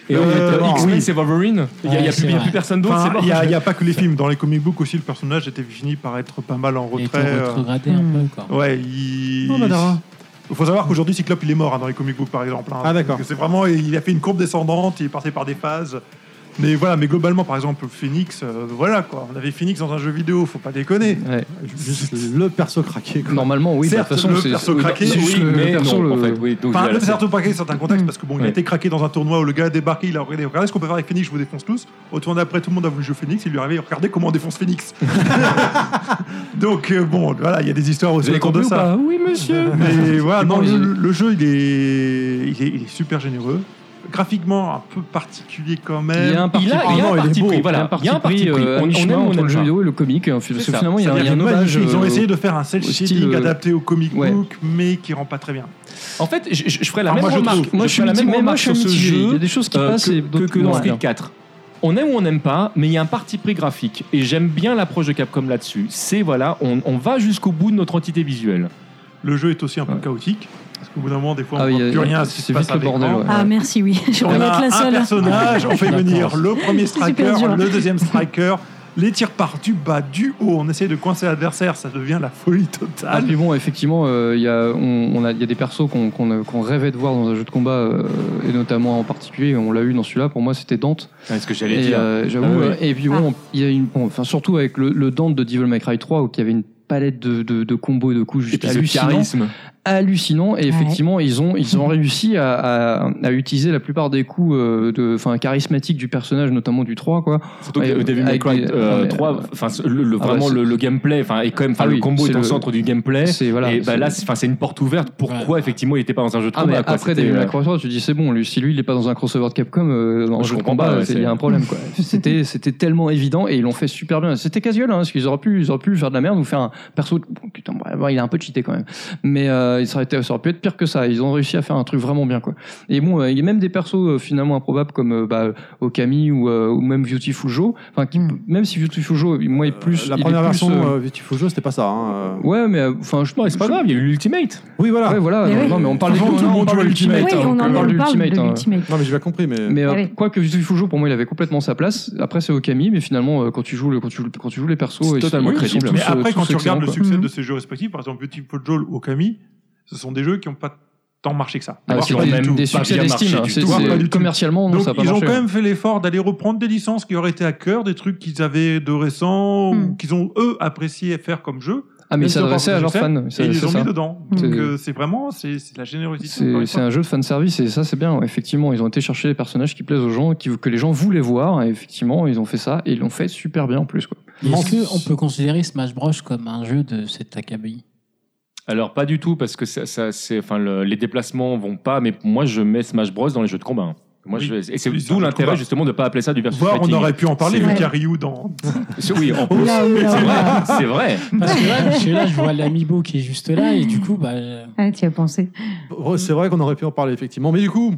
Et en fait,
Euh,
euh, X-Men,
oui.
c'est Wolverine. Il n'y a,
Ouais,
plus-
c'est
il y a
vrai.
plus personne d'autre.
Enfin,
c'est mort.
il n'y a, il y a pas que les films. Dans les comic books aussi, le personnage était fini par être pas mal en
Il
retrait.
était rétrogradé un peu, quoi.
euh, ouais, il.
Oh, Madara.
Il faut savoir qu'aujourd'hui, Cyclope, il est mort hein, dans les comic books, par exemple. hein.
Ah, d'accord.
Parce que C'est vraiment, il a fait une courbe descendante, il est passé par des phases. Mais voilà, mais globalement, par exemple, Phoenix, euh, voilà quoi. On avait Phoenix dans un jeu vidéo, faut pas déconner.
Ouais.
juste le perso craqué. quoi.
Normalement, oui, bah, de
Certes,
toute façon,
le
c'est-
perso
oui,
craqué,
c'est
oui,
juste le- le
mais
perso,
non,
le-
en fait, oui. Donc,
Enfin,
voilà,
le
c'est-
certain paquet, certains
Mm.
contextes, parce que bon, il a
Ouais.
été craqué dans un tournoi où le gars a débarqué, il a regardé, regardez ce qu'on peut faire avec Phoenix, je vous défonce tous. Au tournoi d'après, tout le monde a voulu jouer Phoenix, il lui est arrivé, regardez comment on défonce Phoenix. Donc, euh, bon, voilà, il y a des histoires
Vous
aussi
avez
autour de
compris ou
ça. Euh,
pas Ah Oui, monsieur.
Mais voilà,
Bon,
non, le,
il-
le- le jeu, il est, il, est, il est super généreux. Graphiquement, un peu particulier quand même.
Il y a un parti
Il a, il
pris.
a
non,
un
il est
parti
beau.
pris.
Il y a
Voilà. Il y a un parti
parti
pris.
pris, euh, à
On on
mi-chemin
aime ou on
entre
n'aime
le jeu
pas.
vidéo et le comic. hein, Parce
C'est
que
ça.
finalement, il y a
C'est-à-dire
un- il y a un
qu'il est
hommage.
magnifique. Ils ont
euh,
essayé de faire un cel
au style,
shading
euh,
adapté au comic
ouais.
book, mais qui rend pas très bien.
En fait, je, je- je ferai la
Ah,
même
moi, je
remarque.
trouve-
Moi, je suis
ferai la même
mitigé, moi,
remarque
je suis
sur ce
mitigé. Il y a
jeu
des choses qui
euh,
passent et
que, que,
d'autres
que
non.
dans Street 4. On aime ou on n'aime pas, mais il y a un parti pris graphique. Et j'aime bien l'approche de Capcom là-dessus. C'est voilà, on, on va jusqu'au bout de notre entité visuelle.
Le jeu est aussi un peu
Ouais.
chaotique. Parce qu'au bout d'un moment, des fois, on
Ah
ne
oui, il y
voit
a-
plus rien à ce qui se
c'est
passe
vite le
à l'écran.
bordel, ouais.
Ah merci, oui, je
On
vais
a
être la
un
seule.
personnage, on fait
D'accord.
venir le premier striker,
super dur.
le deuxième striker, les tirs par du bas, du haut, on essaie de coincer l'adversaire, ça devient la folie
Ah,
totale.
puis bon, effectivement, euh, il y, a, on, on a, il y a des persos qu'on qu'on, euh, qu'on rêvait de voir dans un jeu de combat, euh, et notamment en particulier, on l'a eu dans celui-là, pour moi c'était Dante.
est ce que j'allais
Et,
dire.
euh, j'avoue,
Ah ouais.
euh, et puis bon, il y a une, bon, enfin, surtout avec le, le Dante de Devil May Cry 3, où il y avait une palette de, de, de combos et de coups
Et
juste
puis ce
hallucinants.
charisme.
hallucinant et effectivement ils ont ils ont réussi à, à, à utiliser la plupart des coups euh, de enfin charismatiques du personnage notamment du 3 quoi
Surtout que
Ouais,
euh, Devil May
avec
Cry
des-
euh,
non, mais-
3, enfin, ce- le, le-
Ah
vraiment
ouais,
le, le gameplay, enfin, et quand même, enfin,
Ah
le
oui,
combo
c'est
est au
le-
centre du gameplay.
c'est voilà
et bah
c'est-
là, c'est- enfin, c'est une porte ouverte. Pourquoi
Ouais.
effectivement il n'était pas dans un jeu de
ah,
combat
mais
quoi.
après
C'était,
Devil May
euh,
Cry 3 tu dis c'est bon lui si lui il est pas dans un crossover de Capcom euh, en
Je
jeu de
comprends
combat
pas, ouais,
c'est- il y
c'est-
a un problème quoi c'était c'était tellement évident et ils l'ont fait super bien c'était casual hein, parce qu'ils auraient pu ils auraient pu faire de la merde ou faire un perso bon, putain bon, ouais, il a un peu cheaté quand même mais euh, ça, aurait été- ça aurait pu être pire que ça ils ont réussi à faire un truc vraiment bien quoi et bon euh, il y a même des persos euh, finalement improbables comme euh, bah, Okami ou, euh, ou même Beautiful Joe enfin qui- même si Beautiful Joe moi il est plus
la
il est
première
plus,
version
euh,
euh, Beautiful Joe, c'était pas ça. hein, euh.
ouais mais euh, enfin je
Non, c'est pas
je-
grave. Il y a eu l'ultimate.
Oui, voilà.
ouais voilà
Mais
non,
oui.
non, mais on parle des
Avant, tout le
on
monde
parle
jouait
d'Ultimate,
Oui,
Ultimate,
hein,
on en
on parle
on parle
d'Ultimate,
de
hein.
l'ultimate.
Non, mais j'ai bien compris, mais.
Mais euh,
Ah oui.
quoi que Beautiful Joe, pour moi, il avait complètement sa place. Après, c'est Okami, mais finalement, euh, quand tu joues, le, quand tu, joues- quand tu joues les persos,
C'est
ils sont-
totalement
ils sont
crédible.
tous,
Mais
euh,
après,
tous
quand tu
excellents,
regardes le
quoi.
succès
Mhm.
de ces jeux respectifs, par exemple Beautiful Joel ou Okami, ce sont des jeux qui n'ont pas tant marché que ça.
Ah,
Voire
c'est
pas
des,
du tout.
des
pas
succès
bien
d'estime.
marché
hein.
du
C'est-
tout. Pas du
c'est-
tout.
Commercialement, non,
Donc,
ça a pas
ils ont
marché. hein.
quand même fait l'effort d'aller reprendre des licences qui auraient été à cœur, des trucs qu'ils avaient de récents, ou
Hmm.
qu'ils ont eux apprécié faire comme jeu,
Ah, mais
même
ils
si on
s'adressaient
parle
à
de
leurs
succès,
fans.
et
c'est-
ils les
c'est
ont
ça.
mis dedans.
C'est-
Donc euh, c'est vraiment, c'est c'est de la générosité. encore
C'est
une
c'est
fois.
un jeu de fanservice et ça c'est bien. Effectivement, ils ont été chercher les personnages qui plaisent aux gens, qui, que les gens voulaient voir. Et effectivement, ils ont fait ça et ils l'ont fait super bien en plus. Quoi.
Est-ce qu'on peut considérer Smash Bros comme un jeu de cette acabit
Alors pas du tout parce que ça, ça- c'est, enfin, le- les déplacements vont pas. Mais moi, je mets Smash Bros dans les jeux de combat. hein. Moi,
Oui.
je, et c'est
Oui, c'est un
d'où
jeu de
l'intérêt
combat.
justement de pas appeler ça du versus
Voire on
fighting.
aurait pu en parler,
C'est
vu
vrai.
qu'il y a Ryu dans.
Oui, en plus.
Oula, oula,
C'est vrai,
oula.
c'est vrai.
Parce que là, je, là, je vois l'amiibo qui est juste là et du coup, bah, euh,
Ah, tu y as pensé.
Ouais, C'est vrai qu'on aurait pu en parler, effectivement. Mais du coup,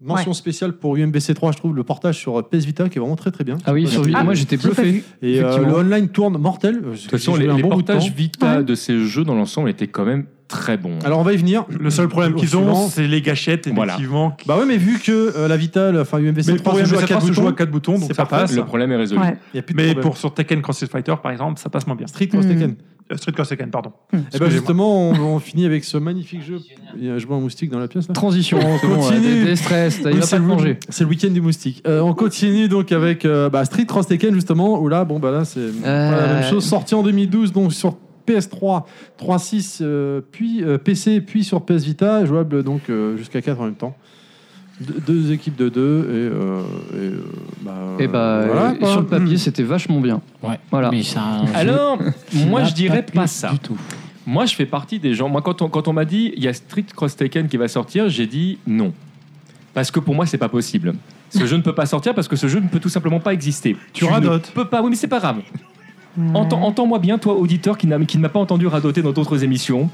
Mention
Ouais.
spéciale pour UMBC 3, je trouve le portage sur PS Vita qui est vraiment très très bien.
Ah oui, sur Vita, moi j'étais
j'ai pas
bluffé.
vu.
Et euh,
Effectivement.
le online tourne mortel. Euh,
De
j'ai-
toute façon,
j'ai
les,
joué un
les
bon bout de
portages
temps.
Vita
Ouais.
de ces jeux dans l'ensemble étaient quand même très bons.
Alors on va y venir.
Le seul problème qu'ils
Suivant.
ont, c'est les gâchettes,
Voilà.
effectivement. qui-
Bah ouais, mais vu que euh, la Vita, le- enfin UMBC
Mais
3
pour
se
un
joue à 4
se joue à
boutons,
4 boutons, donc
c'est
ça
parfait,
passe.
ça.
le problème est résolu.
Ouais.
il y a plus de
Mais
problème.
pour sur Tekken Cross Fighter, par exemple, ça passe moins bien.
Street Cross
Hmm.
Tekken.
Euh, Street Cross Tekken, pardon.
Et ben
Excusez-moi.
justement, on, on finit avec ce magnifique jeu. Il y a- Je vois un moustique dans la pièce là.
Transition, c'est bon,
continue.
euh, des- des stress, il
Oui,
va
c'est
pas te
le
manger.
week- C'est le week-end du moustique. Euh, on continue donc avec euh, bah, Street Cross Tekken justement où là bon bah là c'est
Euh,
pas la même chose sorti en 2012 donc sur PS3, 3.6 euh, puis euh, PC puis sur PS Vita jouable donc euh, jusqu'à 4 en même temps. De- deux équipes de deux et, euh, et, euh, bah,
Et bah,
voilà,
euh,
quoi.
sur le papier,
Hmm.
c'était vachement bien.
Ouais.
Voilà.
Mais c'est un jeu
Alors,
qui
moi
m'a
je dirais
plu
pas ça.
Du tout.
Moi je fais partie des gens. Moi quand on, quand on m'a dit il y a Street Cross Taken qui va sortir, j'ai dit non. Parce que pour moi c'est pas possible. Ce jeu ne peut pas sortir parce que ce jeu ne peut tout simplement pas exister.
Tu
ne
radotes.
peux pas, oui mais c'est pas grave. Entends- Entends-moi bien, toi, auditeur qui n'a- qui ne m'a pas entendu radoter dans d'autres émissions.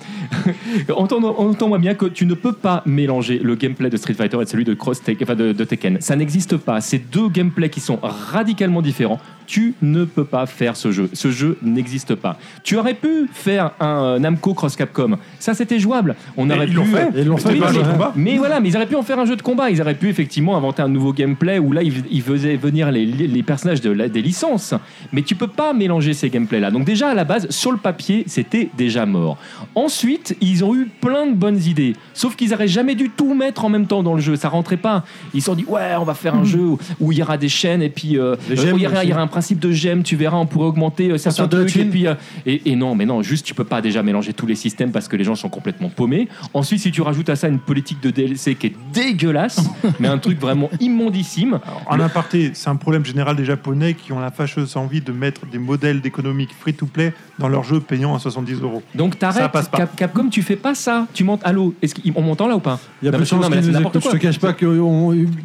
Entends- Entends-moi bien que tu ne peux pas mélanger le gameplay de Street Fighter et celui de, Cross Tek- enfin, de, de Tekken. Ça n'existe pas. C'est deux gameplays qui sont radicalement différents. Tu ne peux pas faire ce jeu. Ce jeu n'existe pas. Tu aurais pu faire un euh, Namco Cross Capcom. Ça, c'était jouable. On
Et
aurait
ils
pu. euh,
l'ont fait.
Et ils l'ont
C'était
fait, hein.
pas un
oui,
jeu de
oui.
combat.
Mais voilà, mais ils auraient pu en faire un jeu de combat. Ils auraient pu effectivement inventer un nouveau gameplay où là, ils, ils faisaient venir les, les personnages de la- des licences. Mais tu peux pas mélanger ces gameplays-là. Donc déjà, à la base, sur le papier, c'était déjà mort. Ensuite, ils ont eu plein de bonnes idées. Sauf qu'ils n'auraient jamais dû tout mettre en même temps dans le jeu. Ça rentrait pas. Ils se sont dit, ouais, on va faire un jeu où- où il y aura des chaînes et puis euh,
Les
euh,
gemmes
où il y, aura-
aussi.
il y aura un principe de gemme. Tu verras, on pourrait augmenter euh, certains
sort de la
trucs. Et,
thune.
puis, euh, et, et non, mais non, juste, tu peux pas déjà mélanger tous les systèmes parce que les gens sont complètement paumés. Ensuite, si tu rajoutes à ça une politique de DLC qui est dégueulasse, mais un truc vraiment immondissime,
En aparté, c'est un problème général des Japonais qui ont la fâcheuse envie de mettre des modèles d'économique free-to-play dans leurs jeux payants à 70 euros.
donc
Ça
t'arrêtes.
passe pas.
Cap- Capcom, tu fais pas ça. Tu montes à l'eau. Est-ce qu'on monte en là ou pas
Il y a
Non,
peu de
parce que- non,
chances
mais là,
qu'ils
c'est
nous
n'importe
écoutent. Je te
quoi.
cache pas qu'il doit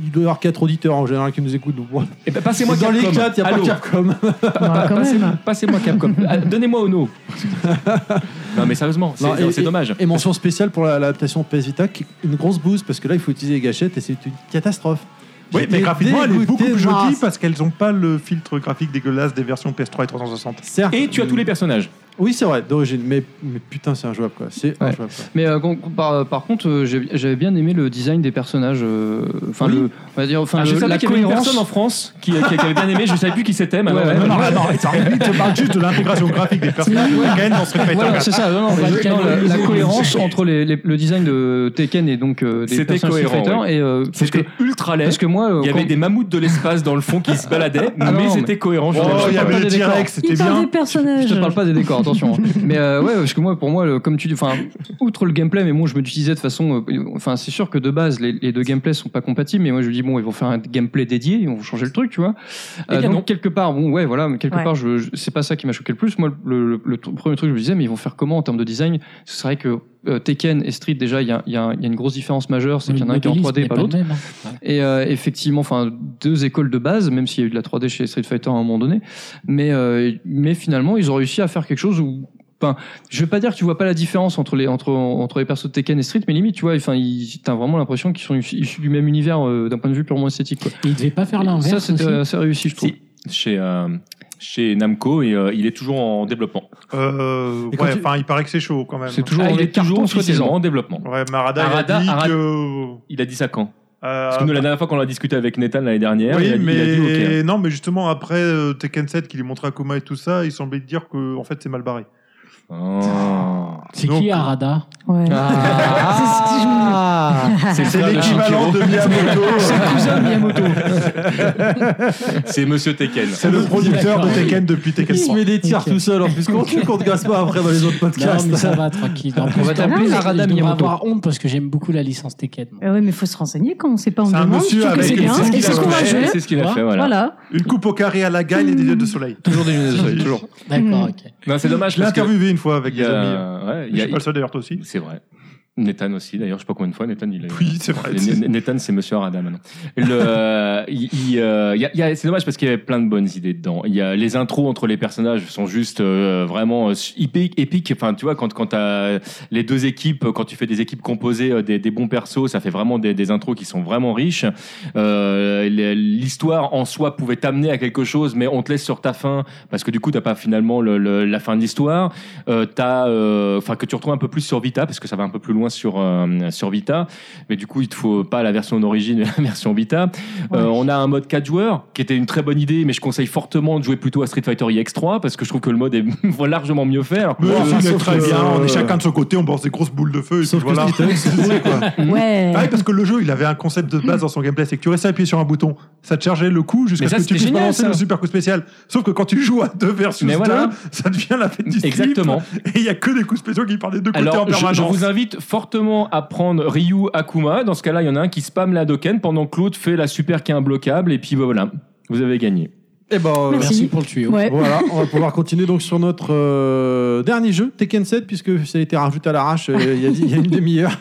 y avoir 4 auditeurs en général qui nous écoutent. donc voilà.
Eh ben, passez-moi
dans
Capcom.
les 4, il n'y a pas
Allô.
Capcom.
Bah, quand
Passez-moi
même.
passez-moi Capcom. Ah, Donnez-moi Ono. non, mais sérieusement,
Non,
c'est
et-
c'est dommage.
Et mention spéciale pour la- l'adaptation PS Vita, qui est une grosse bouse parce que là il faut utiliser les gâchettes et c'est une catastrophe.
Oui,
J'étais
mais graphiquement, elle est
dégoûté
beaucoup plus
de voir
jolie
ça.
parce qu'elles n'ont pas le filtre graphique dégueulasse des versions PS3 et 360.
Certes,
Et tu as tous les personnages.
Oui, c'est vrai, d'origine, mais, mais putain, c'est injouable quoi. C'est
Ouais.
injouable. quoi.
Mais euh, con- par, par contre, euh, j'ai- j'avais bien aimé le design des personnages. euh, Enfin,
Oui.
le- on va dire, enfin,
Ah, je
le-
savais
la
qu'il y avait une personne en
cohérence.
France qui, qui- qui avait bien aimé, je savais plus qui c'était. mais
Ouais,
alors,
ouais,
euh,
non,
non, il te parle juste de l'intégration graphique des personnages de Tekken dans Street Fighter
Voilà,
4.
c'est ça. non, non,
va
la-
le
non, la,
canoniser,
la
mais
cohérence entre les- les- le design de Tekken et donc euh, des
C'était
personnages Street
cohérent,
Fighter et euh, parce que
C'était ultra laid.
parce que moi, euh,
Il y avait
quand-
des mammouths de l'espace dans le fond qui se baladaient,
Ah non,
mais
mais-
c'était cohérent. je
Oh,
vous
je
avoue.
il y
parle
avait
pas
le
des
T-Rex, c'était
Il parle
bien.
des personnages.
Je te parle pas des décors, attention. mais euh, ouais, parce que moi, pour moi, le- comme tu dis, enfin, outre le gameplay, mais bon, je me disais de façon, euh, enfin, c'est sûr que de base, les, les deux gameplays sont pas compatibles, mais moi, je me dis bon, ils vont faire un gameplay dédié, ils vont changer le truc, tu vois.
Eh bien
donc
non.
Euh, quelque part, bon, ouais, voilà, mais quelque
Ouais.
part, je, je- c'est pas ça qui m'a choqué le plus. Moi, le, le- le tr- premier truc, je me disais, mais ils vont faire comment en termes de design C'est vrai que euh, Tekken et Street, déjà, il y a, il y a un- il y a une grosse différence majeure, c'est qu'il y en a un qui est en 3D et pas l'autre. Et euh, effectivement, enfin, deux écoles de base, même s'il y a eu de la 3D chez Street Fighter à un moment donné. Mais, euh, mais finalement, ils ont réussi à faire quelque chose où. Enfin, je vais pas dire que tu vois pas la différence entre les entre entre les persos de Tekken et Street, mais limite, tu vois, enfin, ils- t'as vraiment l'impression qu'ils sont issus issus du même univers euh, d'un point de vue purement esthétique. Quoi.
Et il devait pas faire l'inverse.
ça, c'était
aussi.
assez réussi, je trouve.
Si, chez, euh, chez Namco, et euh, il est toujours en développement.
Euh,
Et quand
ouais,
tu-
enfin, il paraît que c'est chaud quand même.
C'est toujours
Ah, il
les
est toujours
cartons, soi-disant.
officiellement en développement.
Ouais, Marada,
Arada-
il a euh, dit
Arada-
que...
Il a dit ça quand
euh,
Parce que nous, la dernière fois qu'on a discuté avec Nathan l'année dernière,
Oui,
il, a, il a
mais
dit OK.
non, mais justement après euh, Tekken 7 qui les montré à Coma et tout ça, il semblait dire que en fait c'est mal barré.
Ah.
C'est
Donc-
qui Arada
Ouais.
C'est
frère de
l'équivalent de Miyamoto. euh,
Cousin Miyamoto.
C'est Monsieur Tekken.
C'est le producteur de Tekken depuis Tekken
Il se
3.
met des tirs
Ok.
tout seul en plus. Comment tu veux qu'on te gasse pas après dans les autres
Non,
podcasts
mais ça va, tranquille. En plus,
va t'appeler
en plus, je
Arada
devrais
Miyamoto.
avoir honte parce que j'aime beaucoup la licence Tekken. moi.
Euh, ouais, mais faut se renseigner quand on sait pas. On
C'est un
demande.
monsieur
je trouve que
avec-
c'est bien.
c'est ce
Et
qu'il a
c'est
fait.
courageux.
C'est ce qu'il a fait, voilà.
Voilà.
Une coupe au carré à la gagne et des yeux de soleil.
toujours des lunettes de soleil, toujours.
D'accord, ok.
Hmm.
Non, c'est dommage
Je l'ai
parce que
interviewé une fois avec
il y
des amis.
a- ouais, il
Je
y a-
suis pas le seul d'ailleurs toi aussi.
C'est vrai. Nathan aussi, d'ailleurs, je sais pas combien de fois, Nathan, il est.
Oui, c'est vrai.
N- N- Nathan, c'est Monsieur Arada maintenant. Le- il- il, euh, il y a- il y a- c'est dommage parce qu'il y avait plein de bonnes idées dedans. Il y a les intros entre les personnages sont juste euh, vraiment euh, épiques. épiques. Enfin, tu vois, quand quand t'as les deux équipes, quand tu fais des équipes composées euh, des, des bons persos, ça fait vraiment des, des intros qui sont vraiment riches. Euh, les- L'histoire en soi pouvait t'amener à quelque chose, mais on te laisse sur ta fin parce que du coup, t'as pas finalement le- le- la fin de l'histoire. Euh, t'as, euh, enfin, que tu retrouves un peu plus sur Vita parce que ça va un peu plus loin sur euh, sur Vita mais du coup il te faut pas la version d'origine la version Vita Euh, on a un mode 4 joueurs qui était une très bonne idée mais je conseille fortement de jouer plutôt à Street Fighter IX3 parce que je trouve que le mode est largement mieux fait alors que-
Mais
Ouais,
on
enfin,
est
sauf
très
que- euh,
bien, on est chacun de son côté, on balance des grosses boules de feu et
Sauf
puis voilà.
que Street Fighter, c'est cool, quoi.
Ouais.
Ah oui, parce que le jeu, il avait un concept de base dans son gameplay, c'est que tu restais appuyé sur un bouton, ça te chargeait le coup jusqu'à
Mais
ce
ça,
que tu
c'était
puisses
génial,
balancer
ça.
le super coup spécial. Sauf que quand tu joues à deux versus
Mais
deux,
voilà.
ça devient la fête du slip.
Exactement.
Et il y a que des coups spéciaux qui partent des deux côtés en
Alors, je,
permanence.
je vous invite fortement à prendre Ryu Akuma. Dans ce cas-là, il y en a un qui spamme la Doken pendant que l'autre fait la super qui est imbloquable. Et puis voilà, vous avez gagné.
Eh ben, euh,
Merci.
Merci pour le tuyau.
Ouais.
Voilà, on va pouvoir continuer donc sur notre euh, dernier jeu, Tekken 7, puisque ça a été rajouté à l'arrache euh, il y a dix- il y, a une demi-heure.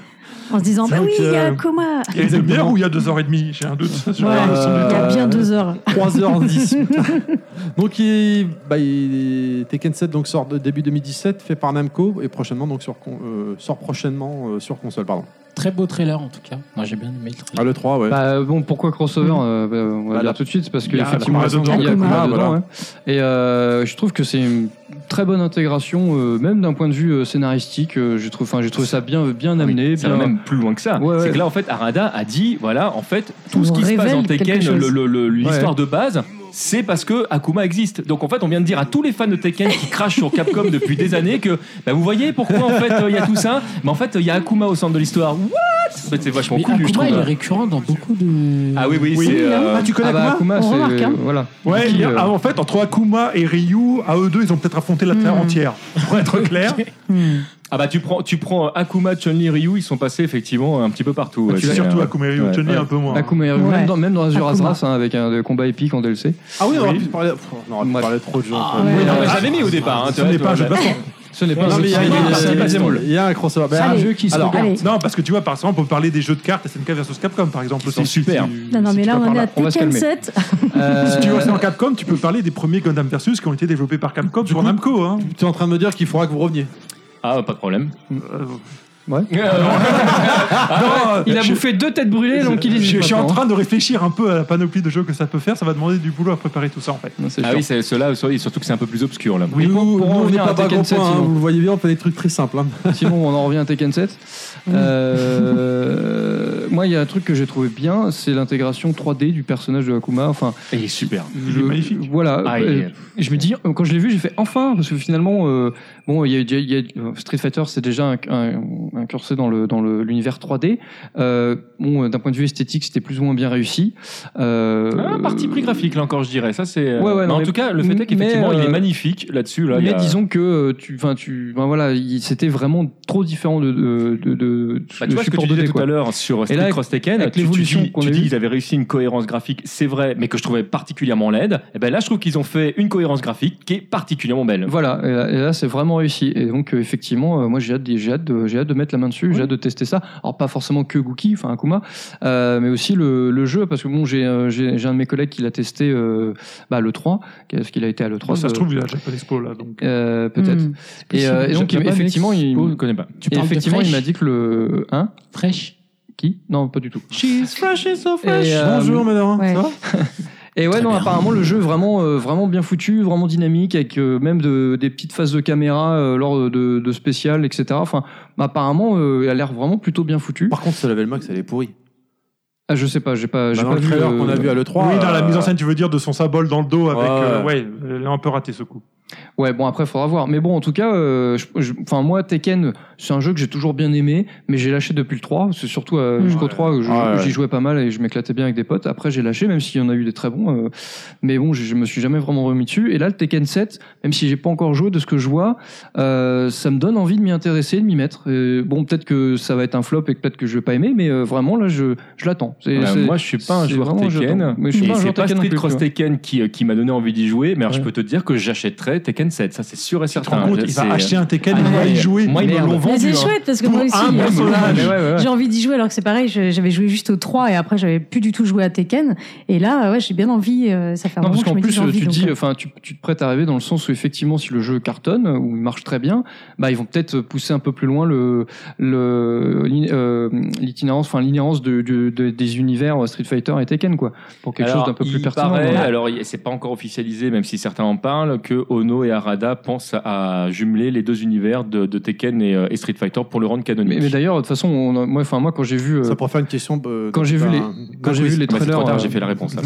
En se disant, bah
Donc,
oui, il y a
euh,
un coma.
Il y a une
Exactement.
demi-heure ou il y a deux heures et demie J'ai un doute.
Ouais,
sur la leçon de-
il y a
euh,
bien deux heures.
3h10. donc il, bah, il- Tekken 7 donc, sort de début 2017, fait par Namco, et prochainement donc sur con- euh, sort prochainement euh, sur console, pardon.
Très beau trailer en tout cas. Moi j'ai bien aimé le
Ah
trailer.
le 3, ouais.
Bah, bon, pourquoi crossover euh, bah, On va
Bah,
le
là-
dire tout de suite, c'est parce
il y a
qu'effectivement,
Akuma dedans.
il y a Akuma
Akuma,
dedans.
voilà.
ouais. Et euh, je trouve que c'est une très bonne intégration, euh, même d'un point de vue euh, scénaristique. euh, je trouve, enfin, j'ai trouvé ça bien, bien amené.
ça
bien...
va même plus loin que ça.
Ouais,
c'est
ouais.
que là, en fait, Arada a dit voilà, en fait, tout
nous
ce qui se passe
révèle
dans Tekken,
quelque chose.
le- le- le- l'histoire
Ouais.
de base, c'est parce que Akuma existe. Donc, en fait, on vient de dire à tous les fans de Tekken qui crachent sur Capcom depuis des années que bah, vous voyez pourquoi, en fait, euh, il y a tout ça. Mais en fait, il y a Akuma au centre de l'histoire. What En fait, C'est vachement
Mais
cool, je
Akuma,
trouve.
il est récurrent dans beaucoup de.
Ah oui, oui,
Oui,
c'est. euh,
ah, tu connais
Ah bah,
Akuma
Akuma,
On
c'est
remarque, hein.
voilà.
Ouais,
Qui,
il y a-
euh,
ah, en fait, entre Akuma et Ryu, à eux deux, ils ont peut-être affronté la Terre
Hmm.
entière. Pour être clair.
Ah bah tu prends, tu prends Akuma, Chun-Li, Ryu, ils sont passés effectivement un petit peu partout.
Ah, Tu
C'est,
l'as surtout
euh,
Akuma et Ryu,
ouais,
Chun-Li
ouais. Bah,
un peu moins.
Akuma et Ryu,
Ouais.
même dans, même dans Azure
Akuma.
Asras, hein, avec un euh, combat épique en DLC.
Ah oui, on aurait
Oui.
pu parler... pff, on aurait pu
Moi-
parler de trop de jeux.
Ah,
en fait.
ouais.
Oui, non, mais
Ah,
je l'avais mis au départ. Hein, tu
Ce
vois,
n'est
tu
pas un jeu
vois,
de plateforme.
Ce n'est pas
Non,
un
mais il y a-
jeu
il y
de
a-
combat,
il
c'est
y
pas
a-
des mots, là.
il y a un crossover. Bah,
Allez.
Un jeu qui se
Alors,
regarde.
Allez.
Non, parce que tu vois, par exemple, on peut parler des jeux de cartes SNK versus Capcom, par exemple. aussi,
C'est super.
si tu-
Non, non,
si
mais
tu
là,
vas
on
par
est
là.
à
on va se
Tekken
calmer.
7.
Si tu
Euh,
vois, c'est en Capcom, tu peux parler des premiers Gundam Versus qui ont été développés par Capcom pour Namco. Hein.
tu es en train de me dire qu'il faudra que vous reveniez.
Ah, pas de problème.
ouais.
Non, euh,
Il a
je-
bouffé deux têtes brûlées, donc il est
je, je suis en
maintenant,
train de réfléchir un peu à la panoplie de jeux que ça peut faire. Ça va demander du boulot à préparer tout ça, en fait.
hein. Non, c'est
Ah
sûr.
oui, c'est ceux-là, et surtout que c'est un peu plus obscur là.
Oui,
nous,
pour-
nous,
pour en
on n'est
revenir
pas
à
bas
Tekken
grand
7,
point, hein,
sinon.
vous le voyez bien, on fait des trucs très simples. hein.
Sinon, on en revient à Tekken 7. Euh, moi, il y a un truc que j'ai trouvé bien, c'est l'intégration 3D du personnage de Akuma. Enfin,
Et il est super.
je,
magnifique.
Voilà.
Ah, il
Euh,
est-
je me dis, euh, quand je l'ai vu, j'ai fait enfin, parce que finalement, euh, bon, il y a, il y a- il y a- euh, Street Fighter, c'est déjà un- un- incursé dans le dans le- l'univers 3D. Euh, bon, euh, d'un point de vue esthétique, c'était plus ou moins bien réussi. Euh,
Un Ah, parti pris graphique là encore, je dirais. Ça c'est. euh,
Ouais, ouais,
mais
non,
en
mais-
tout cas, le fait est
mais,
qu'effectivement, il est
euh,
magnifique là-dessus. Là, il y
mais
a-
disons que euh, tu, enfin, tu, ben voilà, il- c'était vraiment trop différent de de de, de-
Bah,
de
tu vois ce que
support
tu disais
2D,
tout
quoi.
à l'heure sur Street
là,
Cross Tekken,
avec
tu, tu
l'évolution
dis,
qu'on
tu
a
dis
eue.
qu'ils avaient réussi une cohérence graphique, c'est vrai, mais que je trouvais particulièrement laide. Et ben là, je trouve qu'ils ont fait une cohérence graphique qui est particulièrement belle.
Voilà, et là, et là, c'est vraiment réussi. Et donc euh, effectivement, euh, moi j'ai hâte, d'y- j'ai hâte, de, j'ai hâte de mettre la main dessus, j'ai hâte de tester ça. Alors pas forcément que Gookie, enfin Akuma, euh, mais aussi le, le jeu, parce que bon, j'ai, euh, j'ai, j'ai un de mes collègues qui l'a testé euh, bah, le 3, parce qu'il a été à le 3.
euh,
ça se trouve, il a Japan Expo, là. Donc.
euh, peut-être.
Hmm.
Et, euh, et donc
Japan
effectivement, il,
Je ne connais pas.
Oh, Tu
et
parles
effectivement
de
il
fraîche
m'a dit que le 1
Fraîche.
qui Non, pas du tout.
She's fresh and so fresh.
Et, euh,
Bonjour, madame.
ouais.
Ça va
Et ouais,
Très
non,
bien.
apparemment le jeu est vraiment, euh, vraiment bien foutu, vraiment dynamique, avec euh, même de, des petites phases de caméra euh, lors de, de spéciales, etc. Enfin, apparemment, euh, il a l'air vraiment plutôt bien foutu.
Par contre, ce level max, elle est pourrie.
Ah, je sais pas, j'ai pas, j'ai
Bah, dans
pas
le
vu.
trailer
euh,
qu'on a vu à l'E3.
oui, dans la
euh,
mise en scène, tu veux dire, de son symbole dans le dos avec.
Ouais.
euh, Ouais, elle a un peu raté ce coup.
Ouais, bon après, faudra voir. Mais bon, en tout cas, euh, je- je- enfin moi, Tekken, c'est un jeu que j'ai toujours bien aimé, mais j'ai lâché depuis le 3. C'est surtout euh,
Mm.
jusqu'au 3 où je-
Ah, ouais.
j'y jouais pas mal et je m'éclatais bien avec des potes. Après, j'ai lâché, même s'il y en a eu des très bons. euh, mais bon, je, je me suis jamais vraiment remis dessus. Et là, le Tekken 7, même si j'ai pas encore joué, de ce que je vois, euh, ça me donne envie de m'y intéresser, de m'y mettre. Et bon, peut-être que ça va être un flop et que peut-être que je vais pas aimer, mais euh, vraiment là, je, je l'attends. C'est-
Voilà,
c'est-
Bah, moi, je suis pas un
c'est
joueur
vraiment un jeu
Tekken.
d'attente. Mais je suis
et
pas un
c'est
joueur
pas
Tekken non
Street
plus,
Cross euh,
tu vois.
Tekken qui, qui m'a donné envie d'y jouer. Mais alors, je
Ouais.
peux te dire que j'achèterais Tekken Tekken 7, ça c'est sûr et
Tu te
certain.
rends compte,
Je-
il
c'est-
va acheter un Tekken,
Ah,
il va
ouais.
y jouer.
Moi, ils me l'ont vendu.
Mais c'est
hein.
chouette parce que moi aussi,
un
euh,
personnage.
Mais ouais, ouais, ouais.
j'ai envie d'y jouer alors que c'est pareil, je- j'avais joué juste au 3 et après j'avais plus du tout joué à Tekken. Et là, ouais, j'ai bien envie, euh, ça fait un
Non,
moment
parce
que je
qu'en
me dis
plus,
j'ai
euh,
envie.
tu, te
donc,
dis,
euh,
enfin, tu, tu te prêtes à rêver dans le sens où effectivement, si le jeu cartonne ou il marche très bien, bah ils vont peut-être pousser un peu plus loin le le l'in- euh, l'itinérance, enfin l'inhérence de, de- de- des univers Street Fighter et Tekken quoi, pour quelque
Alors,
chose d'un peu plus
il
pertinent.
paraît,
Ouais.
alors, il- c'est pas encore officialisé, même si certains en parlent, que Ono et Arada pensent à jumeler les deux univers de, de Tekken et, euh, et Street Fighter pour le rendre canonique.
mais mais d'ailleurs, de toute façon, on a- moi, enfin moi quand j'ai vu euh,
Ça pourrait faire une question. euh,
Quand j'ai vu
d'un-
les-
d'un
quand j'ai
quiz.
vu les
Ah bah, c'est trop
trailers,
tard,
euh,
j'ai fait la réponse là.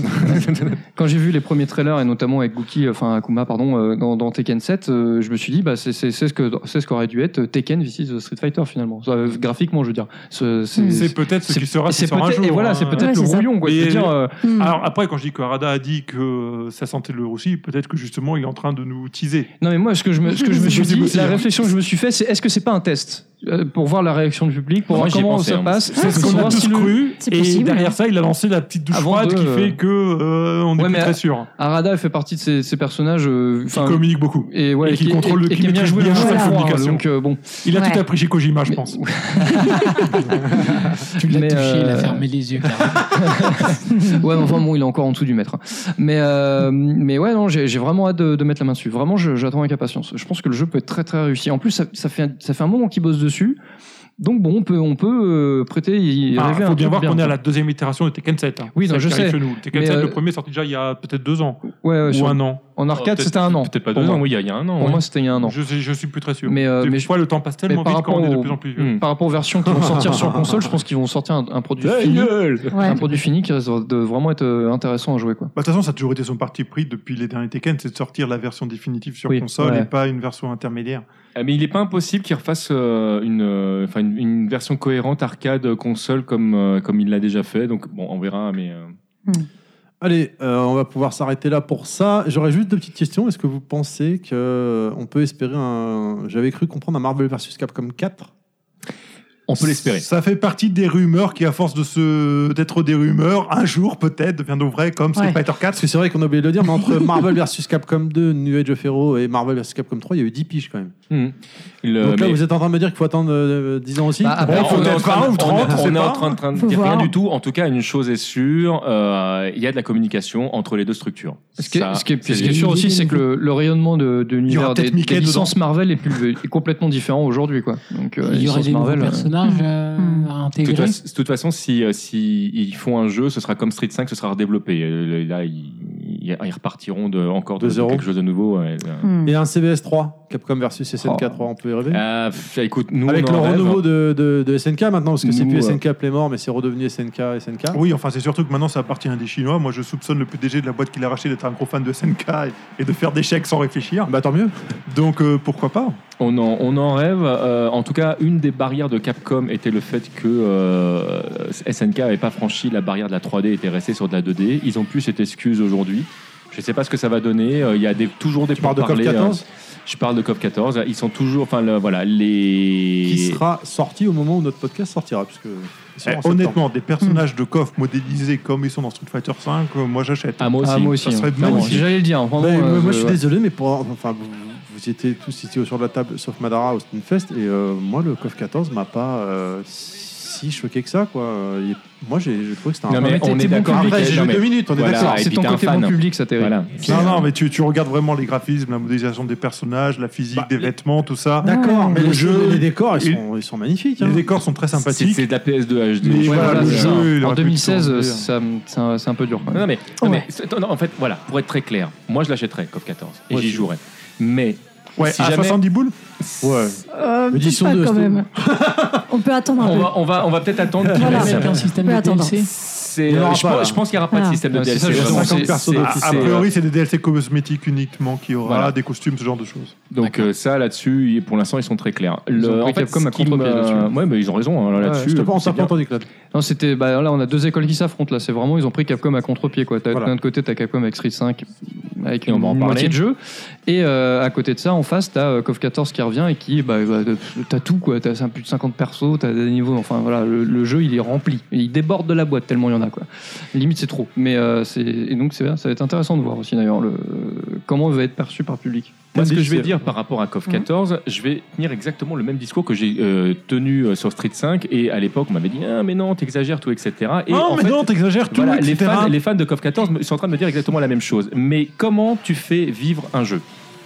Quand j'ai vu les premiers trailers et notamment avec Guki, enfin Akuma pardon, euh, dans, dans Tekken 7, euh, je me suis dit bah c'est c'est c'est ce que c'est ce qu'aurait dû être Tekken vs Street Fighter finalement, Euh, graphiquement je veux dire. Ce- C'est
C'est peut-être ce qui sera, ce
c'est
sera un
peut-être-
jour.
et voilà
hein.
c'est peut-être
Ouais,
le
c'est ça.
rouillon quoi.
Mais-
Je veux dire, euh,
hmm.
Alors après, quand je dis que Harada a dit que ça sentait le Russie, peut-être que justement il est en train de nous teaser.
non mais moi ce que je me ce que je me suis
C'est
dit,
possible.
la réflexion que je me suis fait c'est est-ce que c'est pas un test euh, pour voir la réaction du public, pour
Moi,
voir
j'y ai
comment
pensé,
ça
hein.
passe,
C'est ce
pour
qu'on a
savoir
tous
si le-
cru,
C'est
et
possible,
derrière
hein.
ça, il a lancé la petite douche
Avant
froide
de,
qui
euh,
fait que euh, on n'est
Ouais, mais
plus
à-
très sûr.
Arada fait partie de ces, ces personnages euh,
Qui
enfin,
communique beaucoup.
et, ouais,
et qui contrôle le-
et
qui
aime bien
maîtrise
jouer le
bien
jeu
sa
à froid,
communication.
donc euh, bon
Il a
Ouais.
tout appris chez Kojima, je
Mais-
pense.
Tu l'as
Mais,
touché, il a
euh,
fermé les yeux.
Ouais, mais enfin bon, il est encore en dessous du mètre. Mais, euh, mais ouais, non, j'ai j'ai vraiment hâte de, de mettre la main dessus. Vraiment, je- j'attends avec impatience. Je pense que le jeu peut être très très réussi. En plus, ça, ça fait, un- ça fait un moment qu'ils bossent dessus. Donc bon, on peut, on peut euh, prêter y
Il
rêver un
Ah, faut bien
truc
voir qu'on est
quoi.
à la deuxième itération de Tekken 7. hein.
Oui, non,
Ça
je
arrive
sais.
chez nous. Tekken
Mais,
7,
euh,
le premier sorti déjà il y a peut-être deux ans
Ouais, ouais,
ou
sur-
un an.
En arcade,
Peut-être-
c'était un an.
Peut-être pas
Pour
deux
moi.
ans, oui, il y a- il y a un an.
Pour
ouais.
moi, c'était il y a un an.
Je, sais- je suis plus très sûr.
Mais, euh,
Des
mais je-
fois, le temps passe tellement
mais par
vite quand on est
rapport
de
au-
plus en plus vieux.
Hmm.
Par rapport aux versions qui vont sortir sur console, je pense qu'ils vont sortir un, un produit
Ta
fini.
gueule
Ouais.
Un produit fini qui risque de vraiment être euh, intéressant à jouer. Quoi.
Bah, De toute façon, ça a toujours été son parti pris depuis les derniers Tekken, c'est de sortir la version définitive sur
Oui,
console
ouais.
et pas une version intermédiaire.
Ah, Mais il est pas impossible qu'il refasse euh, une, euh, enfin, une, une version cohérente arcade euh, console comme, euh, comme il l'a déjà fait. Donc bon, on verra. Mais euh,
Allez, euh, on va pouvoir s'arrêter là pour ça. J'aurais juste deux petites questions. Est-ce que vous pensez que euh, on peut espérer un J'avais cru comprendre un Marvel vs Capcom 4.
on peut l'espérer.
Ça fait partie des rumeurs qui, à force de se d'être des rumeurs, un jour peut-être deviendront vraies comme Street
Ouais.
Fighter
Parce
4.
que c'est vrai qu'on a oublié de le dire, mais entre Marvel vs Capcom 2, New Age of Hero et Marvel vs Capcom 3, il y a eu 10 piges quand même.
Hmm. Il, euh,
Donc là,
mais-
vous êtes en train de me dire qu'il faut attendre euh, 10 ans aussi
Bah, après,
Alors,
Bon,
on est en
peut-être 20
train-
ou
on est-
30, on
on
sait
est en
pas.
train de- train de
Faut
dire rien
voir.
du tout. En tout cas, une chose est sûre, euh, il y a de la communication entre les deux structures.
Ce qui, est-
Ça,
ce qui est,
c'est-
ce qui est sûr aussi, c'est que le, le rayonnement de, de
Il y aura
l'univers
peut-être
des, des
Mickey dedans.
licences Marvel est, plus- est complètement différent aujourd'hui. quoi. Donc, euh,
Il y
les
aurait
licences
des nouveaux
Marvel, euh,
personnages euh,
Mm.
à
De toute,
intégrer.
façon- de toute façon, si, euh, si ils font un jeu, ce sera comme Street 5, ce sera redéveloppé. Euh, Là, ils, ils- ils repartiront de, encore de,
De zéro.
quelque chose de nouveau. ouais. Euh,
Hmm.
Et un CVS 3, Capcom vs SNK
Oh.
3, on peut y rêver.
euh, pff, écoute, nous,
Avec
on
le
en rêve. hein.
renouveau de, de- de SNK maintenant, parce que c'est
Nous,
plus
euh,
SNK Playmore, mais c'est redevenu SNK SNK.
Oui, enfin, c'est surtout que maintenant ça appartient à des Chinois. Moi, je soupçonne le PDG de la boîte qui l'a racheté d'être un gros fan de SNK et- et de faire des chèques sans réfléchir.
Bah tant mieux.
Donc, euh, pourquoi pas
On en, on en rêve. Euh, en tout cas, une des barrières de Capcom était le fait que euh, SNK n'avait pas franchi la barrière de la 3D, était resté sur de la 2D. Ils ont plus cette excuse aujourd'hui. Je ne sais pas ce que ça va donner. Euh, Il y a des, toujours des
Tu parles de COP
pourparlers,
14
euh, je parle de COP 14. Ils sont toujours. Enfin, le- voilà, les.
qui sera sorti au moment où notre podcast sortira, puisque ils sont en
Eh,
septembre.
Honnêtement, des
Hmm.
personnages de KOF modélisés comme ils sont dans Street Fighter 5, euh, moi j'achète.
Ah, moi aussi.
Ah, moi
Ça
aussi.
serait
hein, clairement.
magnifique.
J'allais le dire. vraiment,
Ben,
euh,
moi, moi, je suis
ouais.
désolé, mais pour enfin vous, vous étiez tous ici autour de la table, sauf Madara au Stunfest, et euh, moi le COF 14 m'a pas euh, si choqué que ça, quoi. Euh, il- moi j'ai je trouvais que c'était un.
Non, mais
mais t'es-
on
t'es
est
bon
d'accord.
public,
avec-
Après, j'ai
non,
joué
mais-
deux minutes, on est
Voilà,
d'accord.
et
C'est
puis
ton
t'es un
côté
fan.
bon public, ça t'est.
Voilà.
Non, non, mais tu, tu regardes vraiment les graphismes, la modélisation des personnages, la physique, des vêtements, tout ça.
D'accord, Ah, mais
Le
les
jeu-
jeux, les décors, ils
il-
sont, ils sont magnifiques. hein.
Les décors sont très
C'est
sympathiques.
c'est de la PS2 HD.
Mais
je
Et
Ouais,
voilà,
voilà,
le
c'est
jeu, il
ça.
aurait pu
en
le
2016,
tourner.
euh, ça me- c'est un, c'est un peu dur. quoi.
Non, non, mais, non,
Ouais.
mais c'est- non, en fait, voilà, pour être très clair, moi je l'achèterais, COP 14, et
Moi
j'y
aussi.
jouerais. Mais
Ouais,
Si
à
jamais-
70 boules
Ouais.
Euh,
Mais
peut-être
disons
pas
deux,
quand
c'est
même. On peut attendre un
on
peu.
va, on va, on va peut-être attendre qu'il
Voilà.
laisse
Avec un système de
Mais attends,
DLC.
C'est, euh,
Il y en aura
je,
pas,
pense,
là.
je pense qu'il n'y aura pas de
Ah.
système de
Ouais, c'est
DLC.
ça, je
vraiment.
pense.
C'est-
50 persos
c'est-
d'office.
c'est-
A priori, c'est des DLC cosmétiques uniquement qui aura
Voilà.
des costumes, ce genre de choses.
Donc euh, ça, là-dessus, ils- pour l'instant, ils sont très clairs.
Ils ont pris Capcom à
ce qui
contre-pied
m'a-
là-dessus.
Ouais, mais ils ont raison hein, là-dessus.
Je t'ai pas, on
c'est
t'a pas
bien.
entendu, Claude.
Non, c'était bah, là on a deux écoles qui s'affrontent là. C'est vraiment ils ont pris Capcom à contre-pied quoi. T'as-
Voilà.
D'un côté t'as Capcom avec Street 5 avec
Et on
une
va en parler.
moitié de jeu et euh, à côté de ça en face t'as euh, KOF 14 qui revient et qui bah, bah, t'as tout quoi. T'as c'est un plus de 50 persos, t'as des niveaux. Enfin voilà le, le jeu il est rempli, Et il déborde de la boîte tellement il y en a quoi. Limite c'est trop. Mais euh, c'est et donc c'est ça va être intéressant de voir aussi d'ailleurs le comment va être perçu par le public.
Moi, ce que je vais
Indécisif.
dire par rapport à KOF 14, je vais tenir exactement le même discours que j'ai euh, tenu euh, sur Street 5. Et à l'époque, on m'avait dit Ah, mais non, t'exagères, tout, etc. Et
Ah,
non,
en
mais
fait,
non, t'exagères tout,
voilà, les,
etc.
fans, les fans de KOF 14 me- sont en train de me dire exactement la même chose. Mais comment tu fais vivre un jeu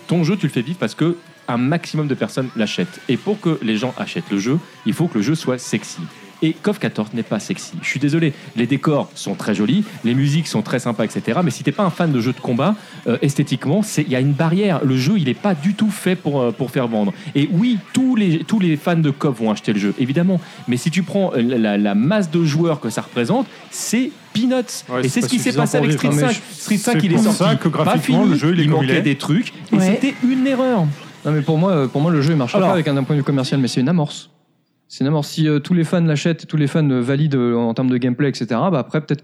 Ton jeu, tu le fais vivre parce que un maximum de personnes l'achètent. Et pour que les gens achètent le jeu, il faut que le jeu soit sexy. Et KOF 14 n'est pas sexy. Je suis désolé, les décors sont très jolis, les musiques sont très sympas, etc. Mais si t'es pas un fan de jeux de combat, euh, esthétiquement, c'est- il y a une barrière. Le jeu, il n'est pas du tout fait pour, euh, pour faire vendre. Et oui, tous les, tous les fans de COP vont acheter le jeu, évidemment. Mais si tu prends euh, la, la- la masse de joueurs que ça représente, c'est peanuts.
Ouais,
et
c'est
c'est ce
pas
qui s'est
suffisant
passé
pour
avec
vivre,
Street
hein, mais
5. Street 5, il est
pour
sorti.
ça que
pas
graphiquement,
fini,
le jeu, il est comme il
manquait
est.
des trucs. Et
Ouais.
c'était une erreur.
Non, mais pour moi, euh, pour moi le jeu ne marchera
Alors-
pas avec un, d'un point de vue commercial, mais c'est une amorce. C'est une amorce. Si euh, tous les fans l'achètent, tous les fans euh, valident euh, en termes de gameplay, etc., bah après, peut-être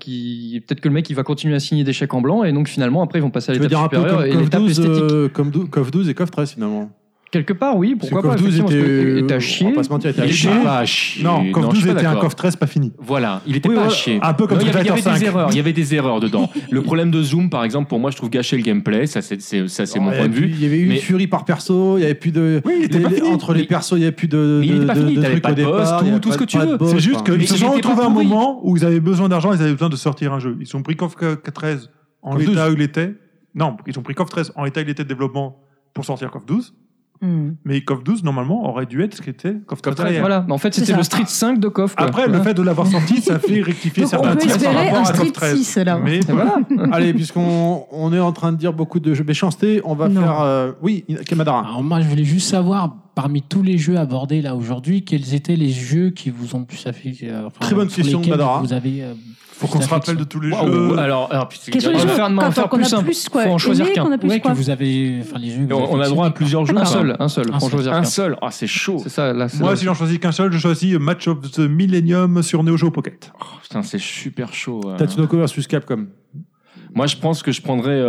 peut que le mec il va continuer à signer des chèques en blanc, et donc finalement, après, ils vont passer à
Tu veux
l'étape
dire un peu
supérieure
comme
et
KOF
l'étape
12,
esthétique.
euh, comme dou- KOF 12 et KOF 13 finalement.
Quelque part, oui, pourquoi pas.
Parce que KOF 12
effectivement, parce que-
était.
et t'as
On
chié.
va pas se mentir, était
Il
à
était
chier.
pas à chier.
Non,
je
KOF
suis
12
pas
était un
d'accord.
KOF 13 pas fini.
Voilà, il était
Oui,
pas à
voilà.
chier.
Un peu comme
Non, il y avait, il y
Street
avait
Fighter
des
5.
erreurs. Il y avait des erreurs dedans. Le problème de zoom, par exemple, pour moi, je trouve gâcher le gameplay. Ça, c'est c'est- ça, c'est mon
Il y
point
avait
de vue.
plus- Il y avait eu une
Mais-
furie par perso, il n'y avait plus de.
Oui, il était
les-
pas
les-
fini.
Entre les
Mais-
persos, il n'y avait plus de.
mais il
de-
était pas
de-
fini,
de
t'avais
trucs
pas
au
de boss,
départ,
tout-
il y avait
tout ce
pas-
que tu
pas de
veux.
boss,
C'est juste
enfin.
qu'ils
Mais
se
il
sont
était
retrouvés
pas
à un
pourri.
moment où ils avaient besoin d'argent, ils avaient besoin de sortir un jeu. Ils ont pris KOF 13 en
KOF
l'état où il était. Non, ils ont pris KOF 13 en l'état où il était de développement pour sortir KOF 12.
Hmm.
Mais KOF 12, normalement, aurait dû être ce qu'était KOF 13.
Voilà, en fait,
C'est
c'était
ça.
le Street 5 de Coff. quoi.
Après, le fait de l'avoir sorti, ça fait rectifier
Donc,
certains
on peut
tirs par
espérer
rapport
un
à
Street
KOF 13.
6 alors.
Mais
Et voilà.
Allez, puisqu'on on est en train de dire beaucoup de jeux méchanceté, on va
Non.
faire. euh, oui, Kamadara.
Alors moi, je voulais juste savoir, parmi tous les jeux abordés là aujourd'hui, quels étaient les jeux qui vous ont plus affecté euh, enfin,
Très bonne
sur
question,
lesquels
Madara.
Vous avez. euh,
faut
plus
qu'on se
d'affection.
rappelle de tous les
Waouh.
jeux.
Oh, Alors, alors, puis-
Quels sont les
On va
jeux
faire- on va
qu'on-
faire
qu'on
plus
a
simple.
plus quoi
Faut en choisir
aimé,
qu'un.
qu'on a plus
Ouais, que
quoi
vous avez. Enfin, les jeux. que vous
on, on a
affectionnez,
droit à plusieurs jeux.
Un
quoi.
seul, un seul.
Un
Franchement,
seul.
je veux dire
Un
qu'un.
seul. Ah, c'est chaud.
C'est ça, là, c'est
Moi,
la-
si j'en choisis qu'un seul, je choisis Match of the Millennium sur Neo Geo Pocket.
Oh, putain, c'est super chaud. euh.
Tatsunoko versus Capcom.
Moi, je pense que je prendrais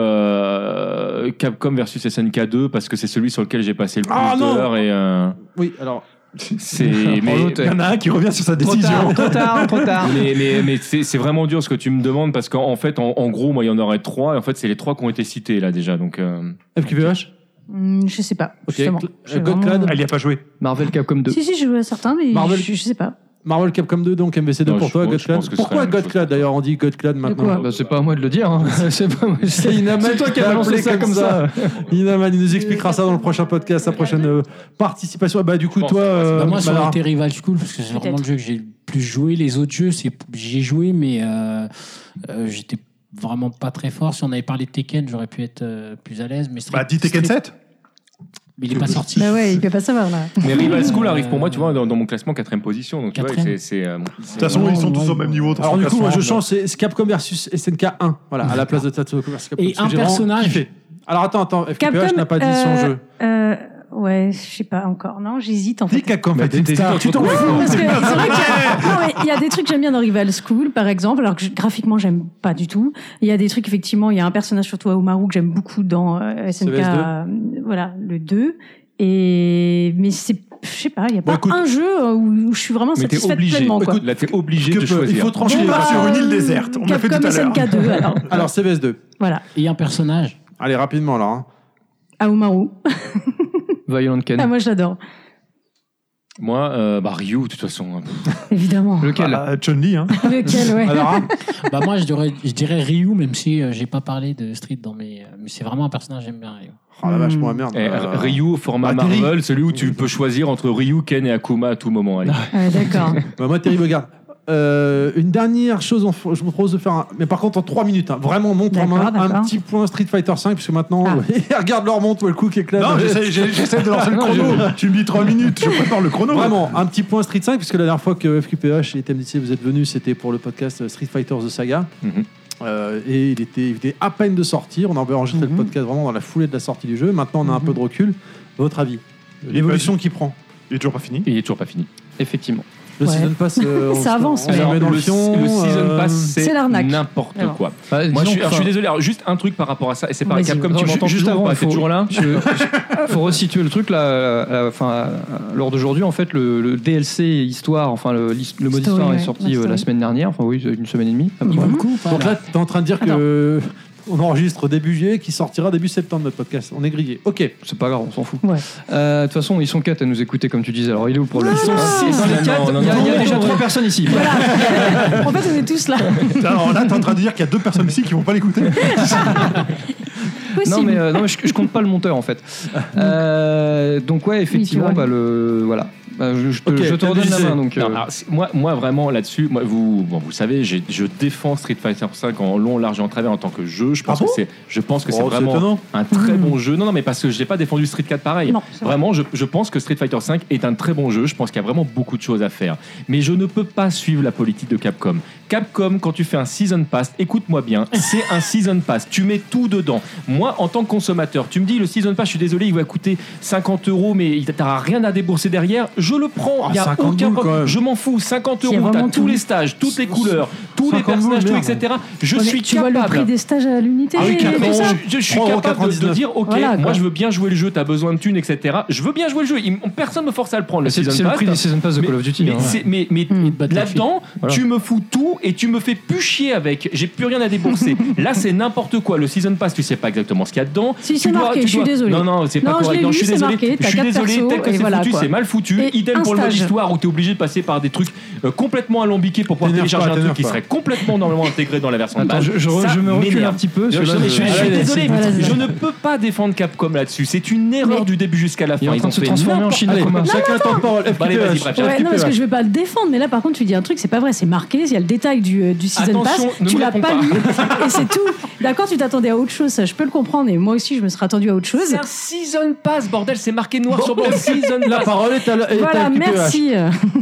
euh, Capcom versus SNK 2 parce que c'est celui sur lequel j'ai passé le plus
Ah, non.
d'heures et euh,
Oui, alors.
c'est. mais-
l'autre,
Il y en a un qui revient sur sa
Trop
décision.
tard, trop tard, trop tard.
Mais, mais, mais c'est c'est vraiment dur ce que tu me demandes parce qu'en en fait, en, en gros, moi, il y en aurait trois. Et en fait, c'est les trois qui ont été cités là déjà. Donc, euh,
FQVH
Hmm, Je sais pas.
Ok,
justement.
Cl-
Je sais
God
vraiment-
Clan.
Elle n'y Ah, a pas joué.
Marvel Capcom 2.
Si si, je joue à certains, mais
Marvel.
je, je sais pas.
Marvel Capcom 2, donc MVC2
Non,
pour
je
toi,
pense-
God
je
Clan.
pense que ce serait
Pourquoi
la même
God
chose.
Clan D'ailleurs, on dit God Clan maintenant.
quoi
Bah, c'est pas à moi de le dire. hein. C'est pas moi. C'est
C'est toi qui as appelé comme ça. Inaman, il nous expliquera ça dans le prochain podcast, sa prochaine euh, participation. Ah Bah, du coup,
pense
toi,
que
euh,
Bah, moi, ça aurait
Madara.
été Rival School parce que c'est vraiment le
Peut-être.
jeu que j'ai le plus joué. Les autres jeux, c'est j'y ai joué, mais euh, euh, j'étais vraiment pas très fort. Si on avait parlé de Tekken, j'aurais pu être euh, plus à l'aise. Mais Street-
Bah, dis Tekken
Street-
7.
mais il est pas sorti.
Bah ouais, il peut pas savoir là.
Mais Rival School arrive pour moi, tu vois, dans, dans mon classement quatrième position. Donc, tu vois,
Quatrième.
c'est- c'est. euh, bon,
De
c'est-
toute façon,
Ouais,
ils sont tous
ouais,
au même
ouais.
niveau. dans
Alors,
son
du coup, moi, je
classement.
change, c'est c'est Capcom versus SNK 1. Voilà, à la place de Tatsunoko versus Capcom.
Et
parce
un
que j'ai vraiment
personnage.
kiffé. Alors, attends, attends, FQVH
Capcom,
n'a pas dit son
euh,
jeu.
Euh, ouais, je sais pas encore. Non, j'hésite en
Dis
fait.
Capcom,
Bah,
fait,
t'es-
une
t'es-
star.
t'es-
Tu te
t'es-
Oui,
retrouves.
parce que c'est vrai qu'il y a- non, mais il y a des trucs que j'aime bien dans Rival School, par exemple, alors que je- graphiquement, j'aime pas du tout. Il y a des trucs, effectivement, il y a un personnage, surtout à Umaru, que j'aime beaucoup dans euh, SNK,
CVS2.
euh, voilà, le 2. Et, mais c'est, je sais pas, il y a pas
écoute.
un jeu euh, où, où je suis vraiment
Mais t'es
satisfaite
obligé.
pleinement, quoi.
Écoute, là, t'es obligé
Que peut-
de
il
choisir.
faut trancher.
Bon, bah,
sur une
euh,
île déserte, on l'a fait
Capcom
tout à
et
l'heure.
SNK 2, alors.
Alors, CVS2.
Voilà.
Et un personnage.
Allez, rapidement, là. hein.
À Umaru.
Violent Ken.
Ah, moi, je l'adore.
Moi, euh, bah, Ryu, de toute façon.
Évidemment.
Lequel
Bah, Chun-Li, hein.
Lequel, ouais.
Madara.
bah moi, je dirais, je dirais Ryu, même si euh, j'ai pas parlé de Street dans mes. euh, Mais c'est vraiment un personnage j'aime bien Ryu.
Oh la vache, pour la merde.
Eh,
Euh,
Ryu, format
bah, Terry.
Marvel, celui où tu peux choisir entre Ryu, Ken et Akuma à tout moment. allez.
Ouais, D'accord.
Bah, moi, Terry Bogard. Euh, une dernière chose, on f- je me propose de faire un. Mais par contre, en 3 minutes, hein, vraiment, montre en main
D'accord,
un
d'accord.
petit point Street Fighter 5, puisque maintenant,
Ah.
regarde leur montre, le coup qui éclate.
Non, j'essaie j'ai- j'essaie de lancer le chrono. Tu me dis 3 minutes, je prépare le chrono.
Vraiment, un petit point Street 5, puisque la dernière fois que FQPH et TMDC vous êtes venus, c'était pour le podcast euh, Street Fighter The Saga.
Mhm.
Euh, et il était, il était à peine de sortir. On avait enregistré
Mhm.
le podcast vraiment dans la foulée de la sortie du jeu. Maintenant, on a un
Mhm.
peu de recul. Votre avis L'évolution qu'il prend
Il est toujours pas fini.
Il est toujours pas fini.
Effectivement.
Le
Ouais.
season pass, euh, on
Ça
se-
avance,
on
mais-
se met dans le,
le,
fion,
le season
euh,
pass, c'est
C'est l'arnaque.
n'importe
Alors.
quoi.
Bah,
Moi,
disons
je suis,
que-
alors, je suis désolé. alors, juste un truc par rapport à ça, et c'est pareil.
Vas-y.
Capcom,
Non,
tu
ju-
m'entends
juste
toujours
avant,
ou pas
il
T'es
faut-
toujours là
Je- je- faut resituer le truc là. euh, Enfin, euh, lors d'aujourd'hui, en fait, le, le DLC histoire, enfin le, l'his- le mode
Story,
histoire
ouais,
est sorti
la
euh, la
story.
Mhm.
semaine dernière. Enfin oui, une semaine et demie. à peu
Il
près.
vaut le coup ou pas
Donc
là
là, t'es en train de dire que On enregistre début juillet qui sortira début septembre notre podcast. On est grillé. Ok.
C'est pas grave, on s'en fout.
Ouais.
Euh, De toute façon, ils sont quatre à nous écouter, comme tu disais. Alors, il est où le problème
Ils sont six,
Dans les
Ah, non,
quatre,
non,
il y a-
non,
il y a
non,
déjà
non,
trois personnes ici.
Voilà. en fait, on est tous là.
Alors là, t'es en train de dire qu'il y a deux personnes ici qui vont pas l'écouter.
Non
Possible.
mais, euh, non, mais je, je compte pas le monteur en fait. Euh, donc ouais, effectivement,
Oui, tu vois.
bah, le voilà. Bah, je, je te,
Ok,
je te
t'as
redonne la
abusé.
main donc.
Non,
euh,
alors, c'est- moi, moi, vraiment, là-dessus, moi, vous, bon, vous savez, j'ai- je défends Street Fighter V en long, large et en travers en tant que jeu. Je pense
Ah
que
bon
c'est, je pense que c'est
Oh, c'est
vraiment
étonnant.
un très bon jeu. Non, non, mais parce que je n'ai pas défendu Street 4 pareil.
Non, c'est vrai.
vraiment, je, je pense que Street Fighter V est un très bon jeu. Je pense qu'il y a vraiment beaucoup de choses à faire. Mais je ne peux pas suivre la politique de Capcom. Capcom, quand tu fais un Season Pass, écoute-moi bien, c'est un Season Pass. Tu mets tout dedans. Moi, en tant que consommateur, tu me dis le Season Pass, je suis désolé, il va coûter 50 euros, mais il t'aura rien à débourser derrière. Je le prends.
Ah,
Il y a
50
aucun
boules,
problème.
quand même.
Je m'en fous. 50
Il y a
euros, t'as
vraiment
tous
tout.
les stages, toutes les couleurs, tous les
50 boules,
personnages, tout,
merde.
etc. Je
Ouais,
suis
tu
capable.
vois le prix des stages à l'unité
Ah oui,
et
quatre
tout
euros.
ça.
Je, je suis
3,99.
capable de, de dire, ok,
Voilà,
moi
quoi.
je veux bien jouer le jeu, t'as besoin de thunes, etc. Je veux bien jouer le jeu. Il- personne me force à le prendre. Le
C'est
season
c'est le
pass.
prix des season pass de
Mais-
Call of Duty.
Mais,
hein.
c'est- mais, mais
Hmm.
Battlefield.
là-dedans,
Voilà.
tu me fous tout et tu me fais plus chier avec. J'ai plus rien à débourser. Là, c'est n'importe quoi. Le season pass, tu sais pas exactement ce qu'il y a dedans.
Si,
Tu
c'est
dois-
marqué, je
tu
suis
dois-
désolé.
Non, non, c'est pas
Non, je
correct.
l'ai
Non,
lu,
je suis
c'est
désolé.
marqué,
je
t'as
suis
quatre
désolé.
persos,
Tel que
et
c'est
voilà,
foutu,
quoi.
c'est mal foutu.
Et
Idem
un
pour le mode
stage.
histoire où t'es obligé de passer par des trucs euh, complètement alambiqués pour pouvoir
T'énerve
télécharger
pas,
un truc
t'énerve
qui
pas.
serait complètement normalement intégré dans la version de
Attends,
base.
je, je,
Ça
je me recule
m'énerve.
un petit peu.
Je,
parce que là,
je- je- je suis
Allez,
désolé,
Voilà, c'est
je
ça.
ne peux pas défendre Capcom là-dessus. C'est une erreur
Mais-
du début jusqu'à la
Il
fin.
est en train de
Ils
se
ont fait
transformer en Chine.
Allez,
Akuma.
chacun temps parole.
Bah, allez, vas-y, bref.
FQPH.
Ouais, non, parce que je vais pas le défendre, mais là par contre, tu dis un truc, c'est pas vrai, c'est marqué, il y a le détail du, euh, du season
Attention,
pass,
ne
tu
me
l'as
réponds
pas,
pas.
lu, et c'est tout. D'accord, tu t'attendais à autre chose, ça, je peux le comprendre, et moi aussi, je me serais attendu à autre chose.
C'est un season pass, bordel, c'est marqué noir sur blanc. Season
La
pass.
parole est à la- est à
Voilà,
FQPH.
merci.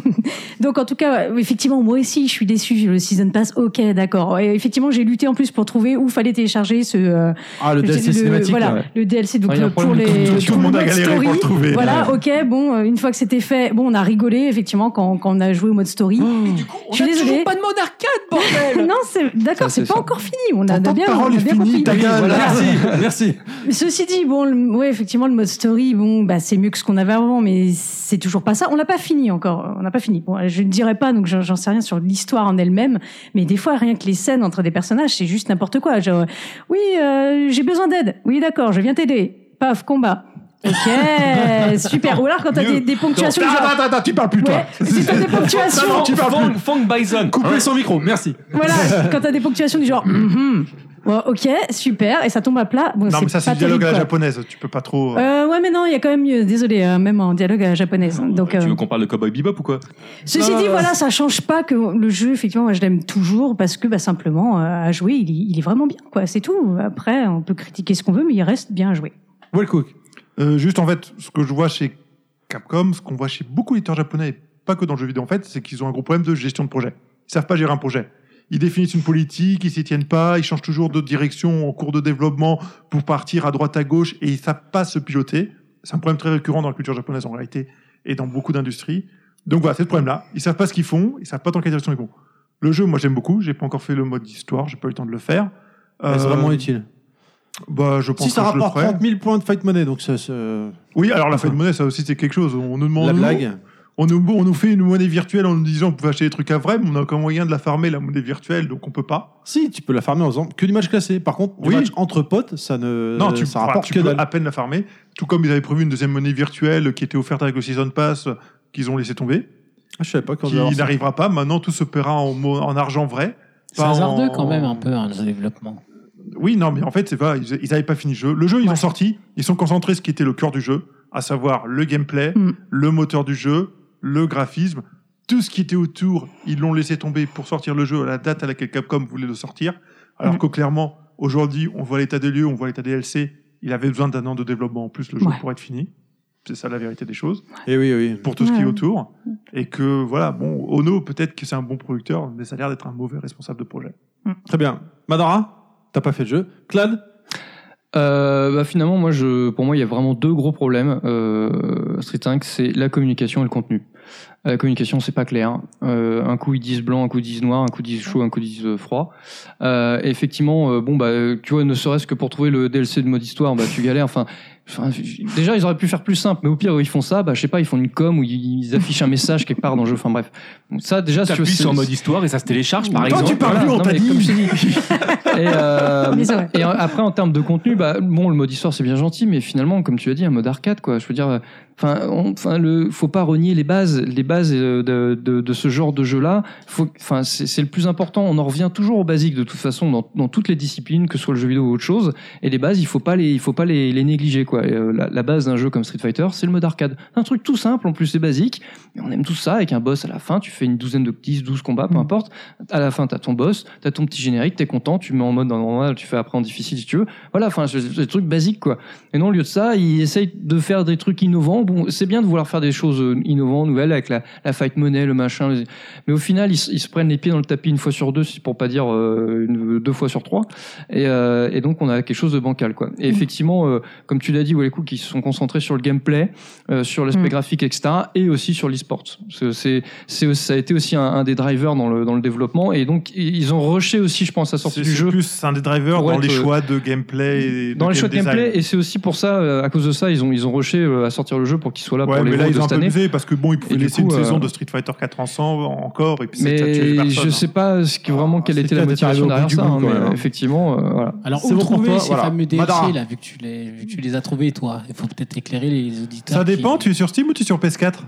Donc en tout cas, ouais, effectivement, moi aussi, je suis déçue. Le season pass, ok, d'accord. Et effectivement, j'ai lutté en plus pour trouver où fallait télécharger ce euh,
Ah, le
je
DLC
dis
cinématique.
Voilà,
ouais.
le DLC donc
Ah, il y a
le-
un
pour les
problème de-
tout le monde a
mode
galéré
story.
pour le trouver.
Voilà, ok, bon, euh, une fois que c'était fait, bon, on a rigolé effectivement quand, quand on a joué au mode story. je suis désolée.
de mode arcade,
Eh ben,
bordel.
Non, c'est d'accord,
Ça, c'est
c'est pas
ça.
encore fini. On a
Ton temps de
bien, on a
parole est
bien
fini,
compris.
ta gueule.
Voilà.
Merci, merci.
Mais Ceci dit, bon, le- ouais, effectivement, le mode story, bon, bah, c'est mieux que ce qu'on avait avant, mais c'est toujours pas ça. On l'a pas fini encore. On n'a pas fini. Bon, je ne dirais pas, donc j'en j'en sais rien sur l'histoire en elle-même. Mais des fois, rien que les scènes entre des personnages, c'est juste n'importe quoi. Genre, oui, euh, j'ai besoin d'aide. Oui, d'accord, je viens t'aider. Paf, combat. Ok, super. Ou alors quand t'as
Mieux.
des, des ponctuations,
attends,
genre,
attends, attends, tu parles plus, toi.
ouais, si t'as des ponctuations,
Fang, Fang Bison.
Coupez son micro, merci.
voilà, quand t'as des ponctuations du genre, mhm. Ouais, ok, super, et ça tombe à plat. Bon,
Non, mais ça, c'est
pas
le dialogue
terrible,
à la
quoi.
japonaise. Tu peux pas trop. euh,
Euh, ouais, mais non, il y a quand même mieux. Désolé, euh, même en dialogue à la japonaise. Donc, euh,
Tu veux qu'on parle de Cowboy Bebop ou quoi
ceci dit, voilà, ça change pas que le jeu, effectivement, moi, je l'aime toujours parce que, bah, simplement, euh, à jouer, il, est- il est vraiment bien, quoi. C'est tout. Après, on peut critiquer ce qu'on veut, mais il reste bien à jouer.
Wellcook.
Euh, juste en fait, ce que je vois chez Capcom, ce qu'on voit chez beaucoup d'éditeurs japonais, et pas que dans le jeu vidéo en fait, c'est qu'ils ont un gros problème de gestion de projet. Ils savent pas gérer un projet. Ils définissent une politique, ils s'y tiennent pas, ils changent toujours de direction en cours de développement pour partir à droite à gauche et ils savent pas se piloter. C'est un problème très récurrent dans la culture japonaise en réalité et dans beaucoup d'industries. Donc voilà, c'est ce problème-là. Ils savent pas ce qu'ils font, ils savent pas dans quelle direction ils vont. Le jeu, moi j'aime beaucoup. J'ai pas encore fait le mode histoire, j'ai pas eu le temps de le faire.
Ouais, C'est
Euh,
vraiment utile.
Bah, je pense
Si ça
que je le
rapporte
ferai.
30 000 points de fight money, donc ça, c'est euh,
Oui, alors la fête de monnaie, ça aussi c'est quelque chose. On nous demande
la blague.
on nous, on nous fait une monnaie virtuelle en nous disant on pouvait acheter des trucs à vrai, mais on a aucun moyen de la farmer, la monnaie virtuelle, donc on peut pas.
Si, tu peux la farmer en faisant que du match classé. Par contre, du
Oui.
match entre potes, ça ne
non, tu,
Euh, ça
enfin,
rapporte
tu
que
peux
dalle.
à peine la farmer. Tout comme ils avaient prévu une deuxième monnaie virtuelle qui était offerte avec le Season Pass, euh, qu'ils ont laissé tomber,
Ah, je savais pas qu'on
qui
devait avoir ça.
n'arrivera pas. Maintenant, tout se paiera en, mo- en argent vrai.
C'est
pas en-
hasardeux quand même un peu hein, le développement.
Oui, non, mais en fait, c'est pas, ils, ils avaient pas fini le jeu. Le jeu, ils
Ouais.
ont sorti, ils sont concentrés ce qui était le cœur du jeu, à savoir le gameplay,
Mm.
le moteur du jeu, le graphisme, tout ce qui était autour, ils l'ont laissé tomber pour sortir le jeu à la date à laquelle Capcom voulait le sortir. Alors
Mm.
que clairement, aujourd'hui, on voit l'état des lieux, on voit l'état des LC, il avait besoin d'un an de développement en plus le jeu
Ouais.
pour être fini. C'est ça la vérité des choses,
Eh oui, oui.
pour tout ce qui
Ouais.
est
Hmm.
autour. Et que voilà, bon, Ono, peut-être que c'est un bon producteur, mais ça a l'air d'être un mauvais responsable de projet.
Très bien. Madara, t'as pas fait le jeu. Clad,
Euh, bah, finalement, moi, je, pour moi, il y a vraiment deux gros problèmes. Euh, Street 5, c'est la communication et le contenu. La communication, c'est pas clair. Euh, un coup ils disent blanc, un coup ils disent noir, un coup ils disent chaud, un coup ils disent euh, froid. Euh, effectivement, euh, bon bah, euh, tu vois, ne serait-ce que pour trouver le DLC de mode histoire, bah tu galères. Enfin, enfin, j- déjà ils auraient pu faire plus simple, mais au pire ils font ça, bah je sais pas, ils font une com ou ils, ils affichent un message quelque part dans le jeu. Enfin bref, ça déjà. si tu veux,
T'appuies
c'est-
sur mode histoire et ça se télécharge, par
Toi,
exemple.
tu parles
Voilà.
plus, on
Non,
t'a
mais
dit.
comme je dis,
Et, euh,
Mais c'est vrai.
et euh, après, en termes de contenu, bah, bon, le mode histoire, c'est bien gentil, mais finalement, comme tu as dit, un mode arcade, quoi. Je veux dire, euh, enfin, on- enfin, le, faut pas renier les bases, les bases euh, de, de, de ce genre de jeu-là. Faut, enfin, c'est c'est le plus important. On en revient toujours aux basiques, de toute façon, dans, dans toutes les disciplines, que ce soit le jeu vidéo ou autre chose. Et les bases, il faut pas les, il faut pas les, les négliger, quoi. Et, euh, la, la base d'un jeu comme Street Fighter, c'est le mode arcade. Un truc tout simple, en plus, c'est basique. Mais on aime tout ça, avec un boss à la fin, tu fais une douzaine de 10, 12 combats,
Mm.
peu importe à la fin, t'as ton boss, t'as ton petit générique, t'es content, tu mets en mode normal, tu fais après en difficile si tu veux. Voilà, enfin, c'est c'est des trucs basiques, quoi. Et non, au lieu de ça, ils essayent de faire des trucs innovants. Bon, c'est bien de vouloir faire des choses euh, innovantes, nouvelles, avec la, la fight money, le machin. les- Mais au final, ils, se- ils se prennent les pieds dans le tapis une fois sur deux, si- pour pas dire euh, une- deux fois sur trois. Et, euh, et donc, on a quelque chose de bancal, quoi. Et effectivement, euh, comme tu l'as dit, ouais, les coups qui se sont concentrés sur le gameplay, euh, sur l'aspect
Mm.
graphique, etc., et aussi sur l'e-sport. C'est- C'est c'est- ça a été aussi un, un des drivers dans le, dans le développement et donc i- ils ont rushé aussi je pense la sortie
C'est
du
c'est
jeu
plus un des drivers
Pour
dans les
être, euh,
choix de gameplay. Et
dans
de
les choix de
game design.
gameplay et c'est aussi pour ça euh, à cause de ça ils ont ils ont rushé euh, à sortir le jeu pour qu'il soit là
Ouais,
pour les
mais là,
gros
ils
de
ont un
cette
peu
année
abusé parce que bon, ils pouvaient
Et du
laisser
coup,
une
euh,
saison de Street Fighter 4 ensemble encore et puis ça, ça tuait
mais
personne.
je sais pas ce qui, vraiment
Ah,
quelle
c'est
était la
peut-être arrivé
motivation
au
derrière
bout du
ça
bout,
hein,
quand
mais
même, hein.
effectivement euh, voilà
Alors,
C'est
où
bon pour
trouver
toi,
ces
voilà.
fameux DLC,
Madara.
là, vu que tu les, vu que tu les as trouvés, toi Il faut peut-être éclairer les auditeurs.
Ça dépend,
qui-
tu es sur Steam ou tu es sur PS4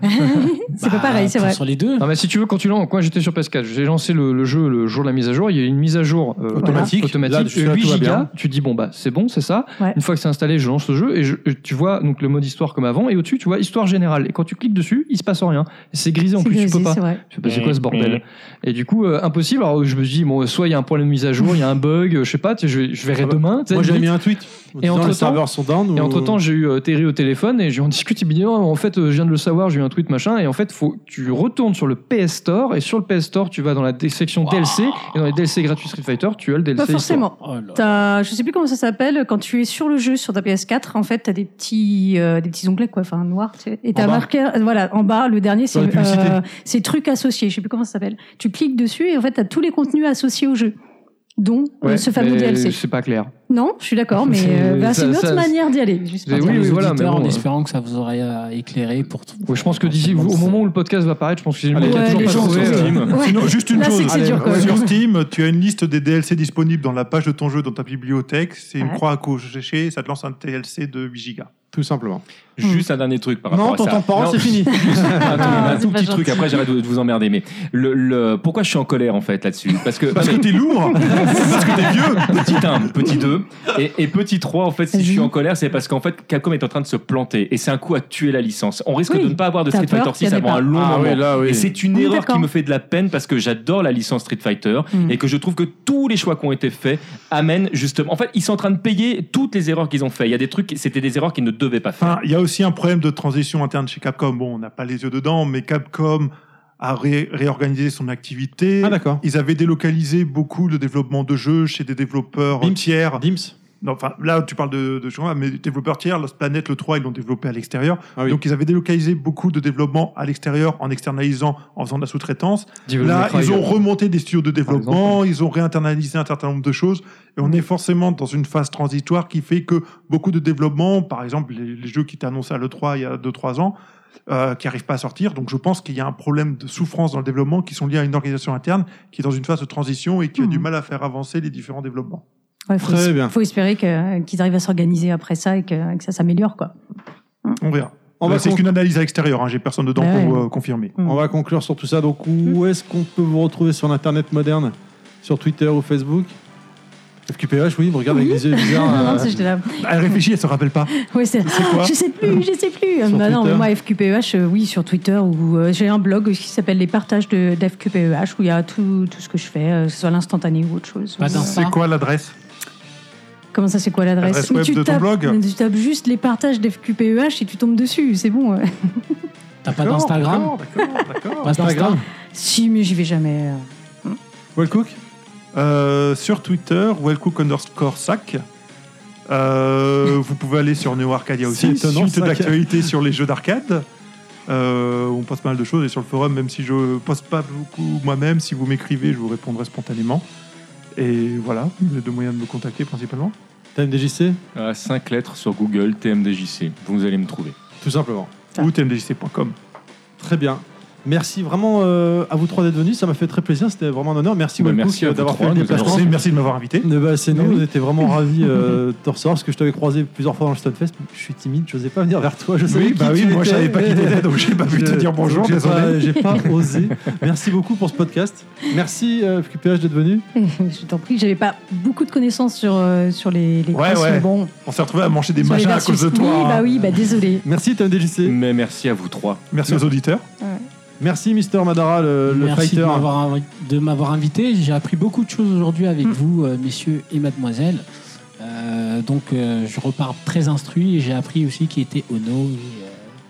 c'est pas
Bah,
pareil, c'est
pour-
vrai.
Sur les deux.
non mais si tu veux quand tu lances quand j'étais sur PS4 j'ai lancé le, le jeu le jour de la mise à jour il y a eu une mise à jour euh,
Automatique.
automatique
Là, jusque-là,
8
tout va
gigas
bien.
tu dis bon bah c'est bon c'est ça
Ouais.
une fois que c'est installé je lance le jeu et je- et tu vois donc le mode histoire comme avant et au-dessus tu vois histoire générale et quand tu cliques dessus il se passe rien c'est grisé en
C'est
plus tu peux
grisé,
pas
c'est vrai.
Je sais pas, c'est
Mm,
quoi ce bordel Et du coup, euh, impossible. Alors, je me dis, bon, soit il y a un problème de mise à jour, il y a un bug, euh, je sais pas, tu sais, je, je verrai
Ah bah,
demain. tu sais,
Moi, j'avais
limite.
mis un tweet. en
Et
disant,
entre-temps-
les serveurs sont down.
Et
ou-
entre temps, j'ai eu euh, Terry au téléphone et j'ai en discute. Il me dit, Oh, en fait, euh, je viens de le savoir, j'ai eu un tweet machin. Et en fait, faut, tu retournes sur le PS Store et sur le PS Store, tu vas dans la dé- section DLC et dans les DLC gratuits Street Fighter, tu as le DLC.
Pas
histoire.
forcément.
Oh là.
T'as- je sais plus comment ça s'appelle, quand tu es sur le jeu sur ta PS4, en fait, t'as des petits, euh, des petits onglets, quoi, enfin, noirs, tu sais. Et t'as
bas.
marqué, euh, voilà, en bas, le dernier, c'est,
Dans la publicité.
euh, c'est trucs associés, je sais plus comment ça s'appelle. Tu cliques dessus et en fait, t'as tous les contenus associés au jeu. Dont euh,
Ouais,
ce fameux
mais
DLC.
C'est pas clair.
Non, je suis d'accord, mais
C'est-
euh, bah, c'est
ça-
une autre
ça-
manière d'y aller. juste
Mais
Pour
pour
oui,
dire.
les
oui, voilà,
auditeurs,
mais bon,
en
euh,
espérant que ça vous aurait euh, éclairé pour tout.
Ouais, je pense que d'ici, au moment où le podcast va apparaître, je pense que c'est le
Allez,
mec qui a
Ouais, les
toujours pas
gens
trouvé,
sont-
euh,
Ouais.
Sinon, juste une
Là,
chose.
c'est que c'est dur, quand même.
sur Steam, tu as une liste des DLC disponibles dans la page de ton jeu, dans ta bibliothèque. C'est une
Ouais.
croix à cocher, ça te lance un DLC de 8 gigas.
Tout simplement.
Juste un dernier truc par rapport
Mmh. Non,
à ça.
ton temps de parole,
Non,
c'est fini.
un tout,
Ah,
un
c'est
tout
pas gentil.
petit truc, après j'arrête de de vous emmerder. Mais le, le- pourquoi je suis en colère en fait là-dessus Parce que.
Parce que t'es lourd Parce que t'es vieux
Petit 1, petit 2 et, et petit 3 en fait si je suis en colère c'est parce qu'en fait Capcom est en train de se planter et c'est un coup à tuer la licence. On risque
Oui,
de ne pas avoir de
t'as
Street Fighter
peur qu'il y
6
en ait
avant
pas.
un long
Ah
moment.
oui, là, oui.
Et c'est une
Oui,
erreur
d'accord.
qui me fait de la peine parce que j'adore la licence Street Fighter
Mm.
et que je trouve que tous les choix qui ont été faits amènent justement. En fait, ils sont en train de payer toutes les erreurs qu'ils ont fait. Il y a des trucs, c'était des erreurs qu'ils ne devaient pas faire.
Enfin, il y a aussi un problème de transition interne chez Capcom. Bon, on n'a pas les yeux dedans, mais Capcom a ré- réorganisé son activité.
Ah, d'accord.
Ils avaient délocalisé beaucoup le développement de jeux chez des développeurs
Bim.
tiers.
Dims.
Non, Enfin, là, tu parles de, de Shenmue, mais développeurs tiers, Lost Planet, le 3, ils l'ont développé à l'extérieur.
Ah oui.
Donc, ils avaient délocalisé beaucoup de développement à l'extérior en externalisant, en faisant de la sous-traitance.
Devil May
Là,
Cry,
ils
euh,
ont remonté des studios de
exemple.
développement, ils ont réinternalisé un certain nombre de choses, et on est forcément dans une phase transitoire qui fait que beaucoup de développements, par exemple les, les jeux qui étaient annoncés à l'E3 il y a 2-3 ans, euh, qui n'arrivent pas à sortir, donc je pense qu'il y a un problème de souffrance dans le développement qui sont liés à une organisation interne qui est dans une phase de transition et qui a
Hmm.
Mhm.
du mal à faire avancer les différents développements.
Ouais, faut,
Très bien.
faut espérer que- euh, qu'ils arrivent à s'organiser après ça et que, que ça s'améliore, quoi.
On verra.
On
Là,
va,
Euh, C'est
con-
qu'une analyse à l'extérieur, hein, j'ai personne dedans
Bah
pour
ouais.
euh, confirmer.
on va conclure sur tout ça. Donc, où est-ce qu'on peut vous retrouver sur l'internet moderne Sur Twitter ou Facebook FQPH, oui, me regarde avec des yeux bizarres.
Non, non,
euh,
c'est- j'étais là.
Elle réfléchit, elle se rappelle pas.
Ouais, c'est-
quoi
je sais plus, je sais plus.
Sur
Bah non, mais
Twitter
moi FQPEH, euh, oui, sur Twitter ou euh, j'ai un blog qui s'appelle les partages de d'FQPEH E où il y a tout, tout ce que je fais, euh, que ce soit l'instantané ou autre chose. Euh,
Pas d'Insta.
C'est quoi l'adresse
Comment ça, c'est quoi l'adresse
L'adresse web
tu,
de ton
tapes-
blog
tu tapes juste les partages d'FQPEH E et tu tombes dessus, c'est bon. ouais.
T'as pas d'Instagram
D'accord, D'accord, d'accord.
Pas d'Instagram
si, mais j'y vais jamais. euh.
Wellcook
Euh, sur Twitter, wellcook underscore sac. Euh, vous pouvez aller sur Neo Arcadia aussi,
C'est étonnant,
suite
sac.
d'actualité sur les jeux d'arcade. Euh, on poste pas mal de choses et sur le forum, même si je poste pas beaucoup moi-même, si vous m'écrivez, je vous répondrai spontanément. Et voilà, les deux moyens de me contacter principalement.
TMDJC
À 5 lettres sur Google, TMDJC. Vous allez me trouver.
Tout simplement.
Ça.
Ou tmdjc.com.
Très bien. Merci vraiment euh, à vous trois d'être venus, ça m'a fait très plaisir, c'était vraiment un honneur. Merci
Bah,
Wellcook,
merci à
euh,
vous
d'avoir fait
trois,
le
nous avons
déplacement.
Merci, merci de m'avoir invité.
Eh ben, c'est nous, on était vraiment ravis euh, de te recevoir parce que je t'avais croisé plusieurs fois dans le Stunfest. Je suis timide, je n'osais pas venir vers toi. Je savais
Oui,
qui
bah oui,
tu
moi je
étais.
savais pas qui t'étais, donc j'ai pas pu
Je-
te dire bonjour,
j'ai
désolé.
pas- J'ai pas osé. Merci beaucoup pour ce podcast. Merci euh, QPH d'être venu.
Je t'en prie, j'avais pas beaucoup de connaissances sur, euh, sur les, les
Ouais,
courses,
ouais.
mais bon.
On s'est retrouvés à manger des
sur les
machins à
versus.
cause de toi.
Oui,
hein.
bah oui, bah désolé.
Merci TMDJC.
Mais merci à vous trois.
Merci aux auditeurs.
Merci Mister Madara, le, le
Merci de
fighter.
m'avoir invi- de m'avoir invité. J'ai appris beaucoup de choses aujourd'hui
Mm.
avec vous, euh, messieurs et mademoiselles. Euh, donc, euh, je repars très instruit. et J'ai appris aussi qui était Ono et euh,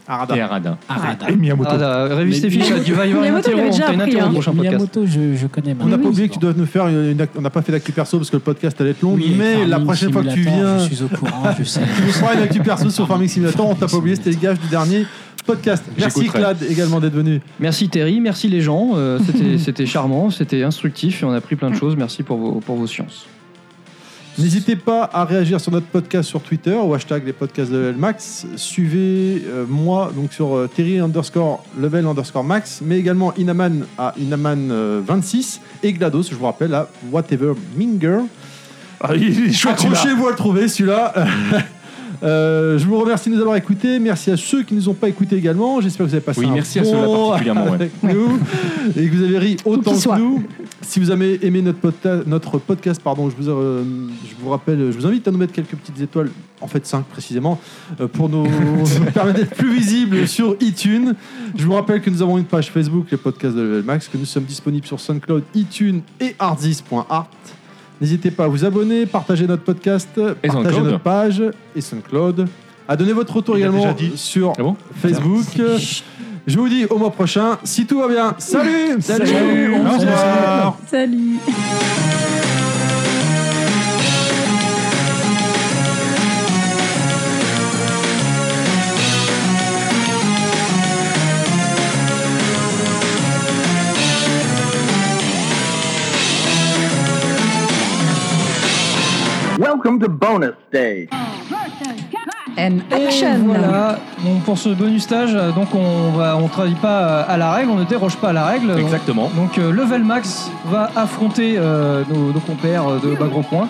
Ah,
Arada.
Et Arada.
Arada.
Et Miyamoto.
Ah là, révise tes
Mais-
fiches, là, tu vas y avoir une
Miyamoto, il avait
interro,
déjà
t'as une
appris,
interro
hein.
au prochain podcast.
Miyamoto, je, je connais
On n'a pas
maintenant.
oublié que tu dois nous faire une, une act- On n'a pas fait d'actu perso parce que le podcast allait être long,
Oui,
mais
Farming
la prochaine fois que tu
Simulator,
viens,
Je suis au courant, je sais.
tu nous feras une actu perso sur Farming Simulator. On t'a pas oublié, c'était les gages du dernier podcast. Merci
J'écouterai.
Clad également d'être venu.
Merci Terry, merci les gens, euh, c'était- c'était charmant, c'était instructif et on a appris plein de choses, merci pour vos, pour vos sciences.
N'hésitez pas à réagir sur notre podcast sur Twitter au hashtag les podcasts de Level Max. Suivez euh, moi donc sur euh, Terry underscore level underscore max, mais également Inaman à Inaman26 et Glados, je vous rappelle, à Whatever Minger.
Ah, il est chouette, celui-là.
Accrochez-vous à le trouver, celui-là.
Mm.
Euh, je vous remercie de nous avoir écoutés. Merci à ceux qui ne nous ont pas écoutés également. J'espère que vous avez passé
Oui,
un
merci à
bon
ceux-là
moment
particulièrement, ouais.
avec nous et que vous avez ri
Où
autant
qu'ils soient.
que nous. Si vous avez aimé notre, podta- notre podcast, pardon, je vous, euh, je vous rappelle, je vous invite à nous mettre quelques petites étoiles, en fait 5 précisément, euh, pour nous permettre d'être plus visibles sur iTunes. Je vous rappelle que nous avons une page Facebook, les podcasts de Level Max, que nous sommes disponibles sur SoundCloud, iTunes et Artis.art. N'hésitez pas à vous abonner, partager notre podcast,
Et
partager
SoundCloud.
notre page et SoundCloud. À donner votre retour
Il a
également
déjà dit.
sur
Ah bon
Facebook. Je vous dis au mois prochain, si tout va bien. Salut
Salut, on
Au
se
revoir.
Salut.
Welcome to bonus stage.
And
Et
action.
voilà, bon, pour ce bonus stage, euh, donc on va, on travaille pas euh, à la règle, on ne déroge pas à la règle. On-
Exactement.
Donc euh, Level Max va affronter euh, nos, nos compères euh, de Bagro Point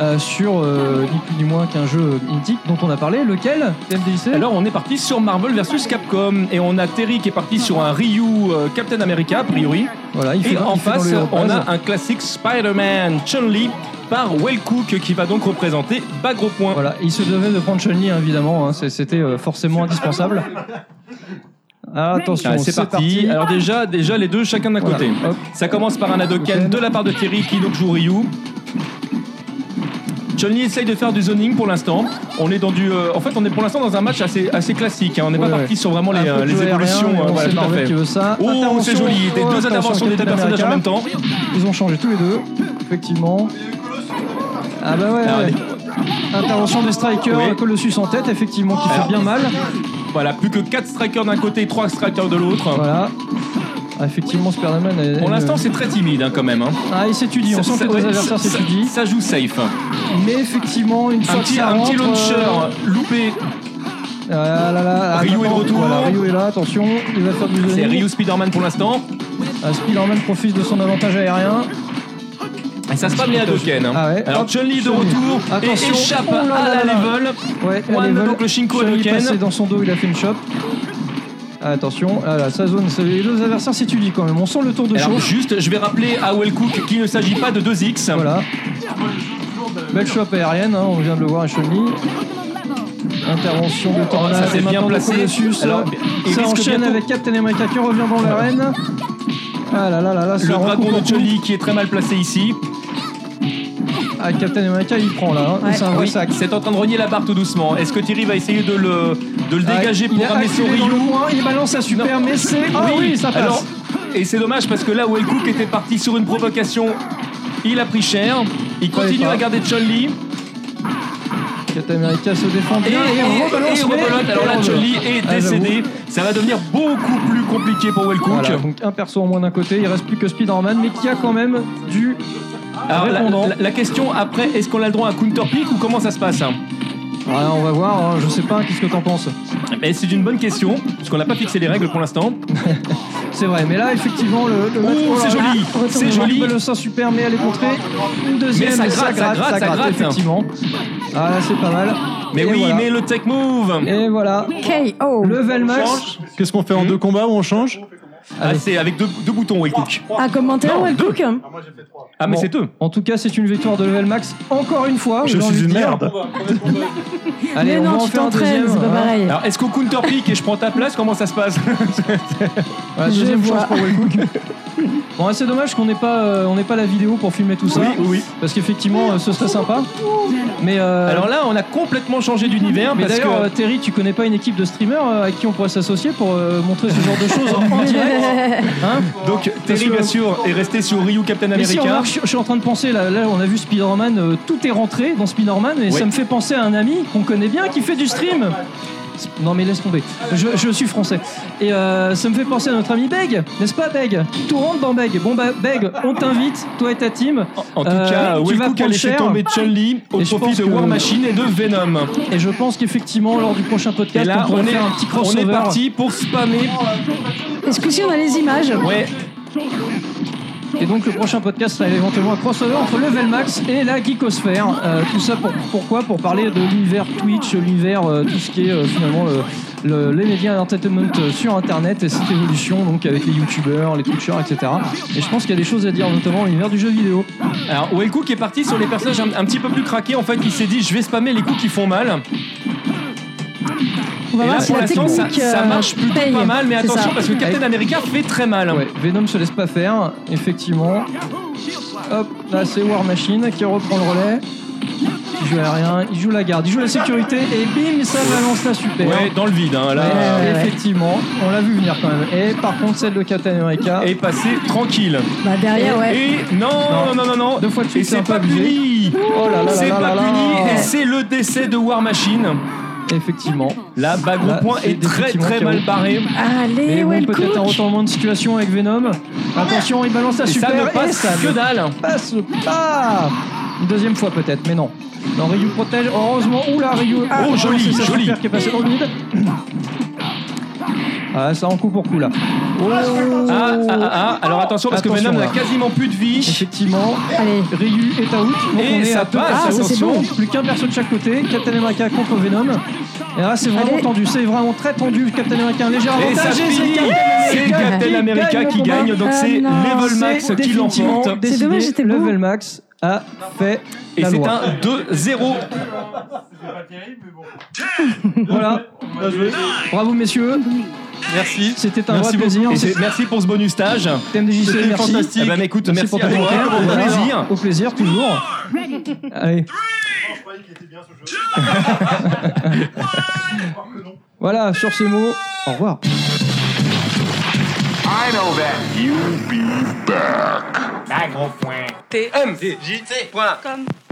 euh, sur euh, ni plus ni moins qu'un jeu mythique dont on a parlé, lequel MDJC
Alors on est parti sur Marvel versus Capcom et on a Terry qui est parti sur un Ryu euh, Captain America a priori
Voilà, il fait
et
dans-
en
il fait
face
dans le
on
base.
a un classique Spider-Man Chun-Li par Well Cook qui va donc représenter Bagro Point.
Voilà, il se devait de prendre Chun-Li hein, évidemment, hein, c'est- c'était euh, forcément indispensable. Attention, Euh,
Ah, c'est parti. Alors déjà, déjà les deux chacun d'un
Voilà.
côté.
Hop.
Ça commence par un Hadoken de la part de Terry qui donc joue Ryu. Johnny essaye de faire du zoning pour l'instant. On est dans du, euh, en fait, on est pour l'instant dans un match assez, assez classique. hein. On n'est
Ouais,
pas
ouais.
parti sur vraiment
Un peu
les, euh,
de
les
jeu aérien,
évolutions.
mais
euh,
on
voilà,
sait
tout à
Marvel
fait.
qui veut ça.
Oh, c'est
Intervention.
joli. Des
Oh,
deux
attention,
interventions des deux
Captain
personnages en même
America.
temps.
Ils ont changé tous les deux, effectivement. Ah bah ouais,
Ah,
ouais. Intervention des strikers,
Oui.
Colossus en tête, effectivement, qui fait bien mal.
Voilà, plus que 4 strikers d'un côté, 3 strikers de l'autre.
Voilà. Ah, Effectivement, Spider-Man est-
Pour l'instant, c'est très timide hein, quand même. hein.
Ah, il s'étudie, on sent
Ça-
que
ça-
les
ouais,
deux adversaires
ça-
s'étudient.
ça joue safe.
Mais effectivement, une
Un
fois que
petit,
ça
un petit
rentre,
launcher loupé.
euh, Ah là là, ah,
Ryu est de
maintenant,
retour.
voilà, Ryu est là, attention, il va faire du
C'est
zoning.
Ryu Spider-Man pour l'instant.
Ah, Spider-Man profite de son avantage aérien.
Et ça se passe les Hadoken. hein.
Ah ouais.
Alors
Hop,
Chun-Li de
Chun-Li.
retour
Attention.
et échappe
Oh là
à la
là là.
level.
Ouais,
One,
allez, vol.
donc le Shinko
Chun-Li
Hadouken.
passé dans son dos, il a fait une chope. Ah, attention, ah là, sa zone, c'est- les deux adversaires s'étudient quand même. On sent le tour de
Alors
chaud.
juste, je vais rappeler à Well Cook qu'il ne s'agit pas de 2X.
Voilà. Belle chope aérienne, hein, on vient de le voir à Chun-Li. Intervention de Tornade.
Oh, ça, c'est
et maintenant
bien placé.
de Colossus.
Alors, il
ça
risque
enchaîne
bientôt-
avec Captain America qui revient dans l'arène. Ah là là là là, ça
Le
rentre au
dragon de
cou.
Chun-Li qui est très mal placé ici.
Ah, Captain America, il prend là. hein.
Ouais.
C'est un vrai
Oui,
sac.
c'est en train de rogner la barre tout doucement. Est-ce que Thierry va essayer de le, de le dégager
Ah,
pour
il a
ramener son
acculé
Ryu
dans le coin, Il balance à super, mais c'est. Ah oui, ça passe.
Alors, et c'est dommage parce que là où El Cook était parti sur une provocation, il a pris cher. Il
Croyez
continue
pas.
à garder Chun-Li.
Captain America se défend bien et, rebalance.
et
mais-
rebelote. Alors là, Chun-Li est
Ah, j'avoue.
décédée. Ça va devenir beaucoup plus compliqué pour Wellcook.
Voilà, donc un perso en moins d'un côté, il reste plus que Spider-Man, mais qui a quand même du.
Alors la,
Répondant.
la- la question après, est-ce qu'on a le droit à un counter pick ou comment ça se passe hein
Voilà, on va voir, hein, je sais pas, qu'est-ce que t'en penses
Mais Eh, c'est une bonne question, parce qu'on n'a pas fixé les règles pour l'instant.
Bah, C'est vrai, mais là, effectivement, le, le match.
Ouh,
là
c'est
là,
joli,
Ah, retourne
c'est
de
joli.
Marc Bellesin, super, mais elle est contrée. Une deuxième,
Mais ça gratte, ça gratte, ça gratte.
effectivement. Ah, là, c'est pas mal.
Mais
Et
oui,
voilà.
mais le tech move
Et voilà,
KO.
level max.
Qu'est-ce qu'on fait en deux combats ou on change
Ah, c'est avec deux, deux boutons, Wellcook.
Un commentaire
Non,
ou un hein. cook
Ah, mais
Bon.
c'est deux.
En tout cas, c'est une victoire de level max, encore une fois.
Je
j'ai envie
suis
de
une
dire.
merde.
Allez,
Mais
on va
non,
en
tu
faire un
t'entraînes,
deuxième.
c'est
Ah.
pas
hein.
pareil.
Alors, est-ce qu'on counter pick et je prends ta place Comment ça se passe
Voilà,
Je
deuxième
vois.
chance pour Wellcook. Bon, ouais, c'est dommage qu'on n'ait pas, euh, on n'ait pas la vidéo pour filmer tout ça.
oui.
Parce qu'effectivement, euh, ce serait sympa. Mais euh,
Alors là, on a complètement changé d'univers
mais
parce que.
d'ailleurs, euh, Terry, tu connais pas une équipe de streamers euh, à qui on pourrait s'associer pour euh, montrer ce genre de choses
Ah,
en- en direct hein
Donc,
parce
Terry,
que-
bien sûr, est resté sur Ryu Captain
Mais si, on
America.
marche, je, je suis en train de penser, là, là, on a vu Spider-Man, euh, tout est rentré dans Spider-Man, et
Oui.
ça me fait penser à un ami qu'on connaît bien qui fait du stream. Non mais laisse tomber, je, je suis français. Et euh, ça me fait penser à notre ami Beg, n'est-ce pas Beg Tout rentre dans Beg. Bon bah Beg, on t'invite, toi et ta team.
En tout
Euh,
cas,
tu vas
Wellcook a
prendre
laissé
cher.
tomber Chun-Li au
Et je
profit
pense
de
que-
War Machine et de Venom.
Et je pense qu'effectivement, lors du prochain
Et
podcast,
là,
on
on
pourrait
est,
faire un petit
on
crossover.
est parti pour spammer.
Est-ce que si on a les images
Ouais,
Et donc le prochain podcast sera éventuellement un crossover entre Level Max et la Geekosphère. Euh, tout ça pour, pourquoi Pour parler de l'univers Twitch, l'univers euh, tout ce qui est euh, finalement le- le- les médias entertainment euh, sur Internet et cette évolution donc avec les youtubeurs, les twitchers, etc. Et je pense qu'il y a des choses à dire, notamment l'univers du jeu vidéo.
Alors Wellcook est parti sur les personnages un, un petit peu plus craqués. En fait, il s'est dit je vais spammer les coups qui font mal.
On va
Et là,
voir si
pour
la
l'instant,
technique.
ça, ça
euh,
marche plutôt
paye.
pas mal. Mais
C'est
attention
ça.
parce que Captain America fait très mal.
Ouais, Venom se laisse pas faire, effectivement. Hop, là c'est War Machine qui reprend le relais. Il joue à rien, il joue la garde, il joue la sécurité et bim, ça balance la super.
Ouais, dans le vide. hein, là.
Ouais,
ouais, ouais.
effectivement, on l'a vu venir quand même. Et par contre, celle de Captain America,
Et passer tranquille.
Bah derrière, ouais.
Et non, non, non, non, non.
deux fois de
Et
suite,
c'est
un peu
pas
abusé.
puni.
Oh là là là
C'est
là
pas
là là.
puni. Et c'est le décès de War Machine.
Effectivement.
La bague
Là,
au point
c'est
est très
effectivement Ah,
très
chaos.
mal barrée.
Allez,
Et
ouais,
bon,
le
peut-être un
cook.
retournement de situation avec Venom. Attention, il balance la
Et
super
ça ne
et
passe
ça
que
ne
dalle. Ah,
passe pas. Une deuxième fois peut-être, mais non. Non, Ryu protège. Heureusement, oula, Ryu. Ah,
Oh, joli,
c'est sa
joli.
super qui est passée dans le vide. Ah, ça en coup pour coup là. Oh,
Ah, ah, ah, ah. Alors attention parce
Attention,
que Venom n'a
là.
quasiment plus de vie.
Effectivement.
Allez.
Ryu est out. Donc
Et
on est
ça
à deux
passe,
places,
ça, c'est
attention.
bon.
Plus qu'un perso de chaque côté. Captain America contre Venom. Et là, c'est vraiment
Allez.
tendu. C'est vraiment très tendu. Captain America, un léger
Et ça
avantage. et
finit. C'est Captain America qui
le combat.
gagne. Donc
Ah,
c'est
non.
Level Max
C'est
qui
définitivement
l'emporte.
décidé.
dommage, j'étais bon.
Level Max a fait
Et
la
c'est
loi.
un 2-0.
Voilà. Bravo, messieurs.
Merci.
C'était un
Merci
vrai
beaucoup.
plaisir.
Et c'est-
C'était
Merci pour ce bonus stage.
TMDJC, E, merci.
Eh ben, écoute, merci,
pour
à
ton
toi.
commentaire.
Au plaisir.
Au plaisir, toujours. Allez. Voilà, sur ces mots, au revoir.
I know that. You'll be back.
Comme